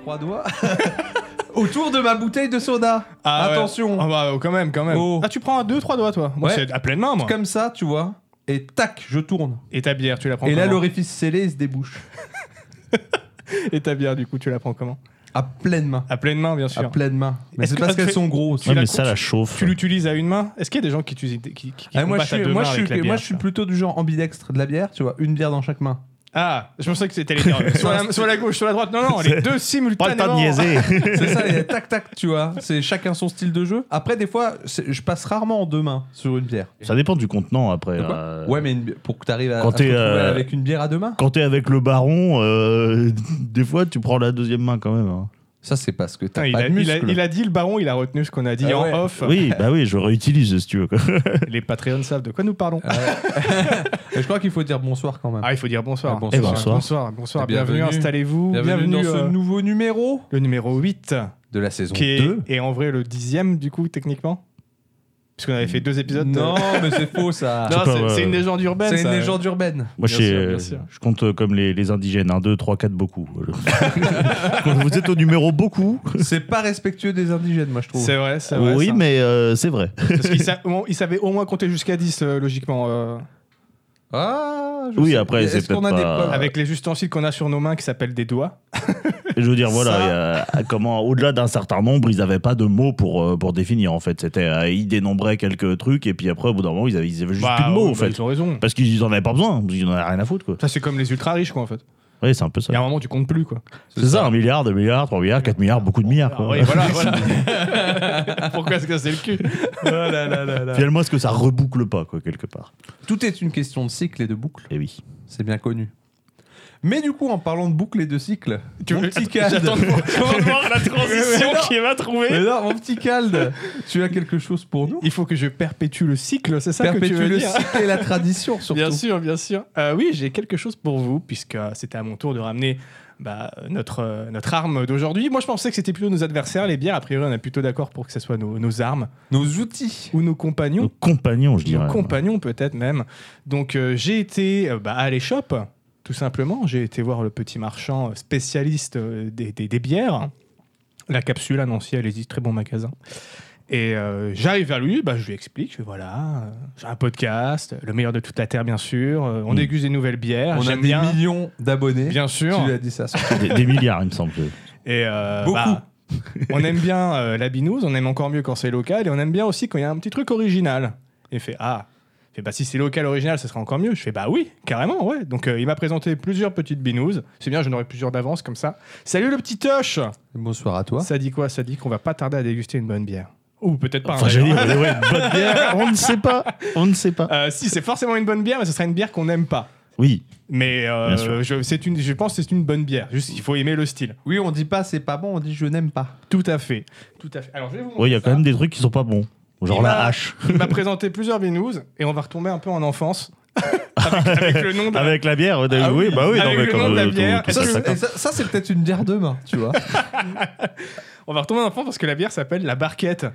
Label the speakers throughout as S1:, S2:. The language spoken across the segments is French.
S1: trois doigts autour de ma bouteille de soda.
S2: Ah ouais.
S1: Attention.
S2: Ah bah, oh, quand même, quand même.
S1: Oh.
S2: Ah, tu prends à deux, trois doigts, toi Moi,
S1: Ouais.
S2: c'est à pleine main, moi.
S1: Comme ça, tu vois. Et tac, je tourne.
S2: Et ta bière, tu la prends
S1: Et là,
S2: comment
S1: l'orifice scellé il se débouche.
S2: Et ta bière, du coup, tu la prends comment
S1: À pleine main.
S2: À pleine main, bien
S1: À
S2: sûr.
S1: pleine main. Mais
S2: Est-ce
S1: c'est
S2: que-
S1: parce qu'elles
S2: tu-
S1: sont grosses.
S2: tu
S3: Ouais,
S2: la
S3: mais
S2: cou-
S3: ça la chauffe.
S2: Tu l'utilises à une main Est-ce qu'il y a des gens qui utilisent qui, qui, qui
S1: Ah, moi,
S2: combattent
S1: je
S2: à
S1: suis,
S2: deux
S1: moi,
S2: mains
S1: je
S2: avec
S1: suis,
S2: la bière,
S1: moi, je suis
S2: tu vois
S1: plutôt du genre ambidextre de la bière, tu vois. Une bière dans chaque main.
S2: Ah, je pensais que c'était les dire soit, la, soit la gauche, soit la droite. Non, non, les deux
S3: Pas le
S2: simultanément.
S3: temps de niaiser.
S1: C'est ça, et tac, tac, tu vois. C'est chacun son style de jeu. Après, des fois, c'est- je passe rarement en deux mains sur une bière.
S3: ça dépend du contenant après.
S1: De quoi
S3: euh,
S1: Ouais, mais une bi- pour que tu arrives à,
S3: Quand
S1: à te
S3: t'es,
S1: retrouver
S3: euh,
S1: avec une bière à deux mains,
S3: Quand t'es avec le baron, euh, des fois tu prends la deuxième main quand même. hein.
S1: ça c'est parce que t'as
S2: Putain, Ah, il,
S1: pas
S2: a,
S1: de
S2: il a-
S1: muscle.
S2: il a dit le baron, il a retenu ce qu'on a dit
S1: Ah
S2: en
S1: ouais.
S2: off.
S3: Oui, bah oui, je réutilise si tu veux. quoi.
S2: Les Patreons savent de quoi nous parlons.
S1: Et je crois qu'il faut dire bonsoir quand même.
S2: Ah, il faut dire bonsoir.
S1: Ah, bonsoir.
S3: Eh ben, bonsoir.
S2: bonsoir, bonsoir, bienvenue,
S1: Bienvenue.
S2: installez-vous.
S1: Bienvenue, dans
S2: euh,
S1: ce nouveau numéro
S2: le numéro 8,
S1: de la saison
S2: qui est,
S1: 2.
S2: est en vrai le dixième, du coup, techniquement. Puisqu'on avait fait deux épisodes.
S1: Non,
S2: euh,
S1: mais c'est faux ça.
S2: Non,
S3: pas,
S2: c'est-
S3: ouais.
S2: c'est une légende urbaine.
S1: C'est une
S2: ça.
S1: légende urbaine.
S2: Bien
S3: Moi, je, sais,
S2: sûr, bien
S3: euh,
S2: sûr.
S3: je compte euh, comme les, les indigènes, 1, 2, 3, 4, beaucoup. Quand vous êtes au numéro beaucoup,
S1: C'est pas respectueux des indigènes, moi je trouve.
S2: C'est vrai, c'est vrai.
S3: oui,
S2: ça.
S3: mais euh, c'est vrai.
S2: Parce qu'il sa- bon, il savait au moins compter jusqu'à 10, euh, logiquement. euh,
S1: Ah, je
S3: Oui,
S1: sais.
S3: après,
S1: Est-ce
S3: c'est
S1: qu'on a
S3: peut-être
S1: des
S3: pas-
S1: preuves
S2: avec les ustensiles qu'on a sur nos mains qui s'appellent des doigts.
S3: Et Je veux dire, voilà, il y a- comment au-delà d'un certain nombre, ils n'avaient pas de mots pour, euh, pour définir en fait. C'était, euh, ils dénombraient quelques trucs et puis après, au bout d'un moment, ils avaient, ils avaient juste
S2: Bah,
S3: plus de mots
S2: ouais,
S3: en
S2: bah,
S3: fait.
S2: Ils ont raison.
S3: Parce qu'ils en avaient pas besoin, ils en avaient rien à foutre quoi.
S2: Ça, c'est comme les ultra riches, quoi, en fait.
S3: Oui, c'est un peu
S2: Il
S3: ça.
S2: y a un moment, tu comptes plus, quoi.
S3: C'est ça, un milliard, deux milliards, trois milliards, quatre milliards, beaucoup de milliards.
S2: Ah,
S3: Quoi.
S2: oui, voilà, voilà. Pourquoi est-ce que c'est le cul Oh là là là là.
S3: Finalement, est-ce que ça reboucle pas quoi quelque part
S1: Tout est une question de cycle et de boucle.
S3: Et oui.
S1: C'est bien connu. Mais du coup, en parlant de boucle et de cycle,
S2: Tu
S1: mon
S2: veux-
S1: petit
S2: Attends,
S1: calde.
S2: j'attends de voir- comment voir la transition
S1: Mais non.
S2: qui va trouver.
S1: Mais non, mon petit calde, tu as quelque chose pour nous
S2: Il faut que je perpétue le cycle, c'est ça que tu
S1: Perpétuer
S2: veux
S1: le
S2: dire
S1: cycle et la tradition, surtout.
S2: Bien sûr, bien sûr. Euh, oui, j'ai quelque chose pour vous, puisque c'était à mon tour de ramener bah, notre, euh, notre arme d'aujourd'hui. Moi, je pensais que c'était plutôt nos adversaires, les bières. A priori, on est plutôt d'accord pour que ce soit nos, nos armes
S1: Nos outils.
S2: ou nos compagnons.
S3: Nos compagnons, je
S2: Nos
S3: dirais.
S2: compagnons, peut-être même. Donc, euh, j'ai été euh, bah, à l'échoppe, tout simplement. J'ai été voir le petit marchand spécialiste euh, des, des- des bières. La capsule à Nancy, allez-y, très bon magasin. Et euh, j'arrive vers lui, bah, je lui explique, je fais, voilà, euh, j'ai un podcast, le meilleur de toute la Terre bien sûr, euh, on
S3: Mm.
S2: déguste des nouvelles bières,
S1: On a
S2: Ah, j'aime
S1: des
S2: bien,
S1: millions d'abonnés.
S2: bien sûr.
S1: Tu lui as dit ça. surtout.
S3: Des, des milliards, il me semble.
S2: Et euh,
S1: Beaucoup.
S2: bah, on aime bien euh, la binouse, on aime encore mieux quand c'est local, et on aime bien aussi quand il y a un petit truc original. Et il fait Ah il fait, bah, si c'est local original, ça sera encore mieux. Je fais Bah oui, carrément, ouais. Donc euh, il m'a présenté plusieurs petites binouses. C'est bien, j'en aurai plusieurs d'avance comme ça. Salut le petit Toche
S1: Bonsoir à toi.
S2: Ça dit quoi Ça dit qu'on va pas tarder à déguster une bonne bière. Ou peut-être pas.
S3: Enfin,
S2: hein,
S3: j'allais
S2: d'ailleurs.
S3: dire, ouais, ouais, bonne bière, on ne sait pas. On ne sait pas.
S2: Euh, si, c'est forcément une bonne bière, mais ce sera une bière qu'on n'aime pas.
S3: Oui,
S2: Mais euh,
S3: Bien sûr.
S2: je, c'est une, je pense que c'est une bonne bière. Juste, il faut aimer le style.
S1: Oui, on dit pas c'est pas bon, on dit je n'aime pas.
S2: Tout à fait. Tout à fait. Alors, je vais vous
S3: Ouais, il y a
S2: montrer ça.
S3: quand même des trucs qui sont pas bons. Genre
S2: Il
S3: la
S2: m'a-
S3: hache.
S2: Il m'a présenté plusieurs binous et on va retomber un peu en enfance avec, avec le nom de.
S3: Avec la bière, ouais,
S2: Ah
S3: oui,
S2: oui,
S3: bah oui,
S2: avec
S3: non, mais
S2: le
S3: quand
S2: nom de la
S3: euh, tout-
S2: bière,
S3: tout
S2: est-ce
S3: ça,
S2: que-
S3: ça
S1: Et ça, ça, c'est peut-être une bière de main, tu vois.
S2: On va retomber en enfance parce que la bière s'appelle la barquette.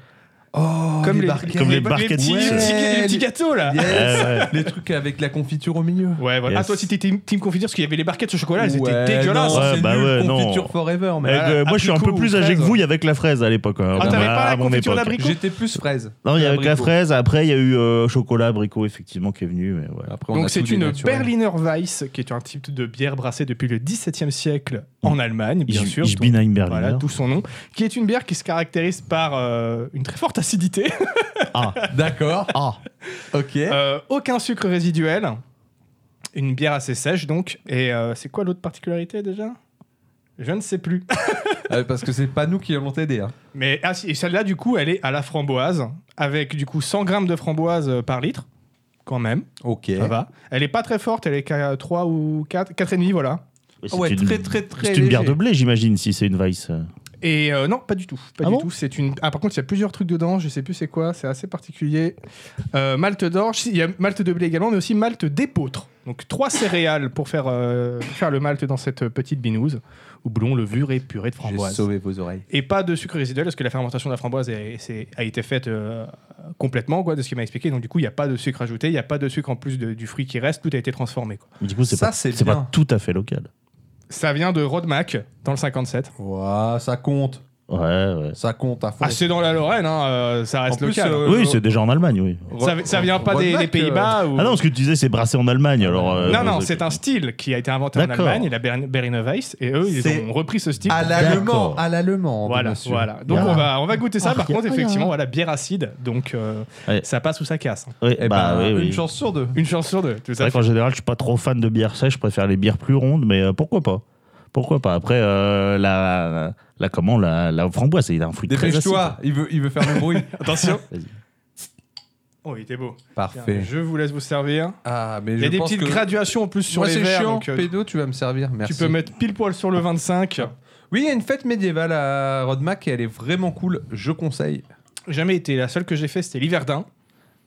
S1: Oh,
S2: Comme les,
S1: barquettes.
S3: Comme les
S2: petits,
S3: barquettes
S2: petits-
S3: suisses.
S2: petits- les petits
S1: Ouais,
S2: gâteaux là.
S1: Yes.
S3: Ouais, ouais.
S1: Les trucs avec la confiture au milieu.
S2: Ouais, voilà.
S3: Yes.
S2: Ah, toi, si t'étais team, team confiture, parce qu'il y avait les barquettes au chocolat, elles
S1: Ouais,
S2: étaient dégueulasses.
S1: non,
S3: Ouais,
S1: c'est
S3: bah
S1: nul,
S3: ouais, non.
S1: confiture forever, mais.
S3: Avec,
S2: Ah,
S3: euh, moi, je suis un peu
S2: abricot
S3: plus
S2: ou
S3: âgé que
S2: fraise.
S3: vous, il y avait que la fraise à l'époque. hein.
S2: Ah,
S3: Bon,
S2: t'avais
S3: bah,
S2: pas la
S3: à mon
S2: confiture
S3: époque.
S2: d'abricot
S1: J'étais plus fraise.
S3: Non, il y avait que la
S1: Abricot.
S3: fraise. Après, il y a eu euh, chocolat abricot, effectivement, qui est venu. Mais voilà.
S1: Après, on a
S2: Donc, c'est
S1: tout
S2: une
S1: dénaturé.
S2: Berliner Weiss, qui est un type de bière brassée depuis le XVIIe siècle en Allemagne, bien
S3: Ich-
S2: sûr.
S3: Ich
S2: tout-
S3: bin ein Berliner.
S2: Voilà, tout son nom. Qui est une bière qui se caractérise par euh, une très forte acidité.
S3: Ah,
S1: D'accord.
S3: ah.
S1: Ok.
S2: Euh, aucun sucre résiduel. Une bière assez sèche, donc. Et euh, c'est quoi l'autre particularité déjà Je ne sais plus.
S1: Euh, parce que c'est pas nous qui allons t'aider. hein.
S2: Mais ah, si, et celle-là, du coup, elle est à la framboise, avec du coup 100 grammes de framboise euh, par litre, quand même.
S1: Ok.
S2: Ça va. Elle est pas très forte, elle est qu'à 3 ou 4, 4,5, voilà.
S3: Mais c'est
S1: Ah ouais,
S3: une-
S1: très très très.
S3: C'est une bière de
S1: léger.
S3: blé, j'imagine, si c'est une Weiss. euh.
S2: Et euh, non, pas du tout. Pas
S3: Ah
S2: du
S3: bon
S2: tout. C'est une. Ah, par contre, il y a plusieurs trucs dedans. Je sais plus c'est quoi. C'est assez particulier. Euh, malte d'orge. si, Il y a malte de blé également, mais aussi malte d'épeautre. Donc trois céréales pour faire euh, faire le malte dans cette petite binouse. Houblon, levure et purée de
S1: J'ai
S2: framboise.
S1: sauvé vos oreilles.
S2: Et pas de sucre résiduel parce que la fermentation de la framboise est- c'est- a été faite euh, complètement, quoi, de ce qu'il m'a expliqué. Donc du coup, il n'y a pas de sucre ajouté, il n'y a pas de sucre en plus de- du fruit qui reste. Tout a été transformé. Quoi.
S3: Mais Du coup, c'est
S1: Ça,
S3: pas,
S1: c'est
S3: c'est pas
S1: bien.
S3: tout à fait local.
S2: Ça vient de Rodemack, dans le 57.
S1: Ouah, ça compte.
S3: Ouais, ouais.
S1: Ça compte à fond.
S2: Ah, c'est dans la Lorraine, hein, euh, ça reste
S1: En plus,
S2: local.
S1: euh,
S3: Oui, c'est déjà en Allemagne, oui.
S2: ça, ça vient pas des,
S1: Rodemack,
S2: des Pays-Bas ou...
S3: Ah non, ce que tu disais, c'est brassé en Allemagne. Alors, euh,
S2: euh. Non,
S3: vous-
S2: non, c'est un style qui a été inventé en
S3: D'accord.
S2: Allemagne, la Ber- Berliner Weiss, et eux, ils
S1: C'est
S2: ont repris ce style.
S1: À
S2: pour-
S1: l'allemand,
S3: D'accord.
S1: à l'allemand.
S2: Voilà,
S1: monsieur.
S2: voilà. Donc
S3: Ah.
S2: on va, on va goûter ça.
S3: Ah,
S2: Par
S3: y a-
S2: contre,
S3: ah,
S2: effectivement,
S3: y a-
S2: voilà, bière acide, donc euh,
S3: Ouais.
S2: ça passe ou ça casse.
S3: Ouais,
S1: Eh
S3: bah,
S1: ben,
S3: oui, oui.
S1: Une chance sur deux.
S2: Une chance sur deux, tout
S3: C'est
S2: à
S3: vrai
S2: fait.
S3: qu'en général, je suis pas trop fan de bières sèches. Je préfère les bières plus rondes, mais euh, pourquoi pas Pourquoi pas Après, euh, la, la comment la, la framboise, c'est un fruit très
S1: Dépêche-toi, il veut, il veut faire le bruit.
S2: Attention.
S3: Vas-y.
S2: Oh, il était beau. Tiens,
S1: Parfait.
S2: Je vous laisse vous servir.
S1: Ah, mais
S2: Il y a des petites graduations en plus sur
S1: Moi,
S2: les
S1: c'est
S2: verres.
S1: chiant.
S2: donc, euh,
S1: Pédo, tu vas me servir. Merci.
S2: tu peux mettre pile poil sur le 25.
S1: Oui, il y a une fête médiévale à Rodemack et elle est vraiment cool. Je conseille.
S2: Jamais été. La seule que j'ai fait, c'était l'hiverdin.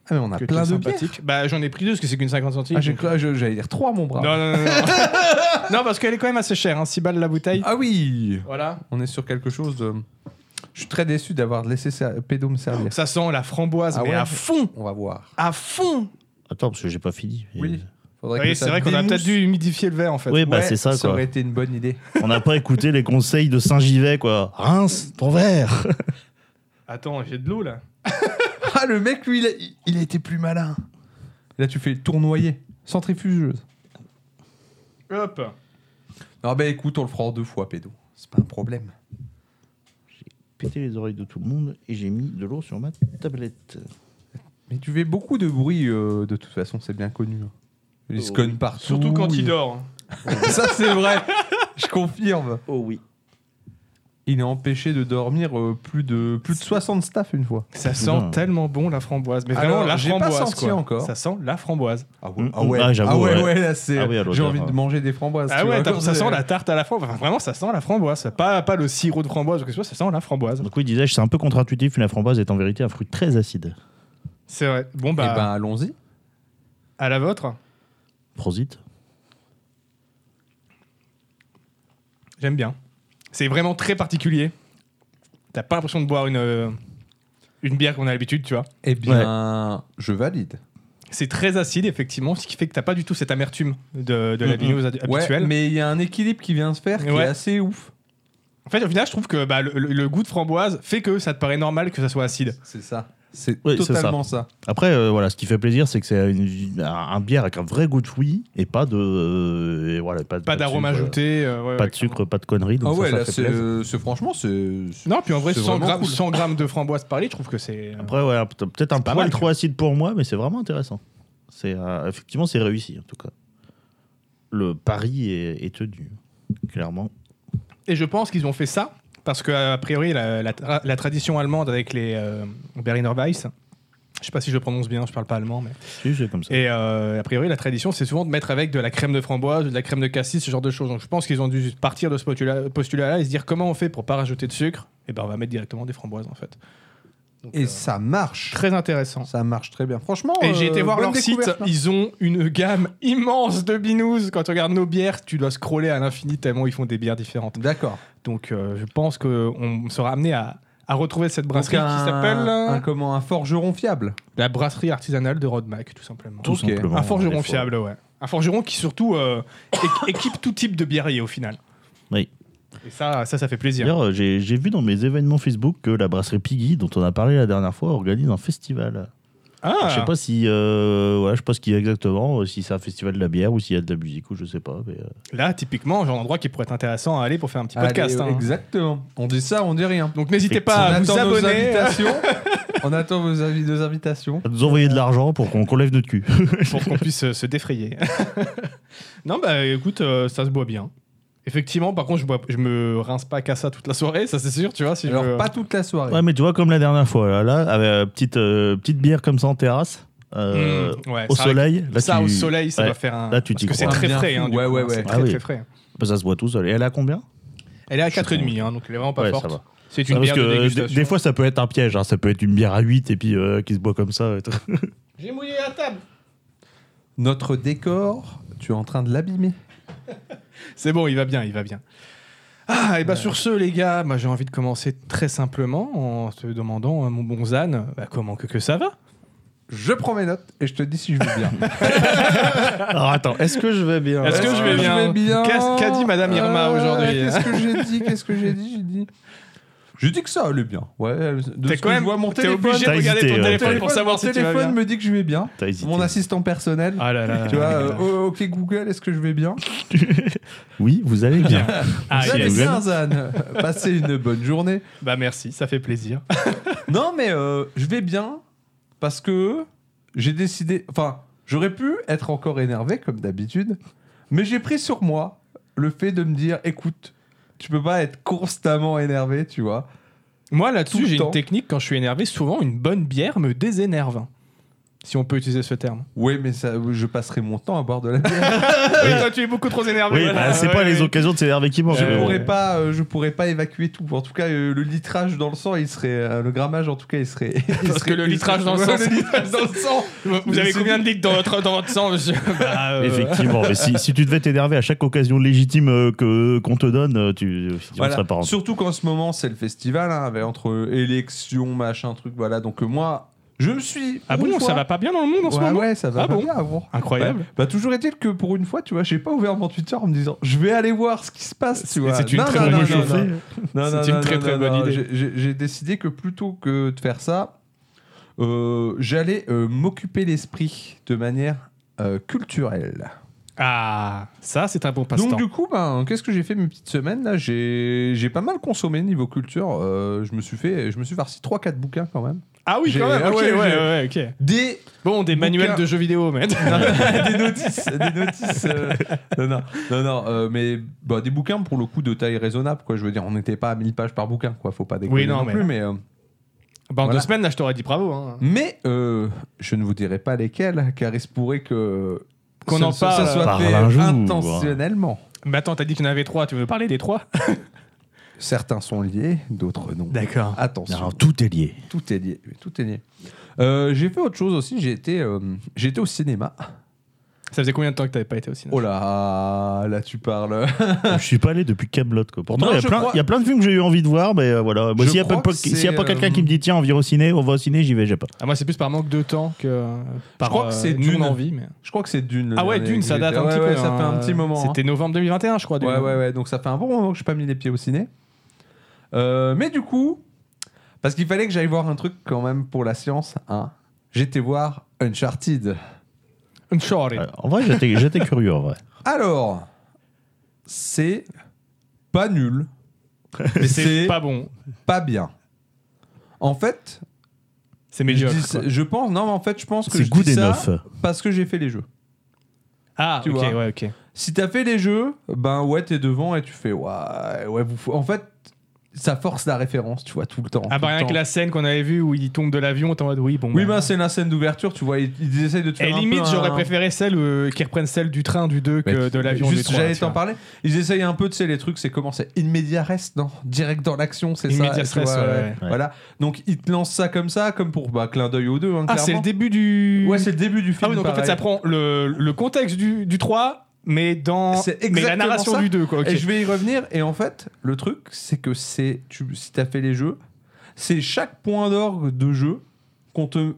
S1: Ah, mais on a
S2: que
S1: plein
S2: tu
S1: de
S2: es
S1: bières.
S2: sympathique. Bah, j'en ai pris deux parce que c'est qu'une 50 centimes.
S1: Ah, j'ai
S2: donc,
S1: cru- ah, je- j'allais dire trois, mon bras.
S2: euh, Non, non, non. Non, Non, parce qu'elle est quand même assez chère. Hein. 6 balles la bouteille.
S1: Ah oui
S2: Voilà.
S1: On est sur quelque chose de. Je suis très déçu d'avoir laissé ser- Pédo me servir.
S2: Ça sent la framboise,
S1: Ah
S2: mais
S1: ouais.
S2: à fond.
S1: On va voir.
S2: À fond.
S3: Attends, parce que j'ai pas fini.
S1: Oui. Faudrait que
S2: Oui,
S1: ça
S2: c'est vrai qu'on a
S1: démousse.
S2: peut-être dû humidifier le verre en fait.
S3: Oui, bah
S1: Ouais,
S3: c'est ça.
S1: Ça
S3: Quoi.
S1: aurait été une bonne idée.
S3: On n'a pas écouté les conseils de Saint Givet, quoi. Rince ton verre.
S2: Attends, j'ai de l'eau là.
S1: Ah, le mec, lui, il a, il a été plus malin. Là, tu fais le tournoyer. Centrifugeuse.
S2: Hop.
S1: Non, bah écoute, on le fera en deux fois, Pédo. C'est pas un problème.
S3: Pété les oreilles de tout le monde et j'ai mis de l'eau sur ma tablette.
S1: Mais tu fais beaucoup de bruit, euh, de toute façon, c'est bien connu. hein. Ils se
S3: Oh.
S1: cognent partout.
S2: Surtout quand il
S1: ils-
S2: dort.
S1: Ça, c'est vrai. Je confirme.
S3: Oh oui.
S1: Il est empêché de dormir euh, plus, de, plus de 60 staffs une fois.
S2: Ça sent
S3: Putain.
S2: tellement bon la framboise. Mais
S1: Alors,
S2: vraiment la
S1: j'ai pas
S2: framboise.
S1: senti
S2: quoi.
S1: encore.
S2: Ça sent la framboise.
S1: Ah
S3: ouais.
S2: Mm,
S1: ah ouais,
S3: Ah, j'avoue,
S1: ouais,
S3: ouais.
S1: ouais, là, c'est.
S3: Ah oui, à l'odeur,
S1: J'ai envie
S3: ouais.
S1: de manger des framboises. tu
S2: Ah ouais,
S1: vois,
S2: t'as-
S1: quand
S2: ça
S1: c'est-
S2: sent la tarte à la framboise. Enfin, vraiment, ça sent la framboise. C'est Pas, pas le sirop de framboise ou quelque chose, ça sent la framboise.
S3: Donc oui, il disait, c'est un peu contre-intuitif, mais la framboise est en vérité un fruit très acide.
S2: C'est vrai. Bon,
S1: Eh
S2: bah,
S1: ben, allons-y.
S2: à la vôtre.
S3: Prosit.
S2: J'aime bien. C'est vraiment très particulier. T'as pas l'impression de boire une, euh, une bière qu'on a l'habitude, tu vois.
S1: Eh bien, je valide.
S2: C'est très acide, effectivement, ce qui fait que t'as pas du tout cette amertume de, de la
S3: Mhm.
S2: vigneuse ad- habituelle.
S1: Ouais, mais il y a un équilibre qui vient se faire qui
S2: Ouais.
S1: est assez ouf.
S2: En fait, au final, je trouve que bah, le, le- le goût de framboise fait que ça te paraît normal que ça soit acide.
S1: C'est ça. C'est
S3: Oui, c'est
S1: totalement ça.
S3: Après, euh, voilà, ce qui fait plaisir, c'est que c'est une- un, un bière avec un vrai goût de fruit et pas de. euh, et voilà, pas,
S2: Pas
S3: de
S2: d'arôme
S3: sucre,
S2: ajouté. euh, ouais,
S3: Pas
S2: ouais,
S3: de sucre, pas de conneries.
S1: Ah
S3: Donc
S1: ouais,
S3: ça, ça
S1: là,
S3: fait
S1: c'est
S3: plaisir.
S1: euh, c'est- franchement, c'est. c'est-
S2: Non, puis en vrai,
S1: C'est
S2: 100
S1: vraiment
S2: grammes,
S1: cool.
S2: 100 grammes de framboise par litre, je trouve que c'est.
S3: Après, ouais, peut- peut-être un
S2: euh, pas
S3: poil
S2: mal,
S3: trop acide pour moi, mais c'est vraiment intéressant. C'est euh, effectivement, c'est réussi en tout cas. Le pari est, est tenu, clairement.
S2: Et je pense qu'ils ont fait ça parce que, a priori, la, la tra- la tradition allemande avec les euh, Berliner Weiss, je sais pas si je le prononce bien, je parle pas allemand, mais.
S3: Si, c'est comme ça.
S2: Et euh, a priori, la tradition, c'est souvent de mettre avec de la crème de framboise, ou de la crème de cassis, ce genre de choses. Donc je pense qu'ils ont dû partir de ce postula- postulat-là et se dire comment on fait pour pas rajouter de sucre. Et ben on va mettre directement des framboises en fait. Donc,
S1: Et
S2: euh,
S1: ça marche.
S2: très intéressant.
S1: Ça marche très bien. Franchement.
S2: Et j'ai
S1: euh,
S2: été voir
S1: bonne
S2: leur site,
S1: découverte, hein.
S2: ils ont une gamme immense de binous. Quand tu regardes nos bières, tu dois scroller à l'infini tellement ils font des bières différentes.
S1: D'accord.
S2: Donc euh, je pense qu'on sera amené à, à retrouver cette
S1: Donc,
S2: brasserie qui
S1: un-
S2: s'appelle euh,
S1: un, comment, un forgeron fiable.
S2: la brasserie artisanale de Rodmac, tout simplement.
S3: Tout
S1: ok.
S3: simplement.
S2: un forgeron
S3: des fois.
S2: fiable, ouais. Un forgeron qui surtout euh, é- équipe tout type de biérier au final.
S3: Oui.
S2: Et ça, ça, ça fait plaisir.
S3: D'ailleurs, euh, j'ai j'ai vu dans mes événements Facebook que la brasserie Piggy, dont on a parlé la dernière fois, organise un festival.
S2: Ah,
S3: Je sais pas si, euh, ouais, je sais pas ce qu'il y a exactement, euh, si c'est un festival de la bière ou s'il y a de la musique ou je sais pas. Mais, euh,
S2: Là, typiquement, genre endroit qui pourrait être intéressant à aller pour faire un petit
S1: Allez,
S2: podcast.
S1: euh,
S2: hein.
S1: Exactement. On dit ça, on dit rien.
S2: Donc n'hésitez
S1: On
S2: pas à vous
S1: attend nos
S2: abonner euh,
S1: invitations. on attend vos, avis, nos invitations.
S3: nous envoyer de l'argent pour qu'on qu'on lève notre cul.
S2: pour qu'on puisse euh, se défrayer. non, bah écoute, euh, ça se boit bien. Effectivement, par contre, je, bois- je me rince pas qu'à ça toute la soirée, ça c'est sûr, tu vois. Si je
S1: Alors,
S2: veux-
S1: pas toute la soirée.
S3: Ouais, mais tu vois, comme la dernière fois, là, là avec, euh, petite, euh, petite bière comme ça en terrasse, euh,
S2: Mmh, ouais,
S3: au
S2: ça, avec-
S3: soleil. Là,
S2: ça
S3: tu-
S2: au soleil, ça
S3: ouais.
S2: va faire un.
S3: Là, tu
S2: Parce
S3: t'y
S2: que c'est
S3: crois.
S2: très
S1: Bien
S2: frais,
S1: fou,
S2: hein, du
S1: ouais,
S2: coup,
S1: ouais,
S2: hein,
S1: ouais.
S2: C'est très,
S3: Ah oui.
S2: très frais.
S3: Bah, ça se boit tout seul. Et elle a combien
S2: Elle est à
S3: Je suis
S2: 4,5, hein, donc elle est vraiment pas
S3: Ouais, ça
S2: forte.
S3: va. Ah,
S2: C'est une
S3: Parce
S2: bière de
S3: que euh, des,
S2: dégustation.
S3: des fois, ça peut être un piège. hein. Ça peut être une bière à 8 et puis euh, qui se boit comme ça. et tout.
S2: J'ai mouillé la table.
S1: Notre décor, tu es en train de l'abîmer.
S2: C'est bon, il va bien, il va bien. Ah, et bah sur ce, les gars, moi j'ai envie de hein, commencer très simplement en te demandant, euh, mon bon Zan, bah, comment que, que ça va
S1: Je prends mes notes et je te dis si je vais bien.
S4: Alors attends, est-ce que je vais bien
S2: Est-ce que je vais bien Qu'est-ce qu'a dit Madame Irma
S1: Euh,
S2: aujourd'hui
S1: Qu'est-ce que j'ai dit Qu'est-ce que j'ai dit J'ai dit. J'ai dit que ça allait bien. Ouais, de
S2: T'es
S1: ce
S2: quand
S1: que je
S2: même
S1: vois, mon
S2: t'es
S1: téléphone,
S2: obligé de
S3: T'as
S2: regarder
S3: hésité,
S2: ton
S3: ouais.
S2: téléphone
S1: mon
S2: pour savoir si tu vas
S1: téléphone
S2: bien.
S1: me dit que je vais bien.
S3: T'as hésité.
S1: Mon assistant personnel.
S2: Ah là là.
S1: tu vois, euh, oh, ok Google, est-ce que je vais bien
S3: Oui, vous allez bien.
S2: Ah,
S1: Vous
S3: il y a
S1: allez
S3: Google.
S1: bien, Zan Passez une bonne journée.
S2: Bah merci, ça fait plaisir.
S1: Non, mais euh, je vais bien parce que j'ai décidé. Enfin, j'aurais pu être encore énervé comme d'habitude, mais j'ai pris sur moi le fait de me dire écoute, tu peux pas être constamment énervé, tu vois.
S2: Moi
S1: Tout
S2: là-dessus,
S1: le
S2: j'ai
S1: temps.
S2: une technique quand je suis énervé, souvent une bonne bière me désénerve. hein. Si on peut utiliser ce terme.
S1: Oui, mais ça, je passerai mon temps à boire de la bière.
S2: Oui, toi tu es beaucoup trop
S1: Ah
S2: énervé.
S3: Oui, bah, c'est pas les occasions de s'énerver qui manquent.
S1: je
S3: mais bon.
S1: pourrais pas, euh, je pourrais pas évacuer tout. En tout cas, euh, le litrage dans le sang, il serait, euh, le grammage en tout cas, il serait. il
S2: Parce
S1: serait-
S2: que le
S1: il
S2: litrage
S1: serait-
S2: dans le sang,
S1: Ouais,
S2: c'est-
S1: le litrage dans le sang.
S2: Vous avez combien de litres dans votre, dans votre sang, monsieur Bah, euh,
S3: Effectivement, mais si, si tu devais t'énerver à chaque occasion légitime euh, que qu'on te donne, euh, tu tu en
S1: Voilà.
S3: serais pas rendu.
S1: Surtout qu'en ce moment, c'est le festival, hein, avec, entre élections, machin, truc, voilà. Donc euh, moi, je me suis.
S2: Ah
S1: pour
S2: bon,
S1: une
S2: ça
S1: fois-
S2: va pas bien dans le monde en ce
S1: Ouais,
S2: moment
S1: ouais, ça va
S2: Ah
S1: pas
S2: bon
S1: bien avant.
S2: Incroyable.
S1: Ouais. Bah, toujours est-il que pour une fois, tu vois, j'ai pas ouvert mon Twitter en me disant je vais aller voir ce qui se passe, tu
S2: C'est-
S1: vois.
S2: c'est une
S1: Non,
S2: très
S1: non,
S2: bonne
S1: non,
S2: idée.
S1: non, non. Non,
S2: C'est
S1: non,
S2: une
S1: non,
S2: très,
S1: non,
S2: très
S1: non,
S2: bonne
S1: non.
S2: idée.
S1: J'ai- J'ai j'ai décidé que plutôt que de faire ça, euh, j'allais euh, m'occuper l'esprit de manière euh, culturelle.
S2: Ah, ça c'est un bon
S1: Donc
S2: passe-temps.
S1: du coup, ben, qu'est-ce que j'ai fait mes petites semaines là J'ai j'ai pas mal consommé niveau culture. Euh, je me suis fait, je me suis farci 3-4 bouquins quand même.
S2: Ah oui,
S1: j'ai-
S2: quand même.
S1: ah
S2: ok,
S1: ouais,
S2: ouais,
S1: j'ai-
S2: ouais, ok.
S1: Des
S2: Bon, des
S1: Bouquin.
S2: manuels de jeux vidéo, maître.
S1: des notices, des notices. euh, non, non, non, non, euh, mais bah, des bouquins pour le coup de taille raisonnable. Quoi, je veux dire, on n'était pas à 1000 pages par bouquin. Quoi, faut pas déconner
S2: Oui, non,
S1: non
S2: mais-
S1: plus. Mais, euh,
S2: Bah, en
S1: Voilà.
S2: deux semaines, là, je t'aurais dit bravo. hein.
S1: mais euh, je ne vous dirai pas lesquels, car il se pourrait que
S2: Qu'on
S1: ça-
S2: en
S1: ça-
S2: parle.
S1: Ça soit
S3: Parle
S1: fait
S3: un jour.
S1: intentionnellement.
S2: Mais attends, t'as dit qu'il y en avait trois. Tu veux parler des trois
S1: Certains sont liés, d'autres non.
S2: D'accord.
S1: Attention.
S3: Non, tout est lié.
S1: Tout est lié. Tout est lié. Euh, j'ai fait autre chose aussi. J'ai été, euh, j'ai été au cinéma.
S2: Ça faisait combien de temps que t'avais pas été au cinéma
S1: Oh là, là tu parles.
S3: je suis pas allé depuis Camelot. Quoi. Pourtant,
S1: Non,
S3: il y a
S1: je
S3: plein-
S1: crois-
S3: il y a plein de films que j'ai eu envie de voir, mais euh, voilà. Moi,
S1: Je
S3: s'il y a
S1: crois
S3: pas,
S1: que
S3: s'il y a
S1: c'est,
S3: pas quelqu'un
S1: euh,
S3: qui me dit tiens, on vient au ciné, on va au ciné, j'y vais, j'ai pas.
S2: Ah, moi, c'est plus par manque de temps que euh, par
S1: crois que
S2: euh,
S1: c'est
S2: non
S1: Dune.
S2: envie. Mais...
S1: Je crois que c'est Dune. le
S2: Ah ouais,
S1: dernier
S2: Dune,
S1: que
S2: ça
S1: j'ai
S2: date
S1: fait.
S2: un
S1: Ouais,
S2: petit
S1: ouais,
S2: peu.
S1: Ça
S2: hein.
S1: fait un petit moment. hein.
S2: C'était novembre 2021, je crois. Dune.
S1: Ouais, ouais, ouais. Donc ça fait un bon moment que je n'ai pas mis les pieds au ciné. Euh, mais du coup, parce qu'il fallait que j'aille voir un truc quand même pour la science. hein. J'étais voir Uncharted.
S2: Uncharted.
S3: Euh, en vrai, j'étais j'étais curieux. En vrai.
S1: Alors, c'est pas nul, mais
S2: Mais c'est
S1: c'est
S2: pas bon.
S1: pas bien. En fait,
S2: C'est
S1: je,
S2: médiocre.
S1: dis-
S2: quoi.
S1: je pense, non, mais en fait, je pense que
S3: C'est
S1: je dis
S3: good
S1: ça
S3: enough.
S1: parce que j'ai fait les jeux.
S2: Ah,
S1: tu
S2: ok,
S1: vois.
S2: ouais, ok.
S1: Si t'as fait les jeux, ben ouais, t'es devant et tu fais ouais, ouais, vous. fou- En fait, ça force la référence, tu vois, tout le temps.
S2: Ah,
S1: tout
S2: bah
S1: le
S2: rien que
S1: temps.
S2: la scène qu'on avait vue où il tombe de l'avion, t'es en mode oui, bon.
S1: Oui,
S2: bah.
S1: ben c'est la scène d'ouverture, tu vois, ils, ils essayent de te faire.
S2: Et
S1: un
S2: limite,
S1: peu un-
S2: j'aurais préféré celle euh, qui reprenne celle du train du 2 que
S1: Mais-
S2: de l'avion du
S1: Juste,
S2: 3.
S1: j'allais
S2: tu
S1: t'en
S2: vois.
S1: parler. Ils essayent un peu, tu sais, les trucs, c'est comment C'est immédiat reste, non Direct dans l'action, c'est ça
S2: Immédiat
S1: tu
S2: stress,
S1: vois,
S2: ouais, ouais.
S1: Voilà. Donc, ils te lancent ça comme ça, comme pour bah, clin d'œil aux deux, hein,
S2: Ah, c'est le
S1: clairement.
S2: début du.
S1: Ouais, c'est le début du film.
S2: Ah oui, donc en fait,
S1: pareil.
S2: ça prend le, le contexte du, du 3, mais dans
S1: C'est
S2: mais la
S1: exactement
S2: narration
S1: ça.
S2: du 2, quoi. ok.
S1: Et je vais y revenir. Et en fait, le truc, c'est que c'est tu, si t'as fait les jeux, c'est chaque point d'orgue de jeu qu'on te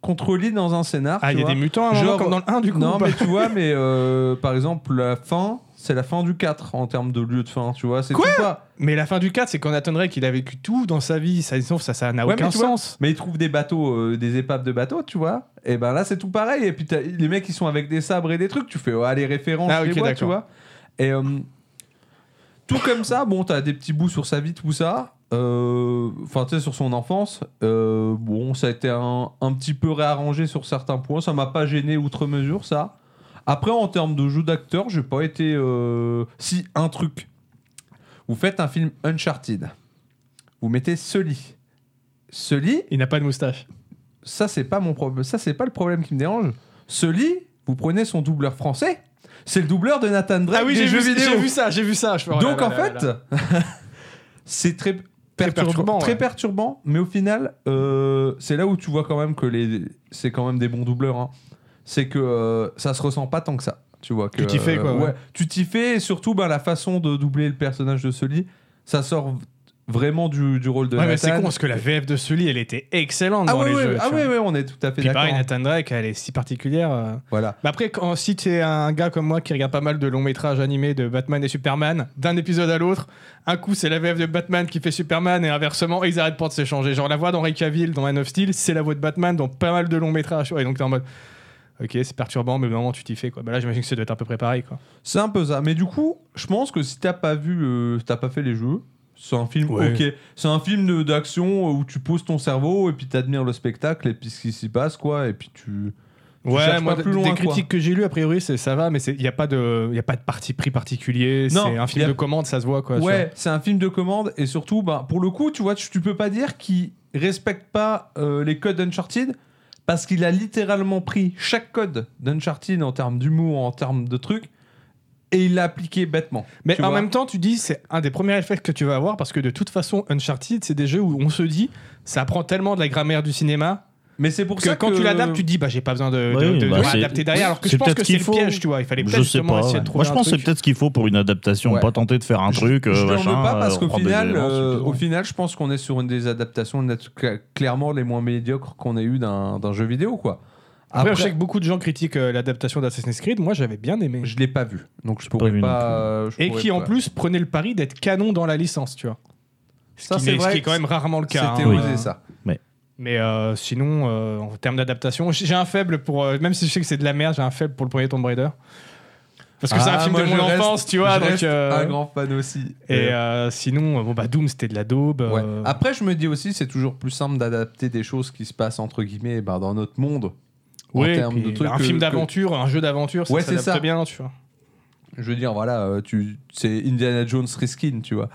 S1: qu'on te relie dans un scénar.
S2: Ah,
S1: tu
S2: il y a
S1: vois.
S2: des mutants à un moment,
S1: Genre-
S2: comme dans le 1, du coup.
S1: Non,
S2: ou pas
S1: mais tu vois, mais euh, par exemple, la fin, c'est la fin du 4 en termes de lieu de fin, tu vois. C'est
S2: Quoi
S1: tout pas.
S2: Mais la fin du 4, c'est qu'on attendrait qu'il a vécu tout dans sa vie. Ça, sauf ça, ça n'a
S1: Ouais,
S2: aucun
S1: mais tu vois-
S2: sens.
S1: Mais ils trouvent des bateaux, euh, des épaves de bateaux, tu vois. Et ben là, c'est tout pareil. Et puis t'as- les mecs, ils sont avec des sabres et des trucs. Tu fais, oh, ah, les références, je
S2: Ah,
S1: les
S2: ok,
S1: vois, tu
S2: d'accord.
S1: vois. Et euh, tout comme ça, bon, t'as des petits bouts sur sa vie, tout ça. Euh, Enfin, tu sais, sur son enfance. Euh, bon, ça a été un, un petit peu réarrangé sur certains points. Ça m'a pas gêné outre mesure, ça. Après, en termes de jeu d'acteur, j'ai pas été. euh, Si, un truc. Vous faites un film Uncharted. Vous mettez Sully. Sully,
S2: Il n'a pas de moustache.
S1: ça c'est pas mon problème, ça c'est pas le problème qui me dérange. Ce lit, vous prenez son doubleur français, c'est le doubleur de Nathan Drake des jeux vidéo.
S2: Ah j'ai vu ça, j'ai vu ça. je fais, oh là
S1: Donc
S2: là
S1: en
S2: là
S1: fait,
S2: là là.
S1: c'est très
S2: Très
S1: perturbant,
S2: perturbant,
S1: très
S2: ouais.
S1: perturbant, mais au final, euh, c'est là où tu vois quand même que les, c'est quand même des bons doubleurs. hein. C'est que euh, ça se ressent pas tant que ça. Tu vois que
S2: Tu t'y fais, quoi, ouais.
S1: Tu t'y fais et surtout ben, la façon de doubler le personnage de Sully, ça sort vraiment du, du rôle de
S2: Ouais, mais
S1: Nathan.
S2: c'est con parce que la VF de Sully, elle était excellente
S1: ah
S2: dans
S1: ouais,
S2: les
S1: ouais,
S2: jeux.
S1: ah
S2: tu
S1: ouais,
S2: vois.
S1: ouais, on est tout à fait
S2: Puis
S1: d'accord.
S2: pareil, Nathan Drake, elle est si particulière. euh.
S1: Voilà.
S2: Mais après, quand, si t'es un gars comme moi qui regarde pas mal de longs métrages animés de Batman et Superman, d'un épisode à l'autre, un coup c'est la VF de Batman qui fait Superman et inversement, et ils arrêtent pas de s'échanger. Genre la voix d'Henri Cavill dans Man of Steel, c'est la voix de Batman dans pas mal de longs métrages. Ouais, donc t'es en mode. Ok, c'est perturbant, mais au bout d'un moment, tu t'y fais quoi. Bah là, j'imagine que ça doit être à peu près pareil quoi.
S1: C'est un peu ça. Mais du coup, je pense que si t'as pas vu, euh, t'as pas fait les jeux, c'est un film.
S2: Ouais.
S1: Ok, c'est un film de- d'action euh, où tu poses ton cerveau et puis t'admires le spectacle et puis ce qui s'y passe quoi. Et puis tu. Tu
S2: ouais,
S1: cherches
S2: moi,
S1: pas
S2: d-
S1: plus loin,
S2: des
S1: quoi.
S2: critiques que j'ai lues, a priori, c'est ça va, mais il n'y a, pas de- y a pas de parti pris particulier. C'est
S1: Non,
S2: un film
S1: y a-
S2: de commande, ça se voit quoi.
S1: ouais, c'est un film de commande et surtout, bah, pour le coup, tu vois, tu, tu peux pas dire qu'il respecte pas euh, les codes d'Uncharted parce qu'il a littéralement pris chaque code d'Uncharted en termes d'humour, en termes de trucs et il l'a appliqué bêtement.
S2: Mais
S1: Tu
S2: en
S1: vois.
S2: même temps, tu dis, c'est un des premiers effets que tu vas avoir parce que de toute façon, Uncharted, c'est des jeux où on se dit, ça apprend tellement de la grammaire du cinéma
S1: Mais c'est pour
S2: que
S1: ça
S2: quand
S1: que
S2: tu l'adaptes, tu te dis, bah j'ai pas besoin de, de,
S3: Oui,
S2: de- de
S3: bah, c'est-
S2: réadapter derrière. Alors que je
S3: c'est
S2: pense que
S3: peut-être
S2: c'est
S3: qu'il
S2: le
S3: faut-
S2: piège, tu vois. Il fallait
S3: Je
S2: peut-être
S3: sais
S2: justement
S3: pas.
S2: essayer
S3: ouais.
S2: de trouver.
S3: Moi, je
S2: un
S3: pense que
S2: truc.
S3: c'est peut-être ce qu'il faut pour une adaptation.
S1: Ouais.
S3: Pas tenter de faire un truc.
S1: je
S3: euh,
S1: ne veux
S3: machin,
S1: pas parce
S3: euh,
S1: qu'au
S3: reprendre des
S1: final,
S3: éléments,
S1: euh,
S3: c'est tout.
S1: au final, je pense qu'on est sur une des adaptations nat- cla- clairement les moins médiocres qu'on ait eu d'un d'un jeu vidéo quoi.
S2: Après,
S1: Après,
S2: je sais que beaucoup de gens critiquent euh, l'adaptation d'Assassin's Creed. Moi, j'avais bien aimé.
S1: je l'ai pas vu, donc je
S3: Pas
S1: pourrais
S3: vu non
S1: pas. euh, je
S2: Et
S1: pourrais
S2: qui en
S1: pas.
S2: plus prenait le pari d'être canon dans la licence, tu vois. Ce
S1: Ça,
S2: qui
S1: c'est
S2: n'est- ce
S1: vrai
S2: qui est quand
S1: que
S2: même rarement le cas.
S1: c'était
S2: hein.
S1: osé ça.
S2: Mais euh, sinon, euh, en termes d'adaptation, j'ai j'ai un faible pour. euh, même si je sais que c'est de la merde, j'ai un faible pour le premier Tomb Raider. Parce que c'est
S1: Ah,
S2: un film
S1: moi,
S2: de
S1: je
S2: mon
S1: reste-
S2: enfance, tu vois.
S1: je
S2: Donc,
S1: reste
S2: euh,
S1: un grand fan aussi.
S2: Et euh, sinon, euh, bon, bah, Doom, c'était de la daube.
S1: Ouais. Ah,
S2: euh,
S1: Après, je me dis aussi, c'est toujours plus simple d'adapter des choses qui se passent entre guillemets bah, dans notre monde.
S2: ouais,
S1: en termes
S2: puis bah,
S1: de trucs
S2: un
S1: que-
S2: film
S1: que-
S2: d'aventure, un jeu d'aventure, ça
S1: Ouais, c'est
S2: s'adapte
S1: ça.
S2: bien, tu vois.
S1: Je veux dire, voilà, euh, tu, c'est Indiana Jones reskin, tu vois.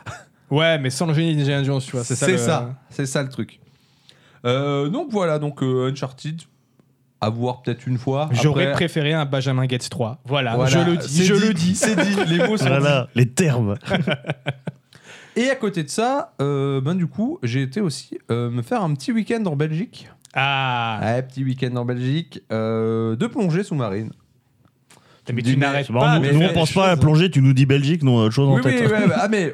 S2: Ouais, mais sans le génie d'Indiana Jones, tu vois. C'est ça. le-
S1: c'est ça le truc. Euh, donc voilà, donc euh, Uncharted, à voir peut-être une fois.
S2: J'aurais
S1: Après-
S2: préféré un Benjamin Gates 3. Voilà,
S1: Voilà,
S2: je le dis.
S1: c'est
S2: Je
S1: dit,
S2: le dis.
S1: c'est dit, les mots sont
S3: Voilà, Oh les termes.
S1: dits. Et à côté de ça, euh, ben du coup, j'ai été aussi euh, me faire un petit week-end en Belgique.
S2: Ah,
S1: Ouais, petit week-end en Belgique euh, de plongée sous-marine.
S2: mais tu
S1: Dis-
S2: n'arrêtes
S3: C'est marrant,
S2: pas.
S3: nous,
S1: mais
S3: nous, on
S1: c'est
S3: pense
S1: des
S3: pas à
S1: choses.
S3: plonger, tu nous dis Belgique, nous on a autre chose en
S1: Oui, oui,
S3: tête.
S1: ouais, bah, ah, mais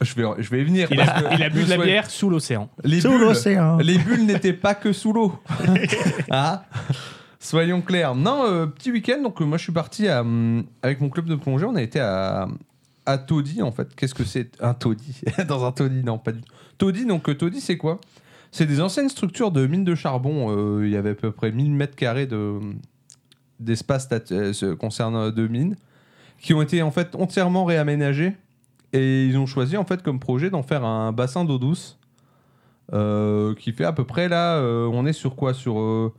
S1: je vais, je vais y venir.
S2: Il
S1: parce
S2: a,
S1: que
S2: il a bu
S1: je
S2: de la
S1: souhaite-
S2: bière sous l'océan.
S1: Les
S3: Sous
S1: bulles,
S3: l'océan.
S1: les bulles n'étaient pas que sous l'eau. Hein Soyons clairs. Non, euh, petit week-end. Donc, euh, moi, je suis parti à, hum, avec mon club de plongée. On a été à, à Todi, en fait. Qu'est-ce que c'est Un Todi Dans un Todi, non, pas du tout. Todi, donc, euh, Todi, c'est quoi C'est des anciennes structures de mines de charbon. Euh, Il y avait à peu près 1000 mètres carrés de- d'espace tat- euh, se- concernant de mines qui ont été, en fait, entièrement réaménagées. Et ils ont choisi, en fait, comme projet d'en faire un bassin d'eau douce euh, qui fait à peu près là, euh, on est sur quoi Sur euh,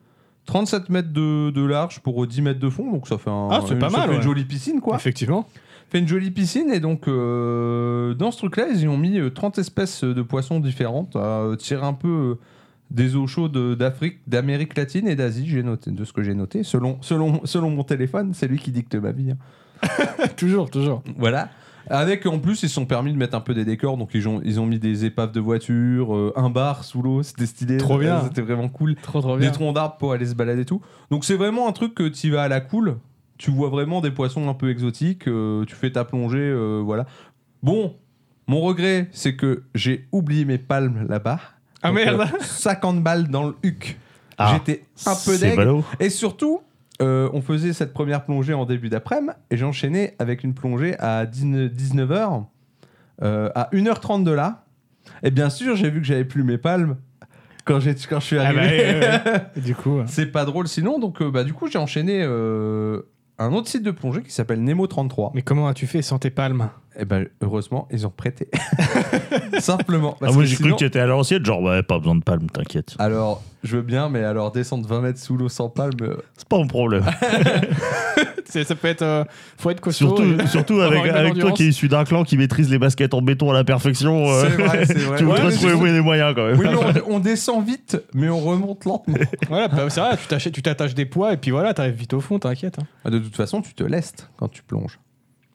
S1: 37 mètres de, de large pour 10 mètres de fond, donc ça fait, un-
S2: Ah, c'est
S1: une,
S2: pas
S1: ça
S2: mal,
S1: fait
S2: ouais.
S1: une jolie piscine quoi.
S2: Effectivement.
S1: fait une jolie piscine et donc euh, dans ce truc là, ils y ont mis euh, 30 espèces de poissons différentes à euh, tirer un peu euh, des eaux chaudes d'Afrique, d'Amérique latine et d'Asie, j'ai noté, de ce que j'ai noté. Selon, selon, selon mon téléphone, c'est lui qui dicte ma vie. hein.
S2: toujours, toujours.
S1: Voilà. Avec en plus, ils se sont permis de mettre un peu des décors, donc ils ont, ils ont mis des épaves de voitures, euh, un bar sous l'eau, c'était stylé.
S2: Trop bien.
S1: Euh, C'était vraiment cool.
S2: Trop, trop
S1: Des troncs d'arbres pour aller se balader et tout. Donc c'est vraiment un truc que tu vas à la cool. Tu vois vraiment des poissons un peu exotiques, euh, tu fais ta plongée, euh, voilà. Bon, mon regret, c'est que j'ai oublié mes palmes là-bas.
S2: Ah
S1: Donc,
S2: merde
S1: euh, 50 balles dans le huc.
S3: Ah,
S1: J'étais un peu
S3: C'est
S1: deg.
S3: ballot.
S1: Et surtout, euh, on faisait cette première plongée en début d'après-midi et j'enchaînais avec une plongée à 19h euh, à 1h30 de là. Et bien sûr, j'ai vu que j'avais plus mes palmes quand, j'ai- quand je suis
S2: Ah bah,
S1: arrivé.
S2: ouais, ouais, ouais. Du coup. euh,
S1: C'est pas drôle sinon, donc euh, bah, du coup, j'ai enchaîné euh, un autre site de plongée qui s'appelle Nemo33.
S2: Mais comment as-tu fait sans tes palmes
S1: Et ben heureusement, ils ont prêté. Simplement.
S3: Ah,
S1: parce
S3: moi
S1: que
S3: j'ai
S1: sinon-
S3: cru que tu étais à l'ancienne, genre ouais, pas besoin de palme, t'inquiète.
S1: Alors, je veux bien, mais alors descendre 20 mètres sous l'eau sans palme. euh,
S3: C'est pas un problème.
S2: C'est- Ça peut être. euh, faut être costaud. euh,
S3: Surtout,
S2: et-
S3: surtout
S2: Avoir
S3: avec,
S2: une
S3: avec toi
S2: endurance.
S3: qui es issu d'un clan qui maîtrise les baskets en béton à la perfection. euh,
S1: C'est vrai, c'est vrai.
S3: tu
S1: Ouais,
S3: voudrais
S1: mais
S3: trouver
S1: surtout-
S3: des moyens quand même.
S1: Oui, mais on, on descend vite, mais on remonte lentement.
S2: Voilà, bah, c'est vrai, tu t'achètes- tu t'attaches des poids et puis voilà, t'arrives vite au fond, t'inquiète. hein.
S1: Ah, De toute façon, tu te lestes quand tu plonges.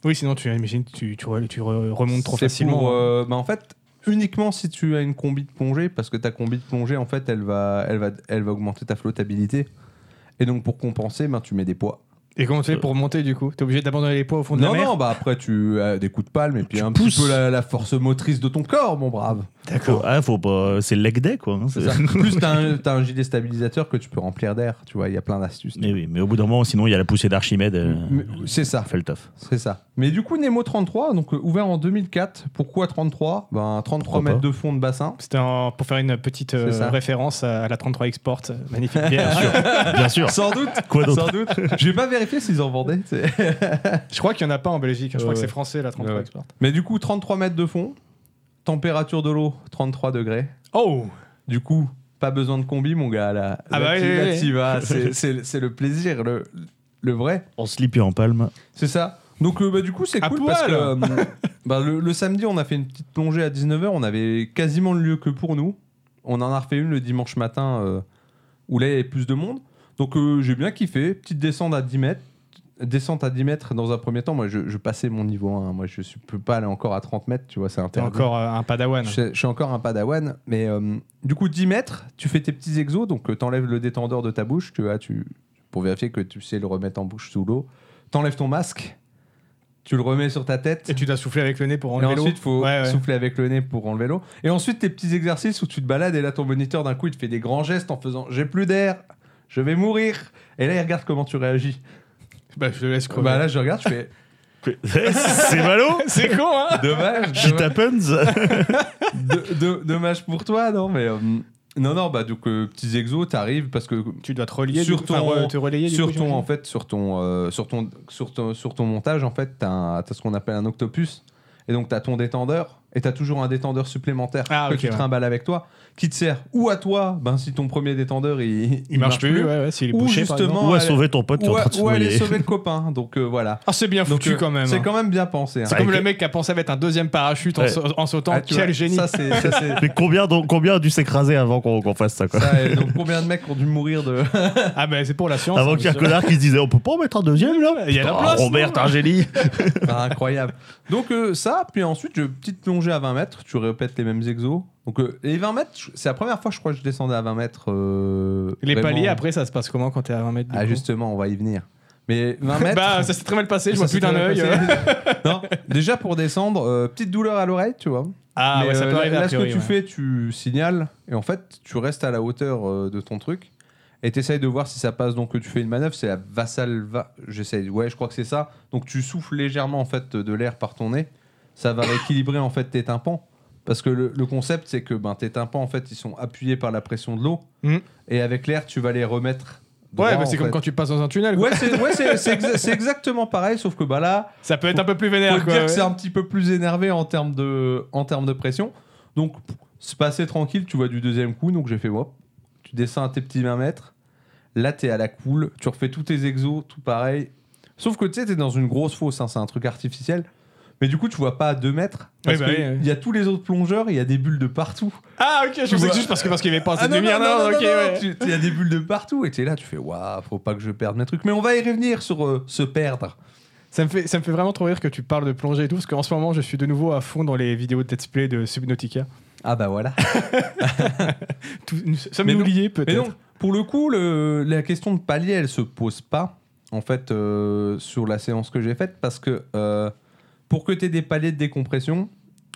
S2: Oui, sinon tu imagines, tu, tu, re- tu re- remontes trop
S1: C'est
S2: facilement. hein.
S1: pour, euh, bah, en fait, uniquement si tu as une combi de plongée, parce que ta combi de plongée, en fait, elle va, elle va, elle va augmenter ta flottabilité. Et donc, pour compenser, ben, tu mets des poids.
S2: Et comment tu fais pour monter du coup T'es obligé d'abandonner les poids au fond de
S1: Non,
S2: la mer
S1: non, bah après, tu as des coups de palme et puis un
S3: pousses.
S1: petit peu la, la force motrice de ton corps, mon brave.
S3: Faut, ah, faut pas. C'est le leg day, quoi. hein,
S1: C'est
S3: c'est-
S1: ça. Plus, t'as un, t'as un gilet stabilisateur que tu peux remplir d'air, tu vois, il y a plein d'astuces.
S3: Mais oui, mais au bout d'un moment, sinon, il y a la poussée d'Archimède. euh,
S1: Mais- C'est ça.
S3: ça fait le taf.
S1: C'est ça. Mais du coup, Nemo 33, donc euh, ouvert en 2004. Pourquoi 33 Ben 33
S3: Pourquoi
S1: mètres
S3: pas
S1: de fond de bassin.
S2: C'était en- pour faire une petite euh,
S1: C'est ça.
S2: référence à la 33 Export, euh, magnifique bière.
S3: Bien sûr.
S1: Sans doute.
S3: Quoi d'autre
S1: Sans doute. J'ai pas vérifié s'ils en vendaient. tu sais.
S2: je crois qu'il n'y en a pas en Belgique, hein, je crois
S1: Ouais,
S2: que c'est
S1: ouais.
S2: français la 33
S1: Ouais, ouais.
S2: Export.
S1: Mais du coup, 33 mètres de fond. Température de l'eau, 33 degrés.
S2: Oh
S1: Du coup, pas besoin de combi, mon gars. Là,
S2: Ah
S1: Là,
S2: bah
S1: t'y-
S2: oui,
S1: là,
S2: oui,
S1: t'y vas. C'est- C'est c'est le plaisir, le, le vrai.
S3: En slip et en palme.
S1: C'est ça. Donc, euh, bah, du coup, c'est
S2: À
S1: cool parce que
S2: poil.
S1: euh, bah, le, le samedi, on a fait une petite plongée à 19h. On avait quasiment le lieu que pour nous. On en a refait une le dimanche matin euh, où là, il y avait plus de monde. Donc, euh, j'ai bien kiffé. Petite descente à 10 mètres. Descente à 10 mètres dans un premier temps. Moi, je, je passais mon niveau 1. Moi, je suis- peux pas aller encore à 30 mètres. Tu vois, c'est
S2: T'es
S1: interdit.
S2: encore euh, un padawan.
S1: Je, sais- je suis encore un padawan, mais euh, du coup, 10 mètres, tu fais tes petits exos, donc euh, t'enlèves le détendeur de ta bouche, tu vois, tu, pour vérifier que tu sais le remettre en bouche sous l'eau. T'enlèves ton masque, tu le remets sur ta tête,
S2: Et tu dois souffler avec le nez pour
S1: et
S2: enlever l'eau.
S1: ensuite, faut
S2: Ouais, ouais.
S1: souffler avec le nez pour enlever l'eau. Et ensuite, tes petits exercices où tu te balades, et là, ton moniteur, d'un coup, il te fait des grands gestes en faisant J'ai plus d'air, je vais mourir. Et là, il regarde comment tu réagis.
S2: Bah, je te laisse crever.
S1: Bah là, je regarde, je fais
S3: c'est malo
S2: c'est con, hein
S1: Dommage,
S3: Shit
S1: dommage.
S3: happens
S1: De- de- dommage pour toi, non, mais. euh, non, non, bah, donc, euh, petits exos, t'arrives parce que
S2: Tu dois te relier, du
S1: Sur
S2: coup,
S1: ton-
S2: enfin, re- te relayer du
S1: sur
S2: coup,
S1: ton
S2: j'imagine.
S1: en fait sur ton euh, sur ton sur ton sur ton montage en fait t'as un- t'as ce qu'on appelle un octopus et donc t'as ton détendeur et t'as toujours un détendeur supplémentaire
S2: Ah,
S1: que
S2: ok,
S1: tu
S2: ouais.
S1: trimbales avec toi qui te sert ou à toi ben si ton premier détendeur il,
S2: Il marche plus, ouais, ouais, s'il est
S1: Ou
S2: bouché, par
S1: justement-
S2: exemple.
S3: Ou à
S1: elle-
S3: sauver ton pote qui est en
S1: ou, à-
S3: train de se
S1: ou à aller
S3: noyer.
S1: sauver le copain donc euh, voilà
S2: Ah, c'est bien
S1: donc
S2: foutu
S1: euh,
S2: quand même.
S1: c'est
S2: hein.
S1: quand même bien pensé hein.
S2: C'est comme
S3: Ouais,
S2: le mec qui a pensé mettre un deuxième parachute en,
S3: Ouais.
S2: sa- en sautant.
S1: Ah, tu
S2: Quel
S1: vois,
S2: génie
S1: ça c'est ça, c'est-
S3: Mais combien, donc, combien a dû s'écraser avant qu'on qu'on fasse ça, quoi
S1: ça, et donc combien de mecs ont dû mourir de
S2: Ah, bah, c'est pour la science.
S3: Avant
S2: hein,
S3: qu'il y ait un
S2: monsieur.
S3: connard qui se disait on peut pas en mettre un deuxième là
S2: Il y a la
S3: Putain,
S2: place,
S3: Robert,
S2: non
S3: t'es un génie
S1: Ah, incroyable. Donc euh, ça, puis ensuite, je, petite plongée à 20 mètres, tu répètes les mêmes exos. Donc euh, les 20 mètres, je- c'est la première fois, je crois, que je descendais à 20 mètres. euh,
S2: Les
S1: vraiment.
S2: paliers, après, ça se passe comment quand t'es à 20 mètres du
S1: Ah
S2: coup
S1: justement, on va y venir. Mais 20 mètres... Ah,
S2: Bah, ça s'est très mal passé, je
S1: ça
S2: vois
S1: s'est
S2: plus d'un
S1: très
S2: œil.
S1: bien
S2: euh.
S1: passé. Non, déjà pour descendre, euh, petite douleur à l'oreille, tu vois.
S2: Ah,
S1: Mais,
S2: ouais, ça
S1: euh,
S2: peut
S1: là-
S2: arriver
S1: Là,
S2: a
S1: ce
S2: priori,
S1: que tu
S2: ouais.
S1: fais, tu signales, et en fait, tu restes à la hauteur euh, de ton truc, et t'essayes de voir si ça passe. Donc, tu fais une manœuvre, c'est la vassalva. J'essaye, ouais, je crois que c'est ça. Donc, tu souffles légèrement, en fait, de l'air par ton nez. Ça va rééquilibrer, en fait, tes tympans. Parce que le, le concept, c'est que ben, tes tympans, en fait, ils sont appuyés par la pression de l'eau,
S2: Mhm.
S1: et avec l'air, tu vas les remettre. droit,
S2: Ouais, bah,
S1: en
S2: c'est comme
S1: fait.
S2: quand tu passes dans un tunnel. quoi.
S1: Ouais, c'est ouais, c'est- c'est exa- c'est exactement pareil, sauf que bah, là,
S2: Ça peut être
S1: Faut-
S2: un peu plus
S1: faut
S2: vénère,
S1: te
S2: quoi.
S1: dire que
S2: ouais.
S1: c'est un petit peu plus énervé en termes de, en termes de pression. Donc, pff, c'est passé tranquille, tu vois du deuxième coup. Donc, j'ai fait, hop, tu descends à tes petits 20 mètres. Là, t'es à la cool. Tu refais tous tes exos, tout pareil. Sauf que tu sais, t'es dans une grosse fosse, hein, c'est un truc artificiel. Mais du coup, tu vois pas à 2 mètres. Parce
S2: Ouais, bah
S1: que
S2: oui, oui.
S1: il y a tous les autres plongeurs, il y a des bulles de partout.
S2: Ah, ok, je pensais
S1: vois-
S2: que juste parce que- parce qu'il y avait pas assez
S1: Ah
S2: de
S1: non,
S2: lumière.
S1: non, non, non, non,
S2: ok,
S1: non,
S2: ouais.
S1: tu- Il y a des bulles de partout et tu es là, tu fais waouh, faut pas que je perde mes trucs. Mais on va y revenir sur euh, se perdre.
S2: Ça me, fait, ça me fait vraiment trop rire que tu parles de plongée et tout, parce qu'en ce moment, je suis de nouveau à fond dans les vidéos de Let's Play de Subnautica.
S1: Ah bah voilà.
S2: Tout, nous sommes
S1: Mais non.
S2: oubliés,
S1: Mais
S2: peut-être.
S1: donc, pour le coup, le- la question de palier, elle se pose pas, en fait, euh, sur la séance que j'ai faite, parce que euh, pour que tu aies des paliers de décompression,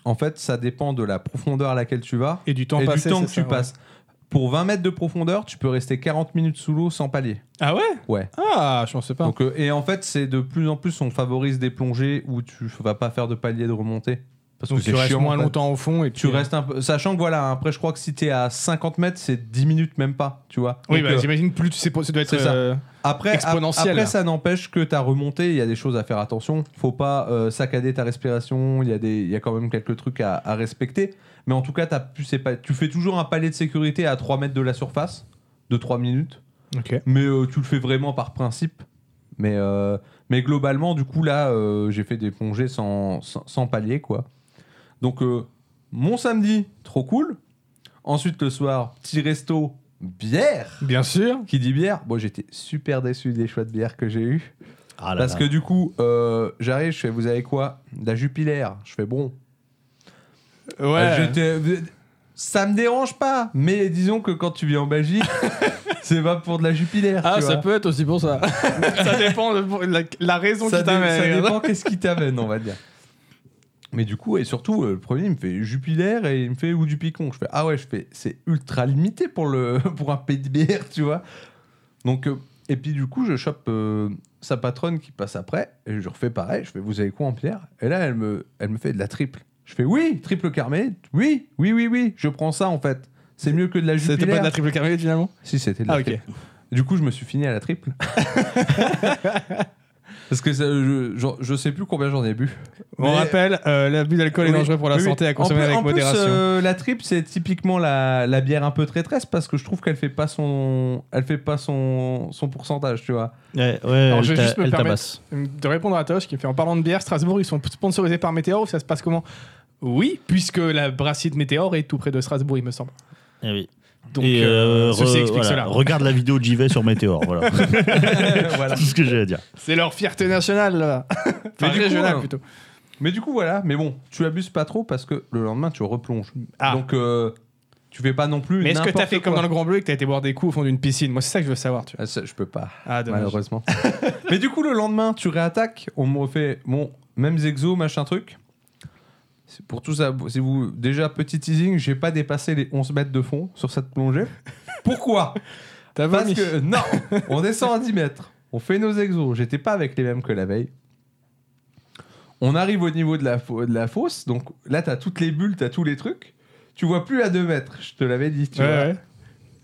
S1: en fait, ça dépend de la profondeur à laquelle tu vas
S2: Et du temps
S1: et
S2: passé.
S1: du temps
S2: c'est
S1: que tu
S2: ça, ouais.
S1: passes. Pour 20 mètres de profondeur, tu peux rester 40 minutes sous l'eau sans palier.
S2: Ah ouais
S1: Ouais.
S2: Ah, je pensais pas.
S1: Donc, euh, et en fait, c'est de plus en plus, on favorise des plongées où tu vas pas faire de palier de remontée. Parce
S2: Donc
S1: que
S2: tu
S1: c'est
S2: restes
S1: chiant,
S2: moins
S1: en fait.
S2: longtemps au fond et
S1: Tu
S2: puis-
S1: restes un peu. Sachant que voilà, après, je crois que si t'es à 50 mètres, c'est 10 minutes même pas, tu vois.
S2: Oui,
S1: Donc,
S2: bah,
S1: euh,
S2: j'imagine plus tu sais, pas- ça doit être.
S1: c'est ça.
S2: euh,
S1: Après,
S2: Exponentielle.
S1: après ça n'empêche que ta remontée, il y a des choses à faire attention. Faut pas euh, saccader ta respiration. Il y, a des- il y a quand même quelques trucs à, à respecter. Mais en tout cas, t'as pu- c'est pas- tu fais toujours un palier de sécurité à 3 mètres de la surface, de 3 minutes.
S2: Ok.
S1: Mais euh, tu le fais vraiment par principe. Mais, euh, mais globalement, du coup, là, euh, j'ai fait des plongées sans, sans, sans palier, quoi. Donc, euh, mon samedi, trop cool. Ensuite, le soir, petit resto, bière
S2: Bien sûr.
S1: qui dit bière, moi j'étais super déçu des choix de bière que j'ai eu.
S3: Ah là
S1: Parce
S3: là.
S1: que du coup, euh, j'arrive, je fais, vous avez quoi De La jupilaire. Je fais, bon. Euh,
S2: Ouais.
S1: J'étais- Ça me dérange pas, mais disons que quand tu vis en Belgique, C'est pas pour de la Jupiler.
S5: Ah,
S1: tu
S5: ça
S1: vois.
S5: peut être aussi pour ça.
S2: ça dépend de la, la raison
S1: ça,
S2: qui
S1: dé- ça
S2: t'amène.
S1: dépend qu'est-ce qui t'amène, on va dire. Mais du coup, et surtout, euh, le premier, il me fait Jupiler et il me fait ou du picon. Je fais ah ouais, je fais c'est ultra limité pour le pour un PDBR, tu vois. Donc euh, et puis du coup, je chope euh, sa patronne qui passe après et je refais pareil. Je fais vous avez quoi en pierre Et là, elle me elle me fait de la triple. Je fais oui, triple carmé, oui, oui, oui, oui. Je prends ça en fait. C'est mieux que de la Jupiler.
S2: C'était pas de la triple carmélite finalement
S1: Si, c'était de la
S2: Euh, Ah, ok.
S1: triple. Du coup, je me suis fini à la triple. Parce que ça, je, je, je sais plus combien j'en ai bu.
S2: On
S1: Mais-
S2: rappelle, euh, l'abus d'alcool est
S1: Oui,
S2: dangereux pour la
S1: oui, oui.
S2: santé à
S1: En
S2: consommer
S1: plus-
S2: avec
S1: en plus,
S2: modération.
S1: euh, la triple, c'est typiquement la, la bière un peu traîtresse parce que je trouve qu'elle fait pas son, elle fait pas son, son pourcentage, tu vois.
S4: Ouais, ouais,
S2: Alors,
S4: elle
S2: je vais
S4: t'a-
S2: juste me
S4: elle
S2: permettre-
S4: tabasse.
S2: de répondre à Tosh qui me fait en parlant de bière, Strasbourg, ils sont sponsorisés par Météor, ça se passe comment Oui, puisque la brasserie de Météor est tout près de Strasbourg, il me semble.
S3: Eh oui.
S2: Donc,
S3: Et,
S2: euh,
S3: euh,
S2: ceci
S3: re-
S2: explique
S3: voilà,
S2: cela.
S3: Regarde la vidéo de JV sur Météor, voilà.
S1: voilà.
S3: C'est ce que j'ai à dire.
S2: C'est leur fierté nationale, là. enfin,
S1: Mais du coup,
S2: régionale
S1: euh,
S2: plutôt.
S1: Mais du coup, voilà. Mais bon, tu abuses pas trop parce que le lendemain, tu replonges.
S2: Ah.
S1: Donc, euh, tu fais pas non plus.
S2: Mais est-ce que
S1: n'importe
S2: t'as fait comme
S1: quoi.
S2: dans le Grand Bleu et que t'as été boire des coups au fond d'une piscine Moi, c'est ça que je veux savoir, tu vois.
S1: Ah, ça, je peux pas.
S2: Ah, dommage.
S1: malheureusement. Mais du coup, le lendemain, tu réattaques, on me refait mon mêmes exos, machin truc. C'est Pour tout ça, si vous déjà petit teasing, j'ai pas dépassé les 11 mètres de fond sur cette plongée. Pourquoi
S2: T'as
S1: Parce
S2: vomi.
S1: que non, on descend à 10 mètres, on fait nos exos. J'étais pas avec les mêmes que la veille. On arrive au niveau de la, fo- de la fosse, donc là t'as toutes les bulles, t'as tous les trucs. Tu vois plus à 2 mètres, je te l'avais dit. Tu
S2: Ouais,
S1: vois.
S2: ouais.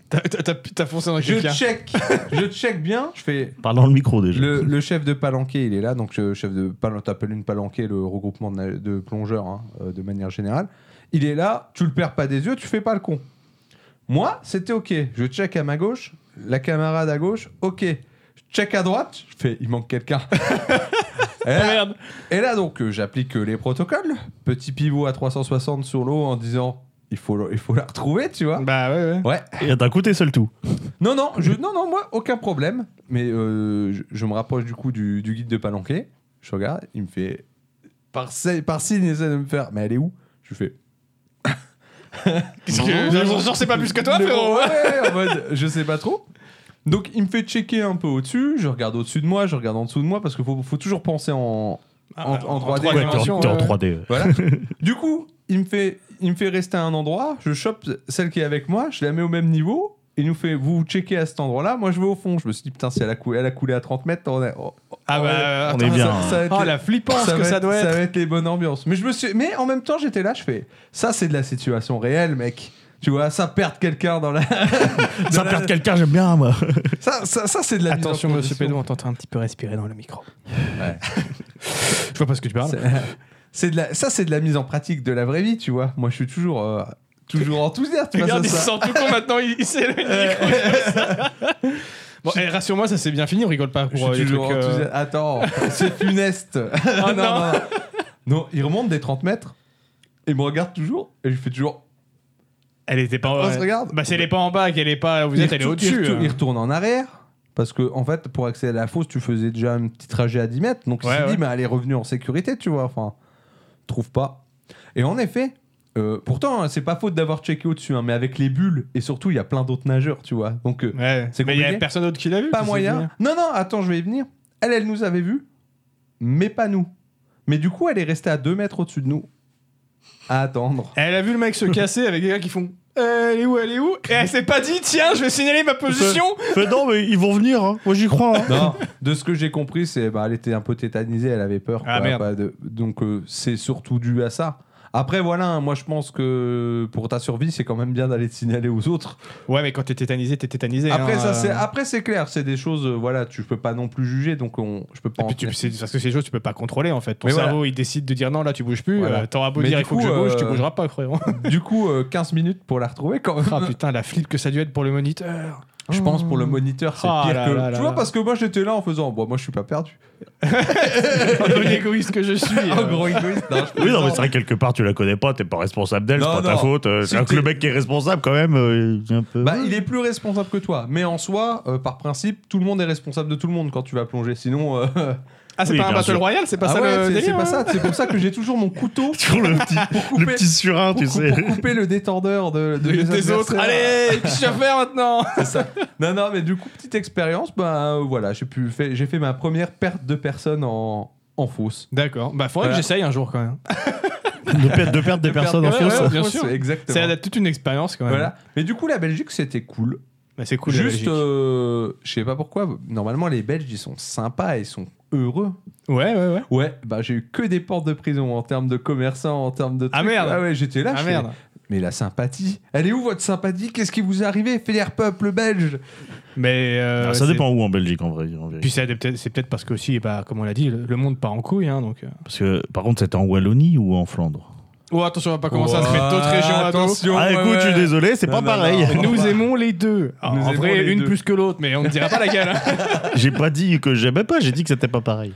S2: T'as- t'as- T'as t'as foncé dans
S1: Je
S2: quelqu'un.
S1: check, je check bien, je fais
S3: Parle dans le micro déjà.
S1: le, le chef de palanquée, il est là. Donc, le chef de palanquée, t'appelles une palanquée, le regroupement de, na- de plongeurs, hein, euh, de manière générale. Il est là, tu le perds pas des yeux, tu fais pas le con. Moi, c'était OK. Je check à ma gauche, la camarade à gauche, OK. Je check à droite, je fais, il manque quelqu'un. et,
S2: Ah,
S1: là, et là, donc, euh, j'applique euh, les protocoles. Petit pivot à 360 sur l'eau en disant, il faut, le- il faut la retrouver, tu vois.
S2: Bah ouais, ouais.
S1: Ouais.
S3: Et d'un côté, seul tout.
S1: Non, non, je, non, non, moi, aucun problème. Mais euh, je, je me rapproche du coup du, du guide de Palanquet. Je regarde, il me fait. Par, ce- par signe, il essaie de me faire. Mais elle est où Je lui fais.
S2: Qu'est-ce que. J'en sais pas plus que toi,
S1: Le-
S2: frérot
S1: Ouais, en mode, je sais pas trop. Donc, il me fait checker un peu au-dessus. Je regarde au-dessus de moi, je regarde en dessous de moi parce qu'il faut, faut toujours penser en,
S2: Ah,
S1: en, en
S2: en
S1: 3D.
S2: Ouais,
S3: Ouais,
S2: t'es
S3: t'es en,
S2: en-
S3: t'es en
S2: ouais.
S3: 3D. ouais.
S1: Voilà. du coup, il me fait, il me fait rester à un endroit. Je chope celle qui est avec moi. Je la mets au même niveau. Il nous fait, vous checkez à cet endroit-là. Moi, je vais au fond. Je me suis dit, putain, si elle a coulé, elle a coulé à 30 mètres, on est- oh,
S2: Ah
S3: On
S2: bah.
S3: est
S2: attends,
S3: bien.
S2: ça-
S1: ça, ça va être
S2: Oh
S1: les-
S2: la flippance que
S1: va
S2: ça
S1: être-
S2: doit être.
S1: va être les bonnes ambiances. Mais je me suis, mais en même temps, j'étais là. Je fais, ça, c'est de la situation réelle, mec. Tu vois, ça perd quelqu'un dans la.
S3: Ça perd quelqu'un, j'aime bien, moi.
S1: Ça, ça, ça, c'est de la. mise en
S2: Attention, monsieur
S1: condition.
S2: Pédou, on t'entend un petit peu respirer dans le micro.
S1: Ouais.
S2: Je vois pas ce que tu parles.
S1: C'est- C'est de la, ça, c'est de la mise en pratique de la vraie vie, tu vois. Moi, je suis toujours, euh, toujours enthousiaste. face à
S2: Regarde, il
S1: ça.
S2: se sent tout con maintenant, il, il sait le micro. il fait ça. bon, eh, rassure-moi, ça s'est bien fini, on rigole pas
S1: Je
S2: pour euh,
S1: suis
S2: les trucs.
S1: toujours
S2: euh,
S1: enthousiaste. Attends, c'est funeste.
S2: Ah, non.
S1: non. Non, il remonte des 30 mètres. Il me regarde toujours et je fais toujours.
S2: Elle était pas.
S1: On
S2: ouais.
S1: se regarde.
S2: Bah, c'est les pas en bas qu'elle est pas. où Vous
S1: Il
S2: êtes, elle est
S1: retourne- il
S2: au-dessus.
S1: retourne- Il
S2: hein.
S1: retourne en arrière parce que en fait, pour accéder à la fosse, tu faisais déjà un petit trajet à 10 mètres. Donc il
S2: Ouais,
S1: s'est
S2: ouais.
S1: dit, mais elle est revenue en sécurité, tu vois. Enfin, trouve pas. Et en effet. euh, pourtant, hein, c'est pas faute d'avoir checké au-dessus, hein, mais avec les bulles, et surtout, il y a plein d'autres nageurs, tu vois. Donc, euh,
S2: Ouais.
S1: C'est
S2: Mais il y a
S1: compliqué.
S2: personne d'autre qui l'a vu.
S1: pas
S2: qui s'est dit.
S1: moyen. Non, non, attends, je vais y venir. Elle, elle nous avait vus, mais pas nous. Mais du coup, elle est restée à 2 mètres au-dessus de nous. À attendre.
S2: Eh, Elle a vu le mec se casser avec des gars qui font. Euh, Elle est où Elle est où Et elle s'est pas dit, tiens, je vais signaler ma position.
S3: Fais, non, mais ils vont venir, hein. moi j'y crois. hein.
S1: Non, de ce que j'ai compris, c'est bah, elle était un peu tétanisée, elle avait peur.
S2: Ah,
S1: quoi,
S2: merde.
S1: pas de- donc euh, c'est surtout dû à ça. Après voilà, hein, moi je pense que pour ta survie, c'est quand même bien d'aller te signaler aux autres.
S2: Ouais, mais quand t'es tétanisé, t'es tétanisé.
S1: Après
S2: hein,
S1: ça,
S2: euh.
S1: c'est après c'est clair, c'est des choses, euh, voilà, tu peux pas non plus juger, donc on, je peux pas.
S2: Et
S1: en
S2: puis tu,
S1: tenir-
S2: c'est- parce que ces choses, tu peux pas contrôler en fait. Ton
S1: Mais
S2: cerveau,
S1: voilà.
S2: il décide de dire non, là tu bouges plus.
S1: Voilà.
S2: euh, T'auras beau
S1: Mais
S2: dire
S1: du
S2: il faut que
S1: coup,
S2: je bouge, tu
S1: euh,
S2: bougeras pas, frérot.
S1: du coup, euh, 15 minutes pour la retrouver quand même.
S2: ah putain, la flip que ça a dû être pour le moniteur.
S1: Je pense pour le moniteur, c'est
S2: Ah
S1: pire
S2: là
S1: que.
S2: là là
S1: tu vois,
S2: là.
S1: parce que moi j'étais là en faisant, bon, moi je suis pas perdu.
S2: Oh, l'égoïste que je suis.
S1: En
S2: euh.
S1: gros égoïste. Non, je
S3: Oui, non, mais
S1: plaisante.
S3: c'est vrai, que quelque part, tu la connais pas, t'es pas responsable d'elle, c'est
S1: Non,
S3: pas ta
S1: non.
S3: faute. euh, C'est-à-dire que le
S1: C'était-
S3: mec qui est responsable, quand même, euh, il est un peu.
S1: Bah, il est plus responsable que toi, mais en soi, euh, par principe, tout le monde est responsable de tout le monde quand tu vas plonger. Sinon, euh,
S2: Ah, c'est
S3: Oui,
S2: pas un
S3: bien
S2: Battle
S3: sûr.
S2: Royale, c'est pas
S1: Ah
S2: ça
S1: ouais,
S2: le
S1: c'est- c'est
S2: délire,
S1: pas
S2: hein
S1: ça. C'est pour ça que j'ai toujours mon couteau
S3: Sur le petit,
S1: pour couper,
S3: le petit surin, tu
S1: pour, cou-
S3: sais.
S1: pour couper le détendeur de, de
S2: Des-
S1: mes
S2: des
S1: adversaires.
S2: autres. Allez, qu'est-ce que je vais faire maintenant
S1: Non, non, mais du coup, petite expérience, bah euh, voilà, j'ai pu fait- j'ai fait ma première perte de personne en, en fausse.
S2: D'accord. Bah, faudrait
S1: Voilà.
S2: que j'essaye un jour quand même.
S3: De perdre, de perdre des personnes en
S2: ouais,
S3: fausse.
S2: ouais, bien sûr.
S1: Exactement.
S2: C'est toute une expérience quand même.
S1: Voilà. Mais du coup, la Belgique, c'était cool.
S2: Bah, c'est cool. la
S1: Juste,
S2: Belgique.
S1: euh, je sais pas pourquoi. Normalement, les Belges, ils sont sympas, ils sont heureux.
S2: Ouais, ouais, ouais.
S1: Ouais, bah j'ai eu que des portes de prison en termes de commerçants, en termes de.
S2: Ah,
S1: trucs.
S2: merde.
S1: Ah ouais, j'étais là.
S2: Ah
S1: je fais,
S2: merde.
S1: Mais la sympathie, elle est où votre sympathie Qu'est-ce qui vous est arrivé, fier peuple belge
S2: Mais euh,
S3: Ah, ça
S2: c'est-
S3: dépend où en Belgique en vrai. en vérité.
S2: Puis c'est peut-être c'est peut-être parce que aussi, bah, comme on l'a dit, le, le monde part en couille, hein, donc. euh.
S3: Parce que par contre, c'était en Wallonie ou en Flandre
S2: Oh attention, on
S1: Ah,
S2: va pas commencer à se mettre d'autres
S1: Ouah,
S2: régions à dos.
S1: attention,
S3: Ah
S1: ouais,
S3: écoute, je suis
S1: ouais.
S3: désolé, c'est
S1: Non,
S3: pas
S1: non,
S3: pareil.
S1: non.
S2: Nous aimons les deux. Ah,
S1: Nous
S2: en
S1: aimons
S2: vrai,
S1: les
S2: une
S1: deux.
S2: plus que l'autre, mais on ne dira pas laquelle. hein.
S3: J'ai pas dit que j'aimais pas, j'ai dit que c'était pas pareil.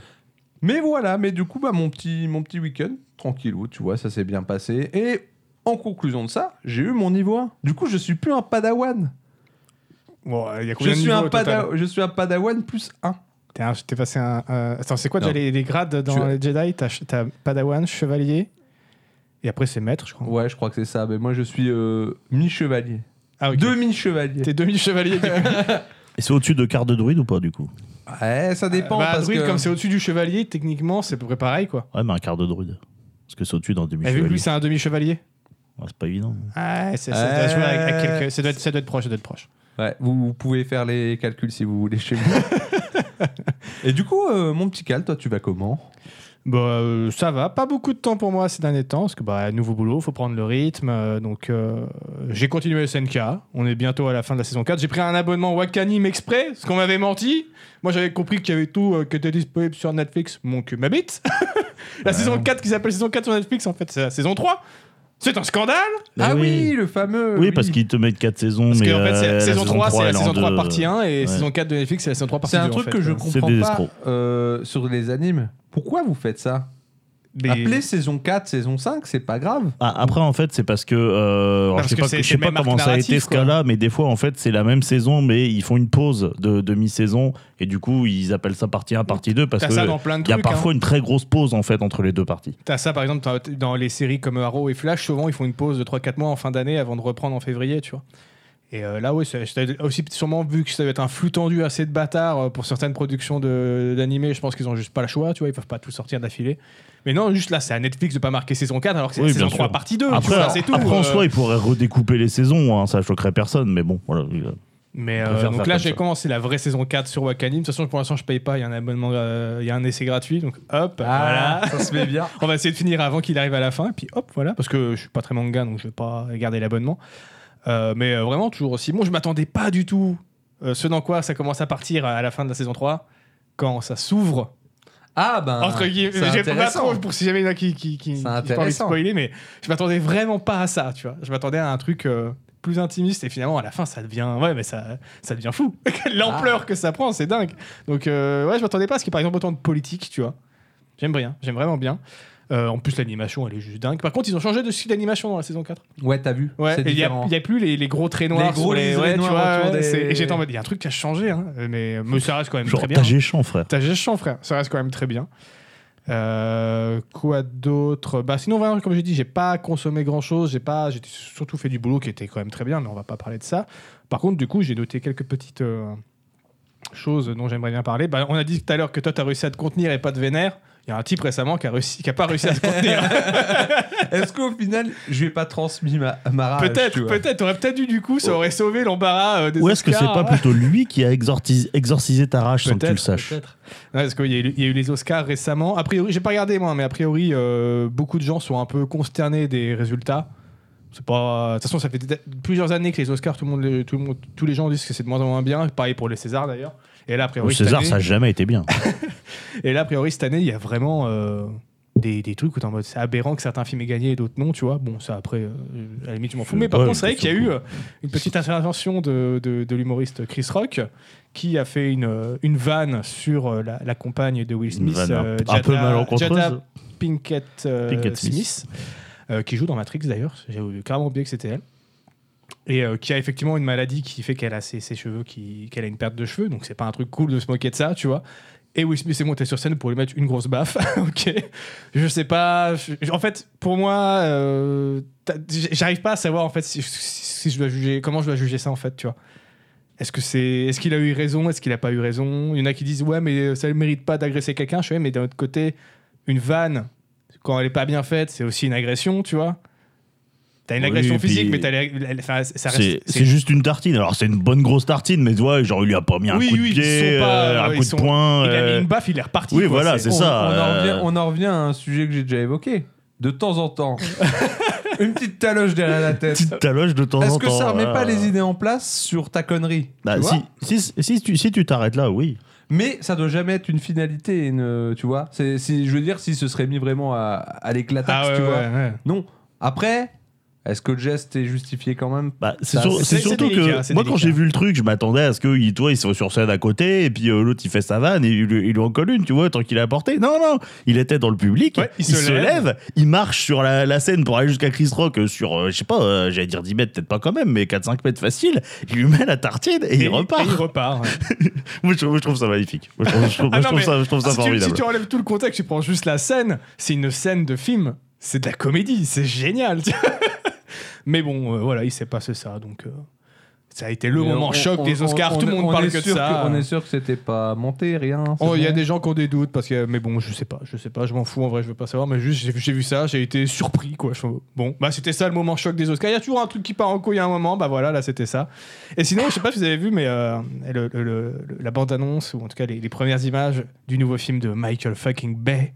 S1: Mais voilà, mais du coup, bah, mon petit, mon petit week-end, tranquillou, tu vois, ça s'est bien passé. Et en conclusion de ça, j'ai eu mon niveau 1. Du coup, je suis plus un padawan.
S2: Bon, euh, il y a
S1: Je
S2: combien de
S1: suis,
S2: niveaux
S1: un
S2: au total
S1: pada- je suis un padawan plus 1.
S2: T'es un- t'es passé un. un- Attends, c'est quoi déjà
S1: Non.
S2: les, les grades dans
S1: Tu-
S2: les Jedi T'as ch- T'as Padawan, Chevalier, et après c'est Maître, je crois.
S1: Ouais, je crois que c'est ça. Mais moi, je suis euh, mi-chevalier.
S2: Ah, ok.
S1: Demi-chevalier.
S2: T'es demi-chevalier. du coup.
S3: Et c'est au-dessus de quart de druide ou pas du coup
S1: Ouais, ça dépend.
S2: bah,
S1: parce
S2: druide,
S1: que-
S2: comme c'est au-dessus du chevalier, techniquement, c'est à peu près pareil, quoi.
S3: Ouais, mais un quart de druide. Parce que c'est au-dessus d'un
S2: Mais vu que
S3: demi-chevalier.
S2: lui, c'est un demi-chevalier.
S3: Ouais, c'est pas évident.
S2: Ah, c'est- ça, doit se jouer avec- avec
S1: Euh,
S2: quelques- ça doit être, ça doit être proche, ça doit être proche.
S1: Ouais, vous, vous pouvez faire les calculs si vous voulez chez vous. Et du coup, euh, mon petit Cal, toi, tu vas comment
S2: Bah, euh, ça va. Pas beaucoup de temps pour moi ces derniers temps, parce que, bah, nouveau boulot, faut prendre le rythme. euh, donc, euh, j'ai continué le SNK. On est bientôt à la fin de la saison 4. J'ai pris un abonnement Wakanim exprès, parce qu'on m'avait menti. Moi, j'avais compris qu'il y avait tout euh, qui était disponible sur Netflix. Mon cul m'habite. la saison 4 qui s'appelle saison 4 sur Netflix, en fait, c'est la saison 3. C'est un scandale!
S1: Ah
S3: Mais
S1: oui, le fameux.
S3: Oui, parce qu'ils te mettent 4 saisons.
S2: Parce
S3: mais
S2: que en fait, c'est
S3: euh,
S2: la saison 3, c'est la
S3: elle est en
S2: saison 3
S3: deux.
S2: partie 1 et
S3: Ouais.
S2: saison 4 de Netflix, c'est la saison 3 partie
S1: C'est
S2: 2.
S1: un truc que je
S3: C'est
S1: comprends
S3: des
S1: pas
S3: escrocs.
S1: euh, sur les animes. Pourquoi vous faites ça Appelez saison 4, saison 5, c'est pas grave.
S3: Ah, après, en fait, c'est parce que. euh, alors,
S2: Parce
S3: je sais
S2: que
S3: pas,
S2: c'est
S3: je sais
S2: des
S3: pas
S2: mêmes
S3: comment
S2: arcs
S3: ça a été
S2: narratifs,
S3: ce cas-là, mais des fois, en fait, c'est la même saison, mais ils font une pause de demi-saison et du coup, ils appellent ça partie 1, partie 2 parce
S2: T'as ça
S3: que.
S2: dans plein de
S3: Il y a
S2: trucs. hein.
S3: parfois une très grosse pause en fait entre les deux parties.
S2: T'as ça par exemple t'as- dans les séries comme Arrow et Flash, souvent ils font une pause de 3-4 mois en fin d'année avant de reprendre en février, tu vois. Et euh, là, oui, ça ça doit être aussi sûrement vu que ça doit être un flux tendu assez de bâtards euh, pour certaines productions de- d'animés. Je pense qu'ils ont juste pas le choix, tu vois. Ils peuvent pas tout sortir d'affilée. Mais non, juste là, c'est à Netflix de pas marquer saison 4 alors que c'est
S3: Oui,
S2: la
S3: bien
S2: saison
S3: sûr.
S2: 3 partie 2. tu
S3: Après,
S2: vois, c'est tout.
S3: après en
S2: euh.
S3: soi, ils pourraient redécouper les saisons, hein, ça choquerait personne, mais bon, voilà.
S2: Mais
S3: On
S2: euh,
S3: peut faire
S2: donc
S3: ça
S2: là,
S3: comme
S2: j'ai
S3: ça.
S2: commencé la vraie saison 4 sur Wakanim. De toute façon, pour l'instant, je paye pas. Il y a un abonnement, euh, il y a un essai gratuit. Donc hop, voilà.
S3: Ah.
S1: ça se met bien.
S2: On va essayer de finir avant qu'il arrive à la fin. Et puis hop, voilà. Parce que je suis pas très manga, donc je vais pas garder l'abonnement. Euh, mais euh, vraiment, toujours aussi bon. Je m'attendais pas du tout. Euh, ce dans quoi ça commence à partir à la fin de la saison 3. Quand ça s'ouvre,
S1: Ah ben.
S2: entre guillemets,
S1: c'est
S2: j'ai pas
S1: intéressant.
S2: trop pour si jamais il y en a qui, qui, qui,
S1: C'est
S2: qui ont pas envie de
S1: intéressant.
S2: spoiler, mais je m'attendais vraiment pas à ça, tu vois. Je m'attendais à un truc euh, plus intimiste et finalement à la fin ça devient, ouais, mais ça, ça devient fou. L'ampleur que ça prend, c'est dingue. Donc euh, ouais, je m'attendais pas à ce qu'il y ait par exemple autant de politique, tu vois. J'aime bien, j'aime vraiment bien. Euh, en plus, l'animation, elle est juste dingue. Par contre, ils ont changé de style d'animation dans la saison 4.
S1: Ouais, t'as vu.
S2: Ouais,
S1: c'est
S2: et il n'y a,
S1: différent.
S2: il y a plus les, les gros traits noirs.
S1: gros
S2: sur les,
S1: liserés
S2: ouais, tu
S1: noirs
S2: vois,
S1: autour
S2: ouais,
S1: des-
S2: c'est- Et j'étais en mode, il y a un truc qui a changé, hein. mais, mais ça reste quand même
S3: Genre
S2: très bien.
S3: Tagéchan, frère.
S2: T'as gestion, frère. Ça reste quand même très bien. Euh, quoi d'autre Bah sinon, vraiment, comme j'ai dit, j'ai pas consommé grand chose. J'ai pas, j'ai surtout fait du boulot qui était quand même très bien, mais on va pas parler de ça. Par contre, du coup, j'ai noté quelques petites euh, choses dont j'aimerais bien parler. Bah, on a dit tout à l'heure que toi, t'as réussi à te contenir et pas te vénère. Il y a un type récemment qui a réussi, qui a pas réussi à se contenir.
S1: Est-ce qu'au final, je vais pas transmis ma, ma
S3: Ah,
S1: rage tu
S2: peut-être,
S1: vois
S2: peut-être. T'aurais peut-être dû du coup, ça aurait sauvé l'embarras euh, des
S3: Ou est-ce que c'est
S2: Oscars,
S3: pas
S2: hein.
S3: plutôt lui qui a exortis- exorcisé ta rage sans que tu le
S2: Peut-être,
S3: saches
S2: peut-être. Ouais, parce qu'il y, a eu- il y a eu les Oscars récemment. A priori, j'ai pas regardé moi, mais a priori, euh, beaucoup de gens sont un peu consternés des résultats. C'est pas. De toute façon, ça fait des- plusieurs années que les Oscars, tout le monde, les- tout le monde, tous les gens disent que c'est de moins en moins bien. Pareil pour les Césars d'ailleurs. Et là, a
S3: Le
S2: priori, cette
S3: César,
S2: année-
S3: ça a jamais été bien.
S2: et là, a priori, cette année, il y a vraiment euh, des, des trucs où t'es en mode c'est aberrant que certains films aient gagné et d'autres non, tu vois. Bon, ça après, euh, à la limite, je m'en fous. Mais par
S3: Ouais,
S2: contre, c'est vrai
S3: je
S2: qu'il y a
S3: comprends.
S2: eu euh, une petite intervention de, de- de l'humoriste Chris Rock qui a fait une, euh, une vanne sur euh, la, la compagne de Will
S3: Une
S2: Smith,
S3: vanne un-
S2: euh,
S3: un peu malencontreuse.
S2: Jada Pinkett, euh,
S3: Pinkett
S2: Smith,
S3: Smith.
S2: euh, qui joue dans Matrix d'ailleurs. J'ai carrément oublié que c'était elle et euh, qui a effectivement une maladie qui fait qu'elle a ses, ses cheveux qui qu'elle a une perte de cheveux donc c'est pas un truc cool de se moquer de ça tu vois Et Will Smith est monté sur scène pour lui mettre une grosse baffe. ok. Je sais pas. je- en fait, pour moi, euh, t'as- j'arrive pas à savoir en fait si, si je dois juger, comment je dois juger ça en fait, tu vois. Est-ce que c'est, est-ce qu'il a eu raison, est-ce qu'il a pas eu raison Il y en a qui disent ouais, mais ça ne mérite pas d'agresser quelqu'un. Je sais, mais d'un autre côté, une vanne quand elle est pas bien faite, c'est aussi une agression, tu vois. T'as une
S3: Oui,
S2: agression
S3: et puis-
S2: physique, mais t'as la- la- la- enfin, ça reste.
S3: C'est c'est juste une tartine. Alors, c'est une bonne grosse tartine, mais tu vois, genre, il lui a pas mis un
S2: Oui,
S3: coup de
S2: oui, ils
S3: pied,
S2: sont pas-
S3: euh, un
S2: ils
S3: coup de
S2: sont-
S3: poing.
S2: Il a
S3: euh,
S2: mis une baffe, il est reparti.
S3: oui,
S2: quoi.
S3: voilà, c'est
S1: on,
S3: ça.
S1: On en,
S3: euh,
S1: revient, on en revient à un sujet que j'ai déjà évoqué. De temps en temps, une petite taloche derrière la tête.
S3: Petite taloche de temps en temps.
S1: Est-ce que ça remet
S3: voilà.
S1: pas les idées en place sur ta connerie
S3: Bah,
S1: tu vois
S3: si, si, si tu si tu t'arrêtes là, oui.
S1: Mais ça doit jamais être une finalité, une- tu vois. C'est, si, je veux dire, si ce serait mis vraiment à, à l'éclataxe,
S2: Ah ouais,
S1: tu vois.
S2: ouais, ouais.
S1: Non. Après, est-ce que le geste est justifié quand même
S3: Bah, c'est
S1: Ça,
S3: sur-
S2: c'est-
S3: c'est
S2: c'est
S3: surtout
S2: délicat,
S3: que
S2: c'est
S3: moi quand
S2: délicat.
S3: j'ai vu le truc, je m'attendais à ce que il- toi, ils sont sur scène à côté et puis euh, l'autre il fait sa vanne et il, lui- il lui en colle une, tu vois, tant qu'il a apporté. Non non, il était dans le public,
S2: Ouais,
S3: il, se, lève. il marche sur la, la scène pour aller jusqu'à Chris Rock euh, sur euh, je sais pas, euh, j'allais dire 10 mètres peut-être pas quand même, mais 4 5 mètres facile, il lui met la tartine et, il repart.
S2: et il repart. ouais.
S3: Moi, je, moi, je trouve ça magnifique. Moi, je trouve, je trouve-
S2: Ah
S3: je
S2: non,
S3: trouve
S2: mais
S3: ça, je trouve ça
S2: si, tu, si
S3: formidable.
S2: tu enlèves tout le contexte, tu prends juste la scène, c'est une scène de film, c'est de la comédie, c'est génial. tu vois. Mais bon, euh, voilà, il s'est passé ça, donc euh, ça a été le
S1: Mais
S2: moment
S1: on-
S2: choc
S1: on-
S2: des
S1: on-
S2: Oscars,
S1: on-
S2: tout le monde
S1: on
S2: parle
S1: est
S2: que de
S1: sûr
S2: ça.
S1: que- on est sûr que c'était pas monté, rien. c'est
S2: Oh, il y a
S1: bon
S2: des gens qui ont des doutes parce que mais bon je sais pas je sais pas je m'en fous en vrai je veux pas savoir mais juste j'ai- j'ai vu ça j'ai été surpris quoi Je- bon bah c'était ça le moment choc des Oscars il y a toujours un truc qui part en couille à un moment bah voilà là c'était ça et sinon je sais pas si vous avez vu mais euh, le- le- le- la bande annonce ou en tout cas les, les premières images du nouveau film de Michael fucking Bay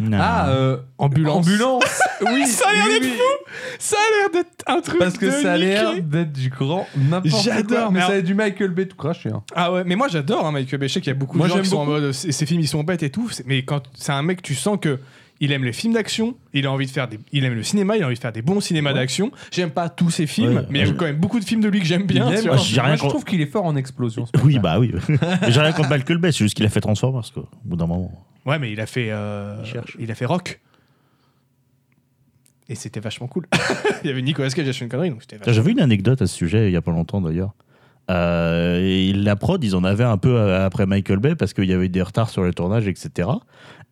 S3: Non.
S1: Ah, euh,
S2: ambulance
S1: ambulance Oui,
S2: ça a l'air
S1: oui,
S2: d'être
S1: oui.
S2: ça a l'air d'être un truc
S1: Parce que
S2: de
S1: ça a l'air
S2: niqué.
S1: d'être du grand n'importe quoi.
S2: J'adore,
S1: mais
S2: mais
S1: ça
S2: alors-
S1: a du Michael Bay tout craché. hein.
S2: Ah ouais, mais moi j'adore hein, Michael Bay. Je sais qu'il y a beaucoup
S1: Moi,
S2: de gens
S1: j'aime
S2: qui sont en
S1: beaucoup.
S2: mode ces films ils sont bêtes et tout. C'est- Mais quand c'est un mec, tu sens que il aime les films d'action, il a envie de faire des, il aime le cinéma, il a envie de faire des bons cinémas d'action. J'aime pas tous ses films,
S3: Ouais,
S2: mais il y a
S3: ouais.
S2: quand même beaucoup de films de lui que j'aime bien.
S1: Il aime-
S2: tu
S1: moi,
S2: vois.
S3: j'ai rien
S1: je
S3: contre-
S1: trouve qu'il est fort en explosion. ce
S3: Oui,
S1: mec-là.
S3: bah oui. J'ai rien contre Michael Bay, c'est juste qu'il a fait Transformers, quoi, au bout d'un moment.
S2: Ouais, mais il a fait, euh,
S3: Il cherche.
S2: il a fait Rock. Et c'était vachement cool. il y avait Nicolas Cage, j'ai fait une connerie, donc c'était vachement
S3: J'avais une anecdote à ce sujet il y a pas longtemps d'ailleurs. Euh, et la prod, ils en avaient un peu euh, après Michael Bay parce qu'il y avait eu des retards sur le tournage, etc.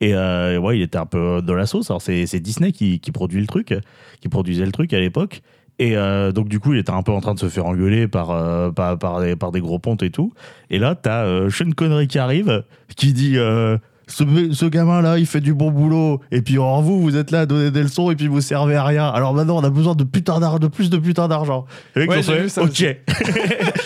S3: Et euh, ouais, il était un peu dans la sauce. Alors c'est c'est Disney qui, qui produit le truc, qui produisait le truc à l'époque. Et euh, donc du coup, il était un peu en train de se faire engueuler par euh, par, par, des, par des gros pontes et tout. Et là, t'as euh, Sean Connery qui arrive, qui dit. euh, ce, ce gamin-là, il fait du bon boulot. Et puis, alors vous, vous êtes là à donner des leçons et puis vous servez à rien. Alors maintenant, on a besoin de, putain d'ar- de plus de putain d'argent. Et les mecs
S2: Ouais,
S3: ont
S2: j'ai
S3: fait,
S2: vu ça
S3: ok.
S2: aussi.
S3: c'est vrai que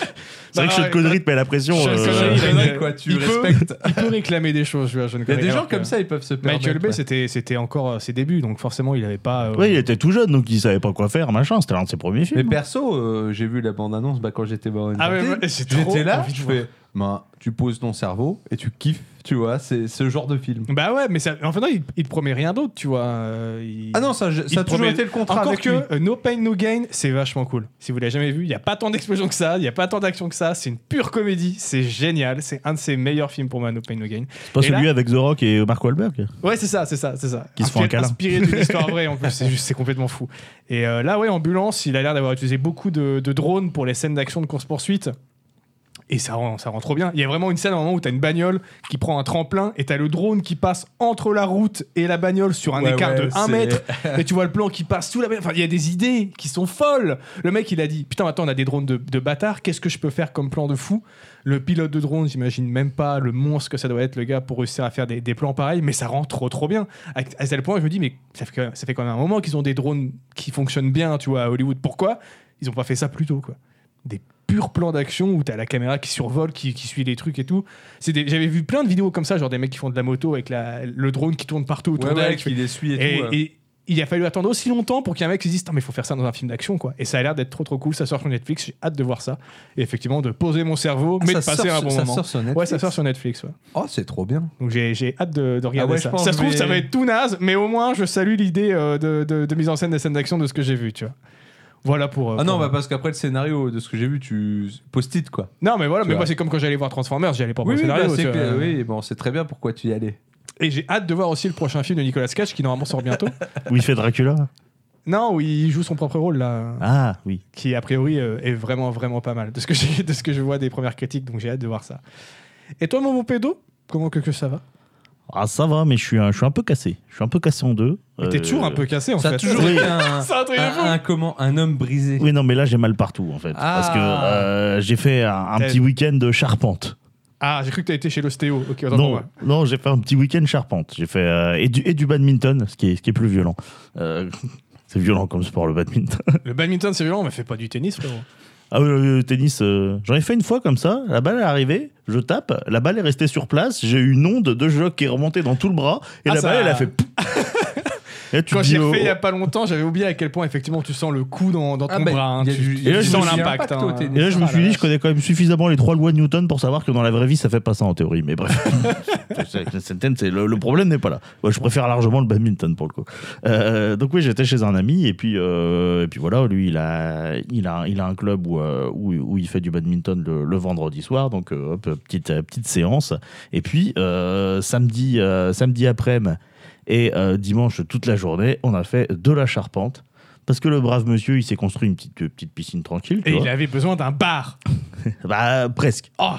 S2: Bah,
S3: Sean
S2: ouais,
S3: Connery te met la pression.
S2: Sean
S3: euh,
S2: Connery,
S1: Il
S2: Euh,
S1: y en a, quoi, tu
S2: il peut-
S1: respectes.
S2: Il peut réclamer des choses, je vois, Sean
S1: Il y a
S2: Connery,
S1: des gens
S2: alors que
S1: comme ça, ils peuvent se permettre.
S2: Michael Bay,
S1: ouais.
S2: c'était c'était encore euh, ses débuts, donc forcément, il avait pas. euh,
S3: ouais, il était tout jeune, donc il savait pas quoi faire, machin. C'était l'un de ses premiers films.
S1: Mais perso, euh, j'ai vu la bande-annonce bah, quand j'étais dans une
S2: Ah ouais,
S1: cantine.
S2: ouais, j'ai trop
S1: j'étais là,
S2: envie de
S1: je
S2: voir.
S1: fais, ben, tu poses ton cerveau et tu kiffes, tu vois, c'est ce genre de film.
S2: Bah ouais, mais ça, en fait, non, il, il te promet rien d'autre, tu vois. euh, il-
S1: Ah non, ça, je-
S2: il
S1: ça a
S2: te
S1: toujours
S2: promet-
S1: été le contrat
S2: Encore
S1: avec
S2: que
S1: lui.
S2: euh, No Pain No Gain, c'est vachement cool. Si vous l'avez jamais vu, il n'y a pas tant d'explosions que ça, il n'y a pas tant d'action que ça. C'est une pure comédie, c'est génial. C'est un de ses meilleurs films pour moi, No Pain No Gain.
S3: C'est pas
S2: Et
S3: celui
S2: là-
S3: avec The Rock et Mark Wahlberg.
S2: Ouais, c'est ça, c'est ça, c'est ça.
S3: Qui se font un
S2: Inspiré-
S3: câlin.
S2: Inspiré d'une histoire vraie en plus, c'est juste, c'est complètement fou. Et euh, là, ouais, Ambulance, il a l'air d'avoir utilisé beaucoup de, de drones pour les scènes d'action de course-poursuite. Et ça rend, ça rend trop bien. Il y a vraiment une scène à un moment où t'as une bagnole qui prend un tremplin et t'as le drone qui passe entre la route et la bagnole sur un
S1: Ouais,
S2: écart
S1: ouais,
S2: de 1
S1: c'est-
S2: mètre. Et tu vois le plan qui passe sous la bagnole. Enfin, il y a des idées qui sont folles. Le mec, il a dit Putain, attends, on a des drones de, de bâtards. Qu'est-ce que je peux faire comme plan de fou le pilote de drone, j'imagine même pas le monstre que ça doit être, le gars, pour réussir à faire des, des plans pareils, mais ça rend trop trop bien. À, à tel point, je me dis, mais ça fait, quand même- ça fait quand même un moment qu'ils ont des drones qui fonctionnent bien, tu vois, à Hollywood. Pourquoi ils ont pas fait ça plus tôt, quoi Des purs plans d'action où t'as la caméra qui survole, qui, qui suit les trucs et tout. C'est des- J'avais vu plein de vidéos comme ça, genre des mecs qui font de la moto avec la- le drone qui tourne partout autour
S1: Ouais,
S2: d'elle.
S1: ouais,
S2: qui
S1: qui les suit et,
S2: et,
S1: tout. euh. ouais.
S2: et il a fallu attendre aussi longtemps pour qu'un mec se dise Tain, mais il faut faire ça dans un film d'action quoi. Et ça a l'air d'être trop trop cool, ça sort sur Netflix, j'ai hâte de voir ça. Et effectivement de poser mon cerveau, mais
S1: Ah,
S2: de
S1: ça
S2: passer
S1: sort
S2: un
S1: sur-
S2: bon
S1: ça
S2: moment.
S1: sort sur Netflix.
S2: Ouais, ça sort sur Netflix. ouais.
S1: Oh, c'est trop bien.
S2: Donc j'ai j'ai hâte de, de regarder
S1: Ah ouais, je
S2: ça.
S1: pense
S2: Ça
S1: que
S2: se
S1: je
S2: trouve,
S1: vais-
S2: ça va être tout naze, mais au moins je salue l'idée euh, de, de- de mise en scène des scènes d'action de ce que j'ai vu, tu vois. Voilà pour. euh,
S1: Ah non,
S2: pour-
S1: bah, parce qu'après le scénario, de ce que j'ai vu, tu post-it quoi.
S2: non, mais voilà,
S1: tu
S2: mais
S1: vois.
S2: moi c'est comme quand j'allais voir Transformers, j'allais pas pour le
S1: oui,
S2: scénario.
S1: bah, c'est
S2: tu vois.
S1: clair, oui, bon, c'est très bien pourquoi tu y allais.
S2: Et j'ai hâte de voir aussi le prochain film de Nicolas Cage qui normalement sort bientôt.
S3: Où il fait Dracula.
S2: non, où il joue son propre rôle là.
S3: Ah, oui.
S2: qui a priori euh, est vraiment vraiment pas mal de ce que j'ai de ce que je vois des premières critiques donc j'ai hâte de voir ça et toi mon bon pédo Comment que, que ça va
S3: Ah, ça va, mais je suis un, je suis un peu cassé. Je suis un peu cassé en deux.
S2: Mais T'es
S3: Euh,
S2: toujours un peu cassé en
S1: Ça a
S2: fait.
S1: toujours été un,
S2: C'est un truc de
S1: un-
S2: fou.
S1: un comment, un homme brisé.
S3: Euh, Oui, non, mais là, j'ai mal partout, en fait.
S1: Ah.
S3: Parce que euh, j'ai fait un, un
S2: T'as-
S3: petit week-end de charpente.
S2: Ah, j'ai cru que t'as été chez l'ostéo. Ok, attends, attends,
S3: non,
S2: ouais.
S3: non, j'ai fait un petit week-end charpente. J'ai fait euh, et, du, et du badminton, ce qui est, ce qui est plus violent. Euh, c'est violent comme sport, le badminton.
S2: Le badminton, c'est violent, mais fais pas du tennis, frérot.
S3: Ah oui, le, le tennis, euh, j'en ai fait une fois comme ça. La balle est arrivée, je tape, la balle est restée sur place, j'ai eu une onde de choc qui est remontée dans tout le bras, et
S2: Ah,
S3: la
S2: ça-
S3: balle, elle a fait... pouf. et là, tu
S2: Quand
S3: te dis,
S2: j'ai
S3: oh,
S2: refait il y a pas longtemps, j'avais oublié à quel point effectivement tu sens le coup dans, dans ton
S1: Ah bah,
S2: bras. hein.
S1: il y a
S2: Tu-
S1: du-
S2: tu
S1: il y a
S3: du-
S2: sens
S1: il y a du
S2: l'impact.
S1: impact au
S2: hein.
S1: tennis.
S3: Et là, je me
S2: Ah
S3: suis
S2: la
S3: dit,
S2: vache.
S3: je connais quand même suffisamment les trois lois de Newton pour savoir que dans la vraie vie, ça fait pas ça en théorie. Mais bref, C'est- c'est- c'est- c'est- le, le problème n'est pas là. Moi, je préfère largement le badminton pour le coup. Euh, donc oui, j'étais chez un ami et puis, euh, et puis voilà, lui, il a, il a, il a un club où, euh, où, où il fait du badminton le, le vendredi soir. Donc euh, hop, petite, euh, petite séance. Et puis euh, samedi, euh, samedi après-midi et euh, dimanche toute la journée, on a fait de la charpente. Parce que le brave monsieur, il s'est construit une petite, petite piscine tranquille. tu
S2: Et
S3: vois.
S2: il avait besoin d'un bar.
S3: Bah presque.
S2: Oh,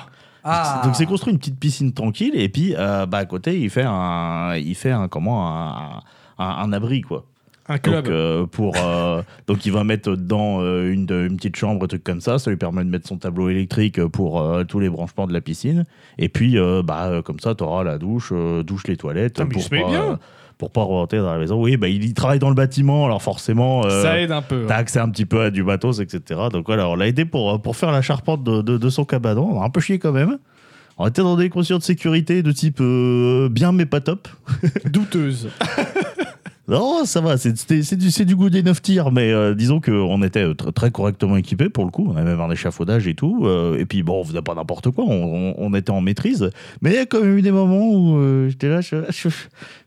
S1: Ah.
S3: Donc c'est construit une petite piscine tranquille et puis euh, bah à côté il fait un il fait un comment un, un, un abri quoi.
S2: un
S3: Donc
S2: club.
S3: euh, pour euh, donc il va mettre dedans euh, une, de- une petite chambre un truc comme ça, ça lui permet de mettre son tableau électrique pour euh, tous les branchements de la piscine et puis euh, bah euh, comme ça tu auras la douche, euh, douche les toilettes
S2: Putain, Ah, mais il
S3: pour
S2: se met
S3: pas
S2: bien.
S3: euh, pour pas rentrer dans la maison. Oui, bah il y travaille dans le bâtiment alors forcément euh,
S2: ça aide un peu. hein.
S3: T'as accès un petit peu à du matos, etc. Donc voilà, on l'a aidé pour, euh, pour faire la charpente de, de- de son cabanon. On a un peu chié quand même. On était dans des conditions de sécurité de type euh, bien mais pas top.
S2: Douteuse.
S3: Non, ça va, c'est c'était- c'est du, c'est du goût des 9 tirs, mais euh, disons qu'on était euh, tr- très correctement équipés pour le coup. On avait même un échafaudage et tout. euh, et puis bon, on faisait pas n'importe quoi, on, on- on était en maîtrise. Mais il y a quand même eu des moments où euh, j'étais là, je, je,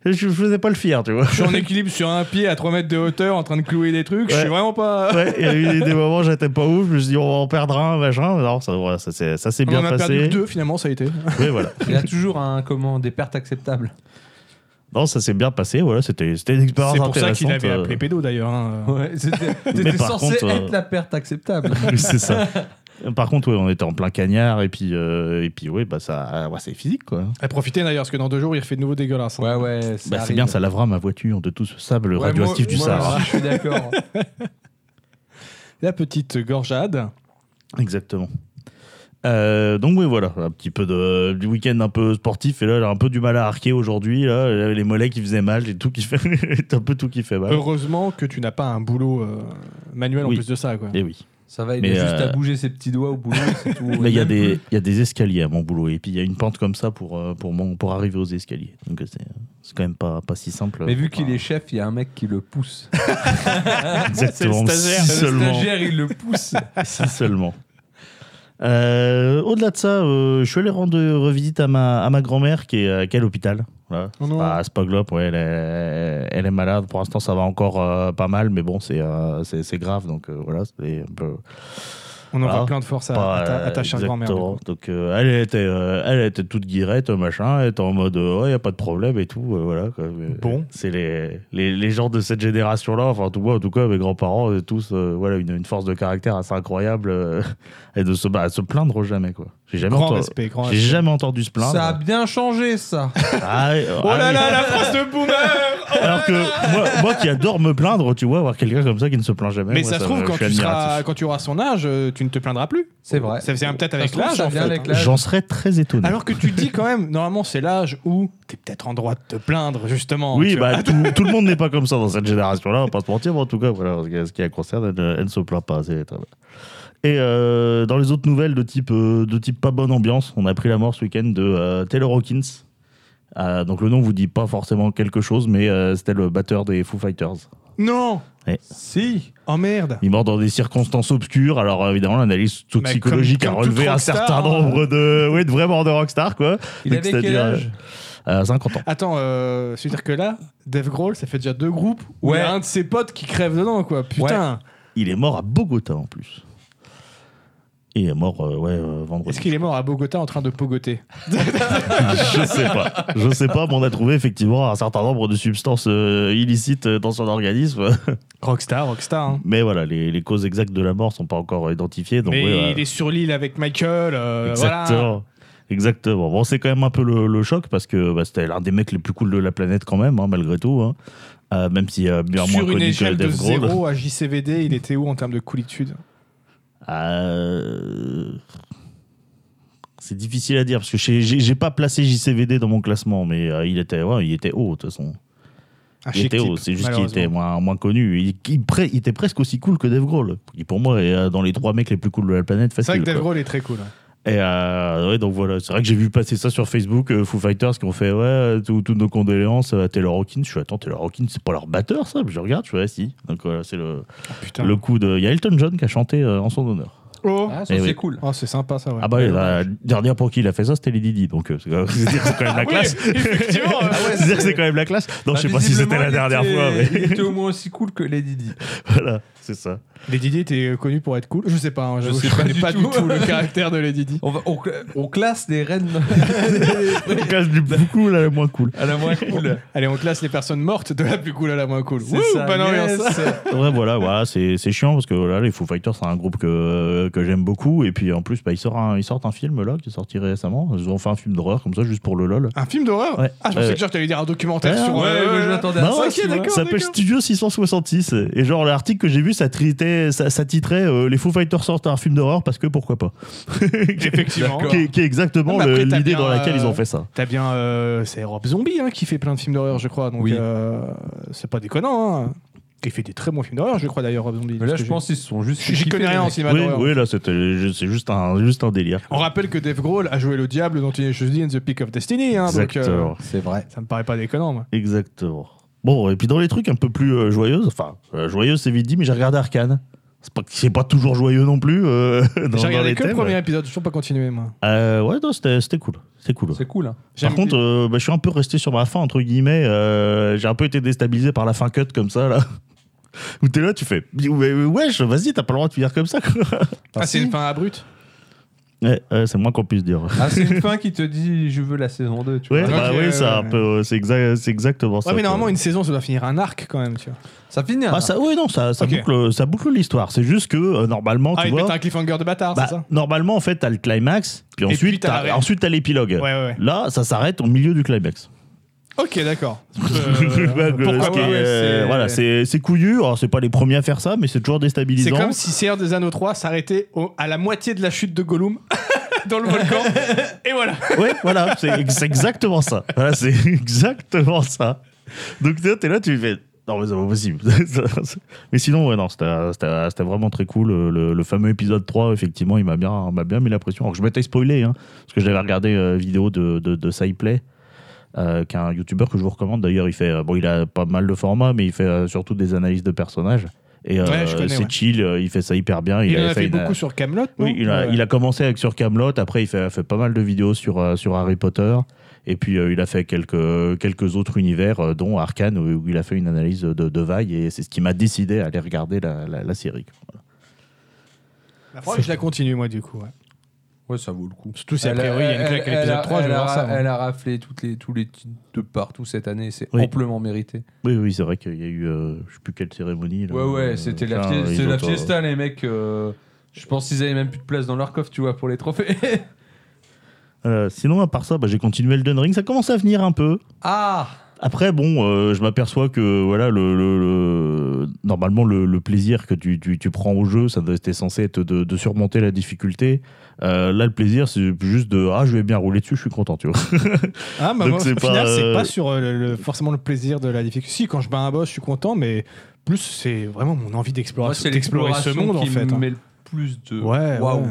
S3: je- je faisais pas le fier, tu vois.
S2: Je suis en équilibre sur un pied à 3 mètres de hauteur en train de clouer des trucs. Je suis
S3: Ouais.
S2: vraiment pas.
S3: Ouais, il y a eu des moments où j'étais pas ouf, je me suis dit on va en perdre un, machin. Non, ça, voilà, ça, s'est- ça s'est
S2: On
S3: bien
S2: en a
S3: passé.
S2: perdu que deux finalement, ça a été.
S3: Oui, voilà.
S1: Il y a toujours un comment, des pertes acceptables.
S3: Non, ça s'est bien passé. Voilà, c'était c'était une expérience
S2: C'est pour ça
S3: intéressante.
S2: qu'il avait
S3: euh,
S2: appelé pédo d'ailleurs. hein.
S1: Ouais, c'était
S3: Mais
S1: t'étais
S3: par
S1: censé
S3: contre, euh,
S1: être la perte acceptable.
S3: c'est ça. Par contre, ouais, on était en plein cagnard et puis euh, et puis ouais, bah ça, ouais, c'est physique quoi. hein.
S2: Et profitez d'ailleurs, parce que dans deux jours, il refait de nouveau dégueulasse. hein.
S1: Ouais, ouais, ça
S3: Bah, c'est
S1: arrive.
S3: bien, ça lavera ma voiture de tout ce sable
S1: Ouais,
S3: radioactif
S1: moi-
S3: du
S1: moi
S3: Sahara.
S1: aussi, Je suis d'accord.
S2: La petite gorgeade.
S3: Exactement. Euh, donc oui voilà un petit peu de, du week-end un peu sportif et là j'ai un peu du mal à arquer aujourd'hui là j'avais les mollets qui faisaient mal j'ai tout qui fait j'ai un peu tout qui fait mal
S2: Heureusement que tu n'as pas un boulot euh, manuel en
S3: Oui.
S2: plus de ça. Quoi.
S3: et Eh oui
S1: Ça va, il
S3: Mais,
S1: a juste
S3: euh,
S1: à bouger ses petits doigts au boulot, c'est tout.
S3: Là, il y, a
S1: Même
S3: des-
S1: plus.
S3: il y a des escaliers à mon boulot. Et puis, il y a une pente comme ça pour, euh, pour, mon, pour arriver aux escaliers. Donc, euh, c'est c'est quand même pas, pas si simple.
S1: Mais vu qu'il est chef, il y a un mec qui le pousse.
S3: Ah, exactement
S2: c'est le stagiaire.
S3: si
S1: Le
S3: seulement.
S1: stagiaire, il le pousse.
S3: si seulement. Euh, Au-delà de ça, euh, je suis allé rendre revisite à ma, à ma grand-mère qui est, euh, qui est à l'hôpital. Voilà.
S2: Oh non.
S3: Ah, c'est pas globe, ouais, elle, est, elle est malade. Pour l'instant, ça va encore euh, pas mal, mais bon, c'est euh, c'est- c'est grave. Donc euh, voilà, c'est un peu.
S2: On envoie
S3: Ah,
S2: plein de force à,
S3: Pas,
S2: à ta, à ta
S3: euh,
S2: chère grand-mère.
S3: exactement. Donc euh, elle était, euh, elle était toute guirette, machin, elle était en mode euh, ouais y a pas de problème et tout, euh, voilà. quoi. Mais
S2: Bon.
S3: C'est les, les, les gens de cette génération-là, enfin en tout cas, en tout cas mes grands-parents euh, tous, euh, voilà une, une force de caractère assez incroyable euh, et de se, bah, se plaindre jamais quoi. J'ai jamais,
S2: Grand
S3: entendu-
S2: respect, grand
S3: j'ai
S2: respect.
S3: jamais entendu se plaindre.
S1: Ça a bien changé, ça.
S3: Ah, ouais,
S2: Oh
S3: ah
S2: là
S3: oui.
S2: là, la oh phrase de boomer
S3: Alors que moi, moi qui adore me plaindre, tu vois, voir quelqu'un comme ça qui ne se plaint jamais.
S2: Mais
S3: moi,
S2: ça se trouve,
S3: me-
S2: quand
S3: je
S2: tu,
S3: suis
S2: seras,
S3: admiratif.
S2: quand tu auras son âge, euh, tu ne te plaindras plus.
S1: C'est vrai.
S2: Ça vient peut-être
S1: Ça
S2: avec
S1: se trouve,
S2: l'âge,
S1: ça
S2: en
S1: vient
S2: fait,
S1: avec
S2: hein.
S1: l'âge.
S3: J'en serais très étonné.
S2: Alors que tu dis quand même, normalement, c'est l'âge où tu es peut-être en droit de te plaindre, justement.
S3: Oui,
S2: tu vois.
S3: bah, tout, tout le monde n'est pas comme ça dans cette génération-là, on va pas se mentir, mais en tout cas, voilà, en ce qui- ce qui la concerne, elle, ne- elle ne se plaint pas. c'est très bien. Et euh, dans les autres nouvelles de type, euh, de type pas bonne ambiance, on a pris la mort ce week-end de euh, Taylor Hawkins. Euh, donc le nom vous dit pas forcément quelque chose, mais euh, c'était le batteur des Foo Fighters.
S2: Non
S1: Si.
S2: Oh merde
S3: Il est mort dans des circonstances obscures. Alors euh, évidemment, l'analyse
S2: comme-
S3: toxicologique
S2: comme
S3: a relevé
S2: toute
S3: un
S2: rockstar,
S3: certain
S2: hein.
S3: nombre de, ouais, de vrais morts de rockstar, quoi.
S1: Il
S3: Donc,
S1: avait quel
S3: c'est-à-dire,
S1: âge
S3: euh, 50 ans.
S2: Attends, euh, c'est-à-dire que là, Dave Grohl, ça fait déjà deux groupes où
S1: Ouais.
S2: il y a un de ses potes qui crève dedans, quoi. Putain
S3: Il est mort à Bogota en plus. Il est mort, euh, ouais, euh, vendredi.
S2: Est-ce qu'il est mort à Bogota en train de pogoter
S3: je sais pas. Je sais pas, mais on a trouvé effectivement un certain nombre de substances euh, illicites euh, dans son organisme.
S2: Rockstar, rockstar. hein.
S3: Mais voilà, les, les causes exactes de la mort sont pas encore euh, identifiées. Donc,
S2: Mais
S3: ouais, ouais.
S2: il est sur l'île avec Michael. euh, voilà.
S3: Exactement. Exactement. Bon, c'est quand même un peu le, le choc parce que bah, c'était l'un des mecs les plus cool de la planète quand même, hein, malgré tout. hein. Euh, même si euh, bien moins
S2: Sur une
S3: connu que
S2: échelle de
S3: Dave Grohl.
S2: 0 à JCVD, il était où en termes de coolitude
S3: Euh, C'est difficile à dire parce que j'ai- j'ai j'ai pas placé JCVD dans mon classement, mais euh, il était ouais, il était haut de toute façon.
S2: Un
S3: Il
S2: chic
S3: était haut,
S2: type,
S3: c'est juste qu'il était
S2: malheureusement.
S3: moins, moins connu. Il, il pre- il était presque aussi cool que Dave Grohl, qui pour moi est euh, dans les trois mecs les plus cool de la planète.
S2: C'est vrai
S3: Facile,
S2: que Dave
S3: quoi.
S2: Grohl est très cool. ouais.
S3: Et euh, ouais, donc voilà, c'est vrai que j'ai vu passer ça sur Facebook, euh, Foo Fighters qui ont fait ouais, euh, tout- toutes nos condoléances à Taylor Hawkins. Je suis attends, Taylor Hawkins, c'est pas leur batteur ça Je regarde, je fais ah, si. Donc voilà, c'est le,
S2: Oh, putain.
S3: le coup de. Il y a Elton John qui a chanté euh, en son honneur.
S2: Oh,
S1: Ah, ça,
S3: Eh
S1: c'est
S3: oui.
S1: cool.
S2: Oh, c'est sympa ça. ouais. Ah
S3: Ah bah oui, la dernière pour qui il a fait ça, c'était Lady Di, donc euh, c'est quand même- c'est dire que c'est quand même la classe.
S2: effectivement, euh, ouais.
S3: C'est-à-dire que c'est quand même la classe. Non, je sais pas si c'était la dernière fois,
S1: Bah, Il
S3: mais
S1: était au moins aussi cool que Lady Di.
S3: voilà, c'est ça.
S2: Les Didier étaient connus pour être cool. Je sais pas, hein, j'avoue,
S1: Je sais
S2: je
S1: pas
S2: connais
S1: du
S2: pas du
S1: tout.
S2: tout le caractère de les Didi.
S1: On, va- on cla- on classe les reines
S3: On casse du beaucoup là, le moins cool.
S1: à la moins cool.
S2: Allez, on classe les personnes mortes de la plus cool à la moins cool.
S1: C'est
S2: Wouh,
S1: ça,
S2: bonne
S1: yes.
S2: ambiance.
S3: Ouais, voilà, voilà c'est c'est chiant parce que là, les Foo Fighters, c'est un groupe que, que j'aime beaucoup. Et puis en plus, bah, ils, sortent un, ils sortent un film là qui est sorti récemment. Ils ont fait un film d'horreur comme ça, juste pour le lol.
S2: Un film d'horreur
S3: Ouais.
S2: Ah, je pensais
S3: Ouais.
S2: que genre, t'allais dire un documentaire
S3: Ouais, Bah,
S2: sur.
S1: Ouais,
S2: euh,
S1: moi, je m'attendais à
S3: Non,
S1: ça.
S3: ouais,
S1: tu vois.
S3: Ça s'appelle Studio 666. Et genre, l'article que j'ai vu, ça, tritait, ça, ça titrait euh, Les Foo Fighters sortent un film d'horreur parce que pourquoi pas.
S2: Effectivement.
S3: qui, est, qui est
S2: Non,
S3: exactement
S2: mais après,
S3: le-
S2: t'as
S3: l'idée
S2: bien,
S3: dans laquelle ils
S2: euh,
S3: ont fait ça.
S2: T'as bien. euh, c'est Rob Zombie hein, qui fait plein de films d'horreur, je crois. Donc,
S1: Oui.
S2: euh, c'est pas déconnant. Hein. Il fait des très bons films d'horreur, je crois, d'ailleurs, Rob Zombie.
S1: Mais là,
S2: parce
S1: je
S2: que
S1: pense qu'ils se sont juste.
S2: j'ai- J'y connais
S1: kiffés,
S2: rien
S1: les
S2: en
S1: mecs.
S2: cinéma
S3: Oui,
S2: d'horreur.
S3: oui, là, c'était ju- c'est juste un, juste un délire.
S2: On rappelle que Dave Grohl a joué le diable dans Teenage Judy and the Peak of Destiny. Hein, donc, euh,
S3: Exactement.
S1: C'est vrai.
S2: ça me paraît pas déconnant, moi.
S3: Exactement. Bon, et puis dans les trucs un peu plus euh, joyeuses, enfin, euh, joyeuse c'est vite dit, mais j'ai regardé Arcane. C'est pas, c'est pas toujours joyeux non plus euh, dans,
S2: J'ai
S3: dans
S2: regardé
S3: les
S2: que le
S3: thèmes.
S2: premier épisode, je suis toujours pas continué, moi.
S3: Euh, ouais, non, c'était c'était cool. C'était cool.
S1: C'est cool. hein.
S2: J'aime
S3: Par contre,
S2: bien.
S3: euh, bah, je suis un peu resté sur ma fin, entre guillemets. euh, j'ai un peu été déstabilisé par la fin cut comme ça, là. Où t'es là, tu fais. Ouais, Wesh, vas-y, t'as pas le droit de finir comme ça, quoi.
S2: Ah, c'est une fin abrupte.
S3: Ouais, ouais, c'est le moins qu'on puisse dire.
S1: Ah, c'est une fin qui te dit je veux la saison 2, tu
S3: Ouais,
S1: vois.
S2: Ouais,
S3: bah
S2: ok,
S3: oui,
S2: ouais,
S3: c'est un
S2: ouais.
S3: peu. euh, C'est exact, c'est exactement ça.
S2: Ouais, mais
S3: quoi.
S2: normalement, une saison, ça doit finir un arc quand même, tu vois.
S1: Ça finit.
S3: Ah,
S1: hein.
S3: ça, oui, non, ça, ça
S2: Ok.
S3: boucle, ça boucle l'histoire. C'est juste que euh, normalement,
S2: Ah,
S3: tu
S2: ils mettent
S3: vois,
S2: un cliffhanger de bâtard,
S3: bah,
S2: c'est ça
S3: normalement en fait, t'as le climax, puis
S2: puis
S3: ensuite
S2: t'as la
S3: t'as,
S2: ré-
S3: ensuite t'as l'épilogue.
S2: Ouais, ouais, ouais.
S3: Là, ça s'arrête au milieu du climax.
S2: Ok, d'accord.
S3: Ouais,
S2: Euh,
S3: ce
S2: pourquoi
S3: qui
S2: pas,
S3: est,
S2: ouais,
S3: euh,
S2: c'est-
S3: Voilà, c'est, c'est couillu. Alors, c'est pas les premiers à faire ça, mais c'est toujours
S2: C'est
S3: déstabilisant.
S2: comme si Seigneur des Anneaux 3 s'arrêtait au- à la moitié de la chute de Gollum dans le volcan. Et voilà.
S3: Ouais, voilà, c'est ex- c'est exactement ça. Voilà, c'est exactement ça. Donc tu vois, t'es là, tu fais. Non, mais c'est pas possible. mais sinon, ouais, non, c'était c'était- c'était vraiment très cool. Le, le- le fameux épisode 3, effectivement, il m'a bien, m'a bien mis la pression. Alors que je m'étais spoilé, hein, parce que j'avais regardé euh, vidéo de, de, de SciPlay, euh, qui est un youtubeur que je vous recommande. D'ailleurs, il fait. euh, bon, il a pas mal de formats, mais il fait euh, surtout des analyses de personnages. Et euh,
S2: Ouais, je connais,
S3: c'est
S2: ouais.
S3: chill, euh, il fait ça hyper bien.
S2: Il, en
S3: avait
S2: a fait
S3: une- euh,
S2: beaucoup sur Camelot.
S3: oui, il a, il a commencé avec sur Camelot. Après, il fait, a fait pas mal de vidéos sur, euh, sur Harry Potter. Et puis, euh, il a fait quelques, quelques autres univers, euh, dont Arkane, où, où il a fait une analyse de, de Vaille. Et c'est ce qui m'a décidé à aller regarder la, la, la série. Voilà.
S2: je la continue, moi, du coup. ouais.
S1: Ouais, ça vaut le coup.
S2: Surtout si, a priori, il y a une claque à
S1: elle- elle
S2: l'épisode
S1: a-
S2: 3, je
S1: elle
S2: vais
S1: a-
S2: voir ça. moi.
S1: Elle a raflé toutes les, tous les titres de partout cette année, c'est
S3: Oui.
S1: amplement mérité.
S3: Oui, oui, c'est vrai qu'il y a eu, euh, je sais plus quelle cérémonie. là.
S1: Ouais, ouais,
S3: Euh,
S1: c'était la,
S3: enfin,
S1: fie-
S3: ils
S1: c'est
S3: ont-
S1: la fiesta, les mecs. euh, je pense qu'ils avaient même plus de place dans leur coffre, tu vois, pour les trophées.
S3: Euh, sinon, à part ça, bah, j'ai continué Elden Ring. Ça commence à venir un peu.
S1: ah
S3: Après, bon, euh, je m'aperçois que voilà, le, le- le- normalement, le, le plaisir que tu, tu- tu prends au jeu, ça doit être censé être de, de surmonter la difficulté. Euh, là, le plaisir, c'est juste de ah, je vais bien rouler dessus, je suis content, tu vois.
S2: Ah, bah,
S3: Donc,
S2: moi,
S3: c'est
S2: au final,
S3: pas,
S2: c'est
S3: euh,
S2: pas sur euh, le- le- forcément le plaisir de la difficulté. Si, quand je bats un boss, je suis content, mais plus, c'est vraiment mon envie
S1: Moi,
S2: d'exploration-
S1: c'est
S2: d'explorer Bah, ce
S1: l'exploration
S2: monde, en
S1: qui
S2: fait. hein.
S1: met le plus de.
S2: Ouais,
S1: Waouh.
S2: ouais.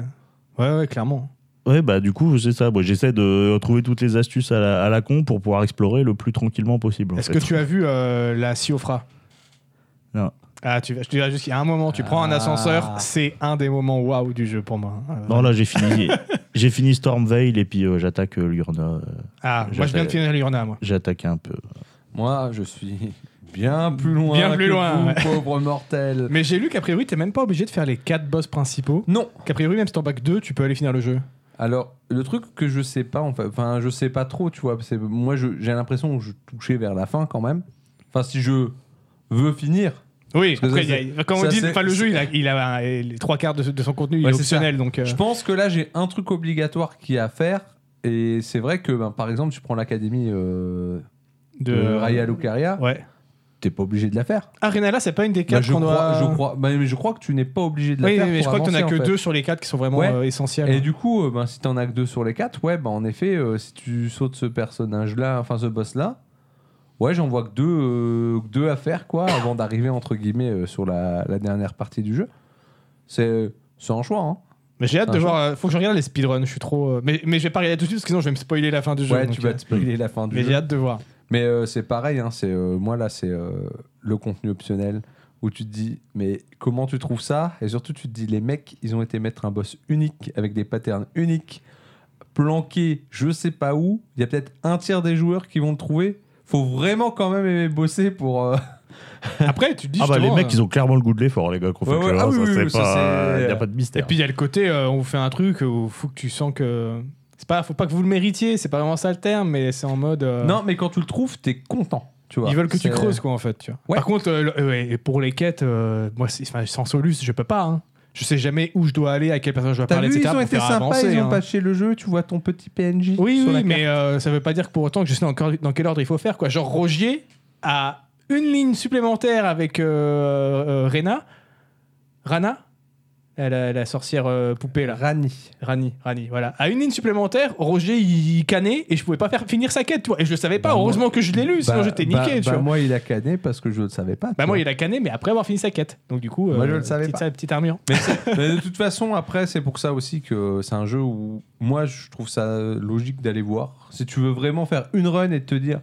S2: Ouais, ouais, clairement.
S3: Ouais, bah du coup, c'est ça. Moi, j'essaie de trouver toutes les astuces à la, à la con pour pouvoir explorer le plus tranquillement possible. en
S2: Est-ce
S3: fait.
S2: que tu as vu euh, la Siofra
S3: Non.
S2: Ah, tu, je te dirais juste qu'il y a un moment, tu prends un
S1: Ah.
S2: ascenseur, c'est un des moments waouh du jeu pour moi. Euh,
S3: Non, là, j'ai fini. j'ai fini Stormveil et puis euh, j'attaque euh, Lurna. euh,
S2: ah,
S3: je
S2: moi je viens de
S3: fais-
S2: finir Lurna, moi.
S3: j'attaque un peu.
S1: Moi, je suis bien plus loin.
S2: Bien plus
S1: que
S2: loin,
S1: vous,
S2: ouais.
S1: pauvre mortel.
S2: Mais j'ai lu qu'a priori, t'es même pas obligé de faire les 4 boss principaux.
S1: Non.
S2: Qu'a priori, même si t'en back 2, tu peux aller finir le jeu.
S1: Alors, le truc que je sais pas, en fait- enfin, je sais pas trop, tu vois, c'est moi, je- j'ai l'impression que je touchais vers la fin quand même. Enfin, si je veux finir.
S2: Oui,
S1: Parce que
S2: après,
S1: ça,
S2: il y a- quand on
S1: ça,
S2: dit.
S1: c'est-
S2: Enfin, le jeu, il a, il a un- les trois quarts de, de son contenu, il
S1: Ouais,
S2: est
S1: c'est ça.
S2: optionnel, donc. euh,
S1: Je pense que là, j'ai un truc obligatoire qui est à faire Et c'est vrai que, ben, par exemple, tu prends l'académie euh, de Raya Lucaria,
S2: Ouais.
S1: t'es pas obligé de la faire.
S2: Arenala, c'est pas une des
S1: Bah,
S2: quatre
S1: je,
S2: qu'on
S1: crois,
S2: doit.
S1: je, crois, bah, mais je crois que tu n'es pas obligé de la
S2: Oui,
S1: faire.
S2: mais je
S1: pour
S2: crois que t'en as
S1: avancer,
S2: que
S1: en fait.
S2: deux sur les quatre qui sont vraiment
S1: Ouais.
S2: euh, essentiels.
S1: Et du coup, euh, ben, si t'en as que deux sur les quatre, ouais, ben, en effet, euh, si tu sautes ce personnage-là, enfin ce boss-là, ouais, j'en vois que deux, euh, que deux à faire, quoi, avant d'arriver, entre guillemets, euh, sur la, la dernière partie du jeu. C'est c'est un choix, hein.
S2: Mais j'ai hâte de
S1: Ah,
S2: voir. euh, Faut que je regarde les speedruns. Je suis trop. euh, Mais, mais je vais pas regarder tout de suite parce que sinon je vais me spoiler la fin du jeu.
S1: Ouais,
S2: donc,
S1: tu vas
S2: euh,
S1: te spoiler la fin du
S2: Mais
S1: jeu.
S2: j'ai hâte de voir.
S1: Mais euh, c'est pareil, hein, c'est, euh, moi là, c'est euh, le contenu optionnel où tu te dis, mais comment tu trouves ça Et surtout, tu te dis, les mecs, ils ont été mettre un boss unique avec des patterns uniques, planqué je sais pas où. Il y a peut-être un tiers des joueurs qui vont le trouver. Faut vraiment quand même aimer bosser pour. euh,
S2: Après, tu te dis.
S3: Ah bah les
S2: justement,
S3: mecs,
S2: euh,
S3: ils ont clairement le goût de l'effort, les gars, qu'on fait.
S1: hein. Ouais,
S3: que
S1: ouais,
S3: là,
S1: ah
S3: ça,
S1: oui,
S3: c'est
S1: oui, ça,
S3: pas...
S1: c'est-
S3: Il n'y a pas de
S2: Et
S3: mystère.
S2: puis il y a le côté, euh, on vous fait un truc où faut que tu sens que. C'est pas, faut pas que vous le méritiez, c'est pas vraiment ça le terme, mais c'est en mode. euh,
S1: Non, mais quand tu le trouves, t'es content. Tu vois.
S2: Ils veulent que tu
S1: C'est-
S2: creuses, quoi, en fait. Tu vois.
S1: Ouais.
S2: Par contre, euh, le- euh, ouais, et pour les quêtes, euh, moi, c'est- enfin, sans Solus, je peux pas. hein. Je sais jamais où je dois aller, à quel personnage je dois
S1: T'as
S2: parler,
S1: vu,
S2: etc.
S1: ils ont
S2: pour
S1: été
S2: faire
S1: sympas,
S2: avancer,
S1: ils ont
S2: hein.
S1: patché le jeu. Tu vois ton petit PNJ.
S2: Oui,
S1: sur
S2: oui,
S1: la carte.
S2: mais euh, ça veut pas dire pour autant que je sais encore dans quel ordre il faut faire. Quoi. Genre Rogier a une ligne supplémentaire avec euh, euh, Rena. Rana Elle a- la, sorcière euh, poupée
S1: Bah,
S2: là.
S1: Rani.
S2: Rani, Rani, voilà. À une ligne supplémentaire, Roger il canait et je pouvais pas faire finir sa quête, tu vois. Et je le savais pas,
S1: Bah, moi-
S2: heureusement que je l'ai lu, sinon
S1: Bah-
S2: j'étais
S1: bah-
S2: niqué, tu
S1: bah,
S2: vois.
S1: Moi, il a canné parce que je le savais pas. tu
S2: bah moi
S1: vois.
S2: il a canné, mais après avoir fini sa quête. Donc du coup, euh,
S1: Moi, je le savais
S2: petite,
S1: pas.
S2: sa- petite armure.
S1: Mais de toute façon, après, c'est pour ça aussi que c'est un jeu où moi, je trouve ça logique d'aller voir. Si tu veux vraiment faire une run et te dire,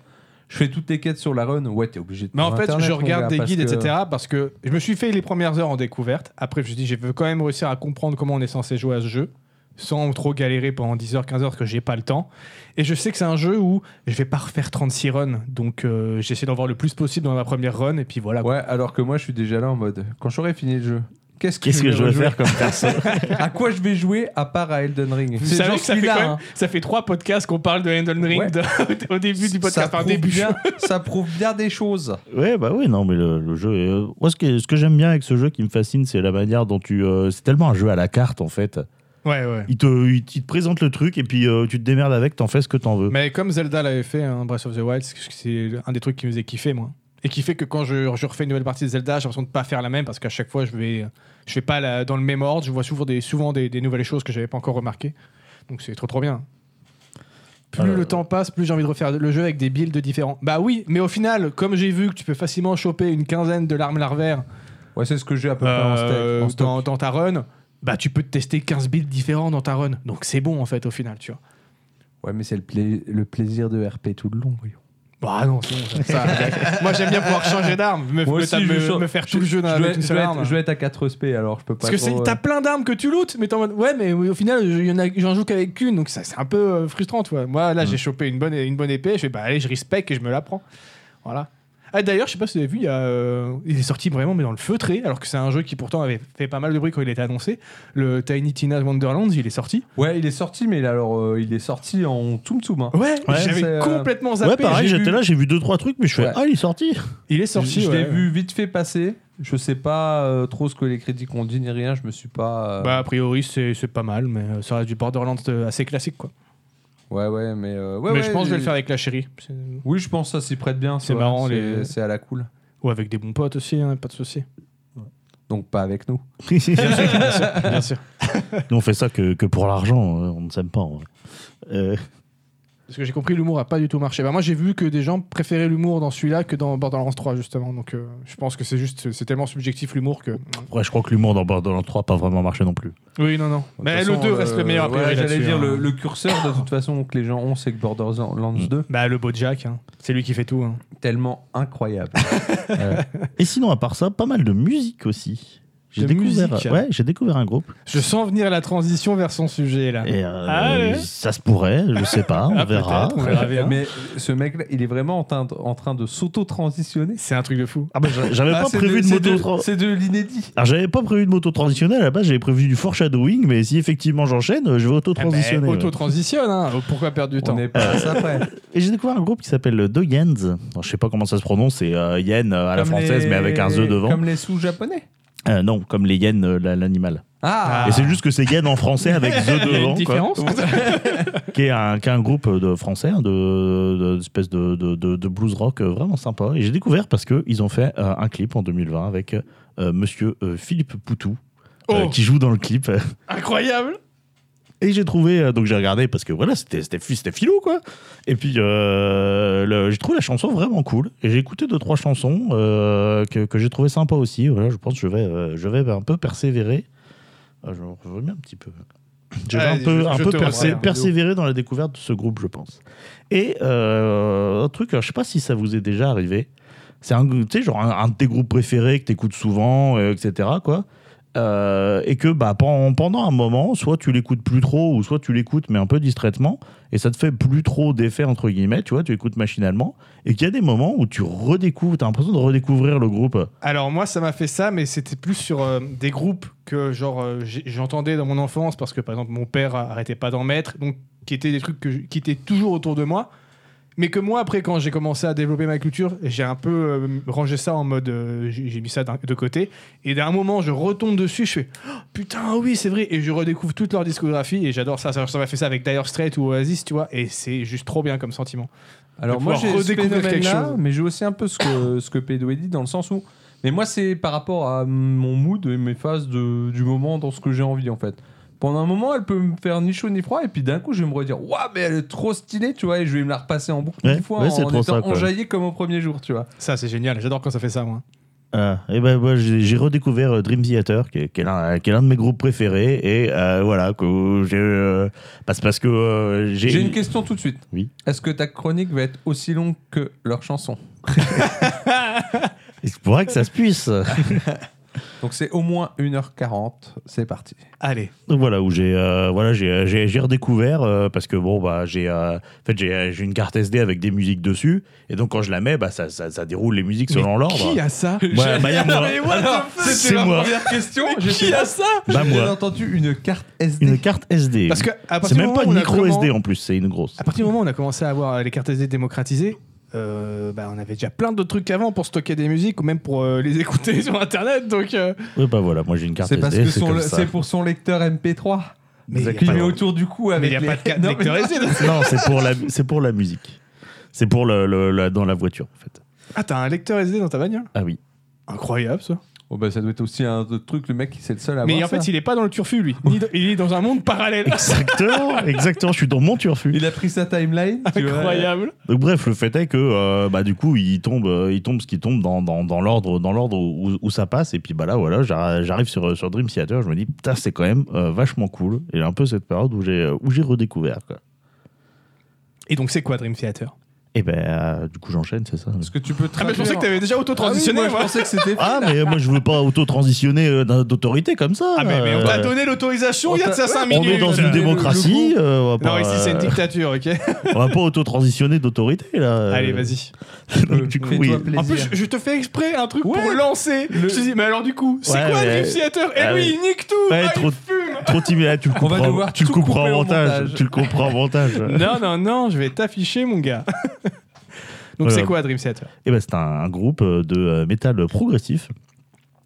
S1: je fais toutes les quêtes sur la run, ouais, t'es obligé de.
S2: Mais en
S1: prendre
S2: fait,
S1: Internet,
S2: je
S1: mon gars,
S2: regarde des
S1: parce
S2: guides,
S1: que-
S2: etc. Parce que je me suis fait les premières heures en découverte. Après, je me suis dit, je veux quand même réussir à comprendre comment on est censé jouer à ce jeu sans trop galérer pendant 10 heures, 15 heures, parce que j'ai pas le temps. Et je sais que c'est un jeu où je vais pas refaire 36 runs. Donc, euh, j'essaie d'en voir le plus possible dans ma première run. Et puis voilà. quoi.
S1: Ouais, alors que moi, je suis déjà là en mode, quand j'aurai fini le jeu. Qu'est-ce que,
S3: Qu'est-ce que je
S1: vais
S3: vais faire comme perso
S1: rejouer À quoi je vais jouer à part à Elden Ring
S2: Vous
S1: C'est
S2: savez
S1: genre
S2: que ça fait,
S1: celui-là,
S2: quand même-
S1: hein.
S2: ça fait trois podcasts qu'on parle de Elden Ring
S1: Ouais.
S2: de- au début du
S1: ça,
S2: podcast. Enfin,
S1: prouve
S2: début.
S1: bien, ça prouve bien des choses.
S3: Ouais, bah oui, non, mais le, le jeu. est- euh, Moi, ce que, ce que j'aime bien avec ce jeu qui me fascine, c'est la manière dont tu. euh, c'est tellement un jeu à la carte, en fait.
S2: Ouais, ouais.
S3: Il te, il, il te présente le truc et puis euh, tu te démerdes avec, t'en fais ce que t'en veux.
S2: Mais comme Zelda l'avait fait, hein, Breath of the Wild, c'est- c'est un des trucs qui me faisait kiffer, moi. Et qui fait que quand je, je refais une nouvelle partie de Zelda, j'ai l'impression de pas faire la même parce qu'à chaque fois, je vais, je vais pas la- dans le même ordre. Je vois souvent des, souvent des, des nouvelles choses que j'avais pas encore remarquées. Donc c'est trop trop bien. Plus
S3: Alors,
S2: le temps passe, plus j'ai envie de refaire le jeu avec des builds différents. Bah oui, mais au final, comme j'ai vu que tu peux facilement choper une quinzaine de larmes larvaires
S1: Ouais, c'est ce que j'ai à peu près en steak-
S2: euh,
S1: en stock.
S2: dans, dans ta run, bah tu peux te tester 15 builds différents dans ta run. Donc c'est bon en fait au final, tu vois.
S1: Ouais, mais c'est le, pla- le plaisir de RP tout le long, voyons.
S2: Bah non, c'est bon, ça. ça- moi j'aime bien pouvoir changer d'arme,
S1: Moi
S2: me, me,
S1: aussi,
S2: tape-
S1: je
S2: me-
S1: change-
S2: me faire tout le jeu
S1: je,
S2: d'un
S1: dois
S2: avec
S1: être,
S2: une
S1: je
S2: seule
S1: dois
S2: arme.
S1: être- je dois être à 4 SP, alors je peux pas
S2: Parce que
S1: trop,
S2: c'est-
S1: euh,
S2: t'as plein d'armes que tu lootes, mais t'es en mode ouais, mais au final il y en a- j'en joue qu'avec une, donc ça c'est un peu euh, frustrant, tu vois. Moi
S1: Mm.
S2: là j'ai chopé une bonne, une bonne épée, je fais bah allez, je respecte et je me la prends. Voilà. Ah, D'ailleurs, je sais pas si vous avez vu, il, y a, euh, il est sorti vraiment mais dans le feutré, alors que c'est un jeu qui pourtant avait fait pas mal de bruit quand il était annoncé. Le Tiny Tina's Wonderlands, il est sorti.
S1: euh. Ouais, il est sorti, mais alors euh, il est sorti en Toum Toum. hein.
S2: Ouais,
S1: c'est,
S2: j'avais
S1: euh,
S2: complètement zappé.
S3: Ouais, pareil,
S2: j'ai
S3: j'étais
S2: vu-
S3: là, j'ai vu deux trois trucs, mais je fais
S1: Ouais.
S3: Ah, il est sorti
S2: Il est sorti.
S1: je
S2: ouais.
S1: l'ai vu vite fait passer. Je sais pas euh, trop ce que les critiques ont dit ni rien. Je me suis pas. euh,
S2: Bah, a priori, c'est c'est pas mal, mais euh, ça reste du Borderlands euh, assez classique, quoi.
S1: Ouais, ouais, mais. euh, ouais,
S2: mais
S1: ouais,
S2: je pense que je vais le
S1: il-
S2: faire avec la chérie. C'est-
S1: Oui, je pense que ça s'y prête bien.
S2: C'est
S1: ouais,
S2: marrant,
S1: C'est
S2: les-
S1: c'est à la cool.
S2: Ou avec des bons potes aussi, hein, pas de souci.
S1: Donc pas avec nous.
S2: Bien sûr.
S3: Nous, on fait ça que, que pour l'argent, euh, on ne s'aime pas. en vrai. Euh,
S2: Parce que j'ai compris, l'humour a pas du tout marché. Bah, moi, j'ai vu que des gens préféraient l'humour dans celui-là que dans Borderlands 3, justement. Donc, euh, je pense que c'est juste, c'est tellement subjectif l'humour que.
S3: ouais, je crois que l'humour dans Borderlands 3 n'a pas vraiment marché non plus.
S2: Oui, non, non.
S1: De
S2: Mais
S1: toute
S2: le
S1: façon, euh,
S2: 2 reste le meilleur, a
S1: ouais,
S2: priori.
S1: J'allais
S2: là-dessus,
S1: dire,
S2: hein.
S1: le, le curseur, de toute façon, que les gens ont, c'est que Borderlands 2,
S2: Bah, le beau Jack, hein. c'est lui qui fait tout. hein.
S1: tellement incroyable.
S3: Et sinon, à part ça, pas mal de musique aussi. J'ai
S2: De
S3: découvert,
S2: musique
S3: ouais, j'ai découvert un groupe.
S2: Je sens venir la transition vers son sujet, là.
S3: Et euh,
S2: Ah ouais.
S3: ça se pourrait, je sais pas, on
S2: Ah,
S3: verra.
S2: peut-être, on verra bien.
S1: mais ce mec, là il est vraiment en train de, en train de s'auto-transitionner.
S2: C'est un truc de fou.
S3: Ah bah, j'a- j'avais
S1: Ah,
S3: pas
S1: c'est
S3: prévu de,
S1: c'est
S3: moto. tra-
S1: C'est de l'inédit.
S3: Alors j'avais pas prévu de moto transitionnelle à la base, j'avais prévu du foreshadowing, mais si effectivement j'enchaîne, euh, je vais auto
S2: Eh ben,
S3: transitionner.
S2: Auto-transitionne, hein. pourquoi perdre du
S1: On
S2: temps
S1: n'est
S3: Euh,
S1: pas à ça près.
S3: Et j'ai découvert un groupe qui s'appelle euh, The Yens. Alors, je sais pas comment ça se prononce, c'est euh, Yen euh, à la
S1: Comme
S3: française,
S1: les-
S3: mais avec un Z devant.
S1: Comme les sous-japonais.
S3: Euh, non, comme les yens, euh, la- l'animal.
S1: Ah,
S3: Et c'est juste que c'est Yen en français avec The
S2: Il y a
S3: devant,
S2: une
S3: quoi,
S2: différence
S3: qui est un, qui est un groupe de français, hein, de, de, d'espèce de, de, de- de blues rock euh, vraiment sympa. Et j'ai découvert parce qu'ils ont fait euh, un clip en 2020 avec euh, monsieur euh, Philippe Poutou, euh,
S2: Oh.
S3: qui joue dans le clip.
S2: Incroyable
S3: Et j'ai trouvé, euh, donc j'ai regardé parce que voilà, c'était c'était fi- c'était filou quoi. Et puis euh, le- j'ai trouvé la chanson vraiment cool. Et j'ai écouté deux trois chansons euh, que, que j'ai trouvé sympa aussi. Voilà, je pense que je vais euh, je vais un peu persévérer. Ah, je reviens un petit peu. Je vais
S2: Ouais,
S3: un peu,
S2: je-
S3: un
S2: je
S3: peu
S2: te
S3: persé-
S2: reprends, vidéo.
S3: persévérer dans la découverte de ce groupe, je pense. Et euh, un truc, alors, je sais pas si ça vous est déjà arrivé. C'est un, tu sais, genre un, un de tes groupes préférés que t'écoutes souvent, euh, etc. Quoi. Euh, et que bah, pen- pendant un moment, soit tu l'écoutes plus trop, ou soit tu l'écoutes mais un peu distraitement, et ça te fait plus trop d'effet entre guillemets, tu vois, tu écoutes machinalement, et qu'il y a des moments où tu redécouvres, t'as l'impression de redécouvrir le groupe.
S2: Alors moi ça m'a fait ça mais c'était plus sur euh, des groupes que genre euh, j'ai- j'entendais dans mon enfance parce que par exemple mon père arrêtait pas d'en mettre donc qui étaient des trucs que je- qui étaient toujours autour de moi mais que moi après quand j'ai commencé à développer ma culture j'ai un peu euh, rangé ça en mode euh, j'ai j'ai mis ça d'un- de côté et d'un moment je retombe dessus je fais Oh, putain ah oui c'est vrai et je redécouvre toute leur discographie et j'adore ça ça ça m'a fait ça avec Dire Straits ou Oasis tu vois et c'est juste trop bien comme sentiment
S1: alors
S2: de
S1: moi
S2: pouvoir
S1: j'ai ce
S2: redécouvrir
S1: phénomène
S2: quelque
S1: là,
S2: chose.
S1: mais j'ai aussi un peu ce que, ce que Pédoué dit dans le sens où. Mais moi, c'est par rapport à mon mood et mes phases de- du moment dans ce que j'ai envie en fait. Pendant un moment, elle peut me faire ni chaud ni froid, et puis d'un coup, je vais me redire Waouh, mais elle est trop stylée, tu vois, et je vais me la repasser en boucle
S3: Ouais,
S1: dix fois
S3: ouais, c'est
S1: en
S3: trop
S1: étant
S3: ça, quoi.
S1: enjaillé comme au premier jour, tu vois.
S2: ça c'est génial j'adore quand ça fait ça moi
S3: Ah, et ben moi j'ai j'ai redécouvert euh, Dream Theater qui est, qui est l'un qui est l'un de mes groupes préférés et euh, voilà que j'ai euh, parce parce que euh, j'ai
S1: J'ai une question tout de suite.
S3: Oui.
S1: Est-ce que ta chronique va être aussi longue que leur chanson
S3: il se pourrait que ça se puisse
S1: Donc c'est au moins 1h40, c'est parti.
S2: allez
S3: donc voilà où j'ai euh, voilà j'ai j'ai j'ai redécouvert euh, parce que bon bah j'ai euh, en fait j'ai euh, j'ai une carte SD avec des musiques dessus et donc quand je la mets bah ça ça, ça déroule les musiques selon l'ordre
S2: qui a ça
S3: Ouais, bah, y a moi.
S1: Alors,
S3: C'est
S1: c'était ma
S3: moi.
S1: première question. J'ai fait-
S2: ça
S1: j'ai
S3: Bah, moi.
S1: bien entendu une carte SD.
S3: une carte SD
S2: Parce que à partir
S3: c'est
S2: du
S3: même
S2: moment
S3: pas
S2: où on
S3: une
S2: a
S3: micro
S2: comment- Ah.
S3: SD en plus c'est une grosse
S2: À partir du moment où on a commencé à avoir les cartes SD démocratisées, euh, bah, on avait déjà plein d'autres trucs avant pour stocker des musiques ou même pour euh, les écouter sur internet. Donc, euh,
S3: ouais bah voilà moi j'ai une carte
S1: C'est parce
S3: SD
S1: que
S3: c'est
S1: son
S3: comme
S1: le-
S3: ça
S1: c'est pour son lecteur MP3.
S2: Mais y a
S1: il
S2: pas
S1: met
S2: de-
S1: autour du cou
S2: mais il
S1: avec
S2: n'y a
S1: les-
S2: pas de carte
S1: Non, mais-
S2: lecteur SD.
S3: Non, c'est pour la, c'est pour la musique. C'est pour le, le- la- dans la voiture en fait.
S2: Ah, t'as un lecteur SD dans ta bagnole
S3: Ah oui.
S2: Incroyable ça.
S1: Oh, bah, ça doit être aussi un autre truc, le mec, c'est le seul à
S2: mais
S1: avoir
S2: en fait,
S1: ça.
S2: il est pas dans le turfu, lui. Ni dans- il est dans un monde parallèle.
S3: Exactement, exactement. Je suis dans mon turfu.
S1: Il a pris sa timeline. tu vois.
S2: Incroyable.
S3: Donc, bref, le fait est que euh, bah du coup il tombe, euh, il tombe ce qui tombe dans, dans, dans l'ordre, dans l'ordre où, où ça passe. Et puis bah là voilà, j'ar- j'arrive sur sur Dream Theater, je me dis putain c'est quand même euh, vachement cool. Et un peu cette période où j'ai où j'ai redécouvert quoi.
S2: Et donc, c'est quoi Dream Theater
S3: Et ben euh, du coup j'enchaîne, c'est ça.
S1: Parce que tu peux
S2: Ah, mais je pensais que
S1: traduire-
S2: t'avais déjà auto-transitionné.
S1: Ah oui, moi,
S2: moi.
S1: je pensais que c'était.
S3: Ah mais moi je veux pas auto transitionner d'autorité comme ça.
S2: Ah, mais, mais on t'a
S3: Euh,
S2: donné l'autorisation
S1: On
S2: il y a de
S1: t'a-
S2: ça 5
S1: ouais,
S3: on
S2: minutes.
S3: est dans
S1: Le-
S3: une
S1: le
S3: démocratie. euh, on va
S2: Non,
S3: pas,
S2: ici, c'est une
S3: euh,
S2: dictature, ok
S3: On va pas auto-transitionner d'autorité, là.
S2: Allez, vas-y.
S3: Donc, du coup,
S1: Fais-toi
S3: oui.
S1: plaisir.
S2: En plus, je, je te fais exprès un truc
S1: Ouais.
S2: pour lancer.
S1: Le-
S2: Je te dis, mais alors du coup, c'est
S3: Ouais,
S2: quoi
S3: ouais.
S2: le Theater
S3: Ah
S2: Et
S3: oui.
S2: lui, il nique tout
S3: Ouais,
S2: Ah,
S3: trop-
S2: Il fume
S3: Trop timide, là, tu le
S1: On va
S3: comprends,
S1: devoir
S3: tu le
S1: tout
S3: comprends
S1: couper
S3: en
S1: au
S3: montage.
S1: montage.
S3: Tu le comprends en montage.
S2: Non, non, non, je vais t'afficher, mon gars. Donc,
S3: Voilà.
S2: c'est quoi Dream Theater
S3: Et ben, c'est un, un groupe euh, de euh, métal progressif.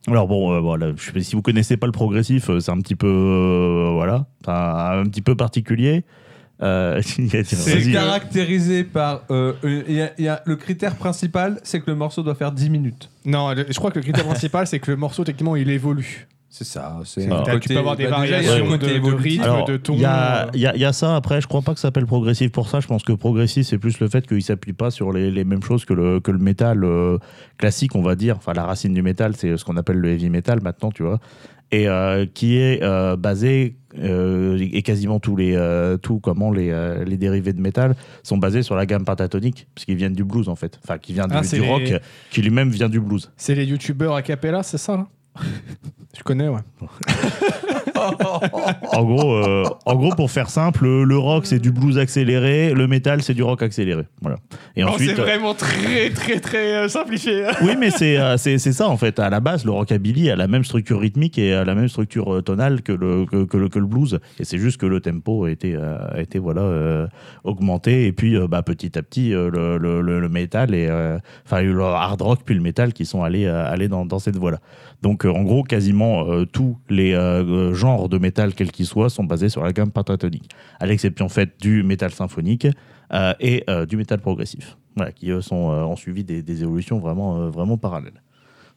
S3: Alors bon, euh, voilà, je sais pas si vous connaissez pas le progressif, euh, c'est un petit peu, euh, voilà, c'est un, un petit peu particulier. Euh,
S1: C'est
S3: vas-y.
S1: caractérisé par. euh, euh, il y a- il y a- le critère principal, c'est que le morceau doit faire 10 minutes.
S2: Non, le- je crois que le critère principal, c'est que le morceau, techniquement, il évolue.
S1: C'est ça. C'est bah,
S2: T'as- tu peux avoir des variations de, de rythme,
S3: Alors,
S2: de ton.
S3: il y a,
S2: euh,
S3: il y a- il y a ça, après, je crois pas que ça s'appelle progressif pour ça. Je pense que progressif, c'est plus le fait qu'il s'appuie pas sur les, les mêmes choses que le, que le métal euh, classique, on va dire. Enfin, la racine du métal, c'est ce qu'on appelle le heavy metal maintenant, tu vois. Et euh, qui est euh, basé, euh, et quasiment tous les, euh, tout, comment, les, euh, les dérivés de métal sont basés sur la gamme pentatonique, puisqu'ils viennent du blues, en fait. Enfin, qui vient du,
S2: Ah, c'est
S3: du
S2: les-
S3: rock, qui lui-même vient du blues.
S2: C'est les youtubeurs a cappella, c'est ça, là Je connais, ouais.
S3: En gros, euh, en gros, pour faire simple, le, le rock c'est du blues accéléré, le métal c'est du rock accéléré. Voilà. Et
S2: Non,
S3: ensuite,
S2: Oh, c'est vraiment très, très, très euh, simplifié.
S3: oui, mais c'est euh, c'est c'est ça en fait. À la base, le rockabilly a la même structure rythmique et a la même structure euh, tonale que le que, que le, que le blues. Et c'est juste que le tempo a été euh, a été voilà euh, augmenté et puis euh, bah, petit à petit euh, le, le, le, le métal et euh, enfin le hard rock puis le métal qui sont allés euh, allés dans dans cette voie là. Donc euh, en gros, quasiment euh, tous les euh, genres de métal quels qu'ils soient sont basés sur la gamme pentatonique, à l'exception faite du métal symphonique euh, et euh, du métal progressif, voilà, qui eux sont, euh, ont suivi des, des évolutions vraiment, euh, vraiment parallèles.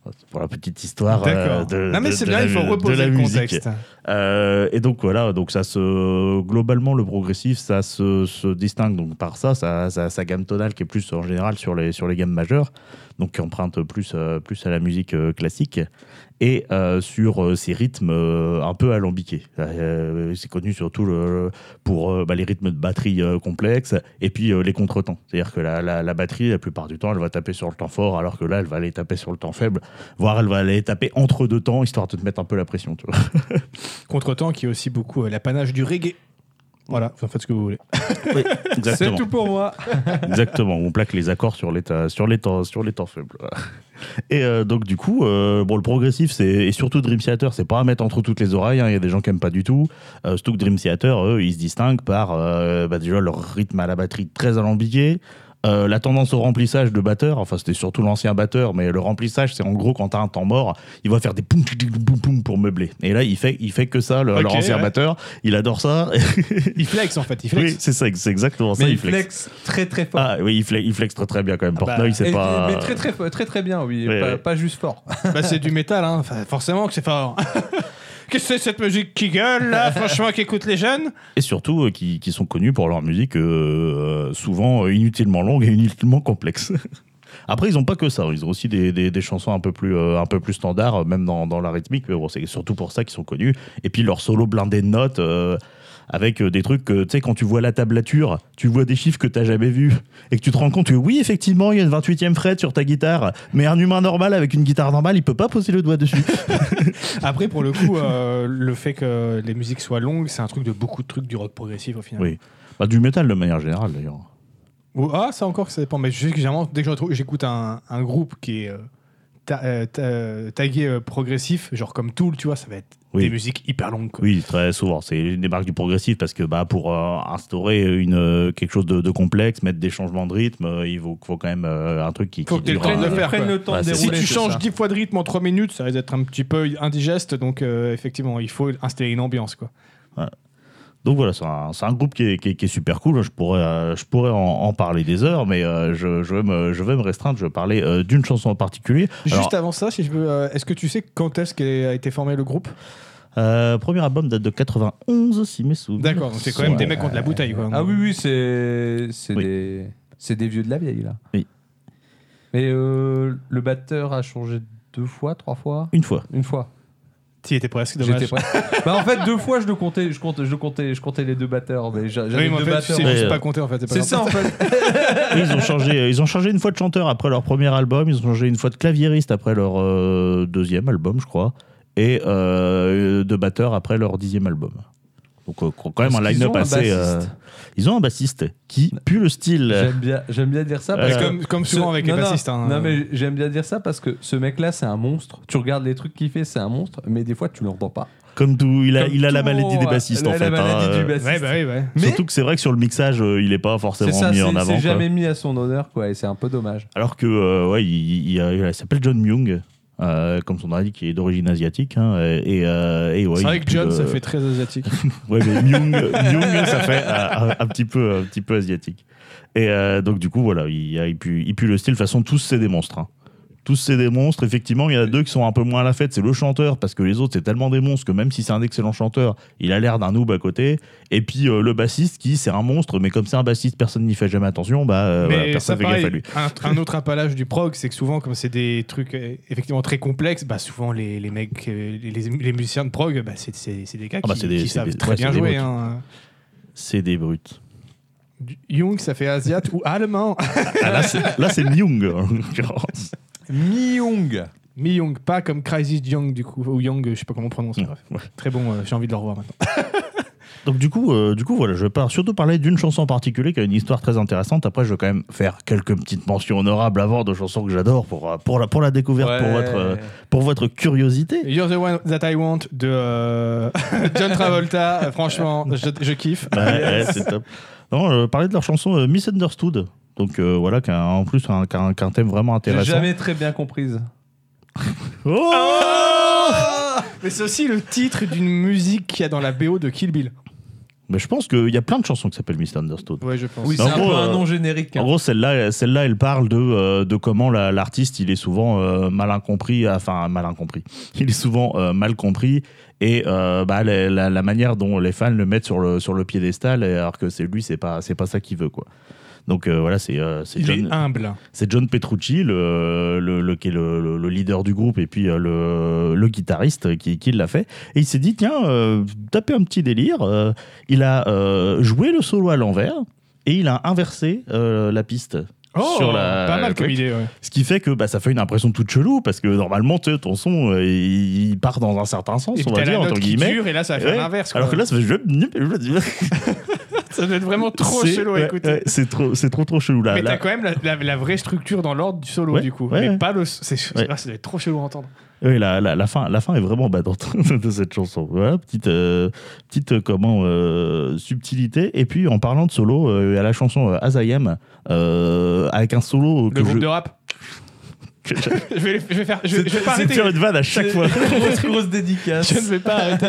S3: Voilà, c'est Pour la petite histoire euh,
S2: D'accord.
S3: de,
S2: non, mais
S3: de-
S2: c'est
S3: de
S2: bien,
S3: la
S2: il faut
S3: mu- de
S2: reposer
S3: la
S2: le
S3: musique.
S2: contexte.
S3: Euh, et donc voilà, donc ça se globalement le progressif, ça se, se distingue donc par ça, sa, sa- sa gamme tonale qui est plus en général sur les sur les gammes majeures, donc qui emprunte plus euh, plus à la musique euh, classique et euh, sur euh, ces rythmes euh, un peu alambiqués. Euh, c'est connu surtout le- pour euh, bah, les rythmes de batterie euh, complexes et puis euh, les contretemps. C'est-à-dire que la, la- la batterie, la plupart du temps, elle va taper sur le temps fort, alors que là, elle va aller taper sur le temps faible, voire elle va aller taper entre deux temps, histoire de te mettre un peu la pression. Tu vois.
S2: Contretemps qui est aussi beaucoup euh, l'apanage du reggae. Voilà, vous en faites ce que vous voulez.
S1: C'est
S3: Exactement.
S1: tout pour moi.
S3: Exactement, on plaque les accords sur les, ta- sur les, temps, sur les temps faibles. Et euh, donc, du coup, euh, bon, le progressif, c'est, et surtout Dream Theater, c'est pas à mettre entre toutes les oreilles. hein, Il y a des gens qui aiment pas du tout. Euh, surtout que Dream Theater, eux, ils se distinguent par euh, bah, déjà leur rythme à la batterie très alambiqué. euh, la tendance au remplissage de batteur, enfin c'était surtout l'ancien batteur, mais le remplissage c'est en gros quand t'as un temps mort, il va faire des poum tchou, tchou, poum poum pour meubler. Et là il fait, il fait que ça, le,
S2: Ok,
S3: leur ancien
S2: ouais.
S3: batteur, il adore ça.
S2: Il flex en fait, il flex.
S3: oui, c'est ça, c'est exactement ça.
S1: Mais il
S3: il flex.
S1: flex très très fort.
S3: Ah oui, il flex, il flex très très bien quand même.
S2: Ah bah,
S3: Portnoy, c'est
S1: Et-
S3: pas.
S1: Mais très très, très très bien, oui.
S3: Ouais,
S1: pas,
S3: ouais.
S1: pas juste fort.
S2: Bah, c'est du métal, hein. Enfin, forcément que c'est fort. Qu'est-ce que c'est cette musique qui gueule là, franchement, qu'écoutent les jeunes
S3: Et surtout, euh, qui, qui sont connus pour leur musique euh, euh, souvent euh, inutilement longue et inutilement complexe. Après, ils n'ont pas que ça. Ils ont aussi des, des- des chansons un peu plus, euh, un peu plus standards, euh, même dans, dans la rythmique. Mais bon, c'est surtout pour ça qu'ils sont connus. Et puis leur solo blindé de notes. euh, avec euh, des trucs que, tu sais, quand tu vois la tablature, tu vois des chiffres que t'as jamais vus, et que tu te rends compte que oui, effectivement, il y a une 28e fret sur ta guitare, mais un humain normal avec une guitare normale, il peut pas poser le doigt dessus.
S2: Après, pour le coup, euh, le fait que les musiques soient longues, c'est un truc de beaucoup de trucs du rock progressif au final.
S3: Oui. Bah, du métal de manière générale, d'ailleurs.
S2: Ou- ah, ça encore, ça dépend. Mais je sais que généralement, dès que j'en trouve- j'écoute un, un groupe qui est euh, ta- euh, ta- euh, tagué euh, progressif, genre comme Tool, tu vois, ça va être
S3: Oui.
S2: des musiques hyper longues. quoi.
S3: Oui, très souvent. C'est une des marques du progressif parce que bah, pour euh, instaurer une, euh, quelque chose de, de complexe, mettre des changements de rythme, euh, il faut, faut quand même euh, un truc qui.
S2: Faut
S3: qui
S2: que t'aies le
S3: dure
S2: temps de
S3: un-
S2: le faire.
S1: Prenne
S2: quoi.
S1: le temps
S3: Bah,
S1: de
S3: c'est-
S2: Si
S1: dérouler,
S2: tu
S1: c'est
S2: changes
S1: ça.
S2: 10 fois de rythme en 3 minutes, ça risque d'être un petit peu indigeste. Donc, euh, effectivement, il faut installer une ambiance. quoi.
S3: Donc voilà, c'est un, c'est un groupe qui est, qui est- qui est super cool. Je pourrais, euh, je pourrais en, en parler des heures, mais euh, je, je vais me, je vais me restreindre. Je vais parler euh, d'une chanson en particulier. Alors,
S2: Juste avant ça, si je veux, euh, est-ce que tu sais quand est-ce qu'a été formé le groupe
S3: euh, premier album date de 91, si mes souvenirs.
S2: D'accord, donc c'est quand même
S3: sont-
S2: des mecs qui ont de la bouteille. Quoi.
S1: Ah oui, oui, c'est c'est
S3: Oui.
S1: des, c'est des vieux de la vieille, là.
S3: Oui.
S1: Mais euh, le batteur a changé deux fois, trois fois
S3: Une fois.
S1: Une fois.
S2: T'y étais presque, dommage.
S1: J'étais prêt. bah en fait, deux fois, je le comptais, je comptais, je comptais, je comptais les deux batteurs. Mais j'a- j'avais
S2: Oui, mais en
S1: deux
S2: fait, tu
S1: batteurs.
S2: sais juste
S3: Ouais.
S2: pas compter en fait. pas
S1: C'est
S2: grave.
S1: ça, en fait.
S3: Oui, ils, ont changé, euh, ils ont changé une fois de chanteur après leur premier album, ils ont changé une fois de claviériste après leur euh, deuxième album, je crois, et euh, de batteur après leur dixième album. Donc, euh, quand même, un
S1: Parce qu'ils
S3: line-up
S1: ont un
S3: assez. euh,
S1: bassiste.
S3: ils ont un bassiste qui pue le style.
S1: J'aime bien, j'aime bien dire ça. Parce
S3: Euh,
S1: que
S2: Comme, comme souvent
S1: Ce-
S2: avec
S1: non,
S2: les
S1: non,
S2: bassistes. hein.
S1: Non, mais j'aime bien dire ça parce que ce mec-là, c'est un monstre. Tu regardes les trucs qu'il fait, c'est un monstre, mais des fois, tu l'entends pas.
S3: Comme tout, il a,
S1: Comme
S3: il a
S1: tout
S3: la
S1: le
S3: maladie
S1: monde,
S3: des bassistes,
S1: il a
S3: en fait.
S1: La
S3: hein,
S1: maladie
S3: euh,
S1: du bassiste.
S2: Ouais, bah oui, ouais.
S1: Mais
S3: Surtout que c'est vrai que sur le mixage, euh, il est pas
S1: c'est
S3: forcément
S1: ça,
S3: mis en
S1: c'est
S3: avant.
S1: c'est
S3: quoi.
S1: jamais mis à son honneur, quoi, et c'est un peu dommage.
S3: Alors que, euh, ouais, il, il- il- il s'appelle John Myung, euh, comme son nom l'indique, qui est d'origine asiatique. hein, et, euh, et ouais,
S2: c'est
S3: il
S2: vrai que
S3: pue
S2: John,
S3: le-
S2: ça fait très asiatique.
S3: Ouais, mais Myung, Myung, ça fait un, un- un petit peu, un petit peu asiatique. Et euh, donc, du coup, voilà, il, il pue, il pue le style. De toute façon, tous, c'est des monstres. hein. Tous, c'est des monstres. Effectivement, il y en a deux qui sont un peu moins à la fête. C'est le chanteur, parce que les autres, c'est tellement des monstres que même si c'est un excellent chanteur, il a l'air d'un noob à côté. Et puis, euh, le bassiste, qui, c'est un monstre, mais comme c'est un bassiste, personne n'y fait jamais attention, bah, euh,
S2: mais
S3: voilà,
S2: ça,
S3: personne fait
S2: pareil,
S3: gaffe à lui.
S2: un, un autre appalage du prog, c'est que souvent, comme c'est des trucs euh, effectivement très complexes, bah souvent les, les mecs, euh, les, les- les musiciens de prog, bah, c'est c'est- c'est des gars
S3: Ah bah,
S2: qui,
S3: c'est des-
S2: qui
S3: c'est
S2: savent
S3: des-
S2: très
S3: ouais,
S2: bien
S3: c'est des
S2: jouer.
S3: brutes.
S2: hein.
S3: C'est des brutes.
S2: Du- Jung, ça fait asiat ou allemand.
S3: Ah, là, c'est- là, c'est Myung, en l'occurrence.
S1: Myung.
S2: Mi Young, pas comme Crisis Young, du coup, ou Young, je sais pas comment on prononce.
S3: Ouais.
S2: bref. Très bon, euh, j'ai envie de le revoir maintenant.
S3: Donc du coup, euh, du coup voilà, je vais pas surtout parler d'une chanson en particulier qui a une histoire très intéressante. Après, je vais quand même faire quelques petites mentions honorables avant de chansons que j'adore pour euh, pour la pour la découverte, pour
S1: Ouais.
S3: votre euh, pour votre curiosité.
S2: You're the one that I want de euh, John Travolta, Euh, franchement, je, je kiffe.
S3: Ouais, ouais, c'est top. Non, je vais parler de leur chanson euh, Misunderstood. Donc euh, voilà, qui a en plus un, qui a un- qui a un thème vraiment
S1: J'ai
S3: intéressant.
S1: jamais Ah très bien comprise.
S3: Oh
S2: Oh Mais c'est aussi le titre d'une musique qu'il y a dans la BO de Kill Bill.
S3: Mais je pense qu'il y a plein de chansons qui s'appellent Misunderstood.
S2: Ouais, je pense.
S1: Oui, c'est
S3: En
S1: un
S3: gros,
S1: peu un
S3: euh,
S1: nom générique. hein.
S3: En gros, celle-là, celle-là, elle parle de, euh, de comment la- l'artiste, il est souvent euh, mal incompris, enfin mal incompris. Il est souvent euh, mal compris et euh, bah, la, la- la manière dont les fans le mettent sur le, sur le piédestal, et alors que c'est lui, c'est pas, c'est pas ça qu'il veut quoi. Donc euh, voilà, c'est euh, c'est
S2: Il
S3: John,
S2: est humble.
S3: c'est John Petrucci, le, le, le- qui est le, le- le leader du groupe et puis euh, le, le guitariste qui, qui l'a fait. Et il s'est dit, tiens, euh, tapez un petit délire. Euh, il a euh, joué le solo à l'envers et il a inversé euh, la piste.
S2: Oh,
S3: sur la-
S2: pas mal
S3: le
S2: comme
S3: truc.
S2: idée. ouais.
S3: Ce qui fait que bah, ça fait une impression toute chelou parce que normalement, tu sais, ton son, euh, il il part dans un certain sens,
S2: Et puis
S3: on va
S2: t'as la
S3: dire, entre
S2: note qui
S3: guillemets.
S2: dure, et là, ça va
S3: Ouais.
S2: faire l'inverse.
S3: Alors que
S2: quoi.
S3: là, ça fait.
S2: ça doit être vraiment trop
S3: C'est-
S2: chelou à
S3: ouais,
S2: écouter.
S3: ouais, c'est trop, c'est trop, trop chelou là.
S2: Mais
S3: Là-
S2: t'as quand même la, la- la vraie structure dans l'ordre du solo,
S3: Ouais,
S2: du coup.
S3: ouais,
S2: Mais
S3: ouais.
S2: pas le. c'est-
S3: Ouais.
S2: ah, ça doit être trop chelou à entendre.
S3: Oui, la, la, la fin, la fin est vraiment battante de cette chanson. Voilà, petite, euh, petite euh, comment, euh, subtilité. Et puis, en parlant de solo, euh, il y a la chanson euh, As I Am, euh, avec un solo que
S2: Le groupe
S3: je...
S2: de rap.
S3: que je-
S2: Je vais, je vais faire. Je,
S3: C'est
S2: je vais pas
S3: c'est de
S2: arrêter.
S3: faire une vanne à chaque fois.
S1: grosse, grosse dédicace.
S2: Je ne vais pas arrêter.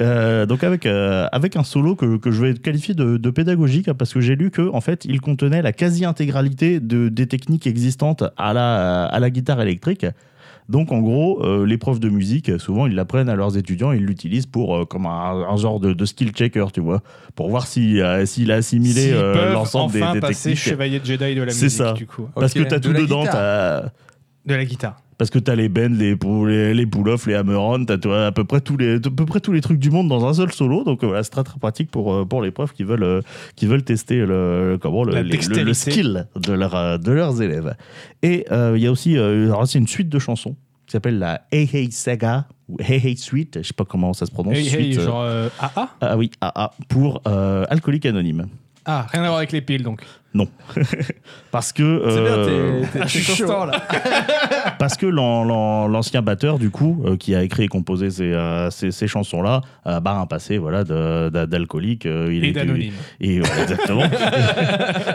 S3: Euh, donc avec, euh, avec un solo que, que je vais qualifier de, de pédagogique hein, parce que j'ai lu que en fait il contenait la quasi-intégralité de, des techniques existantes à la, à la guitare électrique. Donc en gros, euh, les profs de musique, euh, souvent ils l'apprennent à leurs étudiants, ils l'utilisent pour euh, comme un, un genre de, de skill checker, tu vois, pour voir si, euh, s'il a assimilé
S2: S'ils
S3: euh,
S2: peuvent
S3: l'ensemble des-
S2: enfin
S3: des,
S2: passer
S3: techniques.
S2: chevalier de Jedi de la
S3: C'est
S2: musique,
S3: ça.
S2: du coup.
S3: Parce
S1: Ok,
S3: que t'as
S1: de
S3: tout
S1: la
S3: dedans,
S1: guitare.
S3: t'as...
S2: De la guitare.
S3: Parce que t'as les bends, les pou- les, les pull-offs, les hammer-on, t'as tu vois, à peu près tous les à peu près tous les trucs du monde dans un seul solo. Donc euh, voilà, c'est très très pratique pour euh, pour les profs qui veulent euh, qui veulent tester le comment le,
S2: La
S3: les- le-
S2: dextérité.
S3: le skill de leur, euh, de leurs élèves. Et euh, il y a aussi euh, alors c'est une suite de chansons qui s'appelle la Hey Hey Saga ou Hey Hey Suite, je sais pas comment ça se prononce.
S2: Hey, hey,
S3: suite, euh,
S2: genre. euh, ah, ah
S3: ah oui, ah, ah, pour euh, alcoolique anonyme.
S2: Ah, rien à voir avec les piles donc.
S3: Parce que
S1: C'est bien,
S3: euh,
S1: t'es- t'es-
S2: Ah, je
S1: t'es
S2: suis chaud.
S1: constant là.
S3: Parce que l'an- l'an- l'ancien batteur, du coup, euh, qui a écrit et composé ces, euh, ces- ces chansons-là, euh, bah, un passé voilà, de- d'a- d'alcoolique. euh, il
S2: Et
S3: était-
S2: d'anonyme.
S3: Et, ouais, exactement.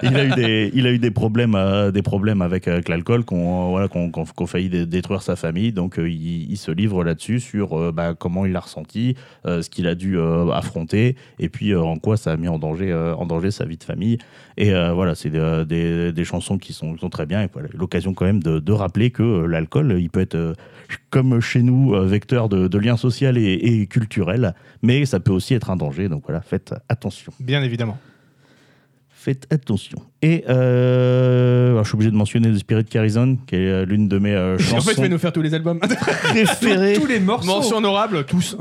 S3: il, a eu des, il a eu des problèmes, euh, des problèmes avec, avec l'alcool qu'on euh, voilà, qu'on qu'on- qu'on failli dé- détruire sa famille. Donc, euh, il, il se livre là-dessus sur euh, bah, comment il l'a ressenti, euh, ce qu'il a dû euh, affronter, et puis euh, en quoi ça a mis en danger, euh, en danger sa vie de famille. Et euh, voilà, c'est des, des- des chansons qui sont, qui sont très bien. Et voilà, l'occasion quand même de, de rappeler que euh, l'alcool, il peut être, euh, comme chez nous, euh, vecteur de, de lien social et, et culturel, mais ça peut aussi être un danger. Donc voilà, faites attention.
S2: Bien évidemment.
S3: Faites attention. Et euh, alors, je suis obligé de mentionner The Spirit Carrison, qui est euh, l'une de mes euh,
S2: En fait,
S3: chansons
S2: tu vas nous faire tous les albums.
S3: préférées,
S1: Tous les morceaux.
S3: hein,
S2: Mention honorable, tous.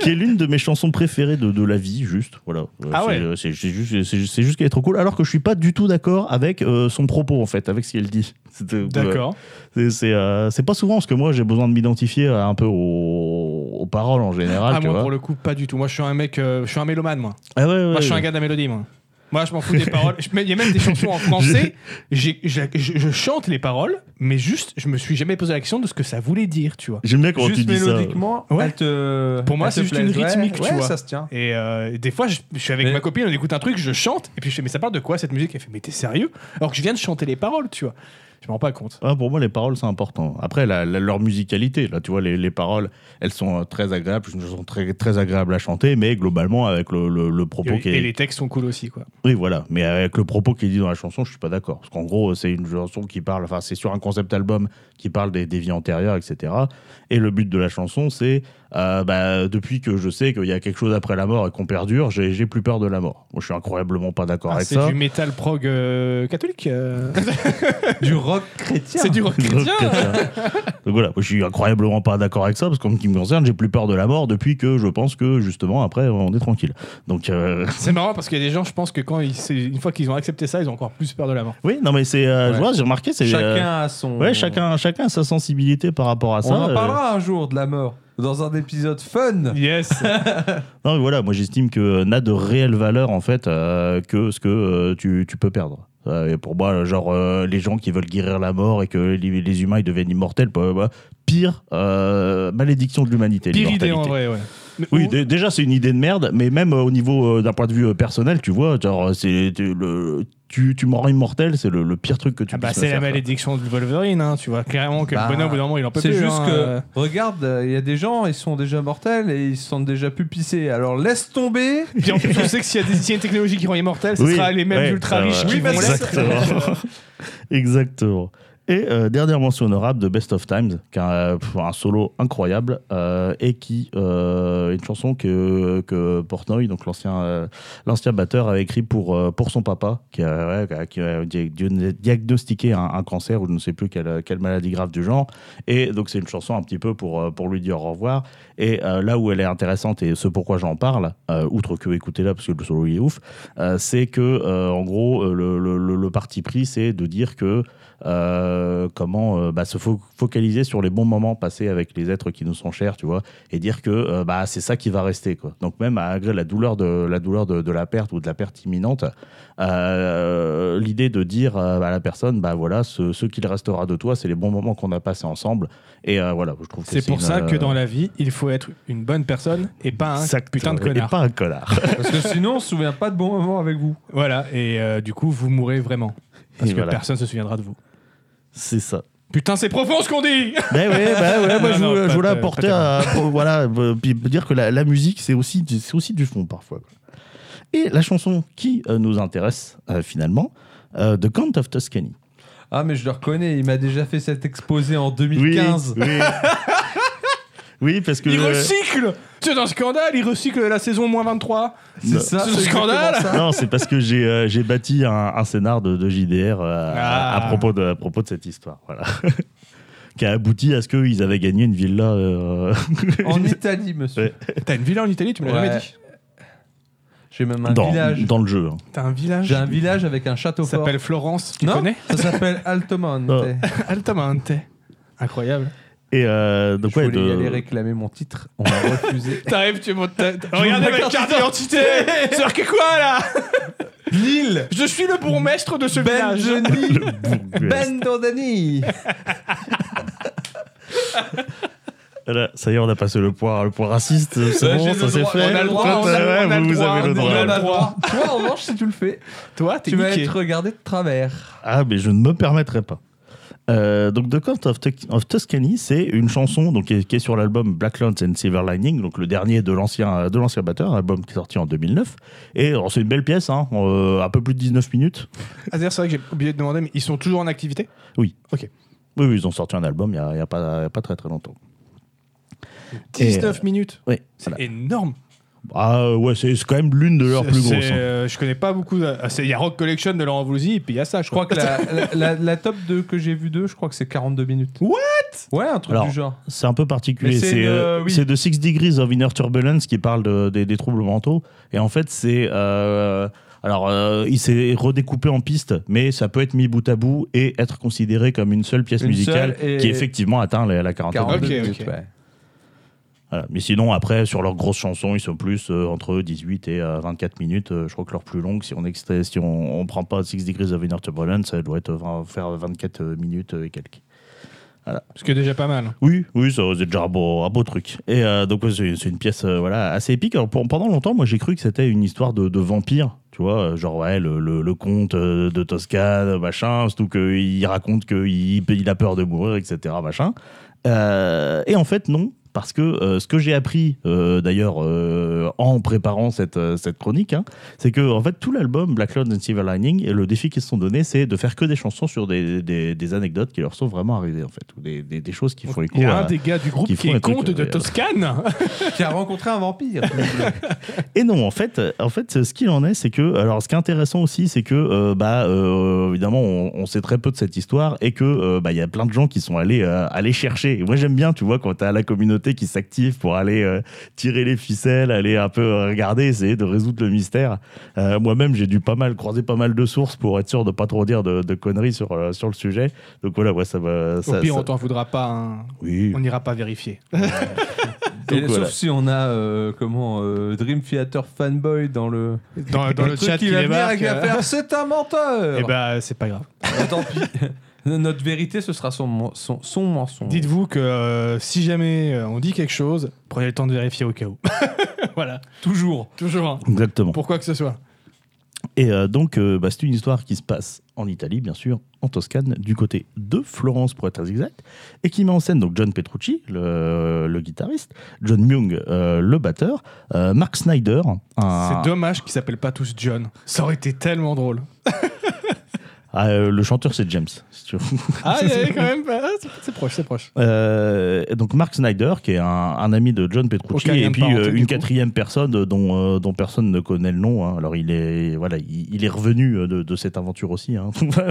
S3: qui est l'une de mes chansons préférées de, de la vie, juste. Voilà. Euh,
S2: Ah
S3: c'est,
S2: ouais.
S3: euh, C'est c'est juste, c'est juste- c'est juste qu'elle est trop cool. Alors que je suis pas du tout d'accord avec euh, son propos, en fait, avec ce qu'elle dit. C'était-
S2: D'accord.
S3: C'est c'est, euh, c'est pas souvent parce que moi j'ai besoin de m'identifier euh, un peu aux, aux paroles en général.
S2: Ah,
S3: tu
S2: moi,
S3: vois.
S2: pour le coup, pas du tout. Moi, je suis un mec, euh, je suis un mélomane, moi.
S3: Ah ouais, ouais,
S2: Moi, je suis
S3: ouais.
S2: un gars de la mélodie, moi. Moi, je m'en fous des paroles. Je- mais Il y a même des chansons en français. J'ai- je, je- je chante les paroles, mais juste, je me suis jamais posé la question de ce que ça voulait dire, tu vois.
S3: J'aime bien comment tu
S1: Juste
S3: dis ça.
S1: mélodiquement,
S2: Ouais.
S1: elle te.
S2: Pour moi,
S1: elle
S2: c'est
S1: te
S2: juste une
S1: plaise. Ouais,
S2: rythmique, tu
S1: ouais,
S2: vois.
S1: ça se tient.
S2: Et euh, des fois, je, je suis avec
S1: Mais-
S2: ma copine, on écoute un truc, je chante, et puis je fais, mais ça part de quoi cette musique Elle fait, mais t'es sérieux Alors que je viens de chanter les paroles, tu vois. Je me rends pas compte.
S3: Ah, pour moi, les paroles, c'est important. Après, la- la- leur musicalité, là, tu vois, les, les paroles, elles sont euh, très agréables, elles sont très, très agréables à chanter, mais globalement, avec le, le- le propos qui
S2: Et,
S3: est.
S2: les textes sont cool aussi, quoi.
S3: Oui, voilà. Mais avec le propos qui est dit dans la chanson, je suis pas d'accord. Parce qu'en gros, c'est une chanson qui parle, enfin, c'est sur un concept album qui parle des, des vies antérieures, etc. Et le but de la chanson, c'est euh, bah, depuis que je sais qu'il y a quelque chose après la mort et qu'on perdure, j'ai j'ai plus peur de la mort. Moi, je suis incroyablement pas d'accord
S2: Ah,
S3: avec
S2: c'est
S3: ça.
S2: du métal prog euh, catholique. euh.
S1: Du rock rock chrétien.
S2: C'est du rock chrétien.
S3: Donc voilà, moi, je suis incroyablement pas d'accord avec ça parce qu'en ce qui me concerne, j'ai plus peur de la mort depuis que je pense que justement après on est tranquille. Donc euh,
S2: C'est marrant parce qu'il y a des gens, je pense que quand ils, c'est- une fois qu'ils ont accepté ça, ils ont encore plus peur de la mort.
S3: oui, non mais c'est, euh,
S1: Ouais.
S3: je vois, j'ai remarqué, c'est euh,
S1: Chacun a son.
S3: ouais, chacun, chacun a sa sensibilité par rapport à ça.
S1: On en
S3: euh.
S1: parlera un jour de la mort dans un épisode fun.
S2: Yes.
S3: Non mais voilà, moi j'estime que euh, n'a de réelle valeur en fait euh, que ce que euh, tu, tu peux perdre. Euh, et pour moi, genre euh, les gens qui veulent guérir la mort et que les, les humains ils deviennent immortels, bah, bah, pire euh, malédiction de l'humanité.
S2: Pire idée en
S3: l'immortalité.
S2: vrai, ouais. Mais
S3: Oui,
S2: où-
S3: dé- déjà c'est une idée de merde, mais même euh, au niveau euh, d'un point de vue euh, personnel, tu vois, genre euh, c'est tu- le tu, tu mors immortel, c'est le, le pire truc que tu
S2: Ah bah,
S3: puisses me
S2: c'est la
S3: faire faire.
S2: malédiction de Wolverine, hein, tu vois clairement que
S1: Bah,
S2: le bonhomme, au bout d'un moment, il en peut
S1: C'est
S2: plus.
S1: juste
S2: hein,
S1: que,
S2: euh.
S1: regarde, il y a des gens, ils sont déjà mortels et ils se sentent déjà plus pissés. Alors laisse tomber.
S2: Puis en plus, on sait que s'il y a des s'il y a une technologie qui rend immortel, ce
S3: Oui,
S2: sera les mêmes
S3: ouais,
S2: ultra
S3: ça,
S2: riches
S3: ouais.
S2: qui
S1: Oui,
S2: vont
S1: mais c'est
S2: l'être.
S3: Exactement. Exactement. Et euh, dernière mention honorable de Best of Times, qui a euh, pff, un solo incroyable euh, et qui euh, est une chanson que, que Portnoy, donc l'ancien euh, l'ancien batteur, avait écrit pour, euh, pour son papa, qui a, ouais, qui a- qui a dia- dia- diagnostiqué un, un cancer ou je ne sais plus quelle, quelle maladie grave du genre. Et donc c'est une chanson un petit peu pour, euh, pour lui dire au revoir. Et euh, là où elle est intéressante et ce pourquoi j'en parle, euh, outre que écoutez-la parce que le solo il est ouf, euh, c'est que euh, en gros euh, le, le- le- le parti pris c'est de dire que euh, comment euh, bah, se fo- focaliser sur les bons moments passés avec les êtres qui nous sont chers tu vois et dire que euh, bah c'est ça qui va rester quoi donc même malgré la douleur de la douleur de, de la perte ou de la perte imminente euh, l'idée de dire euh, à la personne bah voilà ce, ce qu'il restera de toi c'est les bons moments qu'on a passés ensemble et euh, voilà je trouve que
S2: C'est pour
S3: une,
S2: ça que
S3: euh,
S2: dans la vie, il faut être une bonne personne et pas un
S3: Exact.
S2: putain de
S3: Et
S2: connard.
S3: pas un connard.
S1: Parce que sinon, on se souvient pas de bons moments avec vous.
S2: Voilà, et euh, du coup, vous mourrez vraiment. Parce
S3: Et
S2: que
S3: voilà.
S2: personne se souviendra de vous.
S3: C'est ça.
S2: Putain, c'est profond ce qu'on dit
S3: Ben ouais, bah ouais, moi
S2: Non,
S3: je,
S2: non,
S3: voulais-
S2: pas
S3: je voulais
S2: de-
S3: apporter,
S2: pas
S3: un- pour- voilà, euh, puis dire que la, la musique c'est aussi, du- c'est aussi du fond parfois. quoi. Et la chanson qui euh, nous intéresse euh, finalement, euh, The Count of Tuscany.
S1: Ah, mais je le reconnais, il m'a déjà fait cet exposé en 2015.
S3: Oui, oui. Oui, parce que.
S2: Il recycle C'est un scandale, il recycle la saison moins 23.
S1: C'est ça,
S2: C'est
S1: c'est
S2: le
S1: exactement
S2: scandale.
S1: ça.
S3: Non, c'est parce que j'ai euh, j'ai bâti un, un scénar de, de JDR euh, à-
S2: Ah.
S3: à, propos de, à propos de cette histoire. Voilà. qui a abouti à ce qu'ils avaient gagné une villa. euh,
S1: En Italie, monsieur.
S3: Ouais.
S2: T'as une villa en Italie, tu me l'as
S1: Ouais.
S2: jamais dit.
S1: J'ai même un
S3: dans,
S1: village.
S3: dans le jeu. hein.
S2: T'as un village
S1: J'ai un village avec un château
S2: qui
S1: fort.
S2: s'appelle Florence, tu
S1: non,
S2: connais
S1: ça s'appelle Altomonte.
S3: Non.
S2: Altamante. Incroyable.
S3: Et euh, donc,
S1: Je
S3: ouais,
S1: voulais y
S3: de-
S1: aller réclamer mon titre, on m'a refusé.
S2: T'arrives, tu montes ta... ta-
S1: Je
S2: Regardez
S1: monte
S2: ma
S1: ma
S2: carte d'identité Sœur, que quoi, là Lille Je suis le bourgmestre de ce village
S1: Benjoni
S3: Bourg-
S1: Ben Bendodani
S3: Voilà, ça y est, on a passé le point, le point raciste. C'est
S1: Ouais, j'ai
S3: bon,
S1: le
S3: ça c'est
S1: droit,
S3: fait.
S1: on a le droit,
S3: Toi,
S1: on a-
S3: t'as-
S2: on
S3: ouais,
S2: a le
S3: vous, vous
S2: droit,
S3: avez le
S2: on
S3: droit.
S2: a le droit.
S1: Toi, en revanche, si tu le fais,
S2: Toi, t'es
S1: tu vas
S2: niqué.
S1: être regardé de travers.
S3: Ah, mais je ne me permettrai pas. Euh, donc, The Count of, Tuc- of Tuscany, c'est une chanson donc, qui, est, qui est sur l'album Black Lawns and Silver Lining, donc le dernier de l'ancien de l'ancien batteur, album qui est sorti en 2009. Et alors, c'est une belle pièce, hein, euh, un peu plus de 19 minutes.
S2: Ah, d'ailleurs, c'est vrai que j'ai oublié de demander, mais ils sont toujours en activité
S3: Oui, oui, ils ont sorti un album il n'y a, il y a pas il y a pas très très longtemps.
S2: 19 minutes
S3: Oui,
S2: euh, C'est énorme
S3: Ah, ouais, c'est c'est quand même l'une de leurs
S2: C'est-
S3: plus grosses.
S2: c'est,
S3: hein.
S2: euh, je connais pas beaucoup. euh, c'est- Il y a Rock Collection de Laurent Voulzy, et puis il y a ça, je
S1: Je crois
S2: crois.
S1: que la, la, la- la top 2 que j'ai vue d'eux, je crois que c'est 42 minutes.
S2: What
S1: Ouais, un truc
S3: Alors,
S1: du genre.
S3: C'est un peu particulier.
S1: Mais c'est
S3: C'est
S1: une,
S3: euh,
S1: euh, oui.
S3: c'est de Six Degrees of Inner Turbulence qui parle de- des, des troubles mentaux. Et en fait, c'est. euh, alors, euh, il s'est redécoupé en pistes, mais ça peut être mis bout à bout et être considéré comme une seule pièce
S1: Une
S3: musicale
S1: seule et-
S3: qui effectivement atteint la, la quarantaine.
S1: 42
S2: Ok, ok.
S1: minutes, ouais.
S3: Voilà. Mais sinon, après, sur leurs grosses chansons, ils sont plus euh, entre 18 et euh, 24 minutes. Euh, je crois que leur plus longue, si on extrait, si on, on prend pas Six Degrees of Inner Turbulence, ça doit être 20 faire 24 minutes et quelques.
S2: Ce qui est déjà pas mal.
S3: Oui, oui, ça, c'est déjà un beau, un beau truc. Et euh, donc, ouais, c'est c'est une pièce euh, voilà, assez épique. Alors, pour- pendant longtemps, moi, j'ai cru que c'était une histoire de, de vampire. Tu vois, euh, genre, ouais, le, le, le comte euh, de Toscane, machin, surtout qu'il raconte qu'il il a peur de mourir, etc., machin. Euh, et en fait, non. parce que euh, ce que j'ai appris euh, d'ailleurs euh, en préparant cette, euh, cette chronique, hein, c'est que en fait tout l'album Black Cloud and Silver Lining, et le défi qu'ils se sont donné, c'est de faire que des chansons sur des, des, des anecdotes qui leur sont vraiment arrivées en fait, ou des, des, des choses qui font
S2: Il y
S3: écho.
S2: a un
S3: À...
S2: Ah, des gars du groupe
S3: qui
S2: qui,
S3: font un
S2: est
S3: truc,
S2: comte de
S3: euh,
S2: Toscane.
S1: Qui a rencontré un vampire.
S3: Et non, en fait, en fait, ce qu'il en est, c'est que alors ce qui est intéressant aussi, c'est que euh, bah euh, évidemment on, on sait très peu de cette histoire et que euh, bah il y a plein de gens qui sont allés euh, aller chercher. Et moi j'aime bien, tu vois, quand t'as la communauté qui s'active pour aller euh, tirer les ficelles, aller un peu euh, regarder, essayer de résoudre le mystère. Euh, Moi-même, j'ai dû pas mal croiser pas mal de sources pour être sûr de pas trop dire de, de conneries sur euh, sur le sujet. Donc voilà, ouais, ça va.
S2: Au
S3: ça-
S2: pire,
S3: ça-
S2: on t'en voudra pas. hein.
S3: Oui.
S2: On n'ira pas vérifier.
S1: Et
S3: Donc, voilà.
S1: Sauf si on a euh, comment euh, Dream Theater fanboy dans le
S2: Dans, dans le
S1: truc
S2: chat
S1: qui
S2: qui
S1: va venir et
S2: débarque.
S1: qui va faire c'est un menteur.
S2: Et
S3: Eh ben,
S2: bah, c'est pas grave.
S1: Bah, tant pis. Notre vérité, ce sera son, men- son, son mensonge.
S2: Dites-vous que euh, si jamais euh, on dit quelque chose, prenez le temps de vérifier au cas où. voilà,
S1: toujours.
S2: toujours. hein.
S3: Exactement.
S2: Pour quoi que ce soit.
S3: Et euh, donc, euh, bah, c'est une histoire qui se passe en Italie, bien sûr, en Toscane, du côté de Florence, pour être très exact, et qui met en scène donc John Petrucci, le, le guitariste, John Myung, euh, le batteur, euh, Mark Snyder. un-
S2: C'est dommage qu'ils s'appellent pas tous John. Ça aurait été tellement drôle.
S3: Ah, euh, le chanteur, c'est James. si tu veux.
S2: Ah, il y avait quand même. ah, c'est- c'est proche, c'est proche.
S3: Euh, et donc Mark Snyder, qui est un, un ami de John Petrucci,
S2: Aucun lien
S3: et
S2: de
S3: puis
S2: parenté,
S3: euh,
S2: du
S3: une
S2: coup.
S3: quatrième personne euh, dont, euh, dont personne ne connaît le nom. hein. Alors il est voilà, il, il est revenu euh, de, de cette aventure aussi. hein.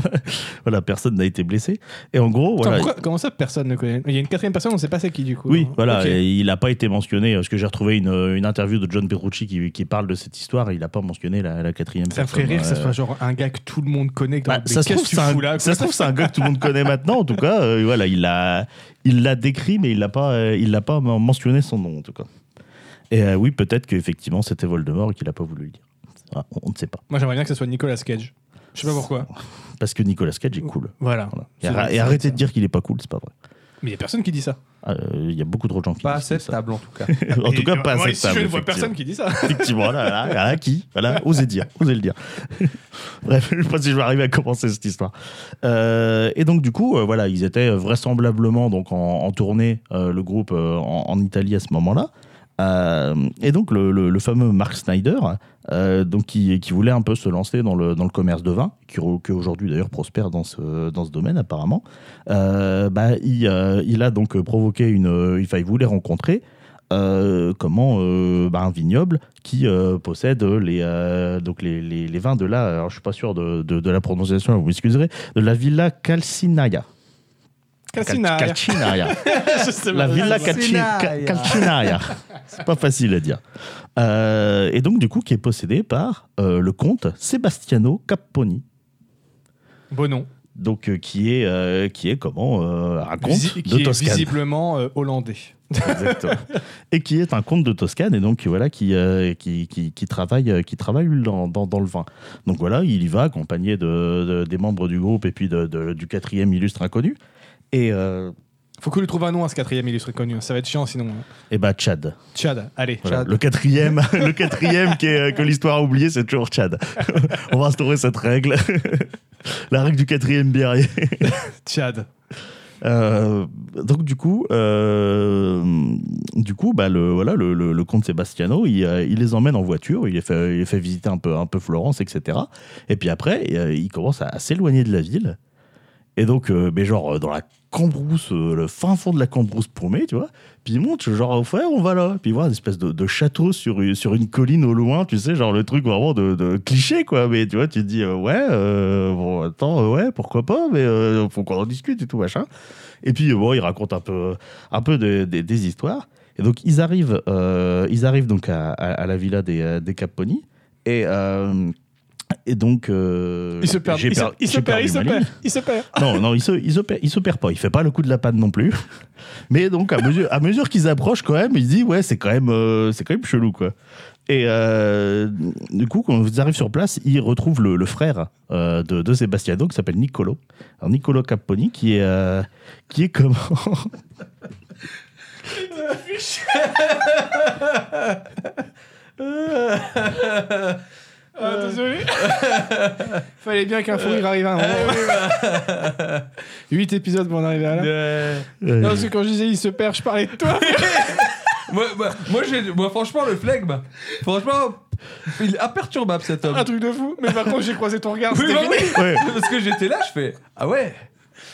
S3: voilà, personne n'a été blessé. Et en gros,
S2: Attends,
S3: voilà,
S2: pourquoi- comment ça, personne ne connaît Il y a une quatrième personne, on sait pas c'est qui du coup.
S3: Oui,
S2: hein.
S3: voilà,
S2: Ok.
S3: et il n'a pas été mentionné, euh, parce que j'ai retrouvé une, une interview de John Petrucci qui, qui parle de cette histoire, et il n'a pas mentionné la, la quatrième
S2: Ça me
S3: personne.
S2: ferait rire que ce
S3: euh,
S2: soit genre un gars que tout le monde connaît. que dans-
S3: bah,
S2: mais
S3: ça, se
S2: qu'est-ce que
S3: trouve,
S2: tu
S3: c'est un-
S2: fous là, quoi
S3: ça se trouve, c'est un gars que tout le monde connaît maintenant, en tout cas. euh, voilà, il l'a il l'a décrit, mais il n'a pas, euh, il l'a pas men- mentionné son nom, en tout cas. Et euh, oui, peut-être qu'effectivement, c'était Voldemort et qu'il n'a pas voulu le dire. Ah, on, on ne sait pas.
S2: Moi, j'aimerais bien que ce soit Nicolas Cage. Je sais pas pourquoi.
S3: Parce que Nicolas Cage est cool.
S2: Voilà.
S3: Voilà.
S2: Oh. C'est
S3: Et, arr-
S2: vrai,
S3: et
S2: c'est
S3: arrêtez
S2: vrai.
S3: de dire qu'il n'est pas cool, c'est pas vrai.
S2: Mais il y a personne qui dit ça.
S3: Ah, euh, Il y a beaucoup trop de gens qui
S1: Pas à
S3: disent
S1: cette
S3: ça.
S1: table, en tout cas.
S3: en tout
S2: Et
S3: cas, pas
S2: moi,
S3: assez
S2: ici, je ne vois personne qui dit ça.
S3: Effectivement, là, là, là, à qui Voilà, osez dire, osez le dire. Bref, je sais pas si je vais arriver à commencer cette histoire. Euh, et donc, du coup, euh, voilà, ils étaient vraisemblablement donc, en, en tournée, euh, le groupe euh, en, en Italie à ce moment-là. Euh, et donc, le, le- le fameux Mark Snyder, euh, donc, qui, qui voulait un peu se lancer dans le, dans le commerce de vin, qui, re- qui aujourd'hui d'ailleurs prospère dans ce, dans ce domaine apparemment, euh, bah, il, euh, il a donc provoqué une. euh, Enfin, il voulait rencontrer euh, comment euh, bah, un vignoble qui euh, possède les, euh, donc les, les- les vins de la, alors je suis pas sûr de, de- de la prononciation, vous m'excuserez, de la Villa Calcinaria.
S2: Cassina.
S3: Cal- Calcinaria. la Villa Calci- Cal- Calcinaria. C'est pas facile à dire. Euh, et donc, du coup, qui est possédé par euh, le comte Sebastiano Capponi.
S2: Bon nom.
S3: Donc, euh, qui est, euh, qui est comment euh, Un comte
S2: Visi- qui
S3: de
S2: est
S3: Toscane.
S2: visiblement euh, hollandais.
S3: Exactement. et qui est un comte de Toscane et donc qui, voilà qui, euh, qui, qui, qui travaille euh, qui travaille lui, dans, dans, dans le vin. Donc voilà, il y va accompagné de, de- des membres du groupe et puis de, de- du quatrième illustre inconnu. Et, euh,
S2: Faut que lui trouve un nom à ce quatrième illustre connu. hein. Ça va être chiant sinon. hein.
S3: et bah Tchad.
S2: Tchad, allez.
S3: Voilà.
S1: Tchad.
S3: Le quatrième, le quatrième qui est, euh, que l'histoire a oublié, c'est toujours Tchad. On va instaurer cette règle. La règle du quatrième birrier.
S2: Tchad.
S3: Euh, donc du coup, euh, du coup, bah le voilà le, le- le comte Sebastiano, il, euh, il les emmène en voiture, il les fait, il les fait visiter un peu un peu Florence, etc. Et puis après, euh, il commence à, à s'éloigner de la ville. Et donc, euh, mais genre euh, dans la cambrousse, euh, le fin fond de la cambrousse paumée, tu vois. Puis il monte, genre ouais, on va là. Puis il voit une espèce de, de château sur une- sur une colline au loin, tu sais, genre le truc vraiment de, de cliché quoi. Mais tu vois, tu te dis euh, ouais, euh, bon attends, euh, ouais, pourquoi pas, mais euh, faut qu'on en discute et tout machin. Et puis euh, bon, il raconte un peu, un peu des- des- des histoires. Et donc ils arrivent, euh, ils arrivent donc à, à- à la villa des, euh, des Caponi. Et, euh, et donc euh,
S2: Il se perd.
S3: j'ai
S2: Il se,
S3: per-
S2: il se
S3: j'ai
S2: perd.
S3: perdu
S2: Il se
S3: ma
S2: perd.
S3: ligne.
S2: Il se perd.
S3: Non, non, il se, il se perd, il se perd pas. Il fait pas le coup de la panne non plus. Mais donc à mesure, à mesure qu'ils approchent quand même, il se dit ouais, c'est quand même, euh, c'est quand même chelou quoi. Et euh, du coup, quand ils arrivent sur place, ils retrouvent le, le frère euh, de, de Sebastiano qui s'appelle Niccolo. Alors Niccolo Capponi qui est, euh, qui est comment
S2: Ah,
S3: Euh.
S2: désolé. Fallait bien qu'un fou rire arrive à un
S3: Euh,
S2: moment. 8 épisodes pour en arriver à là.
S1: Euh,
S2: Non,
S3: Euh,
S2: parce que quand je disais il se perd, je parlais de toi.
S1: moi, moi, moi, j'ai- moi, franchement, le flegme, franchement, il est imperturbable cet homme.
S2: un truc de fou. Mais par contre, j'ai croisé ton regard.
S1: Oui,
S2: c'était
S1: bah oui,
S2: fini.
S3: ouais.
S1: parce que j'étais là, je fais Ah ouais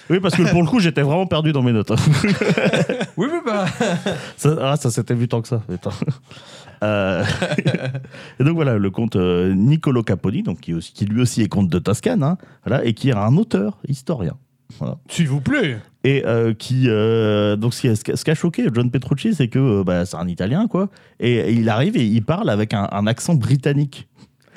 S3: Oui, parce que pour le coup, j'étais vraiment perdu dans mes notes. hein.
S1: Oui, oui, bah.
S3: Ça, ah, ça s'était vu tant que ça. putain. Euh, et donc voilà, le comte euh, Niccolo Caponi, donc, qui, aussi- qui lui aussi est comte de Toscane, hein, voilà, et qui est un auteur, historien.
S2: S'il vous plaît.
S3: Et euh, qui. euh, donc ce qui, ce qui- ce qui a choqué John Petrucci, c'est que euh, bah, c'est un Italien, quoi. Et, et il arrive et il parle avec un, un accent britannique.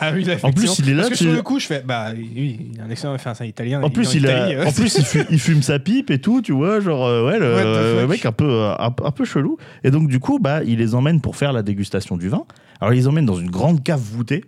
S2: Ah oui, là,
S3: En plus,
S2: effectivement.
S3: il est là,
S2: Parce que
S3: tu-
S2: sur le coup, je fais. Bah oui, il a un excellent. Enfin, c'est un italien.
S3: En plus, il, a- en plus il, fu- il fume sa pipe et tout, tu vois, genre, euh, ouais, le,
S2: What the
S3: euh,
S2: fuck.
S3: mec un peu, euh, un, un peu chelou. Et donc, du coup, bah, il les emmène pour faire la dégustation du vin. Alors, il les emmène dans une grande cave voûtée,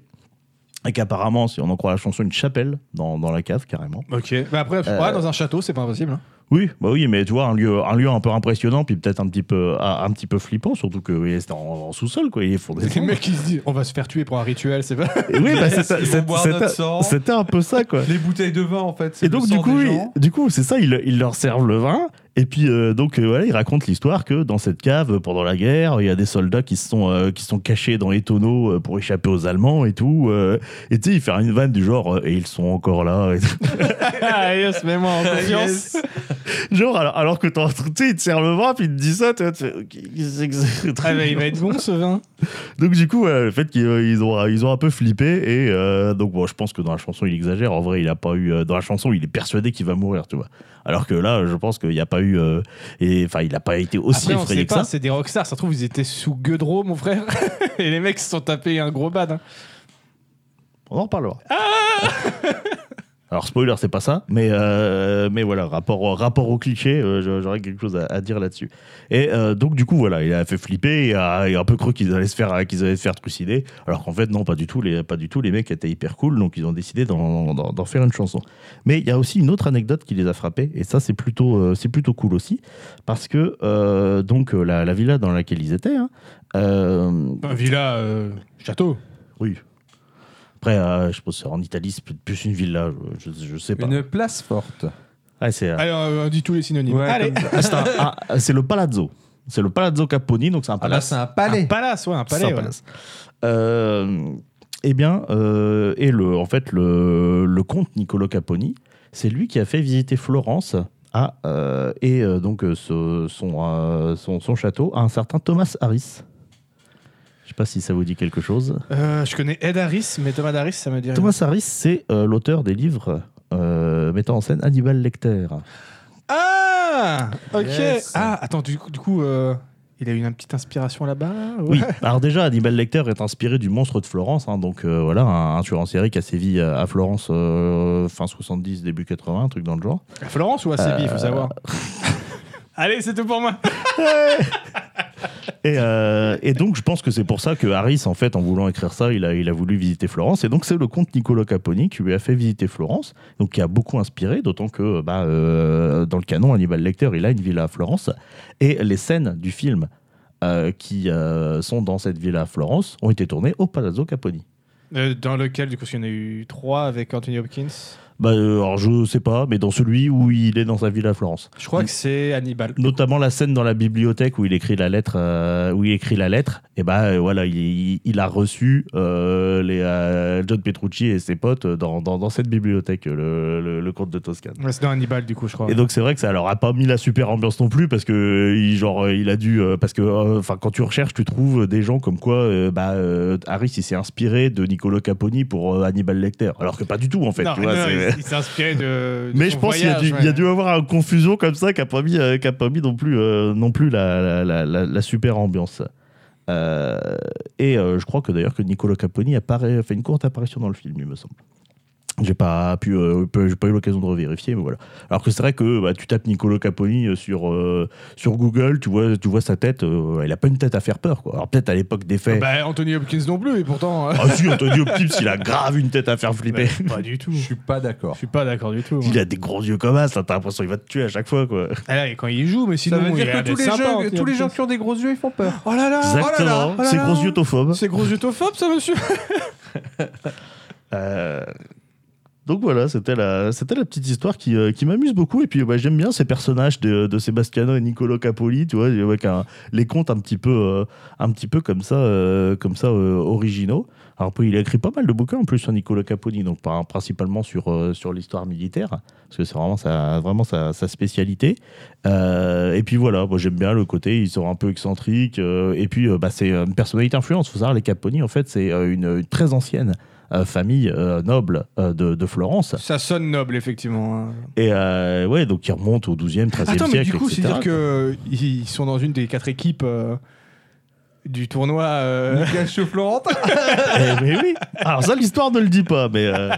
S3: avec apparemment, si on en croit la chanson, une chapelle dans, dans la cave, carrément.
S2: Ok. Bah après,
S3: Euh,
S2: ouais, dans un château, c'est pas impossible. hein.
S3: Oui, bah oui, mais tu vois, un lieu, un lieu un peu impressionnant, puis peut-être un, petit peu un un petit peu flippant, surtout que oui, c'était en, en sous-sol, quoi. Ils font des
S2: Les mecs, ils se disent, on va se faire tuer pour un rituel, c'est pas.
S3: Oui, bah, c'est-
S1: Ils vont
S3: c'est-
S1: boire
S3: c'était-
S1: notre sang.
S3: c'était un peu ça, quoi.
S1: Les bouteilles de vin, en fait. c'est
S3: Et
S1: le
S3: donc,
S1: sang
S3: du coup,
S1: des
S3: il-
S1: gens.
S3: du coup, c'est ça, il, il leur servent le vin. Et puis, euh, donc, euh, voilà, il raconte l'histoire que dans cette cave, pendant la guerre, il y a des soldats qui se sont, euh, qui se sont cachés dans les tonneaux euh, pour échapper aux Allemands et tout. euh, et tu sais, il fait une vanne du genre, euh, et ils sont encore là. et tout.
S2: ah yes, mais moi en
S1: Yes.
S3: genre, alors, alors que t'en- tu sais, il te sert le vin, puis il te dit ça, tu vois, tu fais, Ok, qu'est-ce que c'est que ce
S2: Ah bah,
S3: truc
S2: il va être bon ce vin.
S3: Donc du coup, voilà, le fait qu'ils euh, ils ont, ils ont un peu flippé et euh, donc bon, je pense que dans la chanson il exagère. En vrai, il a pas eu euh, dans la chanson, il est persuadé qu'il va mourir, tu vois. Alors que là, je pense qu'il n'y a pas eu euh, et enfin, il n'a pas été aussi
S2: Après, on
S3: effrayé
S2: sait
S3: que
S2: pas,
S3: ça.
S2: c'est des rockstars. Ça se trouve, ils étaient sous Gueudreau, mon frère. Et les mecs se sont tapés un gros bad. hein.
S3: On en reparlera. Alors spoiler, c'est pas ça, mais euh, mais voilà, rapport au- rapport au cliché, euh, j'a- j'aurais quelque chose à, à dire là-dessus. Et euh, donc du coup voilà, il a fait flipper, il a, il a un peu cru qu'ils allaient se faire qu'ils allaient se faire trucider, alors qu'en fait non, pas du tout, les pas du tout, les mecs étaient hyper cool, donc ils ont décidé d'en d'en- d'en faire une chanson. Mais il y a aussi une autre anecdote qui les a frappés, et ça c'est plutôt euh, c'est plutôt cool aussi, parce que euh, donc euh, la, la villa dans laquelle ils étaient, hein, euh,
S2: Un villa, euh, château.
S3: oui. Après, euh, je pense que en Italie, c'est peut-être plus une villa, je, je- je sais pas.
S1: Une place forte.
S3: Ah, c'est euh,
S2: Alors, on dit tous les synonymes.
S1: Ouais,
S2: Allez.
S1: comme
S3: ah, c'est un- ah, c'est le palazzo. C'est le palazzo Caponi, donc c'est un
S1: Ah bah,
S3: palace.
S1: c'est un palais.
S2: Un palace, ouais, un
S3: C'est
S2: palais.
S3: un
S2: ouais.
S3: palace. Euh, eh bien, euh, et le, en fait, le, le comte Niccolo Caponi, c'est lui qui a fait visiter Florence à, euh, et euh, donc euh, ce- son, euh, son, son château à un certain Thomas Harris. Je sais pas si ça vous dit quelque chose.
S2: Euh, je connais Ed Harris, mais Thomas Harris, ça me dit rien.
S3: Thomas Harris, c'est euh, l'auteur des livres euh, mettant en scène Hannibal Lecter.
S2: Ah Ok.
S1: Yes.
S2: Ah, attends, du coup, du coup euh, il a eu une petite inspiration là-bas
S3: Oui, alors déjà, Hannibal Lecter est inspiré du monstre de Florence, hein, donc euh, voilà, un, un tueur en série qui a sévi euh, à Florence euh, fin 70, début 80, un truc dans le genre.
S2: À Florence ou à Séville, il
S3: Euh,
S2: faut savoir. Allez, c'est tout pour moi.
S3: Et, euh, et donc, je pense que c'est pour ça que Harris, en fait, en voulant écrire ça, il a, il a voulu visiter Florence. Et donc, c'est le comte Niccolo Caponi qui lui a fait visiter Florence, donc qui a beaucoup inspiré, d'autant que bah, euh, dans le canon, Hannibal Lecter, il a une villa à Florence. Et les scènes du film euh, qui euh, sont dans cette villa à Florence ont été tournées au Palazzo Caponi.
S2: Euh, dans lequel, du coup, il y en a eu trois avec Anthony Hopkins.
S3: Bah, euh, alors je sais pas, mais dans celui où il est dans sa ville à Florence.
S2: Je crois que c'est Hannibal.
S3: Notamment la scène dans la bibliothèque où il écrit la lettre, euh, où il écrit la lettre. Et bah euh, voilà, il, il- il a reçu euh, les euh, John Petrucci et ses potes euh, dans, dans- dans cette bibliothèque, le, le, le comte de Toscane.
S2: Ouais, c'est dans Hannibal, du coup, je crois.
S3: Et donc c'est vrai que ça leur a pas mis la super ambiance non plus parce que euh, il, genre euh, il a dû euh, parce que euh, enfin quand tu recherches tu trouves des gens comme quoi euh, bah euh, Harris il s'est inspiré de Niccolo Caponi pour euh, Hannibal Lecter alors que pas du tout en fait
S2: non,
S3: tu vois,
S2: non,
S3: c'est-
S2: il, il s'est inspiré de. de
S3: mais
S2: son
S3: je pense qu'il y, a
S2: voyage,
S3: dû- il y a
S2: ouais.
S3: dû avoir une confusion comme ça qui n'a pas mis, euh, qui a pas mis non plus, euh, non plus la, la- la- la- la super ambiance. Euh, et euh, je crois que d'ailleurs que Niccolo Caponi apparaît, fait une courte apparition dans le film, il me semble. J'ai pas pu, euh, peu- j'ai pas eu l'occasion de revérifier, mais voilà. Alors que c'est vrai que bah, tu tapes Niccolo Caponi sur euh, sur Google, tu vois, tu vois sa tête. euh, il a pas une tête à faire peur, quoi. Alors peut-être à l'époque des faits.
S2: Bah, Anthony Hopkins non plus, et pourtant. euh,
S3: Ah si, Anthony Hopkins, il a grave une tête à faire flipper.
S2: pas du tout.
S1: Je suis pas d'accord.
S2: Je suis pas d'accord du tout. moi.
S3: Il a des gros yeux comme ça, t'as l'impression qu'il va te tuer à chaque fois, quoi.
S2: Ah, là, et quand il joue, mais
S1: Ça
S2: sinon.
S1: veut
S2: il
S1: dire
S2: a l'air
S1: que tous
S2: d'être
S1: les,
S2: sympa,
S1: gens,
S2: Anthony
S1: tous les gens
S2: Hopkins.
S1: qui ont des gros yeux, ils font peur.
S2: Oh là là
S3: Exactement,
S1: oh là là, oh là
S3: c'est
S1: là.
S3: gros yeux
S2: C'est gros utophobe, ça, monsieur
S3: Euh, donc voilà, c'était la, c'était la petite histoire qui, euh, qui m'amuse beaucoup. Et puis bah, j'aime bien ces personnages de, de Sebastiano et Niccolo Capoli, tu vois, avec un- les contes un petit peu, euh, un petit peu comme ça, euh, comme ça euh, originaux. Alors, puis, il a écrit pas mal de bouquins en plus sur Niccolo Capoli, donc par- principalement sur, euh, sur l'histoire militaire, parce que c'est vraiment sa, vraiment sa, sa spécialité. Euh, et puis voilà, moi j'aime bien le côté, ils sont un peu excentriques. euh, et puis euh, bah, c'est une personnalité influente. Il faut savoir, les Caponi, en fait, c'est euh, une, une très ancienne euh, famille euh, noble euh, de, de Florence.
S2: Ça sonne noble, effectivement. hein.
S3: Et euh, ouais, donc ils remontent au 12e, 13e
S2: Attends, mais
S3: siècle.
S2: du coup,
S3: etc.,
S2: c'est-à-dire
S3: quoi.
S2: qu'ils sont dans une des quatre équipes euh, du tournoi. euh,
S1: Cache Florentin.
S3: Eh, mais oui. Alors ça, l'histoire ne le dit pas, mais euh,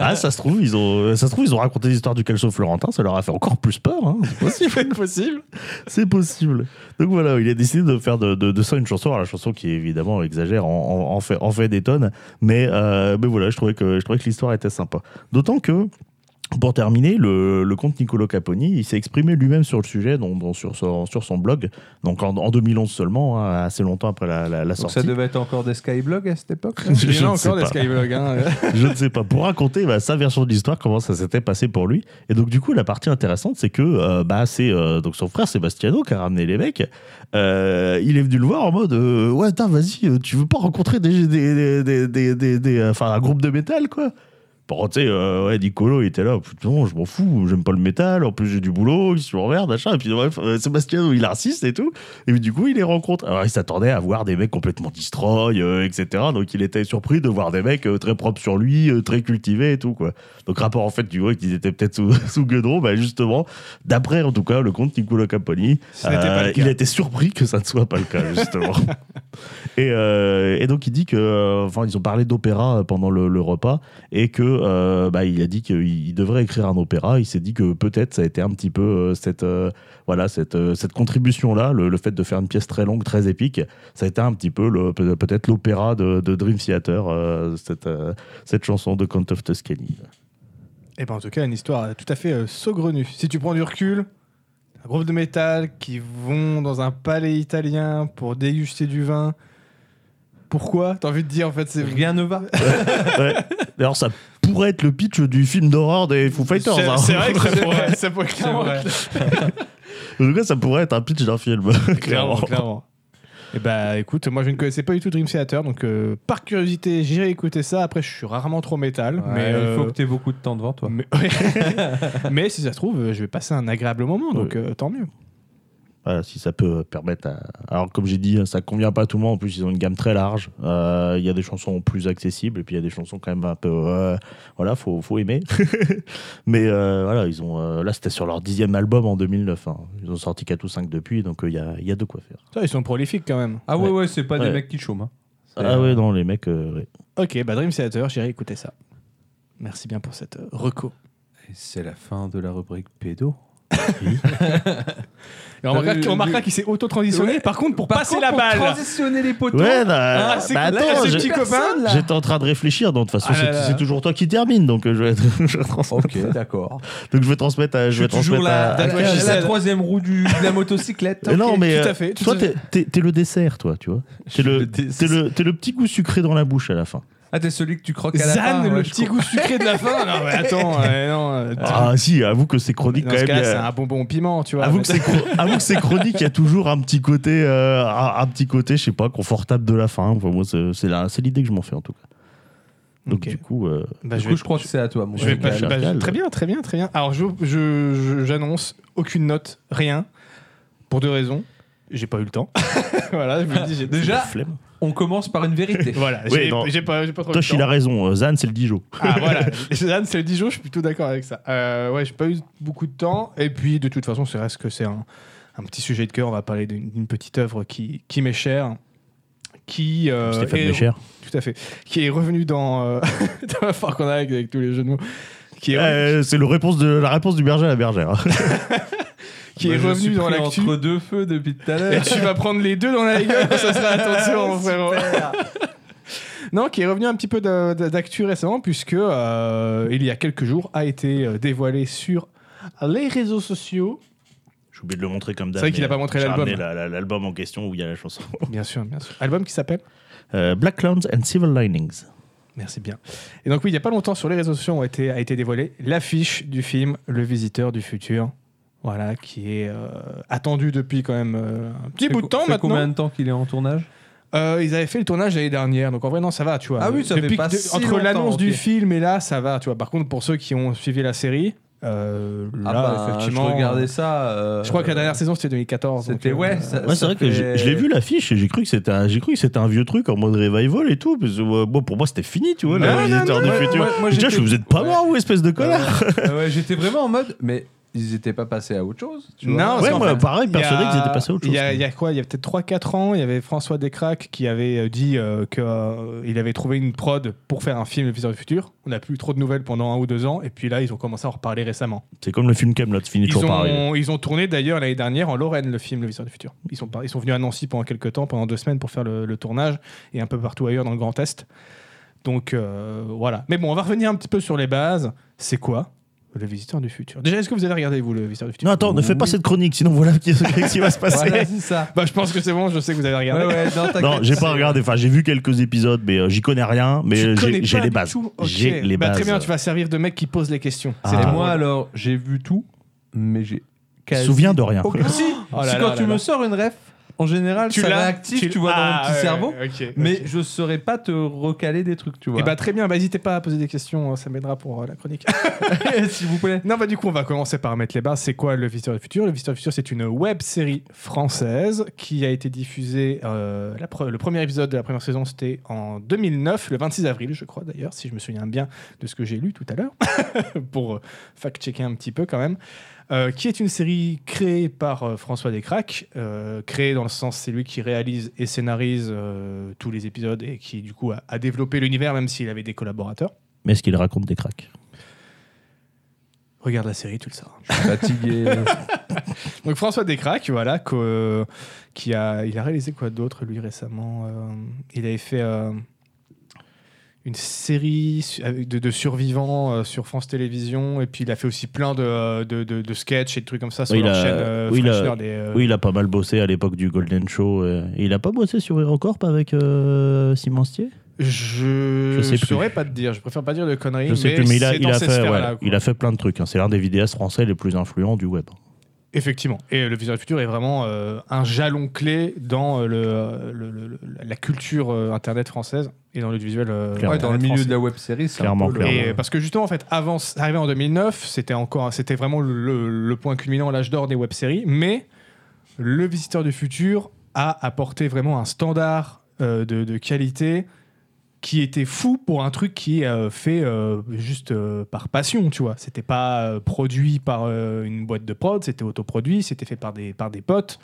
S3: ah, ça se trouve, ils ont, ça se trouve, ils ont raconté l'histoire du calcio florentin. Ça leur a fait encore plus peur. hein. C'est possible.
S2: C'est possible.
S3: C'est possible. Donc voilà, il a décidé de faire de, de- de ça une chanson. Alors la chanson qui évidemment exagère, en, en- en fait, en fait des tonnes. Mais, euh, mais voilà, je trouvais que, je trouvais que l'histoire était sympa. D'autant que, pour terminer, le, le comte Niccolo Caponi, il s'est exprimé lui-même sur le sujet, donc, donc sur, son, sur son blog, donc en, en 2011 seulement, hein, assez longtemps après la, la- la
S1: Donc
S3: sortie.
S1: ça devait être encore des Skyblogs à cette époque. là.
S3: Je
S2: Il y en a
S3: ne sais
S2: encore des
S3: pas. Euh,
S2: Skyblogs. hein.
S3: je ne sais pas, pour raconter bah, sa version de l'histoire, comment ça s'était passé pour lui. Et donc, du coup, la partie intéressante, c'est que euh, bah, c'est euh, donc son frère Sebastiano qui a ramené les mecs. Euh, il est venu le voir en mode euh, Ouais, attends, vas-y, euh, tu veux pas rencontrer des, des, des, des, des, des- des- euh, enfin, un groupe de métal, quoi Bon, tu sais, euh, ouais, Nicolo, il était là, putain, je m'en fous, j'aime pas le métal, en plus j'ai du boulot, qu'est-ce que je m'emmerde, machin. Et puis, bref, euh, Sebastiano, il est raciste et tout. Et puis, du coup, il les rencontre. Alors, il s'attendait à voir des mecs complètement destroy, euh, etc. Donc, il était surpris de voir des mecs euh, très propres sur lui, euh, très cultivés et tout, quoi. Donc, rapport, en fait, tu vois qu'ils étaient peut-être sous, sous gueudron, bah, justement, d'après, en tout cas, le comte Niccolo Caponi,
S2: Ce n'était pas le cas.
S3: Euh, il a été surpris que ça ne soit pas le cas, justement. et, euh, et donc, il dit que, euh, enfin, ils ont parlé d'opéra euh, pendant le, le repas et que, euh, bah, il a dit qu'il il devrait écrire un opéra. Il s'est dit que peut-être ça a été un petit peu euh, cette, euh, voilà, cette, euh, cette contribution-là, le, le fait de faire une pièce très longue, très épique, ça a été un petit peu le- peut- peut-être l'opéra de, de Dream Theater, euh, cette, euh, cette chanson de Count of Tuscany.
S2: Eh ben, en tout cas, une histoire tout à fait euh, saugrenue. Si tu prends du recul, un groupe de métal qui vont dans un palais italien pour déguster du vin. Pourquoi T'as envie de dire, en fait, c'est
S1: Rien ne va.
S3: Ouais. D'ailleurs, ça pourrait être le pitch du film d'horreur des Foo Fighters. hein.
S2: que ça pourrait, ça pourrait
S1: C'est vrai.
S3: En tout cas, ça pourrait être un pitch d'un film, clairement.
S2: Clairement, clairement. Et bah écoute, moi je ne connaissais pas du tout Dream Theater, donc euh, par curiosité, j'irai écouter ça. Après, je suis rarement trop métal,
S1: mais
S2: mais
S1: il faut
S2: euh,
S1: que tu aies beaucoup de temps devant toi.
S2: mais, mais si ça se trouve, je vais passer un agréable moment, donc euh, tant mieux.
S3: Voilà, si ça peut permettre. à- Alors, comme j'ai dit, ça convient pas à tout le monde. En plus, ils ont une gamme très large. Euh, Il y a des chansons plus accessibles, et puis il y a des chansons quand même un peu. euh, Voilà, faut, faut aimer. Mais euh, voilà, ils ont. euh, Là, c'était sur leur dixième album en 2009. hein. Ils ont sorti 4 ou 5 depuis, donc euh, il y, a, il y a de quoi faire.
S2: Ça, ils sont prolifiques quand même.
S1: Ah ouais,
S3: Ouais.
S1: ouais, c'est pas
S3: Ouais.
S1: des mecs qui chôment. hein. C'est-
S3: Ah ouais, non, les mecs. euh, ouais.
S2: Ok, bah Dream Theater, j'irai écouter ça. Merci bien pour cette euh, reco.
S1: Et C'est la fin de la rubrique pédo.
S2: Et on remarquera,
S1: Euh,
S2: on remarquera
S1: euh,
S2: qu'il s'est auto-transitionné,
S1: ouais.
S2: par contre, pour
S1: Par
S2: passer
S1: contre,
S2: la
S1: pour
S2: balle.
S1: transitionner les poteaux.
S3: Ouais, bah,
S2: Ah, c'est
S3: bah,
S2: cool.
S3: attends,
S2: Ah, c'est
S3: je-
S2: petit copain.
S1: là.
S3: j'étais en train de réfléchir. Donc, de toute façon,
S2: Ah là
S3: c'est-
S2: là.
S3: c'est toujours toi qui termine, donc euh, je vais, je vais transmettre.
S1: Ok, d'accord.
S3: Donc, je vais transmettre à. Je,
S1: Je
S3: vais
S1: suis toujours
S3: transmettre à-
S1: la,
S3: à
S1: la-
S2: Kaz.
S1: la- la troisième roue du, de la motocyclette.
S3: Mais non, mais
S2: tout à
S3: euh,
S2: fait, tout
S3: toi,
S2: à fait.
S3: t'es- t'es t'es le dessert, toi, tu vois. T'es le,
S1: le
S3: t'es le, t'es le petit goût sucré dans la bouche à la fin.
S1: Ah, t'es celui que tu croques à la fin.
S2: Zan,
S1: ouais,
S2: le
S1: je
S2: petit
S1: crois.
S2: goût sucré de la fin. Non, mais attends, euh, non. euh,
S3: Ah, si, avoue que c'est chronique
S2: dans
S3: quand
S2: ce
S3: même.
S2: cas-là,
S3: il y
S2: c'est
S3: a-
S2: un bonbon au piment, tu vois.
S3: Avoue
S2: mais-
S3: que, c'est chro- avoue que c'est chronique, il y a toujours un petit côté, euh, un, un petit côté, je sais pas, confortable de la fin. Enfin, moi, c'est c'est la- c'est l'idée que je m'en fais en tout cas. Donc
S2: Ok.
S3: du coup, euh,
S2: Bah,
S1: du
S2: je
S1: coup,
S2: vais-
S1: je crois que c'est à toi, mon
S2: Je vais
S1: gars.
S2: pas-
S3: Pascal,
S2: je- bah, je-
S3: Pascal.
S2: très bien, très bien, très bien. Alors, j'annonce je, je- j'annonce aucune note, rien, pour deux raisons. J'ai pas eu le temps. voilà, je vous le dis, j'ai
S3: c'est la
S1: Déjà,
S3: flemme.
S1: on commence par une vérité.
S2: Voilà,
S3: Oui,
S2: j'ai
S3: non.
S2: j'ai pas, j'ai pas trop eu le
S3: Tosh,
S2: temps.
S3: il a raison. euh, Zan, c'est le Dijon.
S2: Ah voilà, Jeanne, c'est le Dijon, je suis plutôt d'accord avec ça. Euh, ouais, j'ai pas eu beaucoup de temps. Et puis, de toute façon, c'est reste que c'est un, un petit sujet de cœur. On va parler d'une d'une petite œuvre qui, qui m'est chère. Qui, euh,
S3: Stéphane
S2: est-
S3: Bécher.
S2: Tout à fait. Qui est revenu dans. Euh, dans la foire qu'on a avec, avec tous les jeux de mots. Qui est,
S3: Euh, c'est le réponse de la réponse du berger à la bergère. hein.
S2: qui
S1: Moi,
S2: est
S1: je suis
S2: revenu dans
S1: pris
S2: l'actu.
S1: entre deux feux depuis tout à
S2: Et
S1: l'heure.
S2: tu vas prendre les deux dans la gueule, ça sera attention, mon frérot.
S1: Super.
S2: Non, qui est revenu un petit peu de- de- d'actu récemment, puisque euh, il y a quelques jours a été euh, dévoilé sur les réseaux sociaux.
S3: J'ai oublié de le montrer comme d'hab.
S2: vrai qu'il
S3: mais euh,
S2: a pas montré
S3: j'ai
S2: l'album.
S3: ramené la- la- L'album en question où il y a la chanson.
S2: Bien sûr, bien sûr. Album qui s'appelle
S3: Euh, Black Clowns and Civil Linings.
S2: Merci bien. Et donc oui, il n'y a pas longtemps sur les réseaux sociaux a été, a été dévoilée l'affiche du film Le Visiteur du Futur. Voilà, qui est euh, attendu depuis quand même euh, un petit
S1: Fait
S2: bout de
S1: co-
S2: temps
S1: fait
S2: maintenant.
S1: combien de temps qu'il est en tournage
S2: Euh, ils avaient fait le tournage l'année dernière, donc en vrai non ça va, tu vois.
S1: Ah oui, ça fait
S2: Depuis
S1: pas
S2: que-
S1: si
S2: entre
S1: longtemps,
S2: l'annonce
S1: ok.
S2: du film et là ça va, tu vois. Par contre pour ceux qui ont suivi la série, euh, là
S1: Ah bah,
S2: effectivement,
S1: je regardais ça. euh,
S2: je crois que la dernière saison c'était 2014. donc,
S1: C'était
S2: euh,
S1: ouais. ça-
S3: Ouais, c'est
S1: ça
S3: vrai que j'ai-
S1: fait-
S3: je l'ai vu l'affiche et j'ai cru que c'était un, j'ai cru que c'était un vieux truc en mode revival et tout. Parce que, euh, moi, pour moi, c'était fini, tu vois,
S2: Ah, Non,
S3: la
S2: non,
S3: visiteur
S2: non,
S3: du
S2: non,
S3: futur.
S1: moi- moi,
S3: Déjà, je
S1: j'étais-
S3: vous êtes pas
S1: ouais.
S3: mort ou espèce de connard.
S1: Ah ouais, J'étais vraiment en mode, mais ils étaient pas passés à autre chose. Tu vois
S2: Non, parce
S3: ouais,
S2: qu'en
S3: moi,
S2: fait,
S3: pareil, persuadé
S2: Il y a-
S3: qu'ils étaient passés à autre chose.
S2: Il y a, il y a quoi Il y a peut-être 3-4 ans, il y avait François Descraques qui avait euh, dit qu'il avait trouvé une prod pour faire un film Le Viseur du Futur. On n'a plus eu trop de nouvelles pendant un ou deux ans, et puis là, ils ont commencé à en reparler récemment.
S3: C'est comme le film Camelot, finit
S2: Ils
S3: toujours pareil.
S2: ont, ils ont tourné d'ailleurs l'année dernière en Lorraine le film Le Viseur du Futur. Ils sont, par- ils sont venus à Nancy pendant quelques temps, pendant deux semaines pour faire le, le tournage et un peu partout ailleurs dans le Grand Est. Donc euh, voilà. Mais bon, on va revenir un petit peu sur les bases. C'est quoi le Visiteur du Futur Déjà, est-ce que vous avez regardé vous le Visiteur du Futur
S3: Non, attends, ne fais pas cette chronique, sinon voilà ce qui ce qui va se passer.
S1: Voilà, c'est ça.
S2: Bah, je pense que c'est bon. Je sais que vous avez regardé.
S1: Ouais, ouais, non, t'inquiète,
S3: Non, j'ai
S1: c'est-
S3: pas regardé. Enfin, j'ai vu quelques épisodes, mais euh, j'y connais rien. Mais
S2: Tu
S3: euh,
S2: connais
S3: j'ai j'ai
S2: pas
S3: les
S2: du
S3: bases.
S2: tout Ok.
S3: J'ai les
S2: Bah,
S3: bases.
S2: Très bien, tu vas servir de mec qui pose les questions.
S3: Ah.
S1: C'est
S3: Et
S1: moi alors, j'ai vu tout, mais j'ai. quasi-
S3: Souviens de rien.
S1: Aucun- Ah, Si,
S2: Oh là
S1: si
S2: là
S1: quand
S2: là
S1: tu
S2: là.
S1: me sors une ref, en général, ça réactive, tu, vois,
S2: Ah,
S1: dans mon petit cerveau. Mais je saurais pas te recaler des trucs, tu vois.
S2: Et bah très bien, bah, n'hésitez pas à poser des questions, hein, ça m'aidera pour euh, la chronique.
S1: s'il vous plaît.
S2: Non, bah du coup, on va commencer par mettre les bases. C'est quoi Le Visiteur du Futur Le Visiteur du Futur, c'est une web série française qui a été diffusée. euh, la pre- le premier épisode de la première saison, c'était en 2009, le 26 avril, je crois d'ailleurs, si je me souviens bien de ce que j'ai lu tout à l'heure, pour euh, fact-checker un petit peu quand même. Euh, qui est une série créée par euh, François Descraques, euh, créée dans le sens c'est lui qui réalise et scénarise euh, tous les épisodes et qui du coup a- a développé l'univers même s'il avait des collaborateurs.
S3: Mais est-ce qu'il raconte des cracks
S2: Regarde la série, tu le sauras.
S1: Fatigué.
S2: Donc François Descraques, voilà, qu'au- euh, qui a, il a réalisé quoi d'autre lui récemment euh, Il avait fait euh, une série su- avec de, de survivants euh, sur France Télévisions, et puis il a fait aussi plein de, euh, de, de- de sketchs et de trucs comme ça sur
S3: Oui, il
S2: leur
S3: a-
S2: chaîne euh,
S3: oui, il a-
S2: Freshner, des, euh,
S3: Oui, il a pas mal bossé à l'époque du Golden Show. euh, et il a pas bossé sur Hero Corp avec euh, Simoncier
S2: Je
S3: Je sais
S2: ne
S3: plus.
S2: saurais pas te dire, je préfère pas dire de conneries,
S3: Je sais
S2: mais,
S3: plus, mais il a,
S2: c'est
S3: il
S2: dans
S3: a
S2: cette
S3: fait,
S2: sphère-là,
S3: ouais,
S2: quoi.
S3: il a fait plein de trucs. hein. C'est l'un des vidéastes français les plus influents du web. hein.
S2: Effectivement. Et le Viseur du Futur est vraiment euh, un jalon clé dans euh, le, le- le- le- la culture euh, Internet française et dans l'audiovisuel euh,
S3: Clairement.
S1: Ouais, dans le
S2: Internet
S1: milieu
S2: français.
S1: de la web série, c'est
S3: Clairement,
S1: un peu le-
S3: clairement.
S2: Et parce que justement, en fait, avant, c'est arrivé en 2009, c'était encore, c'était vraiment le, le point culminant, l'âge d'or des web-séries. Mais le Visiteur du futur a apporté vraiment un standard euh, de, de qualité qui était fou pour un truc qui est euh, fait euh, juste euh, par passion, tu vois. C'était pas euh, produit par euh, une boîte de prod, c'était autoproduit, c'était fait par des, par des potes.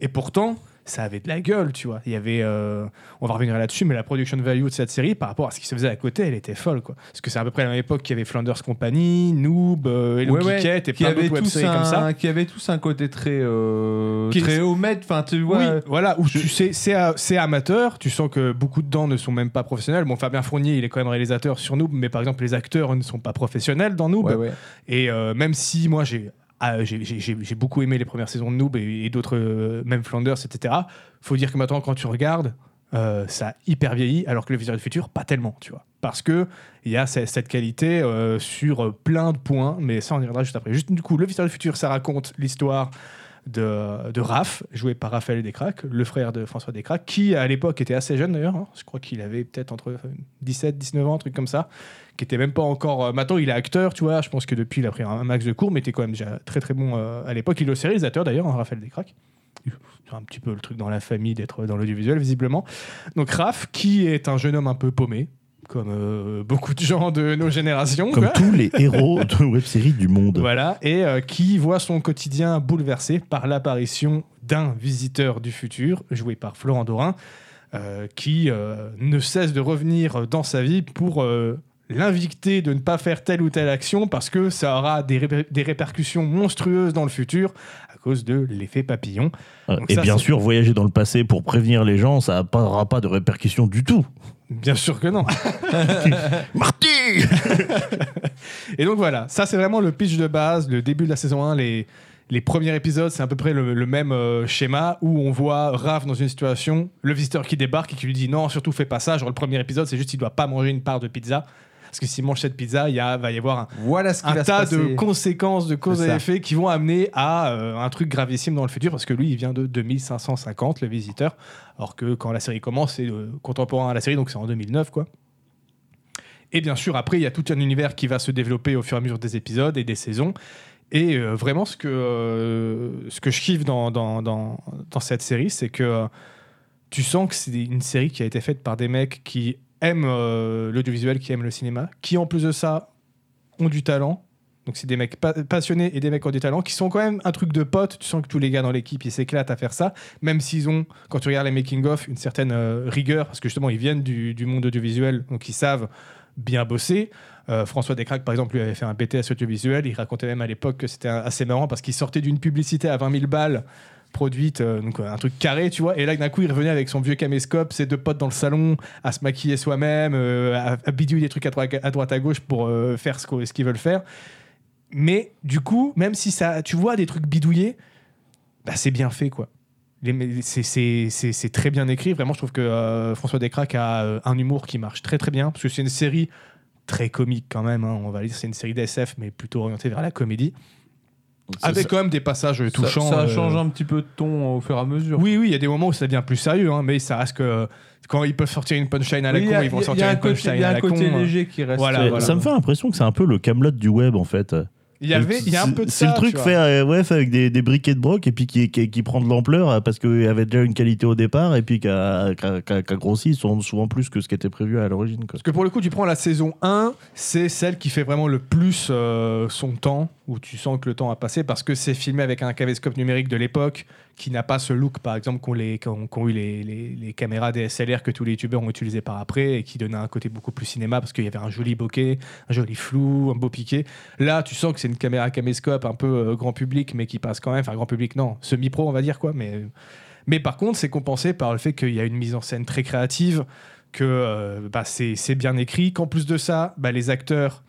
S2: Et pourtant, ça avait de la gueule, tu vois. Il y avait, euh, on va revenir là-dessus, mais la production value de cette série par rapport à ce qui se faisait à côté, elle était folle, quoi. Parce que c'est à peu près à la même époque qu'il y avait Flanders Company, Noob, euh, Hello
S1: Ouais, ouais,
S2: Geekette et
S1: qui
S2: plein
S1: avait
S2: d'autres
S1: tous
S2: web-séries
S1: un,
S2: comme ça.
S1: qui avait tous un côté très euh,
S2: Qui-
S1: très homemade enfin tu vois
S2: oui, voilà, où tu sais, c'est a- c'est amateur, tu sens que beaucoup de dents ne sont même pas professionnels. Bon, Fabien Fournier, il est quand même réalisateur sur Noob, mais par exemple, les acteurs ne sont pas professionnels dans Noob.
S1: ouais, ouais.
S2: Et euh, même si moi j'ai ah, j'ai- j'ai j'ai- j'ai beaucoup aimé les premières saisons de Noob et, et d'autres, euh, même Flanders, etc. Faut dire que maintenant, quand tu regardes, euh, ça a hyper vieilli, alors que le Viseur du Futur, pas tellement, tu vois. Parce que il y a ce- cette qualité euh, sur euh, plein de points, mais ça, on y reviendra juste après. Juste du coup, le Viseur du Futur, ça raconte l'histoire de, de Raph, joué par Raphaël Descraques, le frère de François Descraques, qui à l'époque était assez jeune d'ailleurs. hein. Je crois qu'il avait peut-être entre euh, 17, 19 ans, un truc comme ça qui était même pas encore. euh, maintenant, il est acteur, tu vois. Je pense que depuis, il a pris un, un max de cours, mais était quand même déjà très très bon euh, à l'époque. Il est aussi réalisateur d'ailleurs, hein, Raphaël Descraques. C'est un petit peu le truc dans la famille d'être dans l'audiovisuel, visiblement. Donc, Raph, qui est un jeune homme un peu paumé, comme euh, beaucoup de gens de nos générations.
S3: Comme
S2: quoi.
S3: tous les héros de web-série du monde.
S2: Voilà, et euh, qui voit son quotidien bouleversé par l'apparition d'un visiteur du futur, joué par Florent Dorin, euh, qui euh, ne cesse de revenir dans sa vie pour euh, l'invicter de ne pas faire telle ou telle action parce que ça aura des, réper- des répercussions monstrueuses dans le futur à cause de l'effet papillon.
S3: Euh,
S2: Donc
S3: et
S2: ça,
S3: bien
S2: c'est-
S3: sûr, voyager dans le passé pour prévenir les gens, ça n'aura pas de répercussions du tout.
S2: Bien sûr que non.
S3: Marty
S2: Et donc voilà, ça c'est vraiment le pitch de base, le début de la saison 1, les, Les premiers épisodes, c'est à peu près le, le même euh, schéma où on voit Raph dans une situation, le visiteur qui débarque et qui lui dit non, surtout fais pas ça. Genre, le premier épisode, c'est juste il doit pas manger une part de pizza. Parce que s'il mange cette pizza, il y a, va y avoir un,
S1: Voilà ce qui
S2: un
S1: va se
S2: tas
S1: passer.
S2: de conséquences, de causes
S1: C'est
S2: à
S1: ça.
S2: effet qui vont amener à euh, un truc gravissime dans le futur parce que lui, il vient de 2550, le visiteur, alors que quand la série commence, c'est euh, contemporain à la série, donc c'est en 2009, quoi. Et bien sûr, après, il y a tout un univers qui va se développer au fur et à mesure des épisodes et des saisons. Et euh, vraiment, ce que, euh, ce que je kiffe dans, dans, dans, dans cette série, c'est que euh, tu sens que c'est une série qui a été faite par des mecs qui aiment euh, l'audiovisuel, qui aiment le cinéma, qui en plus de ça ont du talent. Donc c'est des mecs pa- passionnés et des mecs qui ont du talent, qui sont quand même un truc de pote. Tu sens que tous les gars dans l'équipe, ils s'éclatent à faire ça, même s'ils ont, quand tu regardes les making-of, une certaine euh, rigueur, parce que justement, ils viennent du, du monde audiovisuel, donc ils savent bien bosser. Euh, François Descraques, par exemple, lui avait fait un BTS audiovisuel. Il racontait même à l'époque que c'était un- assez marrant parce qu'il sortait d'une publicité à 20 000 balles produite, euh, donc euh, un truc carré, tu vois. Et là, d'un coup, il revenait avec son vieux caméscope, ses deux potes dans le salon, à se maquiller soi-même, euh, à, à bidouiller des trucs à, droite- à droite à gauche pour euh, faire ce qu'o- ce qu'ils veulent faire. Mais du coup, même si ça, tu vois des trucs bidouillés, bah, c'est bien fait, quoi. Les- mais c'est- C'est c'est- c'est très bien écrit. Vraiment, je trouve que euh, François Descraques a euh, un humour qui marche très très bien, parce que c'est une série très comique quand même. hein, on va dire, c'est une série d'SF, mais plutôt orientée vers la comédie, avec quand même des passages touchants.
S1: ça, ça
S2: euh,
S1: change un petit peu de ton au fur et à mesure.
S2: oui, oui, il y a des moments où ça devient plus sérieux, hein, mais ça reste que quand ils peuvent sortir une punchline à la
S1: Oui, il y
S2: con,
S1: a-
S2: ils vont
S1: il y a-
S2: sortir
S1: il y a un
S2: une punchline
S1: côté, il y a
S2: à
S1: un
S2: la
S1: côté
S2: con. hein.
S1: léger qui reste. euh,
S2: Voilà,
S3: C'est-
S2: voilà.
S3: Ça me fait l'impression que c'est un peu le Camelot du web en fait.
S2: Il y avait, il y a un peu de
S3: C'est
S2: ça,
S3: le truc
S2: tu vois.
S3: fait, euh, ouais, fait avec des, des briquets de broc et puis qui, qui, qui prend de l'ampleur euh, parce qu'il avait déjà une qualité au départ et puis qui a, qui a- qui a- qui a grossi souvent souvent plus que ce qui était prévu à l'origine. quoi.
S2: Parce que pour le coup, tu prends la saison 1, c'est celle qui fait vraiment le plus euh, son temps, où tu sens que le temps a passé, parce que c'est filmé avec un caméscope numérique de l'époque, qui n'a pas ce look, par exemple, qu'ont les- qu'ont- qu'ont eu les, les- les caméras DSLR que tous les youtubeurs ont utilisé par après, et qui donnait un côté beaucoup plus cinéma, parce qu'il y avait un joli bokeh, un joli flou, un beau piqué. Là, tu sens que c'est une caméra caméscope un peu euh, grand public, mais qui passe quand même, enfin grand public, non, semi-pro, on va dire, quoi, mais... Mais par contre, c'est compensé par le fait qu'il y a une mise en scène très créative, que euh, bah, c'est c'est bien écrit, qu'en plus de ça, bah, les acteurs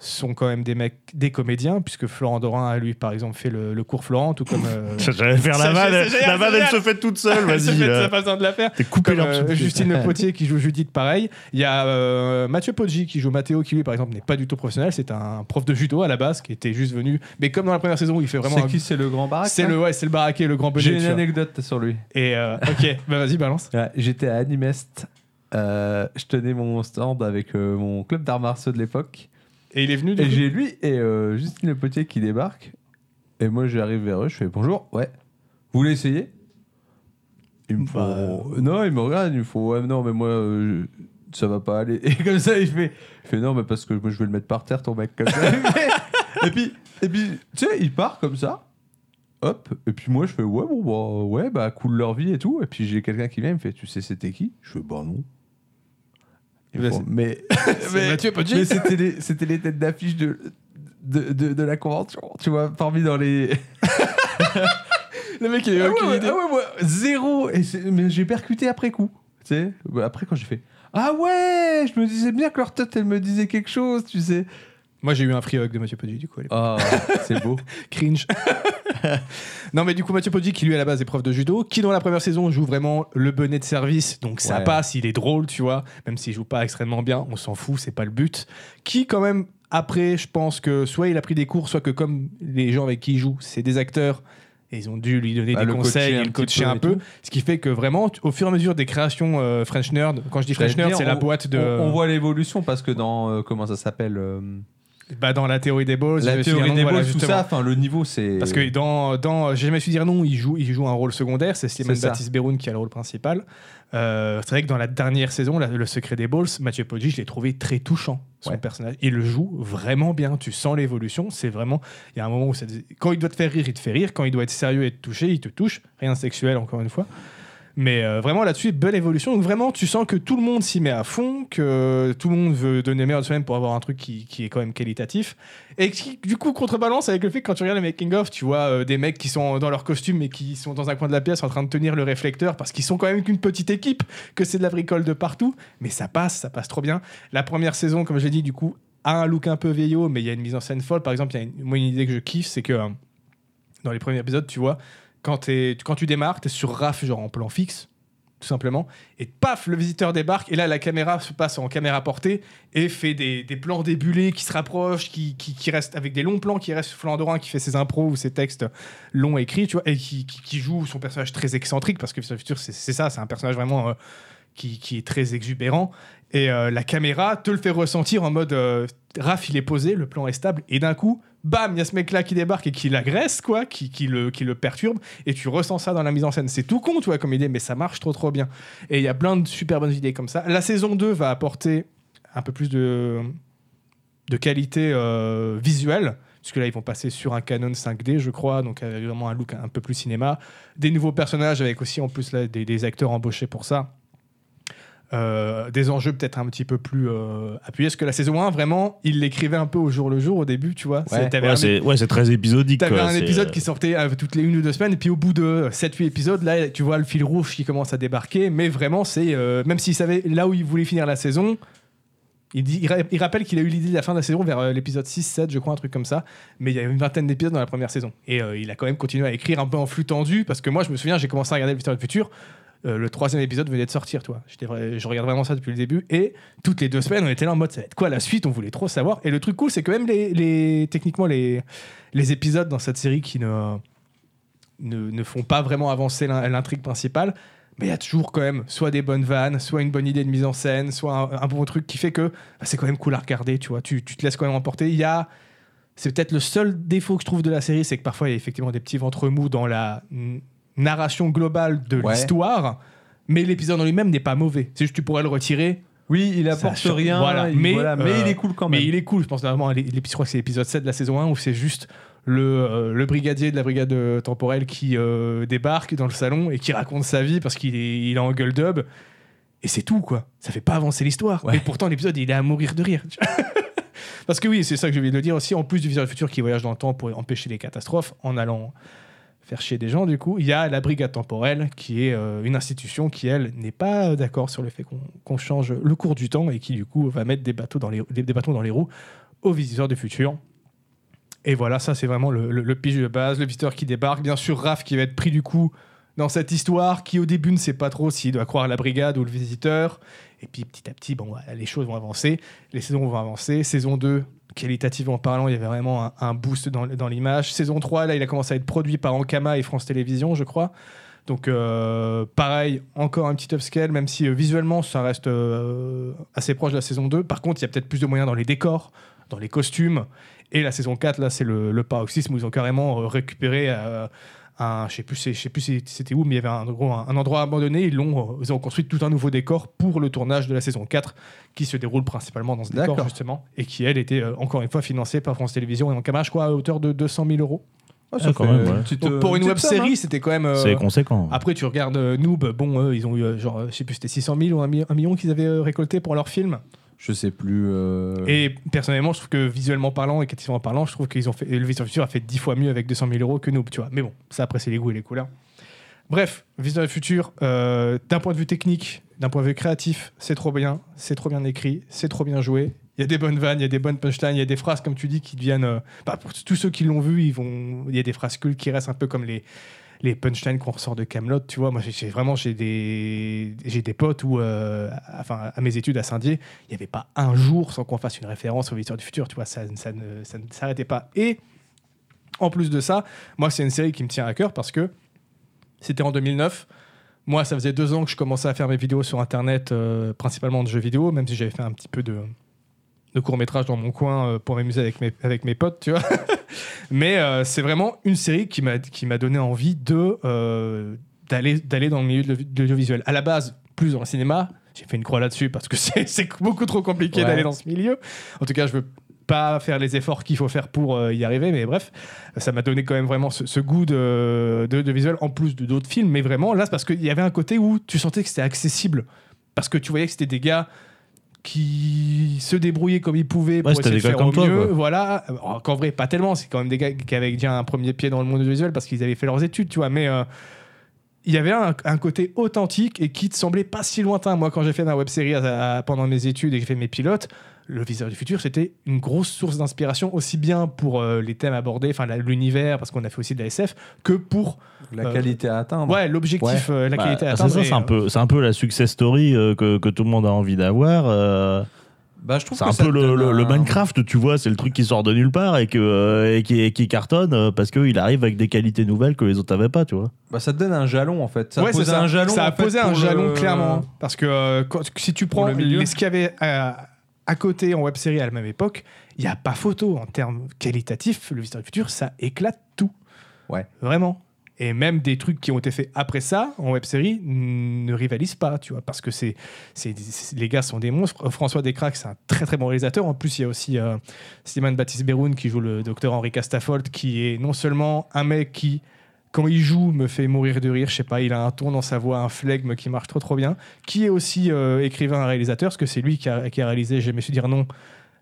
S2: sont quand même des mecs, des comédiens, puisque Florent Dorin a lui, par exemple, fait le, le cours Florent, tout comme... euh,
S3: J'allais faire
S2: Ça,
S3: la vanne,
S2: c'est- c'est génial,
S3: la vanne
S2: c'est
S3: elle se
S2: génial.
S3: fait toute seule,
S2: Ça
S3: vas-y.
S2: fait-
S3: euh,
S2: ça fait besoin de la faire.
S3: T'es coupé
S2: Comme
S3: leur
S2: euh,
S3: souffle.
S2: Justine Le Potier qui joue Judith, pareil. Il y a euh, Mathieu Poggi qui joue Matteo, qui lui, par exemple, n'est pas du tout professionnel. C'est un prof de judo à la base qui était juste venu. Mais comme dans la première saison, il fait vraiment.
S1: C'est
S2: un-
S1: qui C'est le grand baraque
S2: C'est
S1: hein
S2: le, ouais, c'est le baraquet, le grand bonnet.
S1: J'ai
S2: tu
S1: une
S2: vois.
S1: anecdote sur lui.
S2: Et euh, ok, bah vas-y, balance.
S1: Ouais, J'étais à Animest. euh, je tenais mon stand avec euh, mon club d'arts martiaux de l'époque.
S2: Et il est venu. du
S1: Et
S2: coup
S1: j'ai lui et euh, Justine Le Potier qui débarque. Et moi, j'arrive vers eux, je fais bonjour, ouais. Vous voulez essayer Ils
S2: Bah.
S1: me font. euh, Non, ils me regardent, ils me font ouais, mais non, mais moi, euh, je- ça va pas aller. Et comme ça, il fait, il fait non, mais parce que moi, je vais le mettre par terre, ton mec, comme ça. et puis, et puis tu sais, il part comme ça. Hop, et puis moi je fais ouais, bon, bah, ouais, bah, cool leur vie et tout. Et puis j'ai quelqu'un qui vient, il me fait, tu sais, c'était qui Je fais bah non. Ils me
S2: Bah,
S1: font, mais
S2: C'est
S1: mais-
S2: Mathieu Poggi.
S1: mais c'était les, c'était les têtes d'affiche de, de, de, de la convention, tu vois, parmi dans les.
S2: Le mec, il est
S1: Ah
S2: aucune
S1: ouais, ouais,
S2: idée.
S1: ah ouais, moi, zéro Et c'est- Mais j'ai percuté après coup. Tu sais, Bah, après quand j'ai fait Ah ouais Je me disais bien que leur tête, elle me disait quelque chose, tu sais.
S2: Moi, j'ai eu un free hug de Mathieu Poggi, du coup. à l'époque.
S1: Ah, c'est beau.
S2: Cringe. non, mais du coup, Mathieu Poggi, qui lui, à la base, est prof de judo, qui dans la première saison joue vraiment le bonnet de service. Donc ça
S1: Ouais.
S2: passe, il est drôle, tu vois. Même s'il joue pas extrêmement bien, on s'en fout, c'est pas le but. Qui, quand même, après, je pense que soit il a pris des cours, soit que comme les gens avec qui il joue, c'est des acteurs. Et ils ont dû lui donner
S1: Bah,
S2: des
S1: le
S2: conseils,
S1: coacher un
S2: et le
S1: petit
S2: coacher
S1: peu
S2: un
S1: et
S2: peu.
S1: tout.
S2: Ce qui fait que vraiment, tu- au fur et à mesure des créations euh, French Nerd, quand je dis French
S1: J'allais
S2: Nerd,
S1: dire,
S2: c'est la boîte de.
S1: On, on voit l'évolution parce que dans. euh, comment ça s'appelle euh,
S2: bah, dans la théorie des balls, je
S1: La
S2: vais finir,
S1: théorie
S2: non,
S1: des
S2: voilà,
S1: balles, tout
S2: justement.
S1: ça, enfin, le niveau, c'est.
S2: Parce que dans, dans J'ai jamais su dire non, il joue, il joue un rôle secondaire. C'est Slimane
S1: C'est ça.
S2: Baptiste Beroun qui a le rôle principal. Euh, c'est vrai que dans la dernière saison, la- Le Secret des Balls, Mathieu Poggi, je l'ai trouvé très touchant, son
S1: Ouais.
S2: personnage. Il le joue vraiment bien. Tu sens l'évolution. C'est vraiment. Il y a un moment où. ça- quand il doit te faire rire, il te fait rire. Quand il doit être sérieux et te toucher, il te touche. Rien de sexuel, encore une fois. Mais euh, vraiment là-dessus, belle évolution. Donc vraiment, tu sens que tout le monde s'y met à fond, que tout le monde veut donner le meilleur de soi-même pour avoir un truc qui, qui est quand même qualitatif. Et qui, du coup, contrebalance avec le fait que quand tu regardes les making-of, tu vois euh, des mecs qui sont dans leur costume et qui sont dans un coin de la pièce en train de tenir le réflecteur parce qu'ils sont quand même qu'une petite équipe, que c'est de la bricole de partout. Mais ça passe, ça passe trop bien. La première saison, comme je l'ai dit, du coup, a un look un peu vieillot, mais il y a une mise en scène folle. Par exemple, il y a une, moi, une idée que je kiffe, c'est que. euh, dans les premiers épisodes, tu vois, quand, t'es- quand tu démarres, tu es sur RAF, genre en plan fixe, tout simplement, et paf, le visiteur débarque, et là, la caméra se passe en caméra portée et fait des, des plans débulés qui se rapprochent, qui, qui, qui restent avec des longs plans, qui restent sur Flandorin, qui fait ses impros ou ses textes longs écrits, tu vois, et qui, qui- qui joue son personnage très excentrique, parce que Vincent Futur, c'est c'est ça, c'est un personnage vraiment. euh, qui, qui est très exubérant. Et euh, la caméra te le fait ressentir en mode euh, Raph, il est posé, le plan est stable, et d'un coup, bam, il y a ce mec-là qui débarque et qui l'agresse, quoi, qui, qui, le, qui le perturbe, et tu ressens ça dans la mise en scène. C'est tout con, tu vois, comme idée, mais ça marche trop, trop bien. Et il y a plein de super bonnes idées comme ça. La saison 2 va apporter un peu plus de, de qualité euh, visuelle. Parce que là, ils vont passer sur un Canon 5D, je crois, donc avec vraiment un look un peu plus cinéma. Des nouveaux personnages, avec aussi en plus là, des, des acteurs embauchés pour ça. Euh, des enjeux peut-être un petit peu plus euh, appuyés. Parce que la saison 1, vraiment, il l'écrivait un peu au jour le jour au début, tu vois. C'est- t'avais un
S3: Ouais, c'est ouais, c'est très épisodique.
S2: T'avais
S3: quoi,
S2: un
S3: c'est,
S2: épisode
S3: euh,
S2: qui sortait euh, toutes les une ou deux semaines, et puis au bout de 7-8 épisodes, là, tu vois le fil rouge qui commence à débarquer, mais vraiment, c'est. euh, même s'il savait là où il voulait finir la saison, il, dit, il, ra- il rappelle qu'il a eu l'idée de la fin de la saison vers euh, l'épisode 6-7, je crois, un truc comme ça, mais il y a une vingtaine d'épisodes dans la première saison. Et euh, il a quand même continué à écrire un peu en flux tendu, parce que moi, je me souviens, j'ai commencé à regarder Le Futur du Futur. euh, le troisième épisode venait de sortir, toi. J'étais vrai- je regarde vraiment ça depuis le début. Et toutes les deux semaines, on était là en mode ça va être quoi la suite On voulait trop savoir. Et le truc cool, c'est que même les, les- techniquement, les, les épisodes dans cette série qui ne, ne, ne font pas vraiment avancer l'in- l'intrigue principale, mais il y a toujours quand même soit des bonnes vannes, soit une bonne idée de mise en scène, soit un, un bon truc qui fait que bah, c'est quand même cool à regarder, tu vois. Tu, tu te laisses quand même emporter. Il y a. C'est peut-être le seul défaut que je trouve de la série, c'est que parfois il y a effectivement des petits ventres mous dans la mm, narration globale de
S1: Ouais.
S2: l'histoire, mais l'épisode en lui-même n'est pas mauvais. C'est juste que tu pourrais le retirer
S1: Oui, il
S2: Ça
S1: apporte
S2: change-
S1: rien,
S2: voilà,
S1: il-
S2: mais,
S1: voilà, mais
S2: euh,
S1: il est cool quand même.
S2: mais il est cool, je pense notamment à l'é- l'ép- je crois que c'est l'épisode 7 de la saison 1 où c'est juste le, euh, le brigadier de la brigade euh, temporelle qui euh, débarque dans le salon et qui raconte sa vie parce qu'il est, il est en gueule d'ub. Et c'est tout, quoi. Ça fait pas avancer l'histoire.
S1: Ouais.
S2: Et pourtant, l'épisode, il est à mourir de rire. tu vois. parce que oui, c'est ça que je viens de dire aussi. En plus du viseur du futur qui voyage dans le temps pour empêcher les catastrophes en allant faire chier des gens, du coup, il y a la brigade temporelle qui est euh, une institution qui, elle, n'est pas euh, d'accord sur le fait qu'on qu'on change le cours du temps et qui, du coup, va mettre des, bateaux dans les, des, des bâtons dans les roues aux visiteurs du futur. Et voilà, ça, c'est vraiment le, le, le pitch de base, le visiteur qui débarque. Bien sûr, Raph qui va être pris, du coup, dans cette histoire qui, au début, ne sait pas trop s'il doit croire à la brigade ou le visiteur. Et puis, petit à petit, bon, voilà, les choses vont avancer, les saisons vont avancer. Saison 2, qualitativement parlant, il y avait vraiment un, un boost dans, dans l'image. Saison 3, là, il a commencé à être produit par Ankama et France Télévisions, je crois. Donc, euh, pareil, encore un petit upscale, même si euh, visuellement, ça reste euh, assez proche de la saison 2. Par contre, il y a peut-être plus de moyens dans les décors, dans les costumes. Et la saison 4, là, c'est le, le paroxysme où ils ont carrément euh, récupéré. euh, un, je sais plus, c'est- je sais plus c'est- c'était où, mais il y avait un, en gros, un, un endroit abandonné. Ils l'ont, euh, ils ont construit tout un nouveau décor pour le tournage de la saison 4, qui se déroule principalement dans ce décor
S1: D'accord.
S2: justement, et qui elle était euh, encore une fois financée par France Télévisions et en Camache, quoi, à hauteur de 200 000 euros.
S1: Ah,
S3: Ah,
S1: ça
S3: quand
S1: fait
S3: même, ouais.
S1: petite,
S2: Donc
S1: euh,
S2: pour une
S1: petite
S2: web série, c'était quand même. euh,
S3: C'est conséquent.
S2: après, tu regardes euh, Noob, bon, eux, ils ont eu euh, genre, euh, je sais plus, c'était 600 000 ou un, mi- un million qu'ils avaient euh, récolté pour leur film.
S1: somme. Je sais plus. euh,
S2: Et personnellement, je trouve que visuellement parlant et qualitativement parlant, je trouve qu'ils ont fait. Le Visiteur Futur a fait 10 fois mieux avec 200 000 euros que Noob, tu vois. Mais bon, ça après, c'est les goûts et les couleurs. Bref, Visiteur Futur, euh, d'un point de vue technique, d'un point de vue créatif, c'est trop bien, c'est trop bien écrit, c'est trop bien joué. Il y a des bonnes vannes, il y a des bonnes punchlines, il y a des phrases, comme tu dis, qui deviennent. euh, bah, pour tous ceux qui l'ont vu, ils vont, il y a des phrases cultes qui restent un peu comme les, les punchlines qu'on ressort de Camelot. Tu vois, moi, j'ai- j'ai vraiment j'ai des, j'ai des potes où, euh, à- enfin, à mes études à Saint-Dié, il n'y avait pas un jour sans qu'on fasse une référence au Visiteur du Futur. Tu vois, ça, ça ne, ça ne s'arrêtait pas. Et en plus de ça, moi, c'est une série qui me tient à cœur parce que c'était en 2009. Moi, ça faisait deux ans que je commençais à faire mes vidéos sur Internet, euh, principalement de jeux vidéo, même si j'avais fait un petit peu de, de court-métrage dans mon coin euh, pour m'amuser avec mes, avec mes potes, tu vois. Mais euh, c'est vraiment une série qui m'a qui m'a donné envie de euh, d'aller d'aller dans le milieu de l'audio- de l'audiovisuel. À la base, plus dans le cinéma. J'ai fait une croix là-dessus parce que c'est c'est beaucoup trop compliqué
S1: Ouais.
S2: d'aller dans ce milieu. En tout cas, je veux pas faire les efforts qu'il faut faire pour euh, y arriver, mais bref, ça m'a donné quand même vraiment ce, ce goût de, de, de visuel en plus de d'autres films. Mais vraiment, là, c'est parce qu'il y avait un côté où tu sentais que c'était accessible. Parce que tu voyais que c'était des gars qui se débrouillaient comme ils pouvaient pour
S3: Ouais, c'était
S2: essayer de
S3: des gars
S2: faire au
S3: comme toi,
S2: mieux.
S3: quoi.
S2: Voilà. Alors qu'en vrai, pas tellement. C'est quand même des gars qui avaient déjà un premier pied dans le monde visuel parce qu'ils avaient fait leurs études, tu vois. Mais euh, il y avait un, un côté authentique et qui te semblait pas si lointain. Moi, quand j'ai fait ma web série à- à- pendant mes études et que j'ai fait mes pilotes, le Viseur du futur, c'était une grosse source d'inspiration, aussi bien pour euh, les thèmes abordés, enfin la- l'univers, parce qu'on a fait aussi de la SF, que pour
S1: La
S2: Euh,
S1: qualité à atteindre.
S2: ouais, l'objectif, euh, la
S3: Bah,
S2: qualité à
S3: c'est
S2: atteindre.
S3: ça,
S2: et,
S3: c'est un
S2: euh,
S3: peu, c'est un peu la success story euh, que, que tout le monde a envie d'avoir. euh,
S1: Bah, je trouve
S3: c'est
S1: que
S3: un
S1: ça
S3: peu
S1: te
S3: le,
S1: donne
S3: le- le
S1: un-
S3: Minecraft, tu vois, c'est le truc qui sort de nulle part et, que, euh, et qui, et qui cartonne euh, parce qu'il arrive avec des qualités nouvelles que les autres n'avaient pas, tu vois.
S1: Bah, ça te donne un jalon en fait. Ça
S2: ouais,
S1: pose
S2: c'est ça.
S1: un jalon.
S2: Ça a
S1: en fait,
S2: posé un
S1: pour euh, le-
S2: jalon, clairement. Parce que euh, quand- si tu prends
S1: Pour le milieu.
S2: les- ce qu'il y avait à, à côté en web série à la même époque, il n'y a pas photo. En termes qualitatifs, le Visiteur du Futur, ça éclate tout.
S1: Ouais.
S2: Vraiment. Et même des trucs qui ont été faits après ça, en web série, ne rivalisent pas, tu vois, parce que c'est, c'est, c'est- les gars sont des monstres. Euh, François Descraques, c'est un très très bon réalisateur. En plus, il y a aussi euh, Simon Baptiste Beroun qui joue le docteur Henri Castafold, qui est non seulement un mec qui, quand il joue, me fait mourir de rire. Je sais pas, il a un ton dans sa voix, un flegme qui marche trop trop bien. Qui est aussi euh, écrivain et réalisateur, parce que c'est lui qui a, qui a réalisé Je me suis dire non,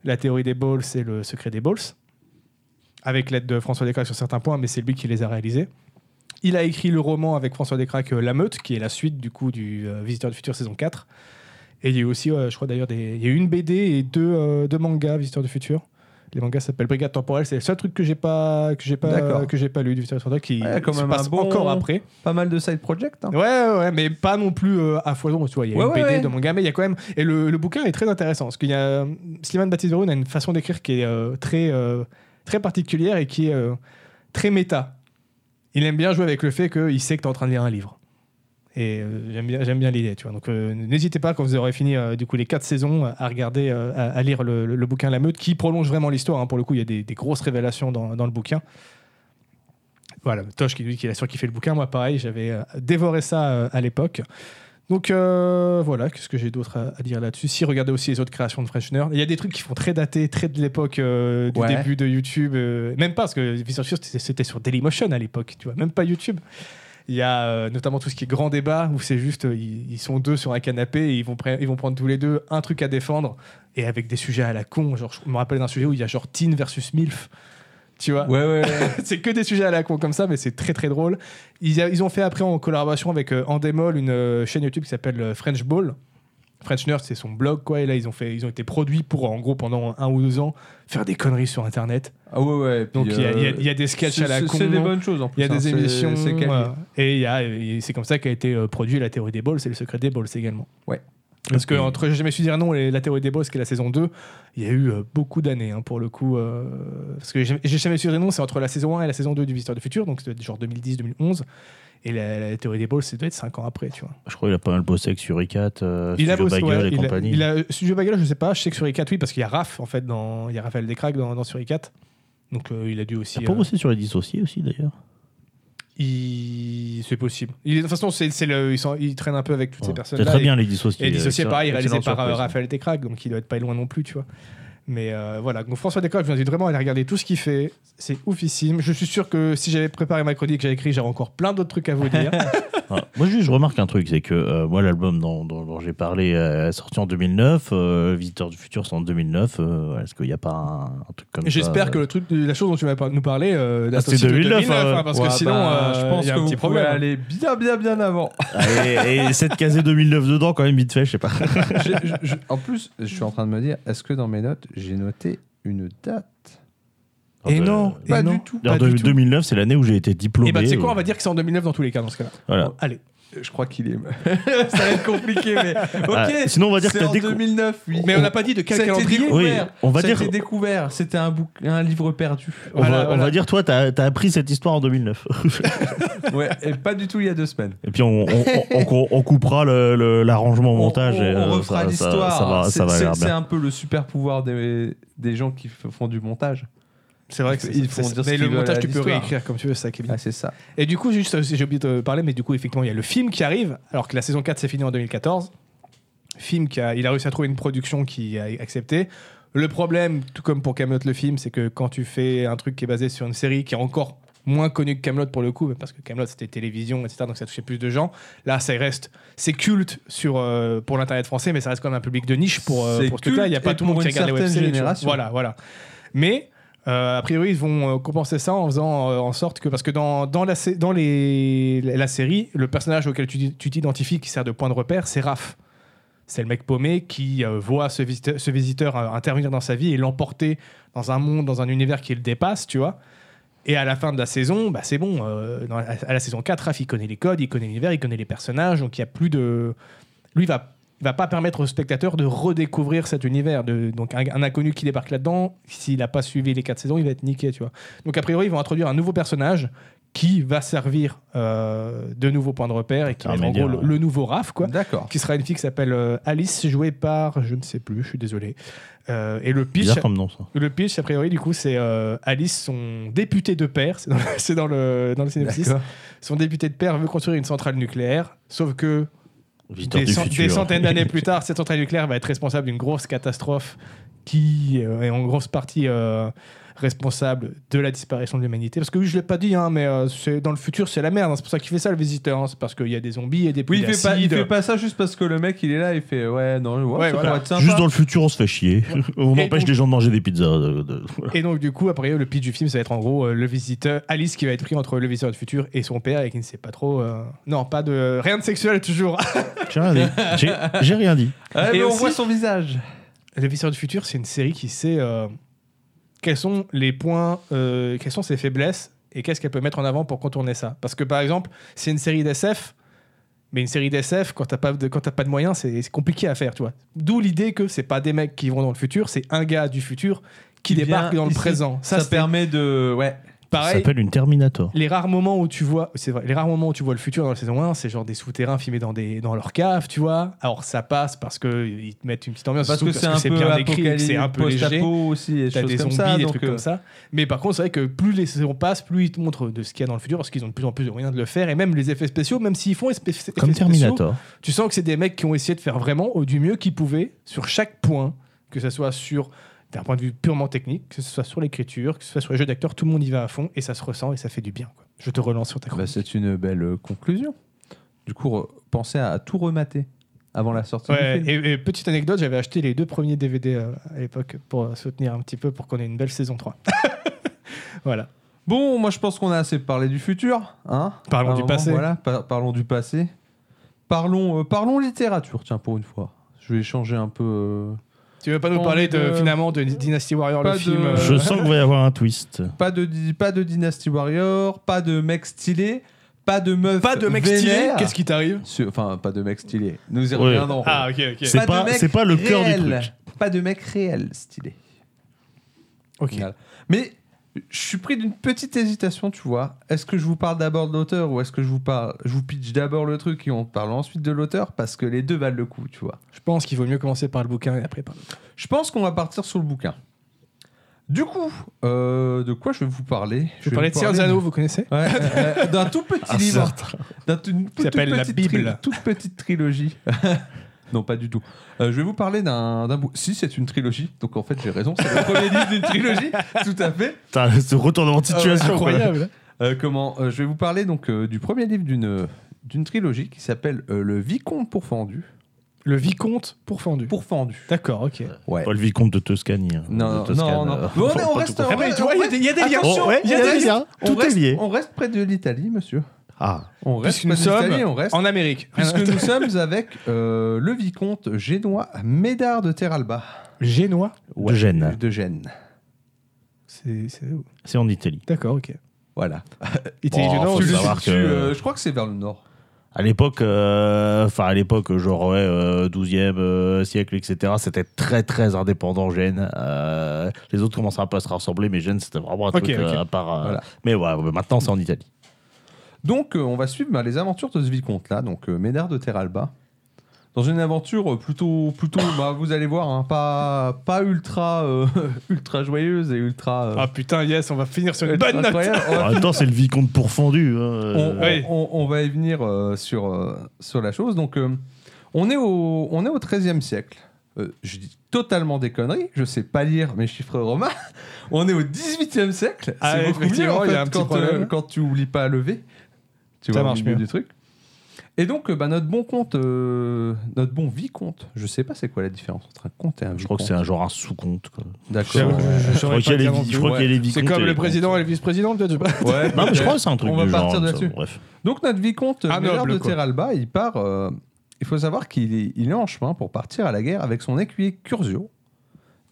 S2: La théorie des balls et Le secret des balls, avec l'aide de François Descraques sur certains points, mais c'est lui qui les a réalisés. Il a écrit le roman avec François Descraques, euh, La Meute, qui est la suite du coup du euh, Visiteur du futur saison 4. Et il y a eu aussi, euh, je crois d'ailleurs, des... il y a eu une BD et deux, euh, deux mangas Visiteurs du futur. Les mangas s'appellent Brigade temporelle. C'est le seul truc que j'ai pas que j'ai pas
S1: D'accord.
S2: que j'ai pas lu du Visiteur du futur qui
S1: Ouais, quand
S2: se
S1: même
S2: passe
S1: un bon-
S2: encore après.
S1: Pas mal de side project. hein.
S2: Ouais, ouais, ouais, mais pas non plus euh, à foison. Tu vois, il y a
S1: Ouais,
S2: une
S1: ouais,
S2: BD
S1: ouais.
S2: de manga, mais il y a quand même. Et le, le bouquin est très intéressant parce qu'il y a euh, Slimane Baptiste Brown a une façon d'écrire qui est euh, très euh, très particulière et qui est euh, très méta. Il aime bien jouer avec le fait qu'il sait que t'es en train de lire un livre. Et euh, j'aime bien, j'aime bien l'idée, tu vois. Donc euh, n'hésitez pas quand vous aurez fini euh, du coup les quatre saisons à regarder, euh, à, à lire le, le- le bouquin La Meute qui prolonge vraiment l'histoire. hein. Pour le coup, il y a des, des grosses révélations dans, dans le bouquin. Voilà, Tosh qui lui qui a surkiffé le bouquin. Moi, pareil, j'avais euh, dévoré ça euh, à l'époque. Donc euh, voilà, qu'est-ce que j'ai d'autre à, à dire là-dessus Si, regardez aussi les autres créations de Freshner. Il y a des trucs qui font très datés, très de l'époque euh, du
S1: Ouais.
S2: début de YouTube. euh, même pas, parce que Vision Sûr, c'était c'était sur Dailymotion à l'époque, tu vois, même pas YouTube. Il y a euh, notamment tout ce qui est grand débat où c'est juste euh, ils, ils sont deux sur un canapé et ils vont, pre- ils vont prendre tous les deux un truc à défendre et avec des sujets à la con. Genre, je me rappelle d'un sujet où il y a genre Teen versus MILF. Tu vois,
S1: Ouais, ouais, ouais.
S2: c'est que des sujets à la con comme ça, mais c'est très très drôle. Ils, a- ils ont fait après en collaboration avec euh, Endemol une euh, chaîne YouTube qui s'appelle euh, French Ball. French Nerd, c'est son blog, quoi. Et là, ils ont, fait, ils ont été produits pour, en gros, pendant un ou deux ans, faire des conneries sur Internet.
S1: Ah ouais, ouais. et puis,
S2: Donc, il y a- il y, a-
S1: euh,
S2: il y a des sketchs
S1: c'est-
S2: à la
S1: c'est-
S2: con.
S1: C'est des bonnes choses en
S2: Il
S1: plus.
S2: y a
S1: hein,
S2: des
S1: c'est-
S2: émissions.
S1: C'est quali-
S2: euh, et il y a- et c'est comme ça qu'a été euh, produit la théorie des balls et le secret des balls également.
S1: Ouais.
S2: Parce que entre Je me suis dit ah non et la théorie des balls, qui est la saison 2, il y a eu euh, beaucoup d'années hein, pour le coup. euh, parce que J'ai J'ai jamais su dire non, c'est entre la saison 1 et la saison 2 du Visiteur du Futur, donc c'était genre 2010-2011. Et la, la théorie des balls, ça doit être 5 ans après, tu vois.
S3: Je crois qu'il a pas mal bossé avec Suricat, euh, Studio
S2: bossé,
S3: Bagel
S2: ouais,
S3: et
S2: il a-
S3: compagnie.
S2: il a- euh, Studio Bagel, je sais pas, je sais que sur E4, oui, parce qu'il y a Raph, en fait, dans, il y a Raphaël Descraques dans, dans sur E4. Donc euh, il a dû aussi.
S1: Ah,
S3: Il a pas
S2: euh,
S3: bossé sur les dissociés aussi, d'ailleurs.
S2: Il- C'est possible. Il... De toute façon, c'est, c'est le... ils, sont- ils traînent un peu avec toutes ces
S3: Ouais.
S2: personnes-là.
S3: C'est très
S2: et-
S3: bien les dissociés.
S2: Et dissocié
S3: Excellent-
S2: pareil, réalisé
S3: excellente
S2: par euh,
S3: surprise.
S2: Raphaël Descraques, donc il doit être pas loin non plus, tu vois. Mais euh, voilà, donc François Descraques, je vous invite vraiment à aller regarder tout ce qu'il fait. C'est oufissime. Je suis sûr que si j'avais préparé ma chronique, j'avais écrit, j'aurais encore plein d'autres trucs à vous dire.
S3: Ah, moi, juste, je remarque un truc, c'est que euh, moi, l'album dont, dont- dont j'ai parlé euh, est sorti en 2009, euh, Visiteur du futur, c'est en 2009. euh, Est-ce qu'il n'y a pas un, un truc comme ça
S2: J'espère
S3: euh,
S2: que le truc, de- la chose dont tu vas par- nous parler, euh, date
S3: Ah, c'est
S2: aussi de
S3: 2009, euh,
S2: hein, parce
S1: Ouais,
S2: que sinon,
S1: bah,
S2: euh,
S1: je pense
S2: il y a
S1: que
S2: un
S1: vous
S2: petit
S1: pouvez
S2: problème.
S1: aller bien, bien, bien avant.
S3: Ah, et, et cette casée 2009 dedans, quand même, vite fait, je sais pas.
S1: Je- je- je- en plus, je suis en train de me dire, est-ce que dans mes notes, j'ai noté une date
S2: Et non,
S3: euh,
S1: Pas
S2: et non,
S1: du tout.
S2: pas
S3: Alors, de-
S2: du tout.
S3: 2009, c'est l'année où j'ai été diplômé.
S2: Et bah, tu sais quoi,
S3: euh,
S2: on va dire que c'est en 2009 dans tous les cas, dans ce cas-là.
S3: Voilà.
S2: Allez.
S1: Je crois qu'il est. Ça va être compliqué, mais.
S3: Ah,
S1: Ok.
S3: sinon, on va dire que
S1: c'est
S3: t'as
S1: en
S3: décou-
S1: 2009, oui.
S2: Mais on n'a pas dit de quel
S1: Ça a été
S2: calendrier.
S3: Oui,
S1: découvert.
S3: on va
S1: Ça a
S3: dire-
S1: été découvert. C'était un, bouc- un livre perdu.
S3: On,
S2: Voilà,
S3: va, on
S2: voilà.
S3: va dire, toi, t'as as appris cette histoire en 2009.
S1: Ouais, et pas du tout il y a deux semaines.
S3: Et puis on, on- on- on- on coupera le- le- l'arrangement montage.
S1: on,
S3: et,
S1: on
S3: euh,
S1: refera
S3: ça- ça-
S1: l'histoire.
S3: Ça, va-
S1: C'est-
S3: ça va
S1: c'est-
S3: l'air
S1: C'est
S3: bien.
S1: un peu le super pouvoir des, des gens qui f- font du montage.
S2: C'est vrai que c'est
S1: Ils
S2: c'est-
S1: font dire ce
S2: Mais
S1: qu'ils
S2: le
S1: veulent à
S2: montage, tu peux
S1: l'histoire.
S2: réécrire comme tu veux, c'est ça qui est bien.
S1: Ah, c'est ça.
S2: Et du coup, juste, euh, j'ai oublié de parler, mais du coup, effectivement, il y a le film qui arrive, alors que la saison 4 s'est finie en 2014. Film qui a, il a réussi à trouver une production qui a accepté. Le problème, tout comme pour Camelot le film, c'est que quand tu fais un truc qui est basé sur une série qui est encore moins connue que Camelot pour le coup, parce que Camelot c'était télévision, etc. Donc ça touchait plus de gens. Là, ça reste, c'est culte sur euh, pour l'internet français, mais ça reste quand même un public de niche pour euh,
S1: C'est
S2: pour ce truc-là. Il n'y a
S1: culte
S2: pas
S1: et
S2: tout le monde
S1: pour
S2: qui
S1: une
S2: regarde les
S1: certaine
S2: web-séries, tu vois.
S1: génération.
S2: Voilà, voilà. Mais euh, a priori, ils vont euh, compenser ça en faisant euh, en sorte que. Parce que dans, dans, la, sé- dans les, la série, le personnage auquel tu tu t'identifies qui sert de point de repère, c'est Raph. C'est le mec paumé qui euh, voit ce visiteur, ce visiteur euh, intervenir dans sa vie et l'emporter dans un monde, dans un univers qui le dépasse, tu vois. Et à la fin de la saison, bah c'est bon. euh, dans la- à la saison 4, Raph, il connaît les codes, il connaît l'univers, il connaît les personnages. Donc, il n'y a plus de. Lui, il va, il va pas permettre au spectateur de redécouvrir cet univers. De, donc, un, un inconnu qui débarque là-dedans, s'il n'a pas suivi les 4 saisons, il va être niqué, tu vois. Donc, a priori, ils vont introduire un nouveau personnage qui va servir euh, de nouveaux points de repère et qui va être en gros
S3: Intermédiaire,
S2: le,
S3: ouais.
S2: le nouveau Raph, quoi
S1: D'accord.
S2: qui sera une fille qui s'appelle euh, Alice, jouée par je ne sais plus, je suis désolé. Euh, et le pitch,
S3: Bizarre comme nom, ça.
S2: le pitch a priori du coup c'est euh, Alice, son député de père, c'est dans, le- c'est dans le dans le synopsis.
S1: D'accord.
S2: Son député de père veut construire une centrale nucléaire, sauf que
S3: Visiteur
S2: des,
S3: du
S2: cent-
S3: futur.
S2: des centaines d'années plus tard, cette centrale nucléaire va être responsable d'une grosse catastrophe qui euh, est en grosse partie euh, responsable de la disparition de l'humanité. Parce que oui, je l'ai pas dit, hein, mais euh, c'est- dans le futur, c'est la merde. hein. C'est pour ça qu'il fait ça, le visiteur. hein. C'est parce qu'il y a des zombies et des
S1: Oui,
S2: pluies
S1: il fait, pas, il
S2: d'acide.
S1: fait pas ça juste parce que le mec il est là, il fait ouais, non, ouais,
S2: Ouais,
S1: ça
S2: voilà.
S1: pourrait être sympa.
S3: Juste dans le futur, on se fait chier. on
S2: Et
S3: empêche
S2: donc-
S3: les gens de manger des pizzas. de- de- voilà.
S2: Et donc, du coup, après, le pitch du film, ça va être en gros euh, le visiteur, Alice qui va être pris entre le visiteur du futur et son père et qui ne sait pas trop. euh, Non, pas de. Rien de sexuel toujours.
S3: J'ai rien dit. J'ai- J'ai rien dit.
S1: Ouais, Eh, mais
S2: Et
S1: on
S2: aussi-
S1: voit son visage.
S2: le visiteur du futur, c'est une série qui sait euh, quels sont les points, euh, quelles sont ses faiblesses et qu'est-ce qu'elle peut mettre en avant pour contourner ça. Parce que par exemple, c'est une série d'SF. Mais une série d'SF, quand t'as pas de, quand t'as pas de moyens, c'est c'est compliqué à faire, tu vois. D'où l'idée que c'est pas des mecs qui vont dans le futur, c'est un gars du futur qui
S1: Qui
S2: débarque
S1: vient
S2: dans le
S1: ici.
S2: présent.
S1: Ça,
S2: Ça, c'est
S1: permet de. Ah Ouais.
S3: Ça
S2: pareil.
S3: s'appelle une Terminator.
S2: les rares moments où tu vois c'est vrai les rares moments où tu vois le futur dans la saison 1 c'est genre des souterrains filmés dans des dans leur cave tu vois alors ça passe parce que ils te mettent une petite ambiance
S1: Parce
S2: surtout
S1: que c'est un peu
S2: et que
S1: apocalypse,
S2: c'est un peu léger
S1: post-apo aussi, et des
S2: t'as
S1: choses
S2: des
S1: comme
S2: zombies
S1: ça.
S2: des
S1: donc,
S2: trucs
S1: euh,
S2: comme ça mais par contre c'est vrai que plus les saisons passent plus ils te montrent de ce qu'il y a dans le futur parce qu'ils ont de plus en plus de moyens de le faire et même les effets spéciaux même s'ils font espé- effets
S3: Comme
S2: spéciaux,
S3: Terminator.
S2: tu sens que c'est des mecs qui ont essayé de faire vraiment au du mieux qu'ils pouvaient sur chaque point, que ce soit sur d'un point de vue purement technique, que ce soit sur l'écriture, que ce soit sur les jeux d'acteurs, tout le monde y va à fond et ça se ressent et ça fait du bien. quoi. Je te relance sur ta
S1: Bah,
S2: chronique.
S1: c'est une belle euh, conclusion. Du coup, re- pensez à tout remater avant la sortie
S2: Ouais,
S1: du film.
S2: et, et petite anecdote, j'avais acheté les deux premiers DVD euh, à l'époque pour euh, soutenir un petit peu pour qu'on ait une belle saison 3. voilà.
S1: Bon, moi je pense qu'on a assez parlé du futur. Hein
S2: Parlons
S1: À un
S2: du passé.
S1: Voilà, par- parlons du passé. Parlons, euh, parlons littérature, tiens, pour une fois. Je vais changer un peu. euh,
S2: Tu veux pas nous
S1: Bon,
S2: parler de,
S1: euh,
S2: finalement de Dynasty Warrior
S1: pas
S2: le
S1: de-
S2: film euh,
S3: Je sens qu'il va y avoir un twist.
S1: Pas de, di- pas de Dynasty Warrior, pas de mec stylé, pas de meuf.
S2: Pas de mec stylé,
S1: vénère.
S2: qu'est-ce qui t'arrive
S1: Sur- Enfin, pas de mec stylé. Nous y
S3: Ouais.
S1: reviendrons.
S2: Ah ok ok.
S3: C'est
S1: Pas de
S3: pas,
S1: mec
S3: c'est pas le cœur du
S1: réel.
S3: truc.
S1: Pas de mec réel stylé.
S2: Ok.
S1: Voilà. Mais je suis pris d'une petite hésitation, tu vois. Est-ce que je vous parle d'abord de l'auteur ou est-ce que je vous parle, je vous pitch d'abord le truc et on parle ensuite de l'auteur parce que les deux valent le coup, tu vois.
S2: Je pense qu'il vaut mieux commencer par le bouquin et après par le
S1: Je pense qu'on va partir sur le bouquin. Du coup, euh, de quoi je vais vous parler
S2: Je
S1: vais
S2: parlais de
S1: vous
S2: Seigneur des Anneaux, vous connaissez
S1: Ouais, euh, euh, d'un tout petit
S3: Ah,
S1: livre,
S3: certes.
S1: d'un tout- une toute
S2: s'appelle la
S1: petite
S2: Bible.
S1: tri- toute petite trilogie. non, pas du tout. Euh, je vais vous parler d'un d'un bou- Si, c'est une trilogie, donc en fait j'ai raison, c'est le premier livre d'une trilogie, tout à fait.
S3: Putain, ce retournement de situation. quoi.
S2: Incroyable.
S1: Euh, comment euh, Je vais vous parler donc euh, du premier livre d'une d'une trilogie qui s'appelle euh, Le Vicomte pourfendu.
S2: Le vicomte pourfendu.
S1: Pourfendu.
S2: D'accord, ok.
S1: Ouais.
S3: Pas le vicomte de Toscanie. hein.
S1: Non,
S3: De
S1: non,
S3: Toscane,
S1: non, non.
S3: euh,
S1: Mais on,
S3: faut
S1: est-
S3: pas
S1: on
S3: tout
S1: reste.
S3: confondre.
S1: on reste-
S2: des liens.
S3: Oh, ouais,
S2: il y a des liens.
S1: on
S3: Tout est
S1: reste-
S3: lié.
S1: On reste près de l'Italie, monsieur.
S3: Ah,
S1: On reste
S2: Puisque
S1: près
S2: nous
S1: de
S2: sommes
S1: l'Italie, on reste.
S2: En Amérique.
S1: Puisque nous sommes avec euh, le vicomte génois Médard de Terralba.
S2: Génois.
S3: de Gênes.
S1: De Gênes.
S2: C'est. c'est-
S3: C'est en Italie.
S2: D'accord, ok.
S1: Voilà.
S2: Italie du
S3: Oh,
S2: Nord,
S3: faut
S2: je-
S1: Tu le
S3: savoir
S1: situes,
S3: que-
S1: euh, je crois que c'est vers le nord.
S3: À l'époque, euh, enfin à l'époque, genre ouais, euh, 12e euh, siècle, etc. C'était très très indépendant Gênes. Euh, les autres commençaient un peu à se rassembler, mais Gênes c'était vraiment un
S2: Ok,
S3: truc euh,
S2: ok.
S3: à part. euh,
S1: Voilà.
S3: Mais ouais, ouais, maintenant c'est en Italie.
S1: Donc, euh, on va suivre bah, les aventures de ce vicomte-là, donc euh, Ménard de Terralba, dans une aventure euh, plutôt, plutôt bah, vous allez voir, hein, pas, pas ultra, euh, ultra joyeuse et ultra. euh,
S2: Ah putain, yes, on va finir sur une
S1: ultra
S2: bonne note.
S1: incroyable. On va
S3: En même temps, c'est le vicomte pourfendu. hein,
S1: on,
S3: euh,
S2: Ouais.
S1: on- on va y venir euh, sur, euh, sur la chose. Donc, euh, on, est au, on est au 13e siècle. Euh, je dis totalement des conneries, je sais pas lire mes chiffres romains. On est au 18e siècle.
S2: Ah,
S1: c'est beaucoup mieux
S2: effectivement,
S1: en
S2: il y a
S1: fait,
S2: un petit
S1: quand,
S2: problème.
S1: euh, quand tu oublies pas à lever. Tu
S2: Ça
S1: vois, au
S2: marche
S1: milieu
S2: mieux.
S1: du truc. Et donc, euh, bah, notre bon compte, euh, notre bon vicomte, je sais pas c'est quoi la différence entre un compte et un
S3: Je crois que c'est un genre un sous-compte. quoi.
S1: D'accord.
S2: J'avoue,
S1: ouais.
S2: je- je
S3: Je crois
S2: saurais
S3: qu'il y a
S2: pas
S3: les,
S2: dire non
S3: vi- je
S2: plus.
S3: crois
S1: ouais.
S3: qu'il y a les
S2: C'est
S3: vicomtes.
S2: comme
S3: et les
S2: le président
S3: comptes.
S2: et le vice-président, peut-être. je sais pas.
S1: Ouais,
S3: Non, mais je
S1: peut-être.
S3: crois que c'est un truc
S1: On va
S3: du genre.
S1: partir
S3: ça,
S1: là-dessus.
S3: Bref.
S1: Donc notre vicomte
S2: Un
S1: Ménard
S2: noble,
S1: de
S2: quoi.
S1: Terralba, il part euh, il faut savoir qu'il est, il est en chemin pour partir à la guerre avec son écuyer Curzio.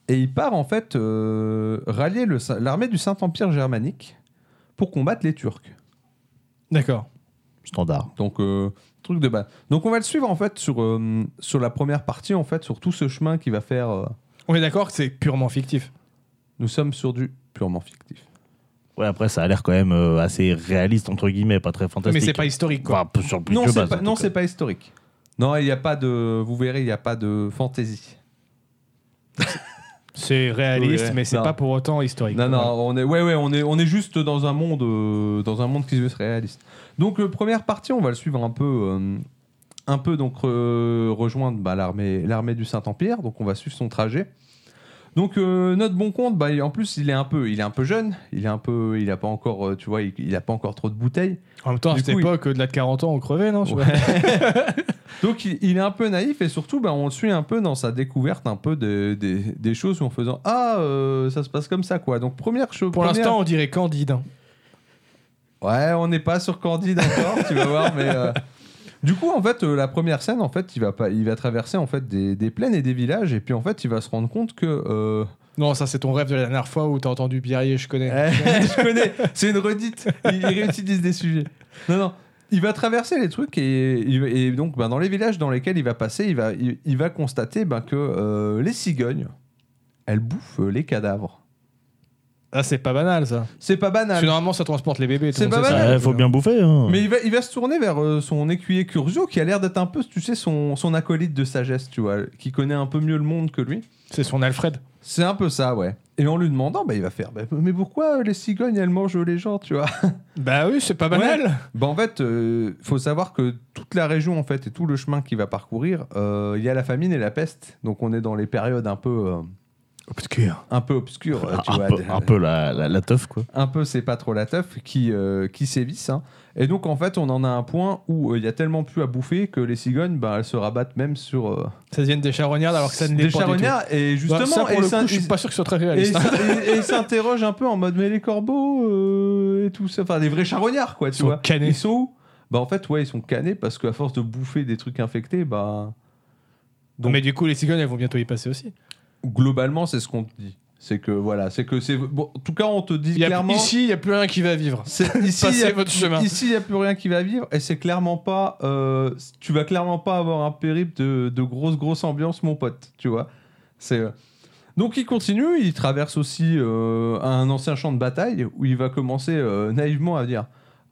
S1: Et il part en fait euh, rallier le Sa- l'armée du Saint-Empire germanique pour combattre les Turcs.
S2: D'accord.
S3: Standard.
S1: Donc, euh, truc de base. Donc, on va le suivre en fait sur, euh, sur la première partie, en fait, sur tout ce chemin qui va faire. euh,
S2: On est d'accord que c'est purement fictif.
S1: nous sommes sur du purement fictif.
S3: Ouais, après, ça a l'air quand même euh, assez réaliste, entre guillemets, pas très
S2: Mais
S3: fantastique. Bah,
S2: c'est pas historique, quoi.
S3: Enfin, peu- sur plus
S1: Non,
S3: de
S1: c'est
S3: base,
S1: pas,
S3: en
S1: non,
S3: tout
S1: c'est
S3: cas.
S1: pas historique. Non, il n'y a pas de. Vous verrez, il n'y a pas de fantaisie.
S2: C'est réaliste,
S1: Ouais.
S2: mais c'est
S1: Non.
S2: pas pour autant historique.
S1: Non, non, on est, ouais, ouais, on est, on est juste dans un monde, euh, dans un monde qui se veut réaliste. Donc, euh, première partie, on va le suivre un peu, euh, un peu donc euh, rejoindre bah, l'armée, l'armée du Saint Empire. Donc, on va suivre son trajet. Donc, euh, notre bon compte, bah, il- en plus, il est un peu, il est un peu jeune. Il est un peu, il a pas encore, euh, tu vois, il, il a pas encore trop de bouteilles.
S2: En même temps, à
S1: Du
S2: cette
S1: coup, il-
S2: époque, au-delà de 40 ans, on crevait, non je sais
S1: Ouais.
S2: pas.
S1: Donc il, il est un peu naïf et surtout bah, on le suit un peu dans sa découverte un peu de- des- des choses en faisant ah euh, ça se passe comme ça quoi. Donc première chose
S2: Pour
S1: première-
S2: l'instant, on dirait Candide. hein.
S1: ouais on n'est pas sur Candide encore tu vas voir mais euh, du coup en fait euh, la première scène en fait il va pas il va traverser en fait des, des plaines et des villages et puis en fait il va se rendre compte que euh,
S2: Non, ça, c'est ton rêve de la dernière fois où t'as entendu Biarrier, je connais.
S1: je connais c'est une redite il, il réutilise des sujets non non il va traverser les trucs et, il- et donc bah, dans les villages dans lesquels il va passer, il va, il, il va constater bah, que euh, les cigognes, elles bouffent euh, les cadavres.
S2: Ah, c'est pas banal, ça.
S1: C'est pas
S2: Parce que
S1: banal.
S2: normalement, ça transporte les bébés. tout
S1: C'est
S2: le monde
S1: pas
S2: sait ça.
S1: mal.
S3: Ouais, faut bien bouffer. Hein.
S1: Mais il va, il va se tourner vers euh, son écuyer Curzio qui a l'air d'être un peu, tu sais, son, son acolyte de sagesse, tu vois, qui connaît un peu mieux le monde que lui.
S2: C'est son Alfred.
S1: C'est un peu ça, ouais. Et en lui demandant, bah, il va faire, bah, mais pourquoi euh, les cigognes, elles mangent les gens, tu vois
S2: Bah oui, c'est pas banal.
S1: Bah en fait, euh, faut savoir que toute la région en fait et tout le chemin qu'il va parcourir, euh, il y a la famine et la peste. Donc on est dans les périodes un peu, euh,
S2: Obscur.
S1: un peu obscures. euh, tu
S3: un,
S1: vois,
S3: peu,
S1: de-
S3: un peu la, la, la teuf, quoi.
S1: un peu, c'est pas trop la teuf qui euh, qui sévissent. hein. Et donc en fait, on en a un point où euh, il y a tellement plus à bouffer que les cigognes, bah, elles se rabattent même sur euh,
S2: Ça devient des charognards alors que ça ne
S1: des
S2: l'est pas. du tout.
S1: charognards. Et
S2: Bah,
S1: justement,
S2: ça, pour
S1: et
S2: le
S1: ça-
S2: coup, je suis pas sûr que ce soit très
S1: et
S2: réaliste. hein.
S1: ça- et- et ils s'interrogent un peu en mode mais les corbeaux euh, et tout ça, enfin des vrais charognards quoi, tu
S2: Ils sont
S1: vois.
S2: canés.
S1: Ils sont où Bah en fait ouais ils sont canés parce qu'à force de bouffer des trucs infectés, bah
S2: Non, mais du coup, les cigognes, elles vont bientôt y passer aussi.
S1: globalement c'est ce qu'on te dit. C'est que voilà, c'est que c'est bon, en tout cas on te dit
S2: Il y a-
S1: clairement.
S2: Ici, il n'y a plus rien qui va vivre.
S1: c'est- Ici,
S2: Passez
S1: il y a-
S2: votre chemin.
S1: ici, il n'y a plus rien qui va vivre et c'est clairement pas. euh, tu vas clairement pas avoir un périple de, de grosse, grosse ambiance, mon pote, tu vois. C'est. euh, Donc il continue, il traverse aussi euh, un ancien champ de bataille où il va commencer euh, naïvement à dire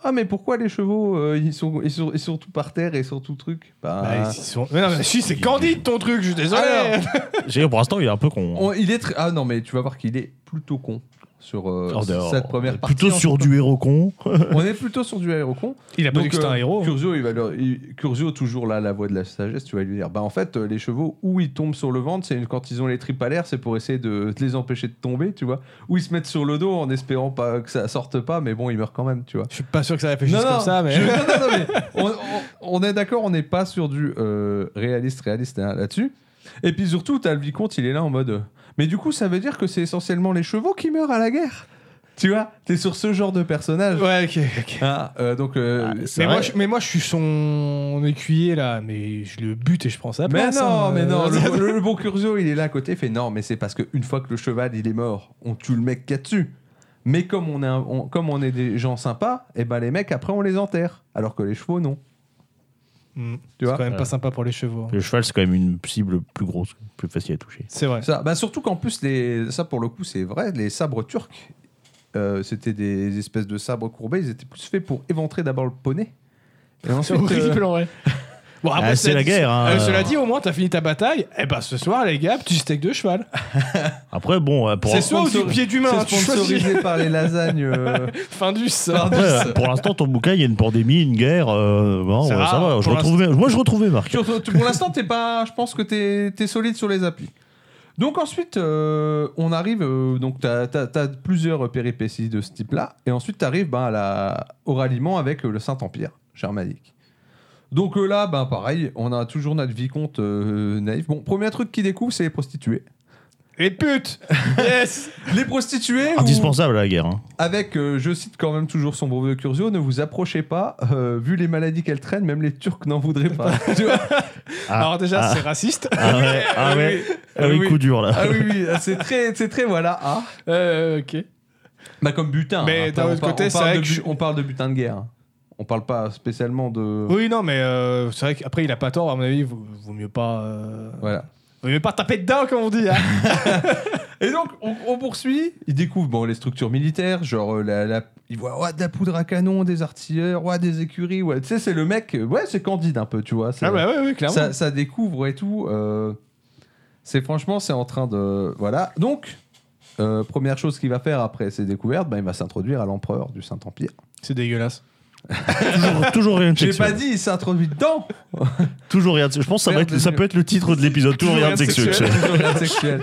S1: Ah, mais pourquoi les chevaux euh, ils, sont, ils, sont, ils sont tout par terre et sont tout truc Bah,
S3: Ah.
S2: Bah, ils sont- Mais non, mais si, c'est Candide ton truc, je suis désolé. hein.
S1: Alors,
S3: J'ai dit, pour l'instant, il est un peu con.
S1: on- il est très- Ah non, mais tu vas voir qu'il est plutôt con sur euh,
S3: Hors dehors.
S1: cette première partie.
S3: Plutôt
S1: en
S3: sur
S1: tout cas.
S3: du héros con.
S1: On est plutôt sur du aérocon.
S2: Il a pas
S1: Donc,
S2: dit que c'était un
S1: euh,
S2: héros.
S1: Curzio, il va leur- il- Curzio, toujours là, la voix de la sagesse, tu vas lui dire bah en fait, euh, les chevaux, où ils tombent sur le ventre, c'est une- quand ils ont les tripes à l'air, c'est pour essayer de, de les empêcher de tomber, tu vois. Ou ils se mettent sur le dos en espérant pas que ça sorte pas, mais bon, ils meurent quand même, tu vois.
S2: Je suis pas sûr que ça réfléchisse comme ça, mais.
S1: je- non, non, non, mais on, on- on est d'accord, on n'est pas sur du euh, réaliste, réaliste hein, là-dessus. Et puis surtout, t'as le vicomte, il est là en mode. euh, Mais du coup, ça veut dire que c'est essentiellement les chevaux qui meurent à la guerre. Tu vois, t'es sur ce genre de personnage.
S2: Ouais, ok, ok.
S1: Ah, euh, donc, euh,
S3: Ah, c'est
S2: Mais moi,
S3: vrai.
S2: je, mais moi, je suis son écuyer là, mais je le bute et je prends sa
S1: Mais
S2: place.
S1: non,
S2: hein.
S1: mais non, le, le- le bon Curzio, il est là à côté, il fait non, mais c'est parce qu'une fois que le cheval, il est mort, on tue le mec qui a dessus. Mais comme on, est un- on- comme on est des gens sympas, et ben les mecs, après, on les enterre. Alors que les chevaux, non.
S2: Mm.
S1: Tu
S2: C'est
S1: vois
S2: quand même pas sympa pour les chevaux. hein.
S3: Le cheval, c'est quand même une cible plus grosse, plus facile à toucher.
S2: C'est vrai.
S1: Ça, bah, surtout qu'en plus, les, ça, pour le coup, c'est vrai, les sabres turcs, euh, c'était des espèces de sabres courbés, ils étaient plus faits pour éventrer d'abord le poney. Et
S2: C'est
S1: ensuite, euh,
S2: horrible en vrai. Bon,
S3: Ah, c'est
S2: cela
S3: la
S2: dit-
S3: guerre, hein.
S2: euh, cela dit, au moins, t'as fini ta bataille. Eh ben, ce soir, les gars, petit steak de cheval.
S3: Après, bon, euh, pour
S2: C'est soit ou du
S1: sponsor-
S2: pied d'humain, hein,
S1: c'est
S2: tu choisis.
S1: sponsorisé par les lasagnes. euh,
S2: Fin du
S1: par
S2: sort.
S1: du-
S3: Après, euh, pour l'instant, ton bouquin, il y a une pandémie, une guerre. euh, bon,
S2: Ça
S3: ouais,
S2: va,
S3: ça
S1: hein,
S3: va. Je
S2: pour
S3: retrouve mes- moi, je retrouve mes marques.
S1: Tu- tu- pour l'instant, t'es pas. Je pense que t'es es solide sur les appuis. Donc ensuite, euh, on arrive. euh, donc t'as as, plusieurs péripéties de ce type-là, et ensuite t'arrives ben, à la- au ralliement avec euh, le Saint Empire germanique. Donc euh, là, ben pareil, on a toujours notre vicomte euh, naïf. Bon, premier truc qu'il découvre, c'est les prostituées.
S2: Les putes Yes
S1: Les prostituées.
S3: Ah,
S1: ou-
S3: Indispensable à la guerre. hein.
S1: Avec, euh, je cite quand même toujours son bon vieux Curzio, ne vous approchez pas, euh, vu les maladies qu'elle traîne, même les Turcs n'en voudraient pas. Tu vois
S3: Ah,
S2: Alors déjà,
S3: ah,
S2: c'est raciste.
S3: ah ouais, ah ouais, ah oui, coup dur là.
S1: Ah oui, oui, c'est très, c'est très, voilà. Ah.
S2: Euh, ok.
S1: Bah, comme butin.
S2: Mais
S1: hein,
S2: d'un
S1: on
S2: autre
S1: par-
S2: côté,
S1: on
S2: c'est
S1: parle
S2: vrai
S1: de
S2: que
S1: bu-
S2: je-
S1: On parle de butin de guerre. hein. On parle pas spécialement de.
S2: Oui, non, mais euh, c'est vrai qu'après, il a pas tort, à mon avis, vaut, vaut mieux pas. euh,
S1: Voilà.
S2: Vaut mieux pas taper dedans, comme on dit. hein.
S1: Et donc, on, on poursuit. Il découvre bon, les structures militaires, genre euh, la, la- il voit ouais, de la poudre à canon, des artilleurs, ouais, des écuries. Ouais. Tu sais, c'est le mec, euh, ouais, c'est candide un peu, tu vois. c'est- euh,
S2: ah, bah ouais, ouais, clairement.
S1: ça, ça découvre et tout. euh, c'est franchement, c'est en train de. Voilà. Donc, euh, première chose qu'il va faire après ses découvertes, bah, il va s'introduire à l'empereur du Saint-Empire.
S2: C'est dégueulasse.
S3: toujours, toujours rien de
S1: J'ai
S3: sexuel.
S1: pas dit, il s'introduit dedans
S3: Toujours rien de- Je pense que ça, va
S1: Merde,
S3: être, ça peut être le titre de l'épisode. Toujours rien de sexuel.
S2: sexuel.
S1: Toujours rien de sexuel.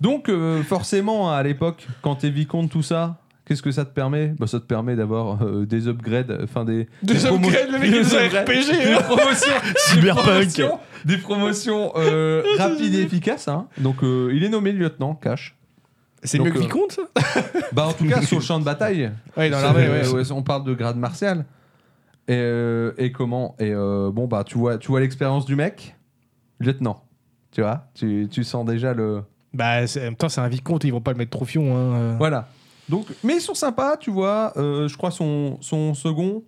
S1: Donc, euh, forcément, à l'époque, quand t'es vicomte, tout ça, qu'est-ce que ça te permet bah, Ça te permet d'avoir euh, des upgrades, enfin des.
S2: Des
S1: promos-
S2: upgrades, le mec, il
S1: des
S2: nous a
S1: upgrades,
S2: RPG,
S1: Des
S2: hein.
S1: promotions
S3: Cyberpunk.
S1: Des promotions, des promotions, euh, rapides et efficaces. hein. Donc, euh, il est nommé lieutenant, cash.
S2: C'est
S1: Donc,
S2: mieux que
S1: euh,
S2: Vicomte, ça
S1: Bah, en tout cas, sur le champ de bataille.
S2: Ouais, dans l'armée, ouais.
S1: Euh, ouais, On parle de grade martial. Et, euh, et comment Et euh, bon, bah, tu vois, tu vois l'expérience du mec, lieutenant. Tu vois, tu, tu sens déjà le.
S2: Bah, c'est- en même temps, c'est un Vicomte, ils vont pas le mettre trop fion. Hein. euh.
S1: Voilà. Donc, mais ils sont sympas, tu vois. Euh, je crois son, son second,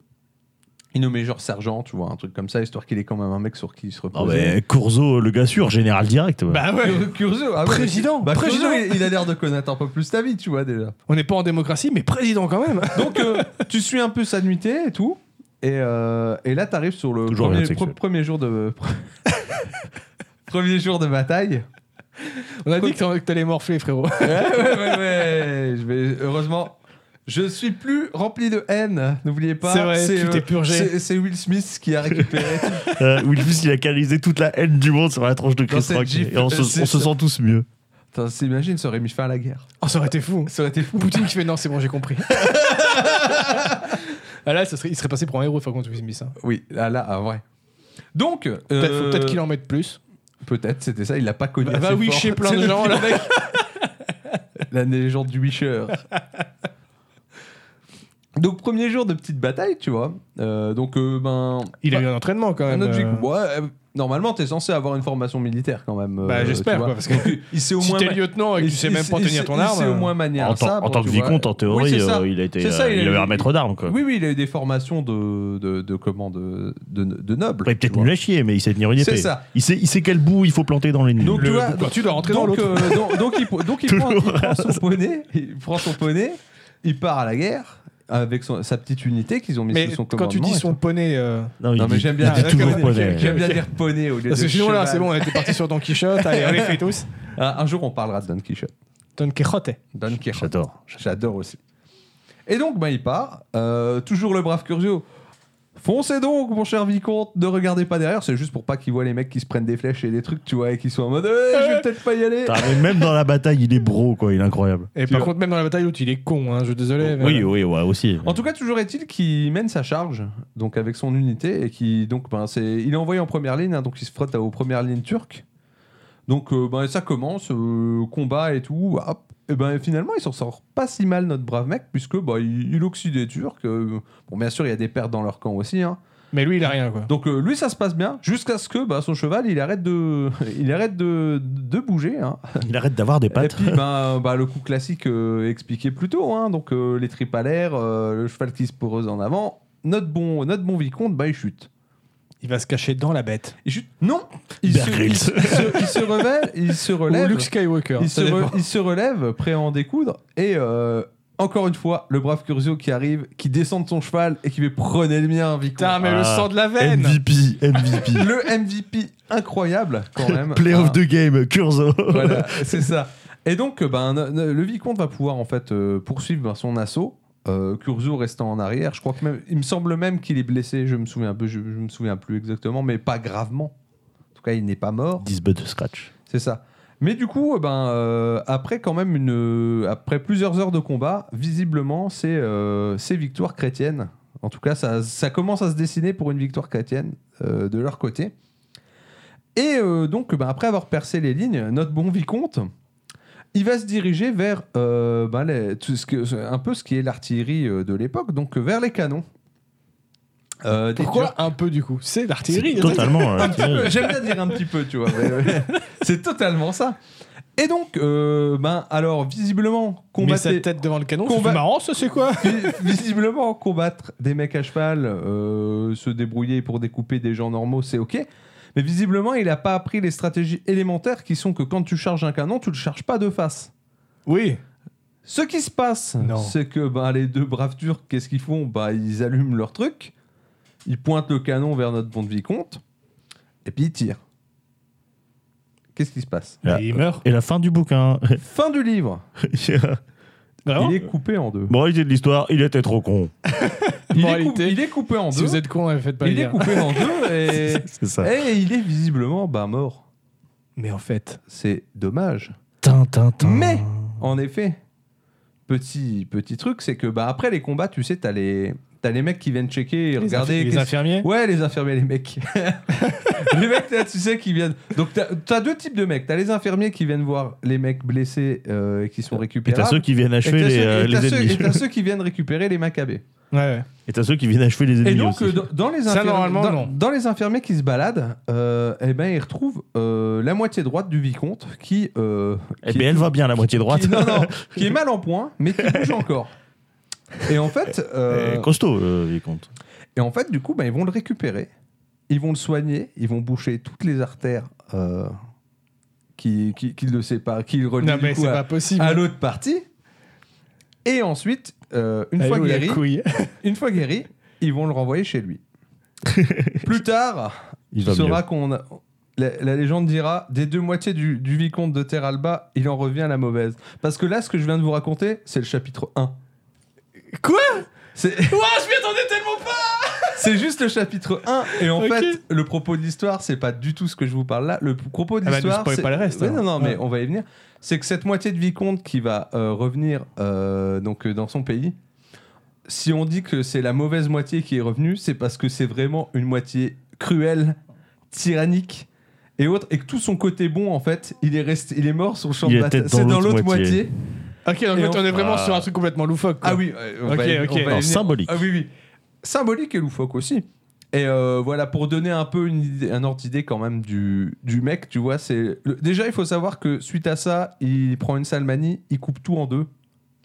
S1: il nommé genre sergent, tu vois, un truc comme ça, histoire qu'il ait quand même un mec sur qui il se repose.
S3: Non, mais Courzo, le gars sûr, général direct. Ah ouais.
S2: Bah ouais,
S1: Curzo, ah ouais.
S2: Président,
S1: Bah, Curzo,
S2: président.
S1: il, il a l'air de connaître un peu plus ta vie, tu vois, déjà.
S2: on n'est pas en démocratie, mais président quand même.
S1: Donc, euh, tu suis un peu sa nuitée et tout. Et, euh, et là, t'arrives sur le
S3: Toujours rien
S1: premier,
S3: de sexuel.
S1: pre- premier jour de. premier jour de bataille.
S2: On a dit que t'en- que t'allais morfler, frérot.
S1: Ouais, Eh ouais, ouais, ouais. Je vais, heureusement, je suis plus rempli de haine. N'oubliez pas.
S2: C'est vrai, tu t'es purgé.
S1: c'est- C'est Will Smith qui a récupéré. tout.
S3: Euh, Will Smith, il a canalisé toute la haine du monde sur la tranche de
S1: Dans
S3: Chris
S1: cette
S3: Rock.
S1: gifle,
S3: Et on se,
S1: euh, c'est
S3: on se
S1: ça.
S3: sent tous mieux.
S1: Attends, T'imagines, ça aurait mis fin à la guerre.
S2: Oh, ça aurait été fou.
S1: Ça aurait été fou.
S2: Poutine qui fait non, c'est bon, j'ai compris. ah là, ça serait, il serait passé pour un héros, il faut qu'on puisse mis ça.
S1: Oui, là, là, ah, vrai. Donc,
S2: Peut-être
S1: euh,
S2: faut peut-être qu'il en mette plus.
S1: peut-être, c'était ça. Il l'a pas connu.
S2: Bah, va
S1: assez
S2: wisher
S1: fort.
S2: plein de
S1: C'est
S2: gens,
S1: le
S2: là.
S1: mec. La légende du Wisher. Donc premier jour de petite bataille, tu vois. Euh, donc euh, ben,
S2: Il a
S1: bah,
S2: eu un entraînement quand
S1: Un
S2: même.
S1: objet-
S2: euh.
S1: ouais, euh, normalement, t'es censé avoir une formation militaire quand même.
S2: Bah,
S1: euh,
S2: j'espère,
S1: tu vois.
S2: quoi, parce que
S1: Donc, il sait au
S2: Si
S1: moins.
S2: t'es lieutenant et que
S1: il-
S2: tu sais
S1: il-
S2: même pas
S1: il-
S2: tenir ton
S1: il
S2: arme.
S1: sait au
S2: euh,
S1: moins manier
S3: en
S1: ça,
S3: tant, en
S1: bon,
S3: tant
S1: tu
S3: que
S1: vois.
S3: vicomte, en théorie,
S1: c'est ça.
S3: euh, il, a été,
S1: C'est ça,
S3: euh,
S1: il a
S3: il avait
S1: eu-
S3: un maître d'armes. quoi.
S1: Oui, oui, il a eu des formations de de de, comment, de, de, de nobles.
S3: Après, il est peut-être
S1: tu vois.
S3: nul à chier, mais il sait tenir une
S1: C'est
S3: épée.
S1: ça.
S3: Il sait, il sait quel bout il faut planter dans l'ennemi.
S1: Donc,
S2: le-
S1: tu vois,
S2: quoi, tu dois rentrer dans
S1: Donc,
S2: l'autre.
S1: euh, donc, donc il, po- donc il prend, il
S3: Toujours.
S1: prend son poney, il prend son poney, il part à la guerre avec son- sa petite unité qu'ils ont mis
S2: Mais
S1: sous son
S2: quand
S1: commandement.
S2: tu dis
S1: et
S2: son
S1: tout.
S2: poney. euh,
S3: il
S1: non mais
S3: dit-
S1: j'aime bien,
S3: il dit
S1: j'aime
S3: toujours
S1: bien-
S3: poney.
S1: j'aime bien
S2: ok.
S1: dire poney au lieu
S2: Parce
S1: de
S2: que sinon, là,
S1: cheval. Ah,
S2: c'est bon, on était parti sur Don Quichotte. Allez, on les fait tous.
S1: Un un jour, on parlera de Don Quichotte.
S2: Don Quichotte.
S1: Don Quichotte.
S3: J'adore.
S1: J'adore aussi. Et donc, bah, il part. Euh, toujours le brave Curzio. Foncez donc, mon cher vicomte, ne regardez pas derrière. C'est juste pour pas qu'ils voient les mecs qui se prennent des flèches et des trucs, tu vois, et qu'ils soient en mode Eh, je vais peut-être pas y aller.
S3: Putain, mais même dans la bataille, il est bro, quoi. Il est incroyable.
S2: Et par contre, même dans la bataille, l'autre, il est con, hein, je suis désolé.
S1: euh,
S2: mais-
S3: Oui,
S1: oh.
S3: oui, ouais, aussi.
S1: En tout cas, toujours est-il qu'il mène sa charge, donc avec son unité, et qui donc ben c'est, il est envoyé en première ligne, hein, donc il se frotte aux premières lignes turques. Donc euh, ben ça commence, euh, combat et tout. hop. Et ben finalement, il s'en sort pas si mal notre brave mec, puisque ben, il, il oxyde les Turcs. euh, bon, bien sûr, il y a des pertes dans leur camp aussi. hein.
S2: Mais lui, il a rien, quoi.
S1: Donc euh, lui, ça se passe bien, jusqu'à ce que ben, son cheval, il arrête de, il arrête de, de bouger. hein.
S3: Il arrête d'avoir des
S1: Et
S3: pattes.
S1: puis, ben, ben, le coup classique euh, expliqué plus tôt, hein, donc euh, les tripes à l'air, euh, le cheval qui se pose en avant, notre bon, notre bon vicomte, bah, il chute.
S2: Il va se cacher dans la bête.
S1: Il chute Non Il,
S3: Bear
S1: se,
S3: Grylls.
S1: il, se, il se relève, il se
S2: Ou
S1: relève,
S2: Luke Skywalker.
S1: il, se
S2: ça
S1: re-
S2: dépend.
S1: il se relève, prêt à en découdre, et euh, encore une fois, le brave Curzio qui arrive, qui descend de son cheval et qui fait « Prenez le mien,
S2: Putain,
S1: vicomte
S2: mais le
S3: Ah,
S2: sang de la
S1: Ben.
S2: veine
S3: MVP, ». MVP.
S1: Le MVP incroyable, quand même.
S3: Playoff
S1: Hein.
S3: de game, Curzo.
S1: voilà, c'est ça. Et donc, euh, ben, ne- ne- le vicomte va pouvoir en fait euh, poursuivre ben, son assaut. Euh, Curzo restant en arrière, je crois que même, il me semble même qu'il est blessé. Je me souviens un peu, je, je me souviens plus exactement, mais pas gravement. En tout cas, il n'est pas mort.
S3: 10 buts de scratch.
S1: C'est ça. Mais du coup, euh, ben, euh, après quand même une, euh, après plusieurs heures de combat, visiblement, c'est euh, c'est victoire chrétienne. En tout cas, ça, ça commence à se dessiner pour une victoire chrétienne euh, de leur côté. Et euh, donc, ben, après avoir percé les lignes, notre bon vicomte, il va se diriger vers euh, ben, euh, les- tout ce que- un peu ce qui est l'artillerie euh, de l'époque, donc vers les canons. Euh, des
S2: Pourquoi
S1: Turcs.
S2: un peu du coup C'est l'artillerie.
S3: C'est Totalement. euh, tiré.
S1: J'aime bien dire un petit peu, tu vois. mais, euh, c'est totalement ça. Et donc, euh, ben, alors, visiblement,
S2: Combattre sa
S1: combattre,
S2: tête devant le canon,
S1: Combat-
S2: c'est marrant, ça c'est quoi
S1: vi- visiblement, combattre des mecs à cheval, euh, se débrouiller pour découper des gens normaux, c'est ok. Mais visiblement, il n'a pas appris les stratégies élémentaires qui sont que quand tu charges un canon, tu le charges pas de face.
S2: Oui.
S1: Ce qui se passe,
S2: Non.
S1: c'est que ben, les deux braves turcs, qu'est-ce qu'ils font bah, Ils allument leur truc, ils pointent le canon vers notre bon de vicomte, et puis ils tirent. Qu'est-ce qui se passe
S3: Là.
S2: Et il meurt.
S3: Et la fin du bouquin.
S1: Fin du livre
S2: Vraiment
S1: Il est coupé en deux.
S3: Bon, il est de l'histoire, il était trop con.
S1: Il, est, coup-
S2: Moralité.
S1: il est coupé en
S2: Si
S1: deux.
S2: vous êtes con, hein, faites pas
S1: hein. Il est
S2: lire.
S1: coupé en deux et,
S3: C'est ça.
S1: et il est visiblement bah, mort.
S2: Mais en fait,
S1: C'est dommage.
S3: Tin, tin,
S2: Ah.
S3: tin.
S1: Mais En effet, petit, petit truc, c'est que bah, après les combats, tu sais, t'as les, t'as les mecs qui viennent checker et
S2: les
S1: regarder.
S2: infi- les
S1: qu'est-ce-
S2: infirmiers.
S1: Ouais, les infirmiers, les mecs. les mecs, là, tu sais, qui viennent. Donc, t'as as deux types de mecs. T'as les infirmiers qui viennent voir les mecs blessés euh, et qui sont
S3: Et
S1: récupérés.
S3: t'as ceux qui viennent achever les, euh, les ennemis.
S1: Et t'as ceux qui viennent récupérer les macabées.
S2: Ouais, ouais.
S3: Et t'as ceux qui viennent achever les ennemis.
S1: Et donc,
S3: aussi.
S1: euh, dans, dans les
S2: Ça,
S1: infirmiers,
S2: normalement,
S1: dans,
S2: non.
S1: dans les infirmiers qui se baladent, euh, eh ben, ils retrouvent euh, la moitié droite du vicomte qui, euh,
S3: Eh
S1: qui-
S3: bien, elle va bien, la moitié droite.
S1: qui- non, non, qui est mal en point, mais qui bouge encore. Et en fait, euh,
S3: Eh, Costaud, le vicomte.
S1: et en fait, du coup, ben, ils vont le récupérer, ils vont le soigner, ils vont boucher toutes les artères euh, qui, qui, qui le séparent, qui le relient
S2: Non,
S1: du
S2: mais
S1: coup,
S2: c'est
S1: à,
S2: pas possible.
S1: à l'autre partie. Et ensuite, euh, une
S2: Elle est
S1: fois
S2: où, Ah, la
S1: guéri,
S2: couille
S1: une fois guéri, ils vont le renvoyer chez lui. Plus tard,
S3: Il
S1: tu
S3: va
S1: sauras qu'on a- La, la légende dira des deux moitiés du, du vicomte de Terre Alba, il en revient à la mauvaise. Parce que là, ce que je viens de vous raconter, c'est le chapitre 1.
S2: Quoi
S1: C'est
S2: je m'y attendais tellement pas
S1: c'est juste le chapitre 1. Et en
S2: Ok.
S1: fait, le propos de l'histoire, c'est pas du tout ce que je vous parle là. Le p- propos de
S2: Ah bah, ne
S1: l'histoire.
S2: spoil
S1: c'est-
S2: pas le reste,
S1: Ouais,
S2: alors.
S1: non, non, mais
S2: Ouais.
S1: on va y venir. C'est que cette moitié de vicomte qui va euh, revenir euh, donc, euh, dans son pays. Si on dit que c'est la mauvaise moitié qui est revenue, c'est parce que c'est vraiment une moitié cruelle, tyrannique et autre, et que tout son côté bon, en fait, il est, resté, il est mort sur le champ
S3: Il
S1: de
S3: est
S1: bataille.
S3: peut-être dans
S1: C'est dans
S3: l'autre
S1: l'autre
S3: moitié.
S1: moitié.
S2: Ok, donc
S1: Et
S2: on est vraiment
S3: Ah.
S2: sur un truc complètement loufoque. quoi.
S1: Ah oui, euh, on
S2: Ok,
S1: va y-
S2: ok.
S1: on va y
S2: Non,
S1: venir.
S3: symbolique.
S1: Ah oui, oui. Symbolique et loufoque aussi. Et euh, voilà, pour donner un peu une idée- un ordre d'idée quand même du, du mec, tu vois, c'est. le- Déjà, il faut savoir que suite à ça, il prend une salmanie, il coupe tout en deux.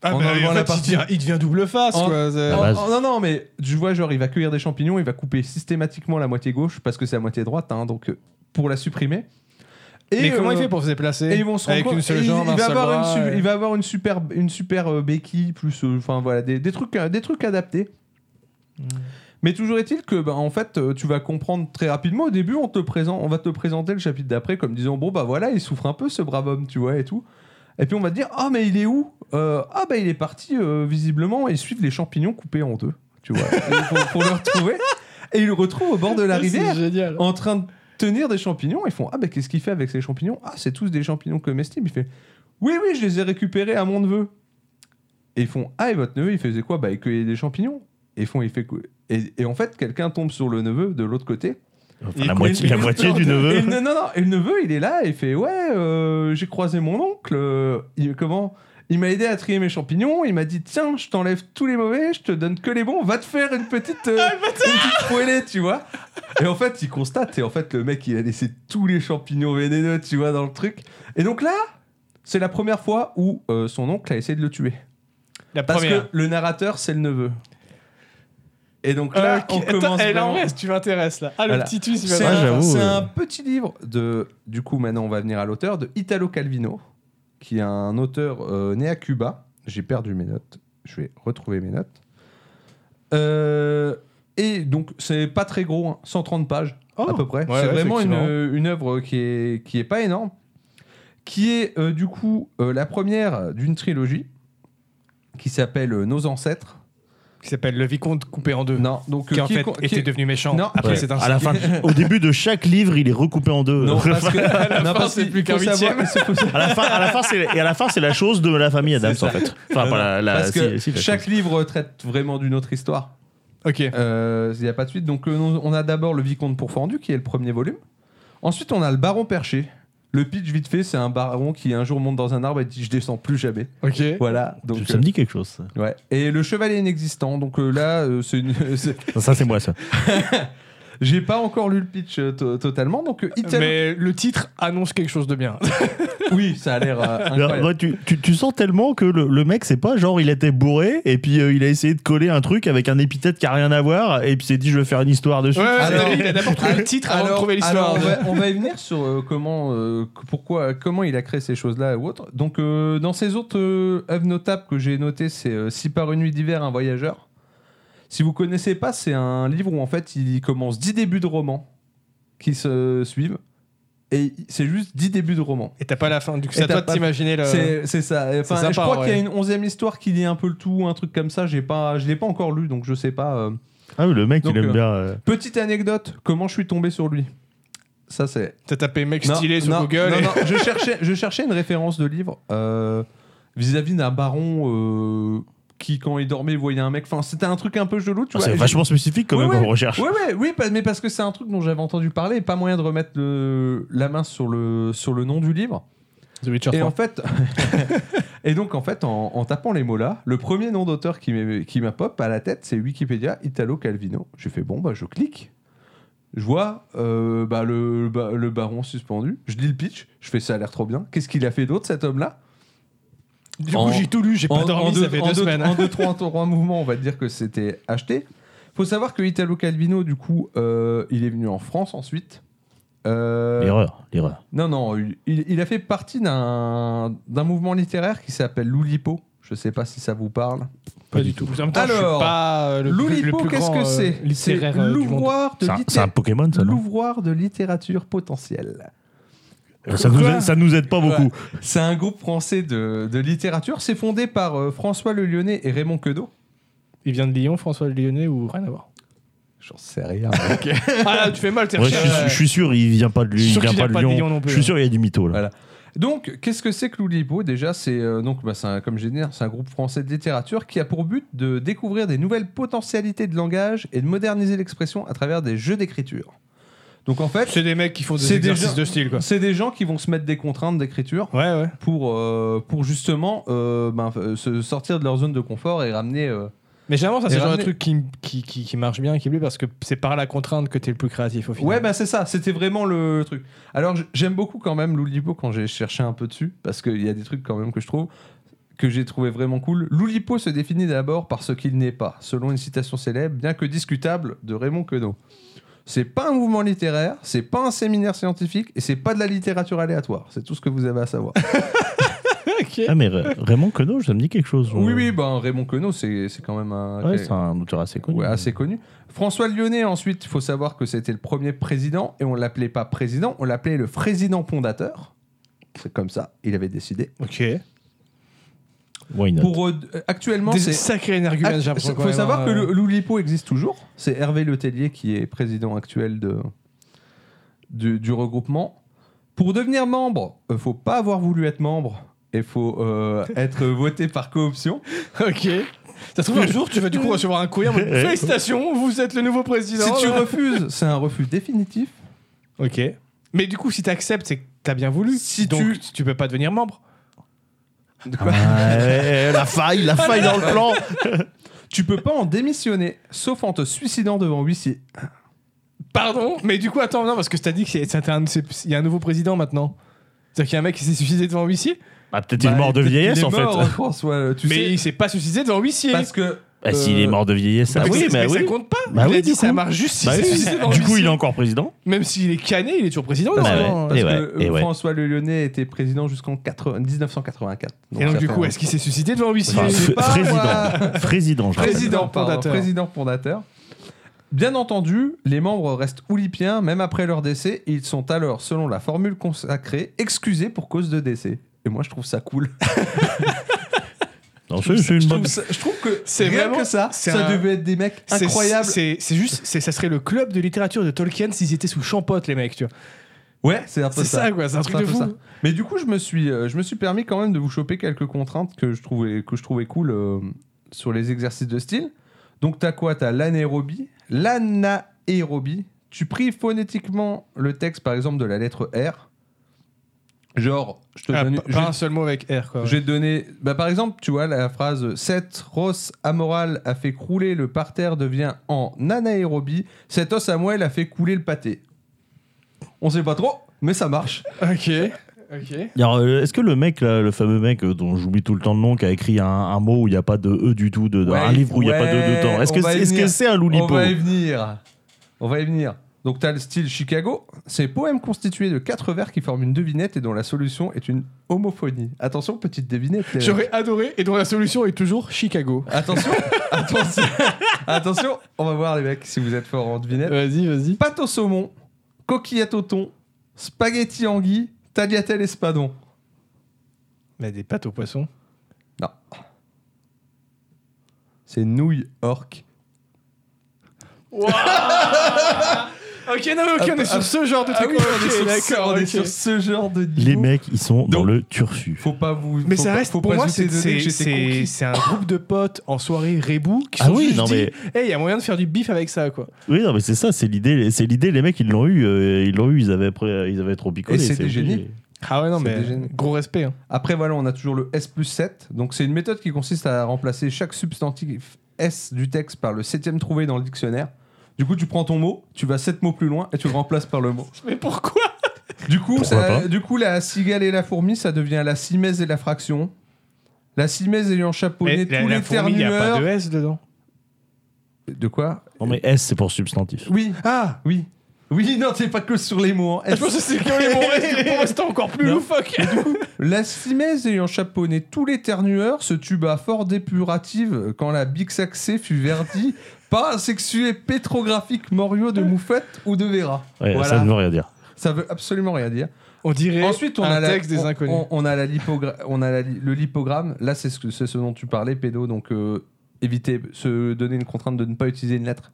S2: Ah,
S1: En
S2: bah,
S1: enlevant
S2: en
S1: la
S2: fait, il
S1: partie.
S2: devient- il devient double face,
S1: En-
S2: quoi. c'est-
S1: Oh,
S3: base.
S1: oh, non, non, mais tu vois, genre, il va cueillir des champignons, il va couper systématiquement la moitié gauche parce que c'est la moitié droite, hein, donc euh, pour la supprimer. Et,
S2: Mais comment
S1: euh,
S2: il fait pour se déplacer
S1: et ils vont se rendre
S2: Avec
S1: compte-
S2: une seule
S1: et il-
S2: jambe,
S1: il,
S2: un
S1: va
S2: seul
S1: avoir
S2: bras,
S1: une su-
S2: euh.
S1: il va avoir une super, une super euh, béquille, plus, euh, enfin voilà, des, des trucs, euh, des trucs adaptés.
S2: Hmm.
S1: Mais toujours est-il que, bah, en fait, euh, tu vas comprendre très rapidement. Au début, on te présente, on va te présenter le chapitre d'après comme disant bon bah voilà, il souffre un peu ce brave homme, tu vois et tout. Et puis on va te dire ah mais il est où Euh, Ah bah il est parti euh, visiblement et suivent les champignons coupés en deux, tu vois, pour, pour le retrouver. Et il le retrouve au bord de la
S2: Ah,
S1: rivière
S2: C'est génial.
S1: en train de tenir des champignons. Ils font Ah, ben qu'est-ce qu'il fait avec ces champignons Ah, c'est tous des champignons comestibles. Il fait Oui, oui, je les ai récupérés à mon neveu. Et ils font Ah, et votre neveu, il faisait quoi Bah, il cueillait des champignons. Et, ils font, il fait... quoi et, et en fait, quelqu'un tombe sur le neveu de l'autre côté.
S3: Enfin,
S2: Il
S3: la
S2: coule
S3: moitié,
S2: une
S3: la moitié du
S1: Et
S3: neveu.
S1: le, ne- non, non, et le neveu, il est là et il fait Ouais, euh, j'ai croisé mon oncle. euh, il- comment il m'a aidé à trier mes champignons, il m'a dit tiens, je t'enlève tous les mauvais, je te donne que les bons, va te faire une petite, euh,
S3: Ah,
S1: une petite poêlée, tu vois. Et en fait, il constate, et en fait, le mec, il a laissé tous les champignons vénéneux, tu vois, dans le truc. Et donc là, c'est la première fois où euh, son oncle a essayé de le tuer.
S2: La
S1: Parce
S2: première.
S1: que le narrateur, c'est le neveu. Et donc
S2: Euh,
S1: là,
S2: qui-
S1: on
S2: attends,
S1: commence
S2: elle en
S1: vraiment-
S2: reste, tu m'intéresses là. Ah, le
S1: Voilà.
S2: petit twist, il
S1: c'est
S3: Ah,
S2: m'intéresse.
S1: un,
S3: j'avoue,
S1: c'est
S3: euh.
S1: un petit livre de, du coup, maintenant on va venir à l'auteur, de Italo Calvino, qui est un auteur euh, né à Cuba. J'ai perdu mes notes, je vais retrouver mes notes. Euh, et donc, c'est pas très gros, hein, 130 pages
S2: Oh.
S1: à peu près.
S2: Ouais,
S1: c'est
S2: ouais,
S1: vraiment une,
S2: effectivement.
S1: une œuvre qui est, qui est pas énorme, qui est euh, du coup euh, la première d'une trilogie qui s'appelle euh, Nos ancêtres.
S2: Qui s'appelle Le Vicomte coupé en deux.
S1: Non, donc euh,
S2: Qui en
S1: qui est
S2: fait
S1: con- qui
S2: était
S1: est-
S2: devenu méchant.
S1: Non.
S2: Après,
S3: Ouais.
S2: c'est un
S3: à la fin, au début de chaque livre, il est recoupé en deux.
S1: non, parce que non,
S2: fin,
S1: parce
S2: c'est
S1: qu'il
S2: plus
S1: faut
S2: qu'un
S1: savoir-
S2: huitième.
S1: il faut savoir-
S3: à la fin, à la fin, c'est et à la fin, c'est la chose de la famille Adams
S1: C'est ça.
S3: en fait. Enfin,
S1: Non,
S3: pas la, la-
S1: Parce que
S3: Euh, si- si, la
S1: chaque
S3: chose.
S1: livre traite vraiment d'une autre histoire.
S2: Ok.
S1: Euh, Il n'y a pas de suite. Donc, euh, on on a d'abord le Vicomte Pourfendu, qui est le premier volume. Ensuite, on a le Baron Perché, Le pitch, vite fait, c'est un baron qui un jour monte dans un arbre et dit Je descends plus jamais.
S2: Ok.
S1: Voilà. Donc,
S3: ça me dit quelque chose. ça.
S1: euh, ouais. Et le cheval est inexistant. Donc euh, là, euh, c'est une- c'est-
S3: Ça, c'est moi, ça.
S1: j'ai pas encore lu le pitch euh, to- totalement. Donc, euh, Italo-
S2: Mais le titre annonce quelque chose de bien.
S1: oui, ça a l'air euh, incroyable.
S3: Alors, ouais, tu, tu- tu sens tellement que le, le mec, c'est pas genre il était bourré et puis euh, il a essayé de coller un truc avec un épithète qui a rien à voir et puis s'est dit je vais faire une histoire dessus.
S1: Alors-
S2: il a d'abord trouvé le titre avant de trouver l'histoire.
S1: alors, on, va, on va y venir sur euh, comment, euh, que- pourquoi, comment il a créé ces choses-là ou autre. Donc, euh, dans ces autres euh, œuvres notables que j'ai notées, c'est euh, Si par une nuit d'hiver, un voyageur. Si vous connaissez pas, c'est un livre où en fait il commence 10 débuts de romans qui se suivent. Et c'est juste 10 débuts de romans.
S2: Et t'as pas la fin, du coup, c'est
S1: Et
S2: à toi
S1: t'as
S2: de
S1: pas-
S2: t'imaginer la.
S1: C'est c'est ça. Enfin,
S2: Euh, c'est sympa,
S1: je crois
S2: ouais.
S1: qu'il y a une onzième histoire qui lie un peu le tout, un truc comme ça. J'ai pas, je l'ai pas encore lu, donc je sais pas. euh,
S3: Ah oui, le mec,
S1: Donc,
S3: il aime
S1: euh,
S3: bien. euh,
S1: Petite anecdote, comment je suis tombé sur lui Ça c'est.
S2: T'as tapé mec
S1: Non,
S2: stylé sur
S1: non,
S2: Google.
S1: non,
S2: et-
S1: non, je, cherchais, je cherchais une référence de livre euh, vis-à-vis d'un baron euh, qui, quand il dormait, voyait un mec. Enfin, c'était un truc un peu gelou, tu
S3: ah,
S1: vois.
S3: c'est
S1: Et
S3: vachement spécifique quand
S1: Ouais,
S3: même
S1: ouais.
S3: qu'on recherche.
S1: j'ai- Ouais, ouais, oui, pas- mais parce que c'est un truc dont j'avais entendu parler et pas moyen de remettre le- la main sur le, sur le nom du livre.
S2: The Witcher
S1: Et
S2: 3.
S1: en fait, et donc en fait, en, en tapant les mots là, le premier nom d'auteur qui m'est- qui m'a pop à la tête, c'est Wikipédia Italo Calvino. J'ai fait bon bah je clique, je vois euh, bah, le, le ba- le baron suspendu, je lis le pitch, je fais ça a l'air trop bien. Qu'est-ce qu'il a fait d'autre cet homme là
S2: Du
S1: en-
S2: coup, j'ai tout lu, j'ai pas dormi, ça fait
S1: en
S2: deux semaines.
S1: en deux, trois, en trois mouvements, on va dire que c'était acheté. Faut savoir que Italo Calvino, du coup, euh, il est venu en France ensuite. Euh,
S3: L'erreur, l'erreur.
S1: non, non, il, il- il a fait partie d'un d'un mouvement littéraire qui s'appelle l'Oulipo. Je sais pas si ça vous parle.
S2: Pas du tout. En même temps, je suis
S1: Alors,
S2: pas euh, le plus- le
S1: L'Oulipo,
S2: plus
S1: qu'est-ce
S2: grand,
S1: que
S2: euh,
S1: c'est C'est
S2: littéraire euh, du monde.
S1: l'ouvroir de,
S3: C'est un,
S1: litté-
S3: c'est un Pokémon, ça, non
S1: l'ouvroir de littérature potentielle.
S3: Eh, ça nous,
S2: Quoi
S3: aide, ça nous aide pas
S1: Ouais.
S3: beaucoup.
S1: C'est un groupe français de, de littérature. C'est fondé par euh, François Le Lyonnais et Raymond Queneau.
S2: Il vient de Lyon, François Lyonnais ou rien à voir.
S1: J'en sais rien.
S2: Ah là, tu fais mal, t'es
S3: Ouais, je, suis, je suis sûr, il vient pas de,
S2: Je suis
S3: il
S2: sûr
S3: vient
S2: qu'il
S3: pas
S2: a
S3: de
S2: pas de
S3: Lyon.
S2: Lyon non plus,
S3: je suis
S2: hein.
S3: sûr, il y a du mytho. Là.
S1: Voilà. Donc, qu'est-ce que c'est que l'Oulipo Déjà, c'est euh, donc, bah, c'est un- comme j'ai dit, c'est un groupe français de littérature qui a pour but de découvrir des nouvelles potentialités de langage et de moderniser l'expression à travers des jeux d'écriture. Donc en fait,
S2: C'est des mecs qui font des
S1: C'est des
S2: exercices
S1: gens-
S2: de style, quoi.
S1: c'est des gens qui vont se mettre des contraintes d'écriture
S2: Ouais, ouais.
S1: pour, euh, pour justement euh, ben, euh, se sortir de leur zone de confort et ramener. euh,
S2: Mais généralement, ça,
S1: Et
S2: c'est le genre de
S1: ramener-
S2: truc qui, qui, qui, qui marche bien, qui plaît, parce que c'est par la contrainte que t'es le plus créatif au final.
S1: Ouais, ben c'est ça, c'était vraiment le truc. Alors j- j'aime beaucoup quand même l'Oulipo quand j'ai cherché un peu dessus, parce qu'il y a des trucs quand même que je trouve que j'ai trouvé vraiment cool. L'Oulipo se définit d'abord par ce qu'il n'est pas, selon une citation célèbre, bien que discutable, de Raymond Queneau. C'est pas un mouvement littéraire, c'est pas un séminaire scientifique, et c'est pas de la littérature aléatoire. C'est tout ce que vous avez à savoir.
S3: Ah, mais Ra- Raymond Queneau, ça me dit quelque chose.
S1: oui,
S3: euh.
S1: oui, ben Raymond Queneau, c'est c'est quand même un...
S3: Ouais, c'est un auteur assez connu.
S1: Ouais, assez connu. François Lyonnais, ensuite, faut savoir que c'était le premier président, et on l'appelait pas président, on l'appelait le président fondateur. C'est comme ça, il avait décidé.
S2: Ok.
S3: Why not
S1: Pour, euh, actuellement,
S2: Des
S1: c'est.
S2: sacrés énergumènes, j'ai
S1: Il
S2: l'impression. quand
S1: faut
S2: même,
S1: savoir
S2: hein.
S1: que le- l'Oulipo existe toujours. C'est Hervé Letellier qui est président actuel de, du, du regroupement. Pour devenir membre, euh, faut pas avoir voulu être membre et faut euh, être voté par cooption.
S2: Ok. Ça se trouve, un jour, tu vas du coup recevoir un courrier en mode
S3: Ouais.
S2: Félicitations, vous êtes le nouveau président. Euh,
S1: si tu refuses, c'est un refus définitif.
S2: Ok. Mais du coup, si t'acceptes, c'est que t'as bien voulu.
S1: Si
S2: Donc,
S1: tu-
S2: tu peux pas devenir membre. bah,
S3: Ah, ouais, la faille, la faille dans le plan.
S1: Tu peux pas en démissionner, sauf en te suicidant devant huissier.
S2: Pardon Mais du coup, attends, non, parce que t'as dit qu'il y a un nouveau président maintenant. C'est-à-dire qu'il y a un mec qui s'est suicidé devant un huissier
S3: Ah, peut-être il est mort de
S1: Bah, peut-être
S3: vieillesse
S1: qu'il est
S3: en fait.
S1: mort, François, euh, tu
S2: Mais
S1: sais.
S2: il s'est pas suicidé devant un huissier.
S1: Parce que.
S3: Bah, s'il est
S1: euh,
S3: mort de vieillesse, ça
S2: Parce que
S3: Ah oui,
S2: c'est-
S3: mais
S2: mais ça
S3: oui.
S2: compte pas.
S3: Bah
S2: il a
S3: oui,
S2: dit
S3: du
S2: ça
S3: coup.
S2: marche juste si
S3: Bah
S2: c'est
S3: oui.
S2: suicidé devant un
S3: Du coup, il est
S2: huissier.
S3: encore président.
S2: Même s'il est cané, il est toujours président.
S3: Bah
S2: normalement.
S1: Parce
S3: Et
S1: que
S3: ouais,
S1: euh,
S3: et ouais.
S1: François Le Lyonnais était président jusqu'en 80 1984.
S2: Et donc,
S1: ça
S2: du
S1: fait
S2: coup,
S1: un-
S2: est-ce qu'il s'est suicidé devant un huissier
S3: Enfin,
S1: Je sais
S3: f-
S1: pas, moi.
S3: président. Président, je rappelle.
S1: Président
S2: Président fondateur.
S1: fondateur. Président fondateur. Bien entendu, les membres restent oulipiens même après leur décès. Ils sont alors, selon la formule consacrée, excusés pour cause de décès. Et moi, je trouve ça cool.
S3: Non, c'est c'est
S1: je,
S3: une bonne.
S1: trouve ça- je trouve que
S2: C'est
S1: rien
S2: vraiment-
S1: que ça,
S2: c'est
S1: ça
S2: un-
S1: devait être des mecs
S2: C'est-
S1: incroyables.
S2: C'est c'est juste, c'est- ça serait le club de littérature de Tolkien s'ils étaient sous champote, les mecs, tu vois.
S1: Ouais, c'est un peu
S2: C'est ça, quoi, c'est un truc
S1: un
S2: de
S1: peu
S2: fou.
S1: ça. Mais du coup, je me suis, euh, je me suis permis quand même de vous choper quelques contraintes que je trouvais, que je trouvais cool euh, sur les exercices de style. Donc, t'as quoi T'as l'anaérobie. L'anaérobie, tu pries phonétiquement le texte, par exemple, de la lettre R. Genre, je te
S2: Ah,
S1: donne-
S2: pas-
S1: je-
S2: pas un seul mot avec R, quoi. ouais.
S1: J'ai donné. Bah, par exemple, tu vois, la phrase Cette Ross amoral a fait crouler le parterre devient en anaérobie. Cet os à moelle a fait couler le pâté. On sait pas trop, mais ça marche.
S2: Ok. Ok.
S3: Alors, euh, est-ce que le mec, là, le fameux mec euh, dont j'oublie tout le temps le nom, qui a écrit un, un mot où il n'y a pas de E du tout, de, de-
S1: Ouais,
S3: un livre où il n'y a pas de
S1: ouais,
S3: E dedans, est-ce
S1: on
S3: que
S1: va
S3: c'est
S1: y
S3: est-ce que
S1: venir.
S3: c'est un
S1: On
S3: loulipo
S1: va y venir. On va y venir. Donc, t'as le style Chicago. C'est poème constitué de quatre vers qui forment une devinette et dont la solution est une homophonie. Attention, petite devinette. les mecs.
S2: J'aurais adoré, et dont la solution est toujours Chicago.
S1: Attention, attention, attention. On va voir, les mecs, si vous êtes forts en devinette.
S2: Vas-y, vas-y.
S1: pâte au saumon, coquillette au thon, spaghetti anguille, tagliatelle espadon.
S2: Mais des pâtes au poisson.
S1: Non. C'est nouille orque.
S2: Ok, non, mais ok,
S1: Ah,
S2: on est sur
S1: ah,
S2: ce genre de truc.
S1: on est sur, ce- on est
S2: ok.
S1: sur ce genre de niveau.
S3: Les mecs, ils sont dans
S1: Donc-
S3: le turfu.
S1: Faut pas vous.
S2: Mais
S1: faut
S2: ça
S1: pas-
S2: reste,
S1: faut
S2: pour
S1: pas
S2: moi,
S1: jeter
S2: c'est
S1: des données que j'étais
S2: c'est- c'est-
S1: conquis.
S2: c'est un groupe de potes en soirée rébou qui
S3: Ah
S2: sont
S3: oui,
S2: juste
S3: non,
S2: dit,
S3: mais-
S2: Hey, il y a moyen de faire du bif avec ça, quoi.
S3: Oui, non, mais c'est ça, c'est l'idée. C'est l'idée, les mecs, ils l'ont eu. euh, ils l'ont eu, ils avaient, pré- ils avaient trop picolé.
S1: Et c'est des
S3: obligé.
S1: génies.
S2: Ah ouais, non,
S1: C'est
S2: mais
S1: dégénéré.
S2: gros respect. hein.
S1: Après, voilà, on a toujours le S plus 7. Donc, c'est une méthode qui consiste à remplacer chaque substantif S du texte par le septième trouvé dans le dictionnaire. Du coup, tu prends ton mot, tu vas sept mots plus loin et tu le remplaces par le mot.
S2: Mais pourquoi
S1: Du coup,
S3: Pourquoi
S1: ça-
S3: pas
S1: du coup, la cigale et la fourmi, ça devient la simèse et la fraction. La simèse ayant chapeauté tous les
S2: fourmi, y a pas
S1: ternueurs.
S2: de S dedans.
S1: De... quoi
S3: Non, mais S, c'est pour substantif.
S1: Oui,
S2: Ah
S1: oui. Oui, non, c'est pas que sur les mots. hein.
S2: Je pense que c'est quand les bons restes pour rester encore plus
S1: Non.
S2: loufoque.
S1: La simèse ayant chapeauté tous les ternueurs, ce tuba fort dépurative, quand la bixaxée fut verdie, pas sexué pétrographique morio de moufette ou de vera.
S3: Ouais, Ça
S1: voilà.
S3: ne veut rien dire.
S1: ça veut absolument rien dire.
S2: On dirait
S1: Ensuite, on
S2: un
S1: a la-
S2: texte des
S1: on-
S2: inconnus.
S1: On, on a, la lipogra- on a la li- le lipogramme. Là, c'est ce, que- c'est ce dont tu parlais, pédo. Donc, euh, éviter, se donner une contrainte de ne pas utiliser une lettre.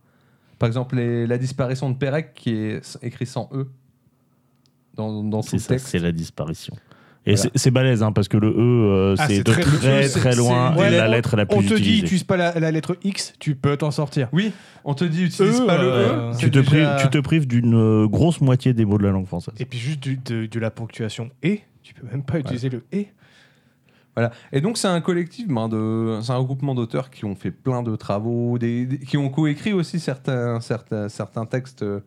S1: Par exemple, les- la disparition de Pérec, qui est s- écrit sans E dans, dans tout
S3: C'est
S1: le
S3: ça,
S1: texte.
S3: c'est la disparition. Et
S1: Voilà.
S3: c'est- c'est balèze, hein, parce que le E, euh,
S2: Ah,
S3: c'est
S2: c'est
S3: de
S2: très-
S3: très très,
S1: c'est-
S3: loin,
S1: c'est-
S3: et
S2: ouais,
S3: la
S2: on-
S3: lettre la plus
S2: On te dit,
S3: utilisée.
S2: utilise pas la, la lettre X, tu peux t'en sortir.
S1: Oui, on te dit utilise
S2: E,
S1: pas le
S2: euh,
S1: E.
S3: Tu
S1: c'est
S3: te, prives,
S1: déjà-
S3: tu te prives d'une euh, grosse moitié des mots de la langue française.
S2: Et puis juste du- de, de la ponctuation et, tu peux même pas utiliser le E. et.
S1: Voilà. Et donc, c'est un collectif, ben, de, c'est un regroupement d'auteurs qui ont fait plein de travaux, des, des- qui ont coécrit aussi certains, certains, certains textes euh,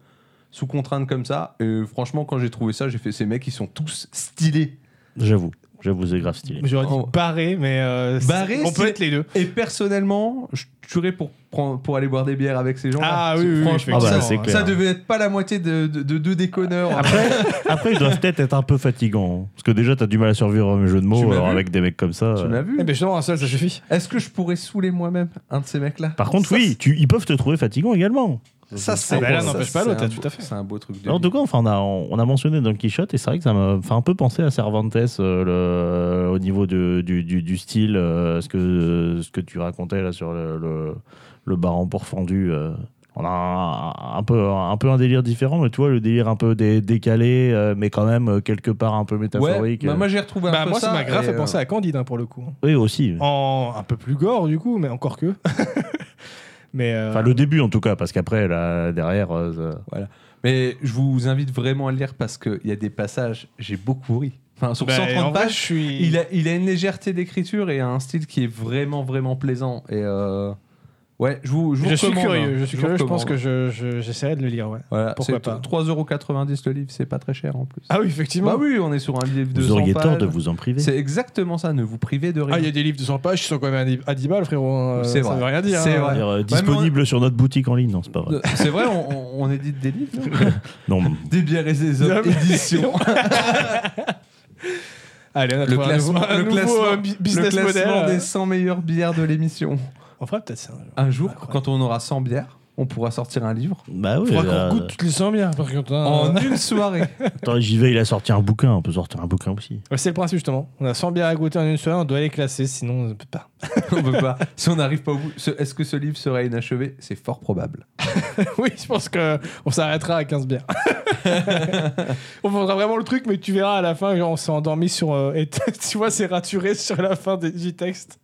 S1: sous contrainte comme ça. Et franchement, quand j'ai trouvé ça, j'ai fait ces mecs, ils sont tous stylés.
S3: J'avoue, j'avoue, c'est grave stylé.
S2: J'aurais dit
S1: Oh.
S2: barré, mais euh,
S1: Barré,
S2: c'est- on peut
S1: c'est-
S2: être les deux.
S1: Et personnellement, je tuerais pour, prendre- pour aller boire des bières avec ces gens.
S2: Ah oui, oui,
S1: franchement,
S3: effectivement. Ah
S1: ça,
S3: bah, c'est clair.
S1: ça devait être pas la moitié de, de- de deux déconneurs.
S2: Ah,
S3: Après, après, ils doivent peut-être être un peu fatigants. hein. Parce que déjà, t'as du mal à survivre à mes jeux de
S1: Tu
S3: mots
S1: m'as
S3: alors
S1: vu
S3: avec des mecs comme ça.
S1: tu
S3: euh.
S1: m'as vu.
S2: Eh ben justement, un seul, ça suffit.
S1: Est-ce que je pourrais saouler moi-même un de ces mecs-là
S3: Par contre,
S1: Ça,
S3: oui, tu- ils peuvent te trouver fatigant également.
S1: c'est- Ça, c'est.
S2: bah là,
S1: ça,
S2: n'empêche pas
S1: c'est
S2: l'autre,
S1: un
S2: tout
S1: beau-
S2: à fait.
S1: C'est un beau truc de.
S3: En
S1: vie.
S3: tout cas, enfin, on, a, on a mentionné Don Quichotte et c'est vrai que ça m'a fait un peu penser à Cervantes euh, le- au niveau du, du- du- du style, euh, ce, que, ce que tu racontais là sur le, le, le baron pourfendu. euh. on a un, un peu, un peu un délire différent, mais tu vois, le délire un peu dé- décalé, euh, mais quand même euh, quelque part un peu
S1: Ouais,
S3: métaphorique.
S1: bah,
S3: euh.
S1: moi j'ai retrouvé un
S2: Bah,
S1: peu
S2: moi,
S1: ça.
S2: ça m'a grave
S1: et,
S2: fait
S1: euh,
S2: penser à Candide hein, pour le coup.
S3: Oui, aussi.
S2: En un peu plus gore du coup, mais encore que. mais euh,
S3: Enfin, le début en tout cas, parce qu'après, là, derrière. euh, ça-
S1: Mais je vous invite vraiment à le lire parce qu'il y a des passages, j'ai beaucoup ri. Enfin, sur
S2: bah, en
S1: 130
S2: vrai,
S1: pages,
S2: je suis.
S1: il, a, il a une légèreté d'écriture et un style qui est vraiment, vraiment plaisant. Et euh, ouais, je vous, je vous
S2: Je suis
S1: recommande, hein.
S2: curieux, je suis
S1: vous
S2: curieux. Je pense
S1: recommande.
S2: que je- je- j'essaierai de le lire, ouais.
S1: Voilà,
S2: Pourquoi
S1: c'est
S2: pas.
S1: 3,90€ le livre, c'est pas très cher en plus.
S2: Ah oui, effectivement.
S1: bah oui, on est sur un livre de
S3: Vous
S1: 100
S3: auriez
S1: pages.
S3: tort de vous en priver.
S1: C'est exactement ça, ne vous privez de rien.
S2: Ah, il y a des livres de 100 pages qui sont quand même à 10 balles, frérot. hein,
S1: C'est
S2: Ça
S1: vrai.
S2: veut rien dire.
S1: C'est
S2: hein.
S1: vrai.
S3: C'est-à-dire, euh,
S1: mais on-
S3: disponible sur notre boutique en ligne, non, c'est pas vrai.
S1: De- C'est vrai, on, on- on édite des livres non
S3: Non, bah mais-
S1: Des bières et des hommes,
S2: Non, mais-
S1: édition.
S2: Allez, on a
S1: Le
S2: trouvé un
S1: classement,
S2: nouveau- un
S1: le
S2: nouveau,
S1: classement,
S2: euh, bi- business
S1: le classement
S2: model.
S1: des 100 meilleures bières de l'émission.
S2: On fera peut-être ça. un jour.
S1: Un jour,
S2: Incroyable.
S1: quand on aura 100 bières, on pourra sortir un livre Euh.
S3: Bah oui,
S2: Faudra
S3: là,
S2: qu'on goûte toutes les 100 bières, par contre. hein.
S1: en une soirée.
S3: attends, j'y vais, il a sorti un bouquin, on peut sortir un bouquin aussi.
S2: Ouais, C'est le principe, justement. On a 100 bières à goûter en une soirée, on doit les classer, sinon on ne peut pas.
S1: on peut pas. Si on n'arrive pas au bout, ce- est-ce que ce livre sera inachevé C'est fort probable.
S2: oui, je pense qu'on s'arrêtera à 15 bières. on vendra vraiment le truc, mais tu verras à la fin, genre, on s'est endormi sur. euh, et tu vois, c'est raturé sur la fin des, du texte.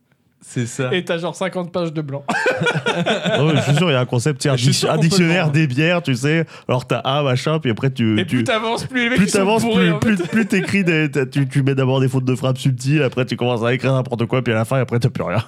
S1: C'est ça.
S2: Et t'as genre 50 pages de blanc.
S3: Oh, je suis sûr, il y a un concept, tiens,
S2: Je suis
S3: dic-
S2: sûr qu'on
S3: un
S2: peut le
S3: dictionnaire
S2: voir.
S3: des bières, tu sais. Alors t'as A, machin, puis après tu.
S2: Et
S3: tu-
S2: plus t'avances, plus les mecs
S3: plus
S2: ils sont
S3: t'avances,
S2: bourrés,
S3: plus,
S2: en
S3: plus,
S2: fait.
S3: plus t'écris des. t'as- Tu, tu mets d'abord des fautes de frappe subtiles, après tu commences à écrire n'importe quoi, puis à la fin, après t'as plus rien.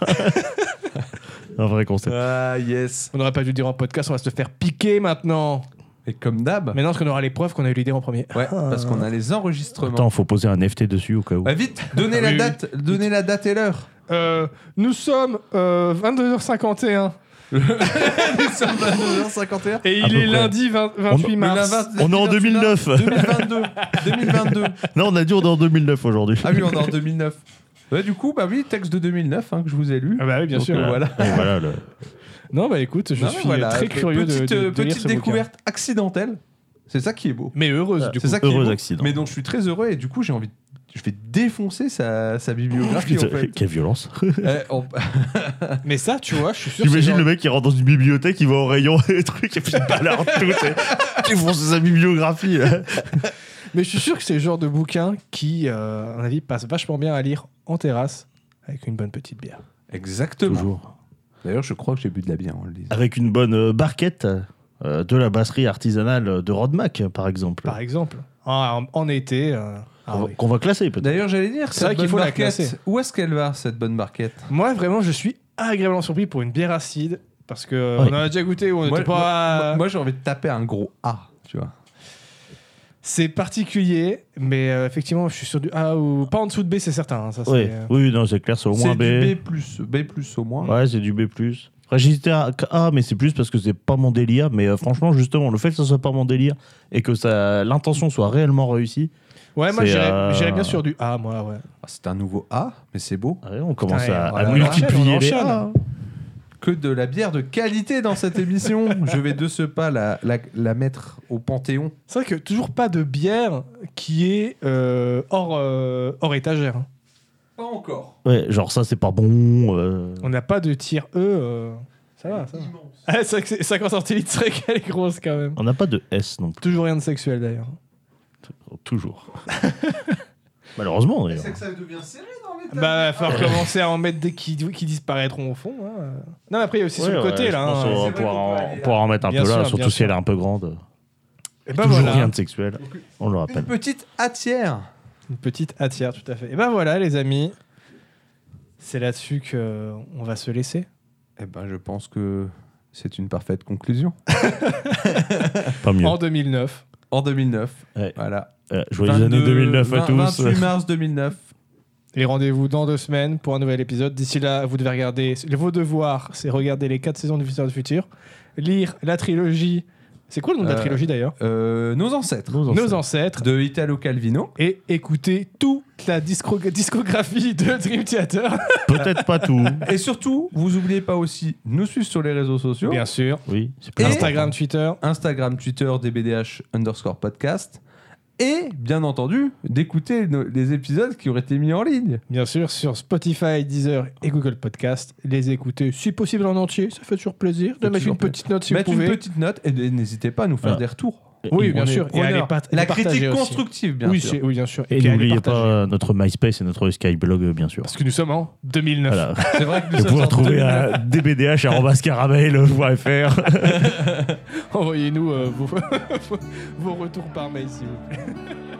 S3: un vrai concept.
S1: Ah, yes.
S2: On n'aurait pas dû le dire en podcast, on va se le faire piquer maintenant.
S1: Et comme d'hab.
S2: Maintenant, parce qu'on aura les preuves qu'on a eu l'idée en premier.
S1: Ouais, parce qu'on a les enregistrements.
S3: Attends, faut poser un FT dessus au cas où.
S1: Ouais, vite, donnez la
S2: Oui, oui.
S1: date, donnez la date et l'heure.
S2: Euh, nous sommes euh, 22h51
S1: Nous sommes à 22h51.
S2: et
S3: À
S2: il
S3: peu
S2: est
S3: près.
S2: lundi 20 28
S1: Mais la
S2: mars.
S1: vingt-
S3: On est en 2009.
S1: 2022. 2022.
S3: Non, on a dit on est en 2009 aujourd'hui.
S1: Ah oui, on est en 2009. Ouais, du coup, bah oui, texte de 2009 hein, que je vous ai lu.
S2: Ah bah oui, bien
S1: Donc,
S2: sûr.
S1: euh, voilà.
S3: Et voilà, le-
S2: Non, bah écoute, je
S1: Non,
S2: suis
S1: voilà,
S2: très
S1: pe-
S2: curieux de-
S1: petite,
S2: de,
S1: euh,
S2: de, lire
S1: petite
S2: ce
S1: découverte accidentelle. C'est ça qui est beau.
S2: bouquin. Mais heureuse, du coup.
S1: C'est ça qui est
S3: heureux
S1: beau,
S3: accident.
S1: Mais dont je suis très heureux et du coup, j'ai envie de- je vais défoncer sa, sa
S2: Oh,
S1: bibliographie en fait.
S3: Quelle violence.
S1: Eh, on-
S2: Mais ça, tu vois, je suis sûr. c'est
S3: J'imagine
S2: genre-
S3: le mec qui rentre dans une bibliothèque, il va au rayon et trucs, et puis il balarde tout. Tu fonces sa bibliographie.
S2: Mais je suis sûr que c'est le genre de bouquin qui, euh, à mon avis, passe vachement bien à lire en terrasse avec une bonne petite bière.
S1: Exactement. D'ailleurs, je crois que j'ai bu de la bière en le disant.
S3: Avec une bonne euh, barquette euh, de la brasserie artisanale de Rodmac, par exemple.
S2: Par exemple, en, en été. euh, ah
S3: Qu'on va-
S2: oui.
S3: Qu'on va classer peut-être.
S1: D'ailleurs, j'allais dire,
S2: C'est
S1: cette
S2: vrai qu'il
S1: bonne
S2: faut la
S1: barquette,
S2: classer.
S1: Où est-ce qu'elle va, cette bonne barquette
S2: Moi, vraiment, je suis agréablement surpris pour une bière acide parce que
S3: Ouais.
S2: on en a déjà goûté, on
S1: Moi,
S2: n'était pas.
S1: moi- moi, j'ai envie de taper un gros A, tu vois.
S2: C'est particulier, mais euh, effectivement, je suis sûr du A ou pas en dessous de B, c'est certain. hein, ça, c'est-
S3: Oui, oui, non, c'est clair, c'est au moins B.
S1: C'est du B+, plus, B+, plus au moins.
S3: Ouais, c'est du B. Après, j'hésitais à A, mais c'est plus parce que c'est pas mon délire. Mais euh, franchement, justement, le fait que ce soit pas mon délire et que ça- l'intention soit réellement réussie.
S2: Ouais, moi
S3: C'est,
S2: j'irais
S3: euh,
S2: j'irais bien sûr du A, moi, ouais.
S1: Ah, c'est un nouveau A, mais c'est beau.
S3: Ouais, on commence
S2: Putain,
S3: à,
S2: et
S3: à
S2: voilà, on
S3: multiplier
S2: enchaîne,
S3: les
S2: on
S3: A.
S2: enchaîne.
S1: Que de la bière de qualité dans cette émission. Je vais de ce pas la, la, la mettre au Panthéon.
S2: C'est vrai que toujours pas de bière qui est euh, hors, euh, hors étagère. hein.
S1: Pas encore.
S3: Ouais, genre ça, c'est pas bon. euh.
S2: On n'a pas de tir E. euh, ça va, ça va. Ah, c'est vrai que c'est- 50 centilitres, c'est vrai qu'elle est grosse quand même.
S3: On n'a pas de S non plus,
S2: Toujours rien de sexuel d'ailleurs.
S3: toujours. Malheureusement, d'ailleurs.
S1: ça devient serré dans les Ah.
S2: Bah, va falloir commencer à en mettre des qui, qui disparaîtront au fond. hein. Non, mais après, il y a aussi sur le
S3: Ouais,
S2: côté
S3: ouais, je
S2: là.
S3: pense
S2: hein.
S3: qu'on
S1: C'est
S3: va
S1: vrai
S3: pouvoir
S1: qu'on peut
S3: en,
S1: aller là.
S3: pouvoir en mettre un
S2: Bien
S3: peu là,
S2: sûr, bien
S3: surtout si
S2: sûr.
S3: elle est un peu grande.
S2: Et ben
S3: toujours
S2: voilà.
S3: rien de sexuel, on le rappelle.
S1: Une petite hâtière.
S2: Une petite attire, tout à fait. Et ben voilà, les amis. C'est là-dessus que euh, on va se laisser.
S1: Eh ben, je pense que c'est une parfaite conclusion.
S3: Pas mieux.
S2: En 2009.
S1: En 2009,
S3: Ouais.
S1: voilà.
S3: Euh, joyeuses années 2009 à
S1: 20
S3: tous.
S1: 28 mars 2009.
S2: Et rendez-vous dans deux semaines pour un nouvel épisode. D'ici là, vous devez regarder. Vos devoirs, c'est regarder les quatre saisons du Futur du Futur, lire la trilogie. C'est quoi le nom de la
S1: Euh,
S2: trilogie d'ailleurs
S1: Euh, nos ancêtres.
S3: Nos
S2: Nos ancêtres.
S1: De Italo Calvino.
S2: Et écouter toute la discro- discographie de Dream Theater.
S3: Peut-être pas tout.
S1: Et surtout, vous oubliez pas aussi nous suivre sur les réseaux sociaux.
S2: Bien sûr.
S3: Oui, c'est
S1: Et-
S3: plus
S2: Instagram, Twitter.
S1: Instagram, Twitter, DBDH underscore podcast. Et bien entendu, d'écouter nos- les épisodes qui auraient été mis en ligne.
S2: Bien sûr, sur Spotify, Deezer et Google Podcast. Les écouter, si possible, en entier. Ça fait toujours plaisir de
S1: Fait
S2: mettre une
S1: toujours plaisir.
S2: petite note si
S1: Mettre
S2: vous
S1: une
S2: pouvez.
S1: petite note et de- n'hésitez pas à nous faire
S3: Voilà.
S1: des retours.
S2: Oui,
S3: Et-
S2: bien
S1: On est
S2: sûr. Et allez
S1: preneurs.
S2: part-
S1: La
S2: et partagez
S1: critique
S2: aussi.
S1: constructive, bien
S2: oui,
S1: sûr.
S2: c'est- oui, bien sûr.
S3: Et
S2: puis allez
S3: n'oubliez
S2: partager.
S3: pas euh, notre MySpace et notre Skyblog, euh, bien sûr.
S2: Parce que nous sommes en 2009.
S3: Voilà.
S1: C'est vrai que nous
S3: Vous
S1: sommes
S3: pouvez
S1: en
S3: retrouver
S1: 2009.
S3: à dbdh.caramel.fr.
S2: Envoyez-nous euh, vos, vos retours par mail, s'il vous plaît.